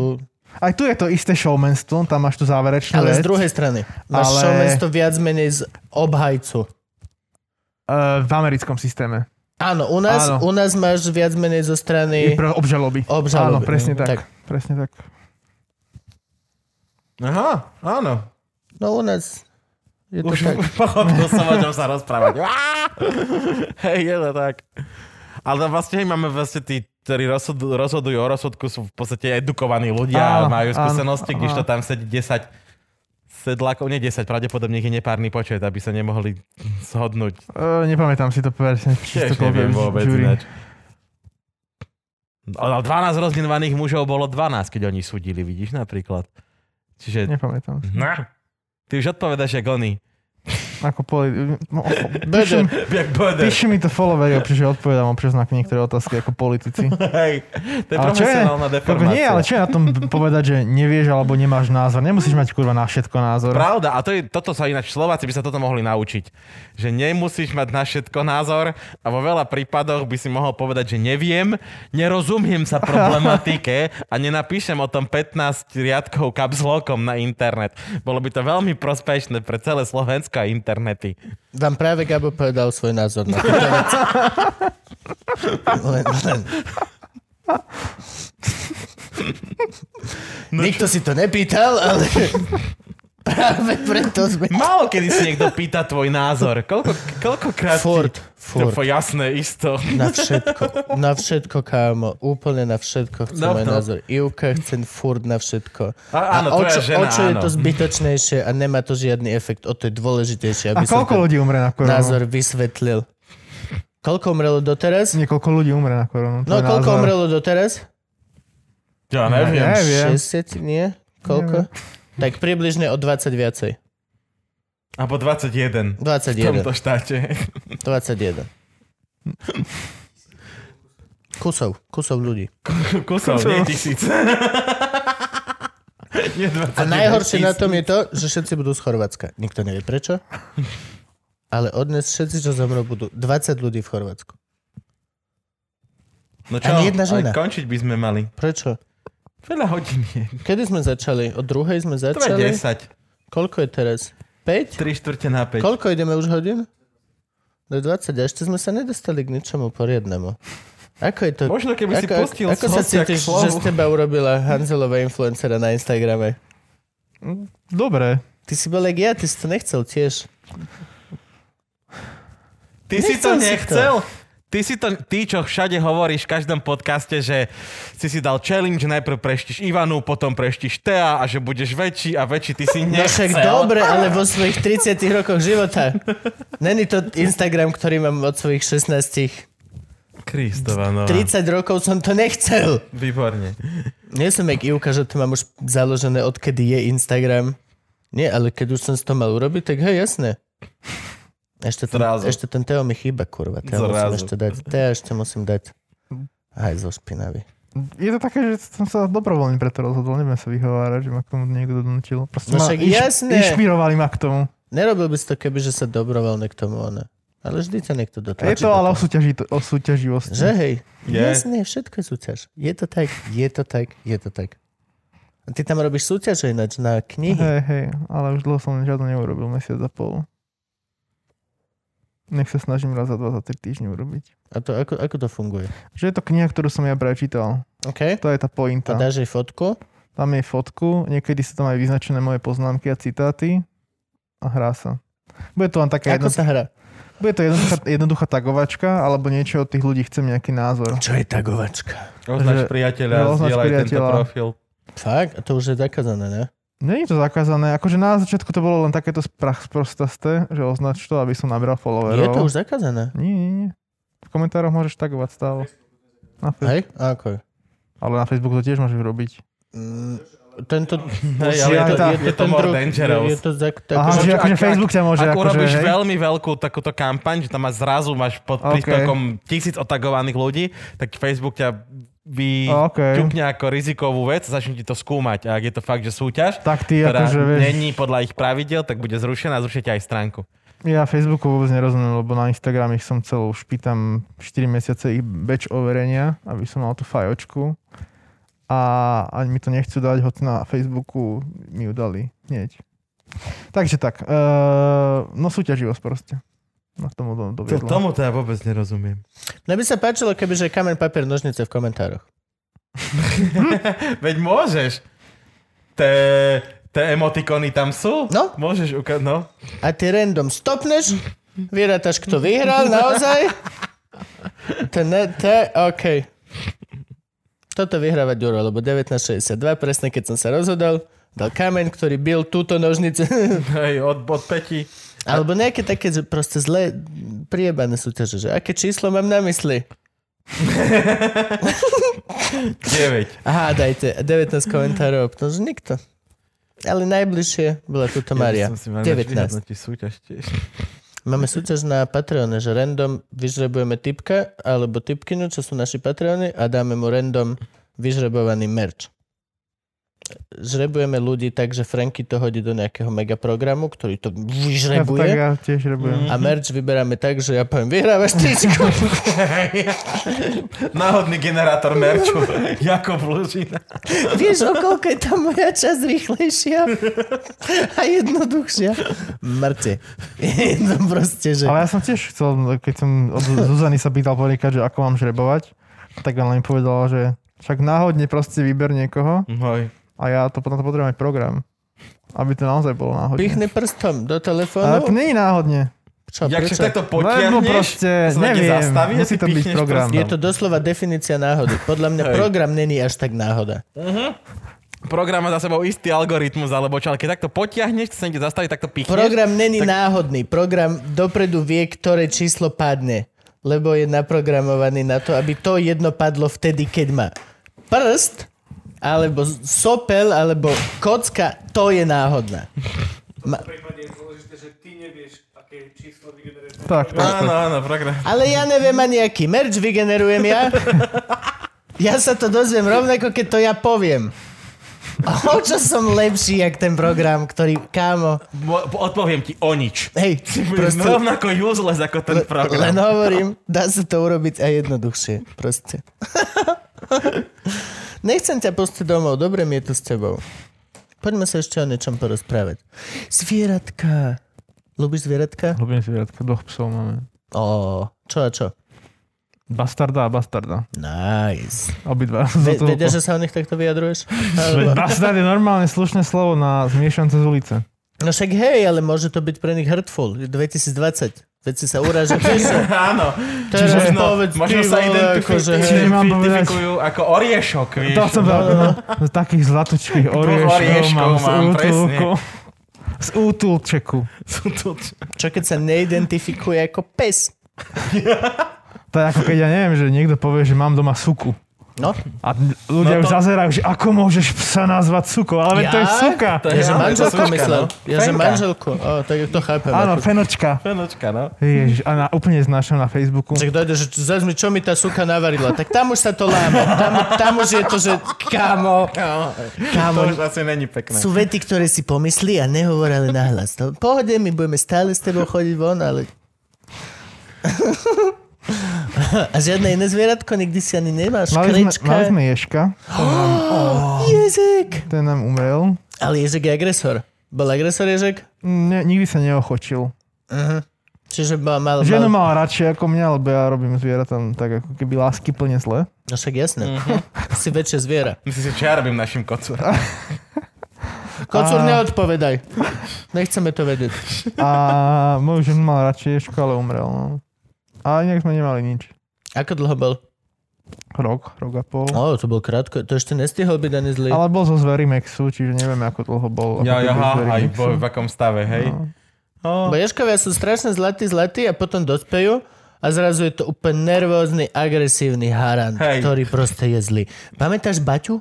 Speaker 3: Aj tu je to isté showmanstvo, tam máš tu záverečnú
Speaker 1: Ale
Speaker 3: vec. E,
Speaker 1: z druhej strany. Máš
Speaker 3: Ale-
Speaker 1: ale... to viac menej z obhajcu.
Speaker 3: E, v americkom systéme.
Speaker 1: Áno, u nás,
Speaker 3: Áno.
Speaker 1: U nás máš viac menej zo
Speaker 3: I
Speaker 1: strany...
Speaker 3: pro obžaloby.
Speaker 1: Obžaloby.
Speaker 3: Áno, presne
Speaker 1: Mm,
Speaker 3: tak.
Speaker 1: tak.
Speaker 3: Presne tak.
Speaker 2: Aha, áno.
Speaker 1: No u nás je to
Speaker 2: Už
Speaker 1: tak.
Speaker 2: pochopil som, o čom sa rozprávať. Á! Hej, je to tak. Ale vlastne máme vlastne tí, ktorí rozhod, rozhodujú o rozhodku, sú v podstate edukovaní ľudia
Speaker 3: Áno,
Speaker 2: a majú
Speaker 3: áno,
Speaker 2: skúsenosti,
Speaker 3: áno.
Speaker 2: kdežto tam sedí 10 sedlákov, nie 10, pravdepodobne ich je nepárny počet, aby sa nemohli zhodnúť.
Speaker 3: E, nepamätám si to presne.
Speaker 2: Tiež
Speaker 3: Čisto
Speaker 2: neviem
Speaker 3: koľko je
Speaker 2: vôbec.
Speaker 3: jury.
Speaker 2: Ináč. Ale 12 rozdielvaných mužov bolo 12, keď oni súdili, vidíš napríklad. Čiže...
Speaker 3: Nepamätám.
Speaker 2: Na. Ty už odpovedaš, jak oni.
Speaker 3: Ako poli... No,
Speaker 1: Böder.
Speaker 3: píšu,
Speaker 2: Jak Böder.
Speaker 3: píšu mi to followeri, občas, že odpovedám občas na niektoré otázky ako politici.
Speaker 2: Hej, to je
Speaker 3: Ale čo je-
Speaker 2: profesionálna
Speaker 3: Koľko,
Speaker 2: deformácia.
Speaker 3: nie, ale čo je na tom povedať, že nevieš alebo nemáš názor. Nemusíš mať kurva na všetko názor.
Speaker 2: Pravda, a to je, toto sa ináč Slováci by sa toto mohli naučiť. Že nemusíš mať na všetko názor a vo veľa prípadoch by si mohol povedať, že neviem, nerozumiem sa problematike a nenapíšem o tom 15 riadkov kapslokom na internet. Bolo by to veľmi prospešné pre celé Slovensko a internety.
Speaker 1: Vám práve Gabo povedal svoj názor na túto vec. Len, len.
Speaker 2: No
Speaker 1: Nikto si to nepýtal, ale práve preto sme...
Speaker 2: Málo kedy si niekto pýta tvoj názor. Koľko, koľkokrát...
Speaker 1: Ford,
Speaker 2: Ti... To
Speaker 1: Ford.
Speaker 2: jasné, isto.
Speaker 1: Na všetko, na všetko, kámo. Úplne na všetko chce
Speaker 2: No,
Speaker 1: môj
Speaker 2: no.
Speaker 1: názor. Ivka chce furt na všetko.
Speaker 2: A, no. áno,
Speaker 1: o
Speaker 2: tvoja
Speaker 1: čo,
Speaker 2: žena,
Speaker 1: o čo je
Speaker 2: áno.
Speaker 1: to zbytočnejšie a nemá to žiadny efekt. O to je dôležitejšie,
Speaker 3: A
Speaker 1: aby som
Speaker 3: koľko
Speaker 1: ten
Speaker 3: ľudí umre na koronu?
Speaker 1: názor vysvetlil. Koľko umrelo doteraz?
Speaker 3: Niekoľko ľudí umre na koronu. to
Speaker 1: No,
Speaker 3: je
Speaker 1: koľko
Speaker 3: názor.
Speaker 1: umrelo doteraz?
Speaker 2: Ja
Speaker 3: neviem.
Speaker 2: neviem.
Speaker 3: Neviem.
Speaker 1: 60, nie? Koľko? Tak približne o 20 viacej.
Speaker 2: Abo 21. V
Speaker 1: 21.
Speaker 2: tomto štáte.
Speaker 1: 21. Kusov, kusov ľudí.
Speaker 2: Kusov, nie tisíc. nie 20,
Speaker 1: A najhoršie na tom je to, že všetci budú z Chorvátska. Nikto nevie prečo. Ale odnes všetci, čo zomrú, budú 20 ľudí v Chorvátsku.
Speaker 2: No
Speaker 1: Ani jedna žena.
Speaker 2: ale končiť by sme mali.
Speaker 1: Prečo?
Speaker 2: Veľa hodín je.
Speaker 1: Kedy sme začali? Od druhej sme
Speaker 2: To je
Speaker 1: začali?
Speaker 2: 10.
Speaker 1: Koľko je teraz? 5?
Speaker 2: 3 štvrte na 5.
Speaker 1: Koľko ideme už hodín? Do 20. A ešte sme sa nedostali k ničomu poriadnemu. Ako je to?
Speaker 2: Možno keby si
Speaker 1: ako,
Speaker 2: pustil
Speaker 1: ako sa
Speaker 2: hostia k
Speaker 1: cítiš,
Speaker 2: slovu.
Speaker 1: že z teba urobila Hanzelová influencera na Instagrame?
Speaker 3: Dobre.
Speaker 1: Ty si bol jak ja, ty si to nechcel tiež.
Speaker 2: Ty si
Speaker 1: Nechcel
Speaker 2: to
Speaker 1: si to.
Speaker 2: nechcel? Ty si to, ty čo všade hovoríš v každom podcaste, že si si dal challenge, najprv preštiš Ivanu, potom preštiš Tea a že budeš väčší a väčší, ty si
Speaker 1: No
Speaker 2: nechcel.
Speaker 1: však dobre, ale vo svojich 30 rokoch života. Není to Instagram, ktorý mám od svojich 16.
Speaker 2: Kristova, no.
Speaker 1: 30 rokov som to nechcel.
Speaker 2: Výborne.
Speaker 1: Nie som jak Ivka, že to mám už založené, odkedy je Instagram. Nie, ale keď už som si to mal urobiť, tak hej, jasné. Ešte ten,
Speaker 2: Zrazu.
Speaker 1: ešte ten Teo mi chýba, kurva. Teo musím
Speaker 2: Zrazu.
Speaker 1: ešte dať. Teo ešte musím dať. Aj zo špinavy.
Speaker 3: Je to také, že som sa dobrovoľne preto rozhodol, neviem sa vyhovárať, že ma k tomu niekto donútil. Proste
Speaker 1: No
Speaker 3: ma
Speaker 1: však jasné.
Speaker 3: inšpirovali ma k tomu.
Speaker 1: Nerobil by si to, keby že sa dobrovoľne k tomu ona. Ale vždy ťa niekto
Speaker 3: Je
Speaker 1: dotlačí.
Speaker 3: to
Speaker 1: do
Speaker 3: ale o,
Speaker 1: toho.
Speaker 3: súťaži, o súťaživosti.
Speaker 1: Že hej?
Speaker 2: Je.
Speaker 1: Jasné, všetko je súťaž. Je to tak, je to tak, je to tak. A ty tam robíš súťaže ináč na knihy.
Speaker 3: Hej, hej, ale už dlho som žiadno neurobil, mesiac a pol. Nech sa snažím raz za dva, za tri týždne urobiť.
Speaker 1: A to ako, ako to funguje?
Speaker 3: Že je to kniha, ktorú som ja práve čítal.
Speaker 1: OK?
Speaker 3: To je tá
Speaker 1: A
Speaker 3: pointa.
Speaker 1: dáš jej fotku?
Speaker 3: Tam je fotku, niekedy sú tam aj vyznačené moje poznámky a citáty a hrá sa. Bude to len taká
Speaker 1: Ako
Speaker 3: jedno,
Speaker 1: sa hrá?
Speaker 3: bude to jednoduchá, jednoduchá tagovačka, alebo niečo od tých ľudí chcem nejaký názor.
Speaker 1: Čo je tagovačka?
Speaker 2: Označ
Speaker 3: Že-
Speaker 2: priateľa,
Speaker 3: že označ
Speaker 2: zdieľaj tento
Speaker 3: priateľa.
Speaker 2: profil.
Speaker 1: Fakt? A to už je zakázané, ne?
Speaker 3: Nie je to zakázané, akože na začiatku to bolo len takéto sprach sprostasté, že označ to, aby som nabral followerov.
Speaker 1: Je to už zakázané.
Speaker 3: Nie, nie, nie. V komentároch môžeš tagovať stále. Na Fe-
Speaker 1: Hej? A Ako?
Speaker 3: ale na Facebooku to tiež môžeš robiť.
Speaker 1: Mm, Tento...
Speaker 2: Hej,
Speaker 1: už
Speaker 2: ale je to- je to
Speaker 1: ten
Speaker 2: more
Speaker 1: druh-
Speaker 2: dangerous.
Speaker 1: Je, je to zak, tak,
Speaker 3: Aha,
Speaker 2: akože-
Speaker 3: že
Speaker 2: ak-
Speaker 3: akože
Speaker 2: ak-
Speaker 3: Facebook ťa môže
Speaker 2: Ak
Speaker 3: akože,
Speaker 2: urobíš
Speaker 3: hej.
Speaker 2: veľmi veľkú takúto kampaň, že tam máš zrazu máš pod
Speaker 3: OK.
Speaker 2: príspevkom tisíc otagovaných ľudí, tak Facebook ťa
Speaker 3: OK.
Speaker 2: vyťukne ako rizikovú vec, začne ti to skúmať. A ak je to fakt, že súťaž,
Speaker 3: Tak ty
Speaker 1: Teda
Speaker 2: ktorá
Speaker 3: akože, vieš,
Speaker 2: není podľa ich pravidel, tak bude zrušená a zrušíte aj stránku.
Speaker 3: ja Facebooku vôbec nerozumiem, lebo na Instagram ich som celú, už pýtam 4 mesiace ich beč overenia, aby som mal tú fajočku. A ani mi to nechcú dať, hoď na Facebooku mi ju dali. Hneď. Takže tak, eh, no súťaživosť proste. Na tomu do, doviedlo.
Speaker 2: Tomu to ja vôbec nerozumiem.
Speaker 1: Mne by sa páčilo, keby že kamen, papier, nožnice v komentároch.
Speaker 2: Veď môžeš. Té, té emotikony tam sú?
Speaker 1: No.
Speaker 2: Môžeš ukázať, no.
Speaker 1: A ty random stopneš, vyrátaš, kto vyhral, naozaj. To ne, to je, OK. Toto vyhráva Ďuro, lebo 1962, presne keď som sa rozhodol, dal kameň, ktorý bil túto nožnice.
Speaker 2: Hej, od, od Peti.
Speaker 1: Alebo nejaké také že proste zlé priebané súťaže, že aké číslo mám na mysli?
Speaker 2: 9.
Speaker 1: Aha, dajte 19 komentárov, pretože nikto. Ale najbližšie bola tuto Maria. 19.
Speaker 2: súťaž tiež.
Speaker 1: Máme súťaž na Patreone, že random vyžrebujeme typka alebo typkinu, čo sú naši Patreony a dáme mu random vyžrebovaný merch. Žrebujeme ľudí tak, že Franky to hodí do nejakého megaprogramu, ktorý to
Speaker 3: ja, to tak
Speaker 1: vyžrebuje.
Speaker 3: ja tiež
Speaker 2: Mm,
Speaker 3: rebujem.
Speaker 1: A merch vyberáme tak, že ja poviem, vyhrávaš tričko.
Speaker 2: Náhodný generátor merču. Jakub Lužina.
Speaker 1: Vieš, o koľko je tá moja časť rýchlejšia a jednoduchšia? Mŕte. Je to proste, že...
Speaker 3: Ale ja som tiež chcel, keď som od Zuzany sa pýtal poviekať, že ako mám žrebovať, tak ona mi povedala, že však náhodne proste vyber niekoho
Speaker 2: Hoj.
Speaker 3: a ja to potom to potrebujem aj program. Aby to naozaj bolo náhodne.
Speaker 1: Pichne prstom do
Speaker 2: No,
Speaker 3: Ale to
Speaker 1: telefónu.
Speaker 3: není náhodne.
Speaker 1: Čo,
Speaker 2: Jak
Speaker 1: prečo?
Speaker 2: však takto
Speaker 3: Lebo
Speaker 2: potiahneš,
Speaker 3: proste,
Speaker 2: sa niekde
Speaker 3: neviem,
Speaker 2: zastaví a
Speaker 3: musí
Speaker 2: ty
Speaker 3: to byť
Speaker 2: pichneš
Speaker 3: program.
Speaker 2: prstom.
Speaker 1: Je to doslova definícia náhody. Podľa mňa
Speaker 2: Hej.
Speaker 1: program není až tak náhoda.
Speaker 2: Program má za sebou istý algoritmus, alebo čo, ale keď takto potiahneš, sa niekde zastaví, takto pichneš.
Speaker 1: Program není náhodný. Program dopredu vie, ktoré číslo padne. Lebo je naprogramovaný na to, aby to jedno padlo vtedy, keď má prst, alebo sopel, alebo kocka. To je náhodná.
Speaker 5: V prípade je dôležité, že ty nevieš, aké číslo vygeneruje. ten
Speaker 3: Tak,
Speaker 5: program.
Speaker 3: tak.
Speaker 2: Áno, áno, program.
Speaker 1: Ale ja neviem ani, aký merch vygenerujem ja. Ja sa to dozviem rovnako, keď to ja poviem. O čo som lepší, jak ten program, ktorý, kámo,
Speaker 2: Mo- odpoviem ti o nič.
Speaker 1: hej,
Speaker 2: Budeš
Speaker 1: proste,
Speaker 2: rovnako useless ako ten
Speaker 1: len
Speaker 2: program.
Speaker 1: hovorím, dá sa to urobiť aj jednoduchšie, proste. Nechcem ťa pustiť domov, dobre mi je tu s tebou. Poďme sa ešte o niečom porozprávať. Zvieratka. Ľubíš zvieratka?
Speaker 3: No. Hlubím si viatka, dvoch psov máme.
Speaker 1: O, čo a čo?
Speaker 3: Bastarda a bastarda.
Speaker 1: Nice.
Speaker 3: Obidva.
Speaker 1: Ve,
Speaker 3: Zotúľko.
Speaker 1: vedia, že sa o nich takto vyjadruješ?
Speaker 3: Veď
Speaker 1: Alebo...
Speaker 3: Bastard je normálne slušné slovo na zmiešance z ulice.
Speaker 1: No však hej, ale môže to byť pre nich hurtful. 2020. Veci sa urážia. Čiže,
Speaker 2: Áno,
Speaker 1: Teraz
Speaker 2: možno,
Speaker 1: povedz,
Speaker 2: možno
Speaker 1: ty
Speaker 2: sa
Speaker 1: vole,
Speaker 2: identifi-
Speaker 1: akože, hej.
Speaker 3: Čiže mám povedať-
Speaker 2: identifikujú ako oriešok, vieš.
Speaker 3: To som bol, no, z takých zlatočkých orieškov
Speaker 2: orieškov
Speaker 3: mám z
Speaker 2: mám,
Speaker 3: útulku. Z útulčeku.
Speaker 2: Sú to-
Speaker 1: čo keď sa neidentifikuje ako pes?
Speaker 3: To je ako keď ja neviem, že niekto povie, že mám doma suku.
Speaker 1: No,
Speaker 3: A ľudia
Speaker 2: No to-
Speaker 3: už zazerajú, že ako môžeš psa nazvať sukou, ale veď to je
Speaker 1: Ja?
Speaker 3: suka.
Speaker 2: To
Speaker 1: ja že
Speaker 2: áno, to
Speaker 1: manželku
Speaker 2: suška,
Speaker 1: myslel.
Speaker 2: no.
Speaker 1: Ja že
Speaker 2: Fenka.
Speaker 1: manželku. O, tak to chápem.
Speaker 3: Áno,
Speaker 1: ako-
Speaker 3: fenočka.
Speaker 2: Fenočka, no.
Speaker 3: Ježiš, a na, úplne znašam na Facebooku.
Speaker 1: Čak dojde, že zás mi, čo mi tá suka navarila. Tak tam už sa to láme. Tam, tam už je to, že kamo,
Speaker 2: To
Speaker 1: kamo.
Speaker 2: už asi není pekné.
Speaker 1: Sú vety, ktoré si pomyslí a nehovoria ale nahlas. To, pohode, my budeme stále s tebou chodiť von, ale... A žiadne iné zvieratko nikdy si ani nemáš.
Speaker 3: Mali sme, mali
Speaker 1: Krečka,
Speaker 3: sme ješka,
Speaker 1: jezek.
Speaker 3: ten nám umrel.
Speaker 1: Ale jezek je agresor. Bol agresor jezek?
Speaker 3: Ne, nikdy sa neochočil.
Speaker 1: Čiže mal... mal,
Speaker 3: Ženu
Speaker 1: mal...
Speaker 3: mal radšej ako mňa, lebo ja robím zvieratám tak ako keby lásky plne zle.
Speaker 1: No však jasné. Si väčšie zviera.
Speaker 2: Myslím si, čo ja robím našim kocúram.
Speaker 1: Kocúr, neodpovedaj. Nechceme to vedieť.
Speaker 3: A môj žen mal radšej ješka, ale umrel. No. A inak sme nemali nič.
Speaker 1: Ako dlho bol?
Speaker 3: Rok, rok a pol.
Speaker 1: O, to bol krátko. To ešte nestihol byť ani zlý.
Speaker 3: Ale bol zo Zverimexu, čiže neviem, ako dlho bol. ako
Speaker 2: Ja,
Speaker 3: keby
Speaker 2: ja,
Speaker 3: z
Speaker 2: ha, aj
Speaker 3: Verimexu.
Speaker 2: boj, v akom stave, hej. No.
Speaker 1: Bo ješkovia sú strašne zlatí, zlatí a potom dospejú a zrazu je to úplne nervózny, agresívny haran,
Speaker 2: Hej.
Speaker 1: ktorý proste je zlý. Pamätáš Baťu?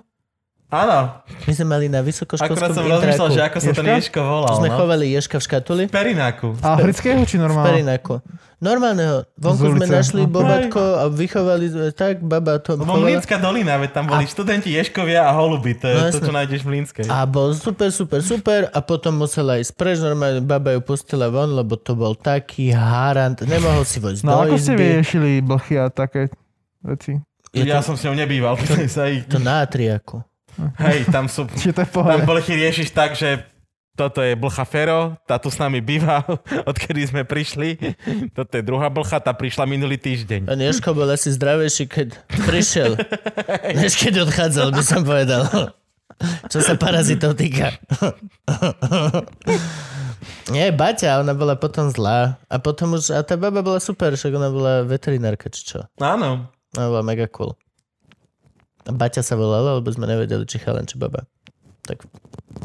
Speaker 2: Áno,
Speaker 1: My sme mali na
Speaker 2: akurát
Speaker 1: vysokoškolskom
Speaker 2: som rozmýšľal,
Speaker 1: intráku.
Speaker 2: že ako sa ten
Speaker 3: Ješka?
Speaker 2: Ješko volal,
Speaker 1: Sme
Speaker 2: no.
Speaker 1: chovali ješka v škatuli.
Speaker 2: Perináku.
Speaker 3: A afrického či normálne?
Speaker 1: Perináku. Normálneho. Vonku
Speaker 3: Z
Speaker 1: sme
Speaker 3: ulice.
Speaker 1: našli
Speaker 3: Hej.
Speaker 1: bobatko a vychovali sme tak, baba to
Speaker 2: No, Lebo
Speaker 1: chovala.
Speaker 2: Mlínska dolina, veď tam boli študenti Ješkovia a holuby, to je
Speaker 1: No
Speaker 2: to,
Speaker 1: jasné.
Speaker 2: čo nájdeš v Mlínskej.
Speaker 1: A bol super, super, super a potom musela ísť preč, normálne baba ju pustila von, lebo to bol taký harant, nemohol si vojsť
Speaker 3: No
Speaker 1: do
Speaker 3: ako ste
Speaker 1: izby.
Speaker 3: vyriešili blchy a také veci?
Speaker 1: Je
Speaker 2: Ja
Speaker 1: to,
Speaker 2: som s ňou nebýval, pýtaj sa ich.
Speaker 1: to na triaku.
Speaker 2: Hej, tam sú...
Speaker 3: Čiže to je
Speaker 2: Tam
Speaker 3: v pohode.
Speaker 2: blchy riešiš tak, že toto je blcha Fero, tá tu s nami býva, odkedy sme prišli. Toto je druhá blcha, tá prišla minulý týždeň.
Speaker 1: Pán Ješko bol asi zdravejší, keď prišiel, než keď odchádzal, by som povedal. Čo sa parazitov týka. Nie, Baťa, ona bola potom zlá. A potom už, a tá baba bola super, však ona bola veterinárka, či čo.
Speaker 2: Áno.
Speaker 1: Ona bola mega cool. A Baťa sa volala, lebo sme nevedeli, či chalan, či baba. Tak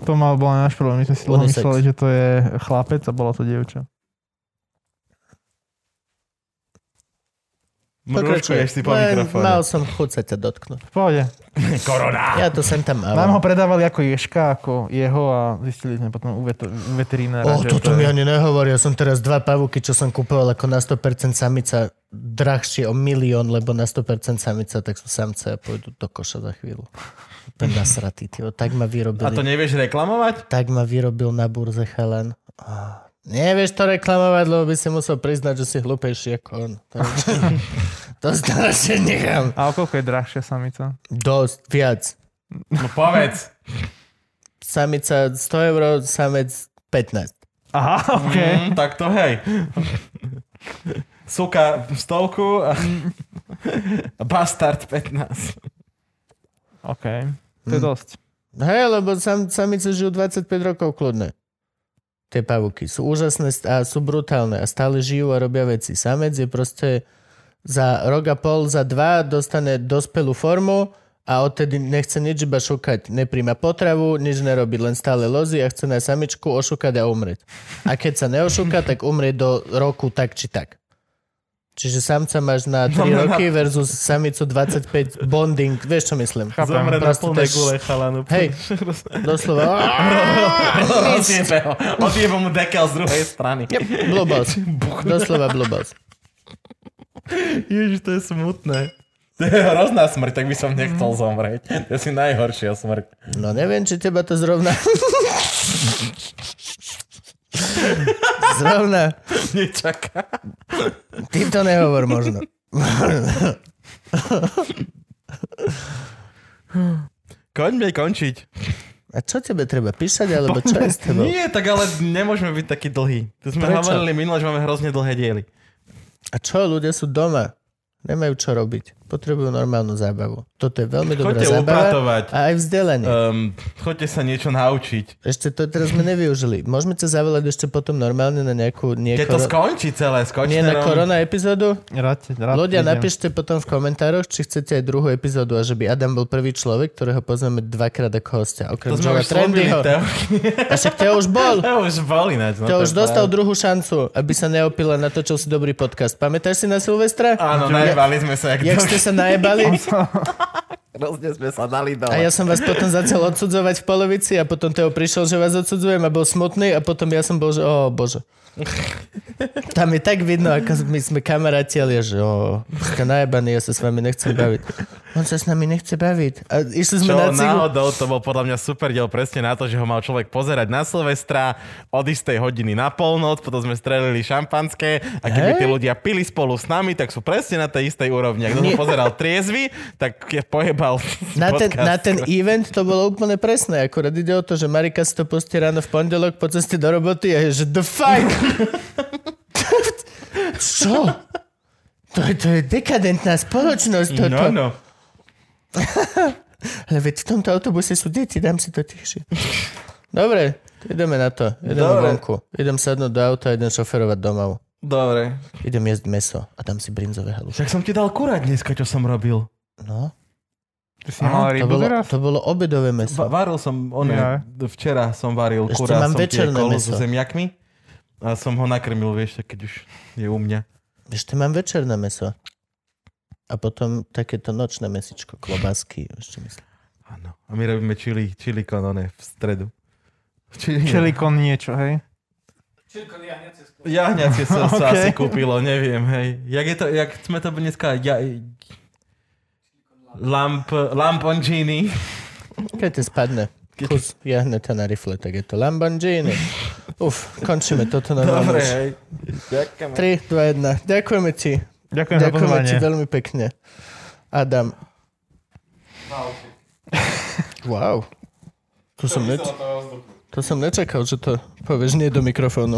Speaker 3: To mal bola náš problém. My sme si dlho
Speaker 1: Unisex.
Speaker 3: mysleli, že to je chlapec a bola to dievča.
Speaker 2: Mrúškuješ si po
Speaker 1: Len Mal
Speaker 2: mikrofóne.
Speaker 1: som chuť sa ťa dotknúť.
Speaker 3: V pohode.
Speaker 2: Korona!
Speaker 1: Ja to sem tam mám.
Speaker 3: Nám ho predávali ako ješka, ako jeho a zistili sme potom u, veto- u veterinára,
Speaker 1: O,
Speaker 3: že
Speaker 1: toto
Speaker 3: to
Speaker 1: mi
Speaker 3: je...
Speaker 1: ani nehovorí. Ja som teraz dva pavuky, čo som kúpoval ako na 100% samica, drahšie o milión, lebo na 100% samica, tak sú samce a pôjdu do koša za chvíľu. Úplne nasratý, tío. Tak ma
Speaker 2: A to
Speaker 1: vyrobili.
Speaker 2: nevieš reklamovať?
Speaker 1: Tak ma vyrobil na burze chalan. Á, Nevieš to reklamovať, lebo by si musel priznať, že si hlúpejší ako on. Takže to strašne nechám.
Speaker 3: A o koľko je drahšia samica?
Speaker 1: Dosť, viac.
Speaker 2: No povedz.
Speaker 1: Samica 100 eur, samec 15.
Speaker 3: Aha, OK.
Speaker 2: Mm,
Speaker 3: Mm.
Speaker 2: tak to hej. Suka stovku a a bastard 15.
Speaker 3: OK. To je dosť.
Speaker 1: Hej, lebo sam, samice žijú 25 rokov kľudne. Tie pavuky sú úžasné a sú brutálne a stále žijú a robia veci. Samec je proste za rok a pol, za dva dostane dospelú formu a odtedy nechce nič iba šukať. Nepríjma potravu, nič nerobí, len stále lozi a chce na samičku ošukať a umrieť. A keď sa neošuka, tak umrie do roku tak či tak. Čiže samca máš na 3 roky versus samicu 25 bonding. Vieš, čo myslím?
Speaker 2: Zomre na
Speaker 1: Proste
Speaker 2: plné
Speaker 1: to je
Speaker 2: gule, chalanu.
Speaker 1: Hej. Doslova.
Speaker 2: Odjebe ho. Odjebe mu dekel z druhej strany.
Speaker 1: Blobos. Doslova blobos.
Speaker 2: Ježiš, to je smutné. To je hrozná smrť, tak by som
Speaker 7: Mhm.
Speaker 2: nechcel zomrieť. To je si najhoršia smrť.
Speaker 1: No neviem, či teba to zrovna... zrovna.
Speaker 2: Nečaká.
Speaker 1: Ty to nehovor možno.
Speaker 2: Koďme končiť.
Speaker 1: A čo tebe treba? Písať alebo čo je s
Speaker 2: Teda-
Speaker 1: tebou?
Speaker 2: Nie, tak ale nemôžeme byť taký dlhý. To sme
Speaker 1: Prečo?
Speaker 2: hovorili minule, že máme hrozne dlhé diely.
Speaker 7: A čo, ľudia sú doma. Nemajú čo robiť. Potrebujú normálnu zábavu. Toto je veľmi dobrá
Speaker 2: Choďte
Speaker 7: zábava.
Speaker 2: upratovať.
Speaker 7: A aj vzdelanie.
Speaker 2: Um, choďte sa niečo naučiť.
Speaker 7: Ešte to teraz sme nevyužili. Môžeme ťa zavolať ešte potom normálne na nejakú... Nie,
Speaker 2: Keď to no. skončí celé, skončí
Speaker 7: nie na korona epizódu?
Speaker 3: Rád, rád
Speaker 7: Ľudia,
Speaker 3: prídem.
Speaker 7: napíšte potom v komentároch, či chcete aj druhú epizódu a že by Adam bol prvý človek, ktorého pozveme dvakrát ako hostia.
Speaker 2: To
Speaker 7: Okrem
Speaker 2: sme
Speaker 7: Johna
Speaker 2: už slúbili,
Speaker 7: Trendyho.
Speaker 2: to,
Speaker 7: A však Teo už bol.
Speaker 2: to už boli ináč. No,
Speaker 7: Teo
Speaker 2: je
Speaker 7: už dostal
Speaker 2: pravda.
Speaker 7: druhú šancu, aby sa neopila, natočil si dobrý podcast. Pamätáš si na Silvestra?
Speaker 2: Áno,
Speaker 7: Ja-
Speaker 2: najbali sme sa, jak, jak
Speaker 7: Jak ste sa najebali
Speaker 2: Hrozne sme sa dali dole.
Speaker 7: a ja som vás potom začal odsudzovať v polovici a potom Teo prišiel, že vás odsudzujem a bol smutný a potom ja som bol, že o bože. Tam je tak vidno, ako my sme kamaráti, ale ja, že o, ste najebaní, ja sa s vami nechcem baviť. On sa s nami nechce baviť. A išli sme
Speaker 2: Čo
Speaker 7: na cigu.
Speaker 2: náhodou, to bol podľa mňa super diel presne na to, že ho mal človek pozerať na Silvestra od istej hodiny na polnoc, potom sme strelili šampanské a keby
Speaker 7: Hej.
Speaker 2: tí ľudia pili spolu s nami, tak sú presne na tej istej úrovni. Ak
Speaker 7: Nie.
Speaker 2: to pozeral triezvy, tak je pojebal
Speaker 7: Na ten,
Speaker 2: podcast.
Speaker 7: na ten event to bolo úplne presné, akurát ide o to, že Marika si to pustí ráno v pondelok po ceste do roboty a je, že the fuck! Čo? To, je- to je dekadentná spoločnosť toto.
Speaker 2: No, no.
Speaker 7: Ale veď v tomto autobuse sú deti, dám si to tichšie. Dobre, ideme na to. Idem
Speaker 2: Dobre.
Speaker 7: vonku. Idem sadnúť do auta a idem šoferovať domov.
Speaker 2: Dobre.
Speaker 7: Idem jesť meso a dám si brinzové halušky.
Speaker 2: Však som ti dal kurať dneska, čo som robil.
Speaker 7: No,
Speaker 3: Ty
Speaker 2: No,
Speaker 3: si nemal
Speaker 7: to
Speaker 3: rybu
Speaker 7: bolo,
Speaker 3: teraz?
Speaker 7: to bolo obedové meso.
Speaker 2: Va- varil som, on
Speaker 3: Ja.
Speaker 2: včera som varil
Speaker 7: Ešte
Speaker 2: kurá,
Speaker 7: mám
Speaker 2: som tie
Speaker 7: večerné
Speaker 2: kolo
Speaker 7: meso.
Speaker 2: so zemiakmi a som ho nakrmil, vieš, tak keď už je u mňa.
Speaker 7: Ešte mám večerné meso. A potom takéto nočné mesičko, klobásky, ešte myslím.
Speaker 2: Áno. A my robíme čili, čilikon, one, v stredu. Čili,
Speaker 3: Čelikon niečo, hej?
Speaker 8: Čirko jahňacie sklo.
Speaker 2: Jahňacie sa, sa
Speaker 3: Ok.
Speaker 2: asi kúpilo, neviem, hej. Jak, je to, jak sme to dneska... Ja, lamp, lamponcini.
Speaker 7: Keď ten spadne, kus jahneta na rifle, tak je to Lamborghini. Uf, končíme toto na
Speaker 2: Dobre, hej. Ďakujem.
Speaker 7: 3, 2, 1. Ďakujeme ti.
Speaker 3: Ďakujem, za
Speaker 7: Ďakujeme
Speaker 3: pozvanie.
Speaker 7: ti veľmi pekne. Adam. Wow. To som, neč- to som nečakal, že to povieš nie do mikrofónu.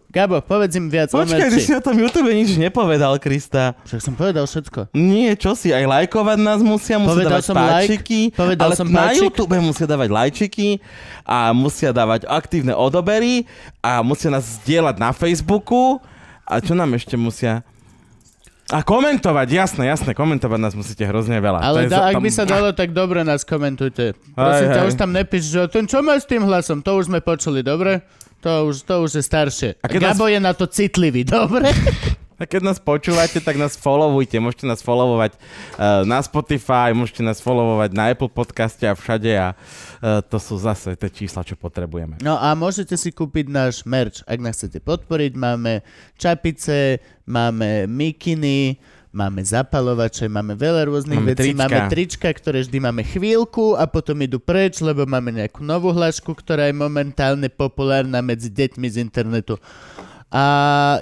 Speaker 7: Gabo, povedz im viac o
Speaker 2: Počkaj, ty si o
Speaker 7: merči.
Speaker 2: tom YouTube nič nepovedal, Krista.
Speaker 7: Však som povedal všetko.
Speaker 2: Nie, čo si, aj lajkovať nás musia, musia dávať
Speaker 7: Povedal som like,
Speaker 2: páčiky,
Speaker 7: povedal
Speaker 2: ale
Speaker 7: som
Speaker 2: na
Speaker 7: páčik.
Speaker 2: YouTube musia dávať lajčiky a musia dávať aktívne odobery a musia nás zdieľať na Facebooku a čo nám ešte musia... A komentovať, jasné, jasné, komentovať nás musíte hrozne veľa. To
Speaker 7: Ale
Speaker 2: je
Speaker 7: da,
Speaker 2: za-
Speaker 7: ak
Speaker 2: tam-
Speaker 7: by sa dalo, tak dobre nás komentujte. Prosím
Speaker 2: Hej,
Speaker 7: ťa,
Speaker 2: hej.
Speaker 7: už tam nepíš, že ten čo má s tým hlasom, to už sme počuli, dobre? To už, to už je staršie.
Speaker 2: A keď
Speaker 7: Gabo je na to citlivý, dobre?
Speaker 2: A keď nás počúvate, tak nás followujte. Môžete nás followovať uh, na Spotify, môžete nás followovať na Apple podcaste a všade a uh, to sú zase tie čísla, čo potrebujeme.
Speaker 7: No a môžete si kúpiť náš merch, ak nás chcete podporiť. Máme čapice, máme mikiny, máme zapalovače, máme veľa rôznych
Speaker 2: Máme
Speaker 7: vecí.
Speaker 2: trička.
Speaker 7: Máme trička, ktoré vždy máme chvíľku a potom idú preč, lebo máme nejakú novú hlášku, ktorá je momentálne populárna medzi deťmi z internetu. A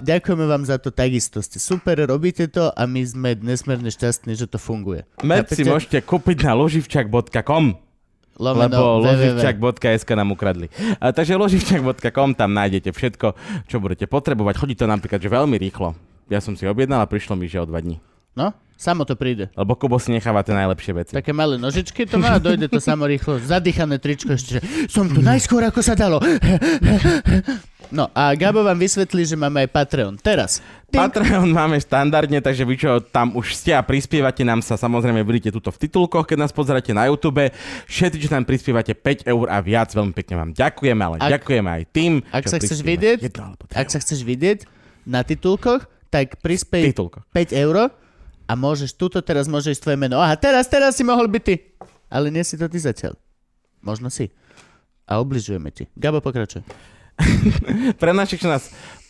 Speaker 7: ďakujeme vám za to takisto. Ste super, robíte to a my sme nesmierne šťastní, že to funguje.
Speaker 2: Med si
Speaker 7: Chápete?
Speaker 2: môžete kúpiť na loživčak.com
Speaker 7: Lomeno
Speaker 2: lebo
Speaker 7: www.
Speaker 2: loživčak.sk nám ukradli. A, takže loživčak.com, tam nájdete všetko, čo budete potrebovať. Chodí to napríklad že veľmi rýchlo. Ja som si objednal a prišlo mi, že o dva dní.
Speaker 7: No, samo to príde.
Speaker 2: Lebo Kubo si necháva tie najlepšie veci.
Speaker 7: Také malé nožičky to má a dojde to samo rýchlo. Zadýchané tričko ešte, že som tu najskôr ako sa dalo. No a Gabo vám vysvetlí, že máme aj Patreon. Teraz. Tink.
Speaker 2: Patreon máme štandardne, takže vy čo tam už ste a prispievate nám sa, samozrejme budete tuto v titulkoch, keď nás pozeráte na YouTube. Všetci, čo tam prispievate 5 eur a viac, veľmi pekne vám ďakujeme, ale
Speaker 7: Ak-
Speaker 2: ak, ďakujeme aj tým,
Speaker 7: Ak
Speaker 2: čo
Speaker 7: sa chceš
Speaker 2: prispievate
Speaker 7: vidieť,
Speaker 2: jedno alebo tri
Speaker 7: ak
Speaker 2: eur.
Speaker 7: sa chceš vidieť na titulkoch, tak prispej
Speaker 2: Titulkoch.
Speaker 7: 5 eur a môžeš, tuto teraz môžeš tvoje meno. Aha, teraz, teraz si mohol byť ty. Ale nie si to ty zatiaľ. Možno si. A obližujeme ti. Gabo, pokračuj.
Speaker 2: Pre našich čo nás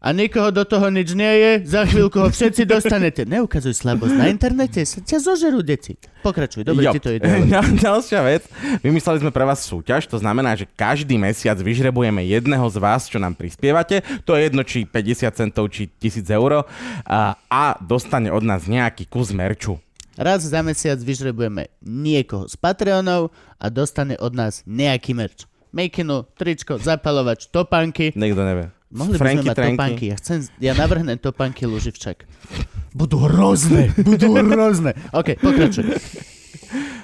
Speaker 7: a nikoho do toho nič nie je. Za chvíľku ho všetci dostanete. Neukazuj slabosť. Na internete sa ťa zožerú deti. Pokračuj, dobre,
Speaker 2: Jo.
Speaker 7: ti to ide.
Speaker 2: Ďal, ďalšia vec, vymysleli sme pre vás súťaž, to znamená, že každý mesiac vyžrebujeme jedného z vás, čo nám prispievate, to je jedno či 50 centov, či 1000 eur a, a dostane od nás nejaký kus merču.
Speaker 7: Raz za mesiac vyžrebujeme niekoho z Patreonov a dostane od nás nejaký merč. Mekinu, tričko, zapalovač, topánky.
Speaker 2: Niekto nevie.
Speaker 7: Mohli by
Speaker 2: Franky,
Speaker 7: sme mať
Speaker 2: trenky.
Speaker 7: topánky. Ja, chcem, ja navrhnem topánky Luživčak. Budú hrozné, budú hrozné. OK, pokračuj.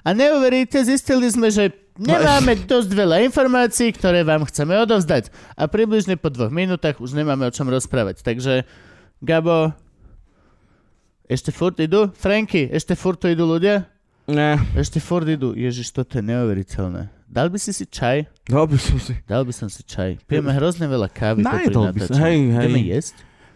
Speaker 7: a neuveríte, zistili sme, že Nemáme dosť veľa informácií, ktoré vám chceme odovzdať. A približne po dvoch minútach už nemáme o čom rozprávať. Takže, Gabo, ešte furt idú? Franky, ešte furt tu idú ľudia?
Speaker 2: Ne,
Speaker 7: Ešte furt idú. Ježiš, toto je neuveriteľné. Dal by si si čaj?
Speaker 2: dobil som si.
Speaker 7: Dal by som si čaj. Pijeme hrozne veľa kávy. popri
Speaker 2: Najedol by som,
Speaker 7: natáčaní.
Speaker 2: hej, hej.
Speaker 7: Ideme jesť?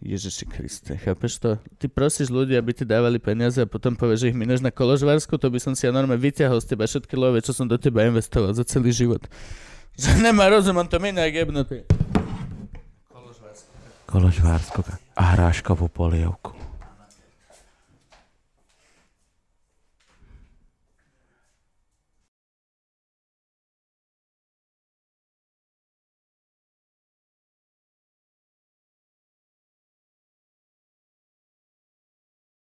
Speaker 7: Ježiši Kriste, chápeš to? Ty prosíš ľudí, aby ti dávali peniaze a potom povieš, že ich mineš na koložvársku, to by som si ja normálne vyťahol z teba všetky love, čo som do teba investoval za celý život. Že nemá rozum, on to minie jak jebnutý.
Speaker 2: Koložvárskú ka- a hráškovú polievku.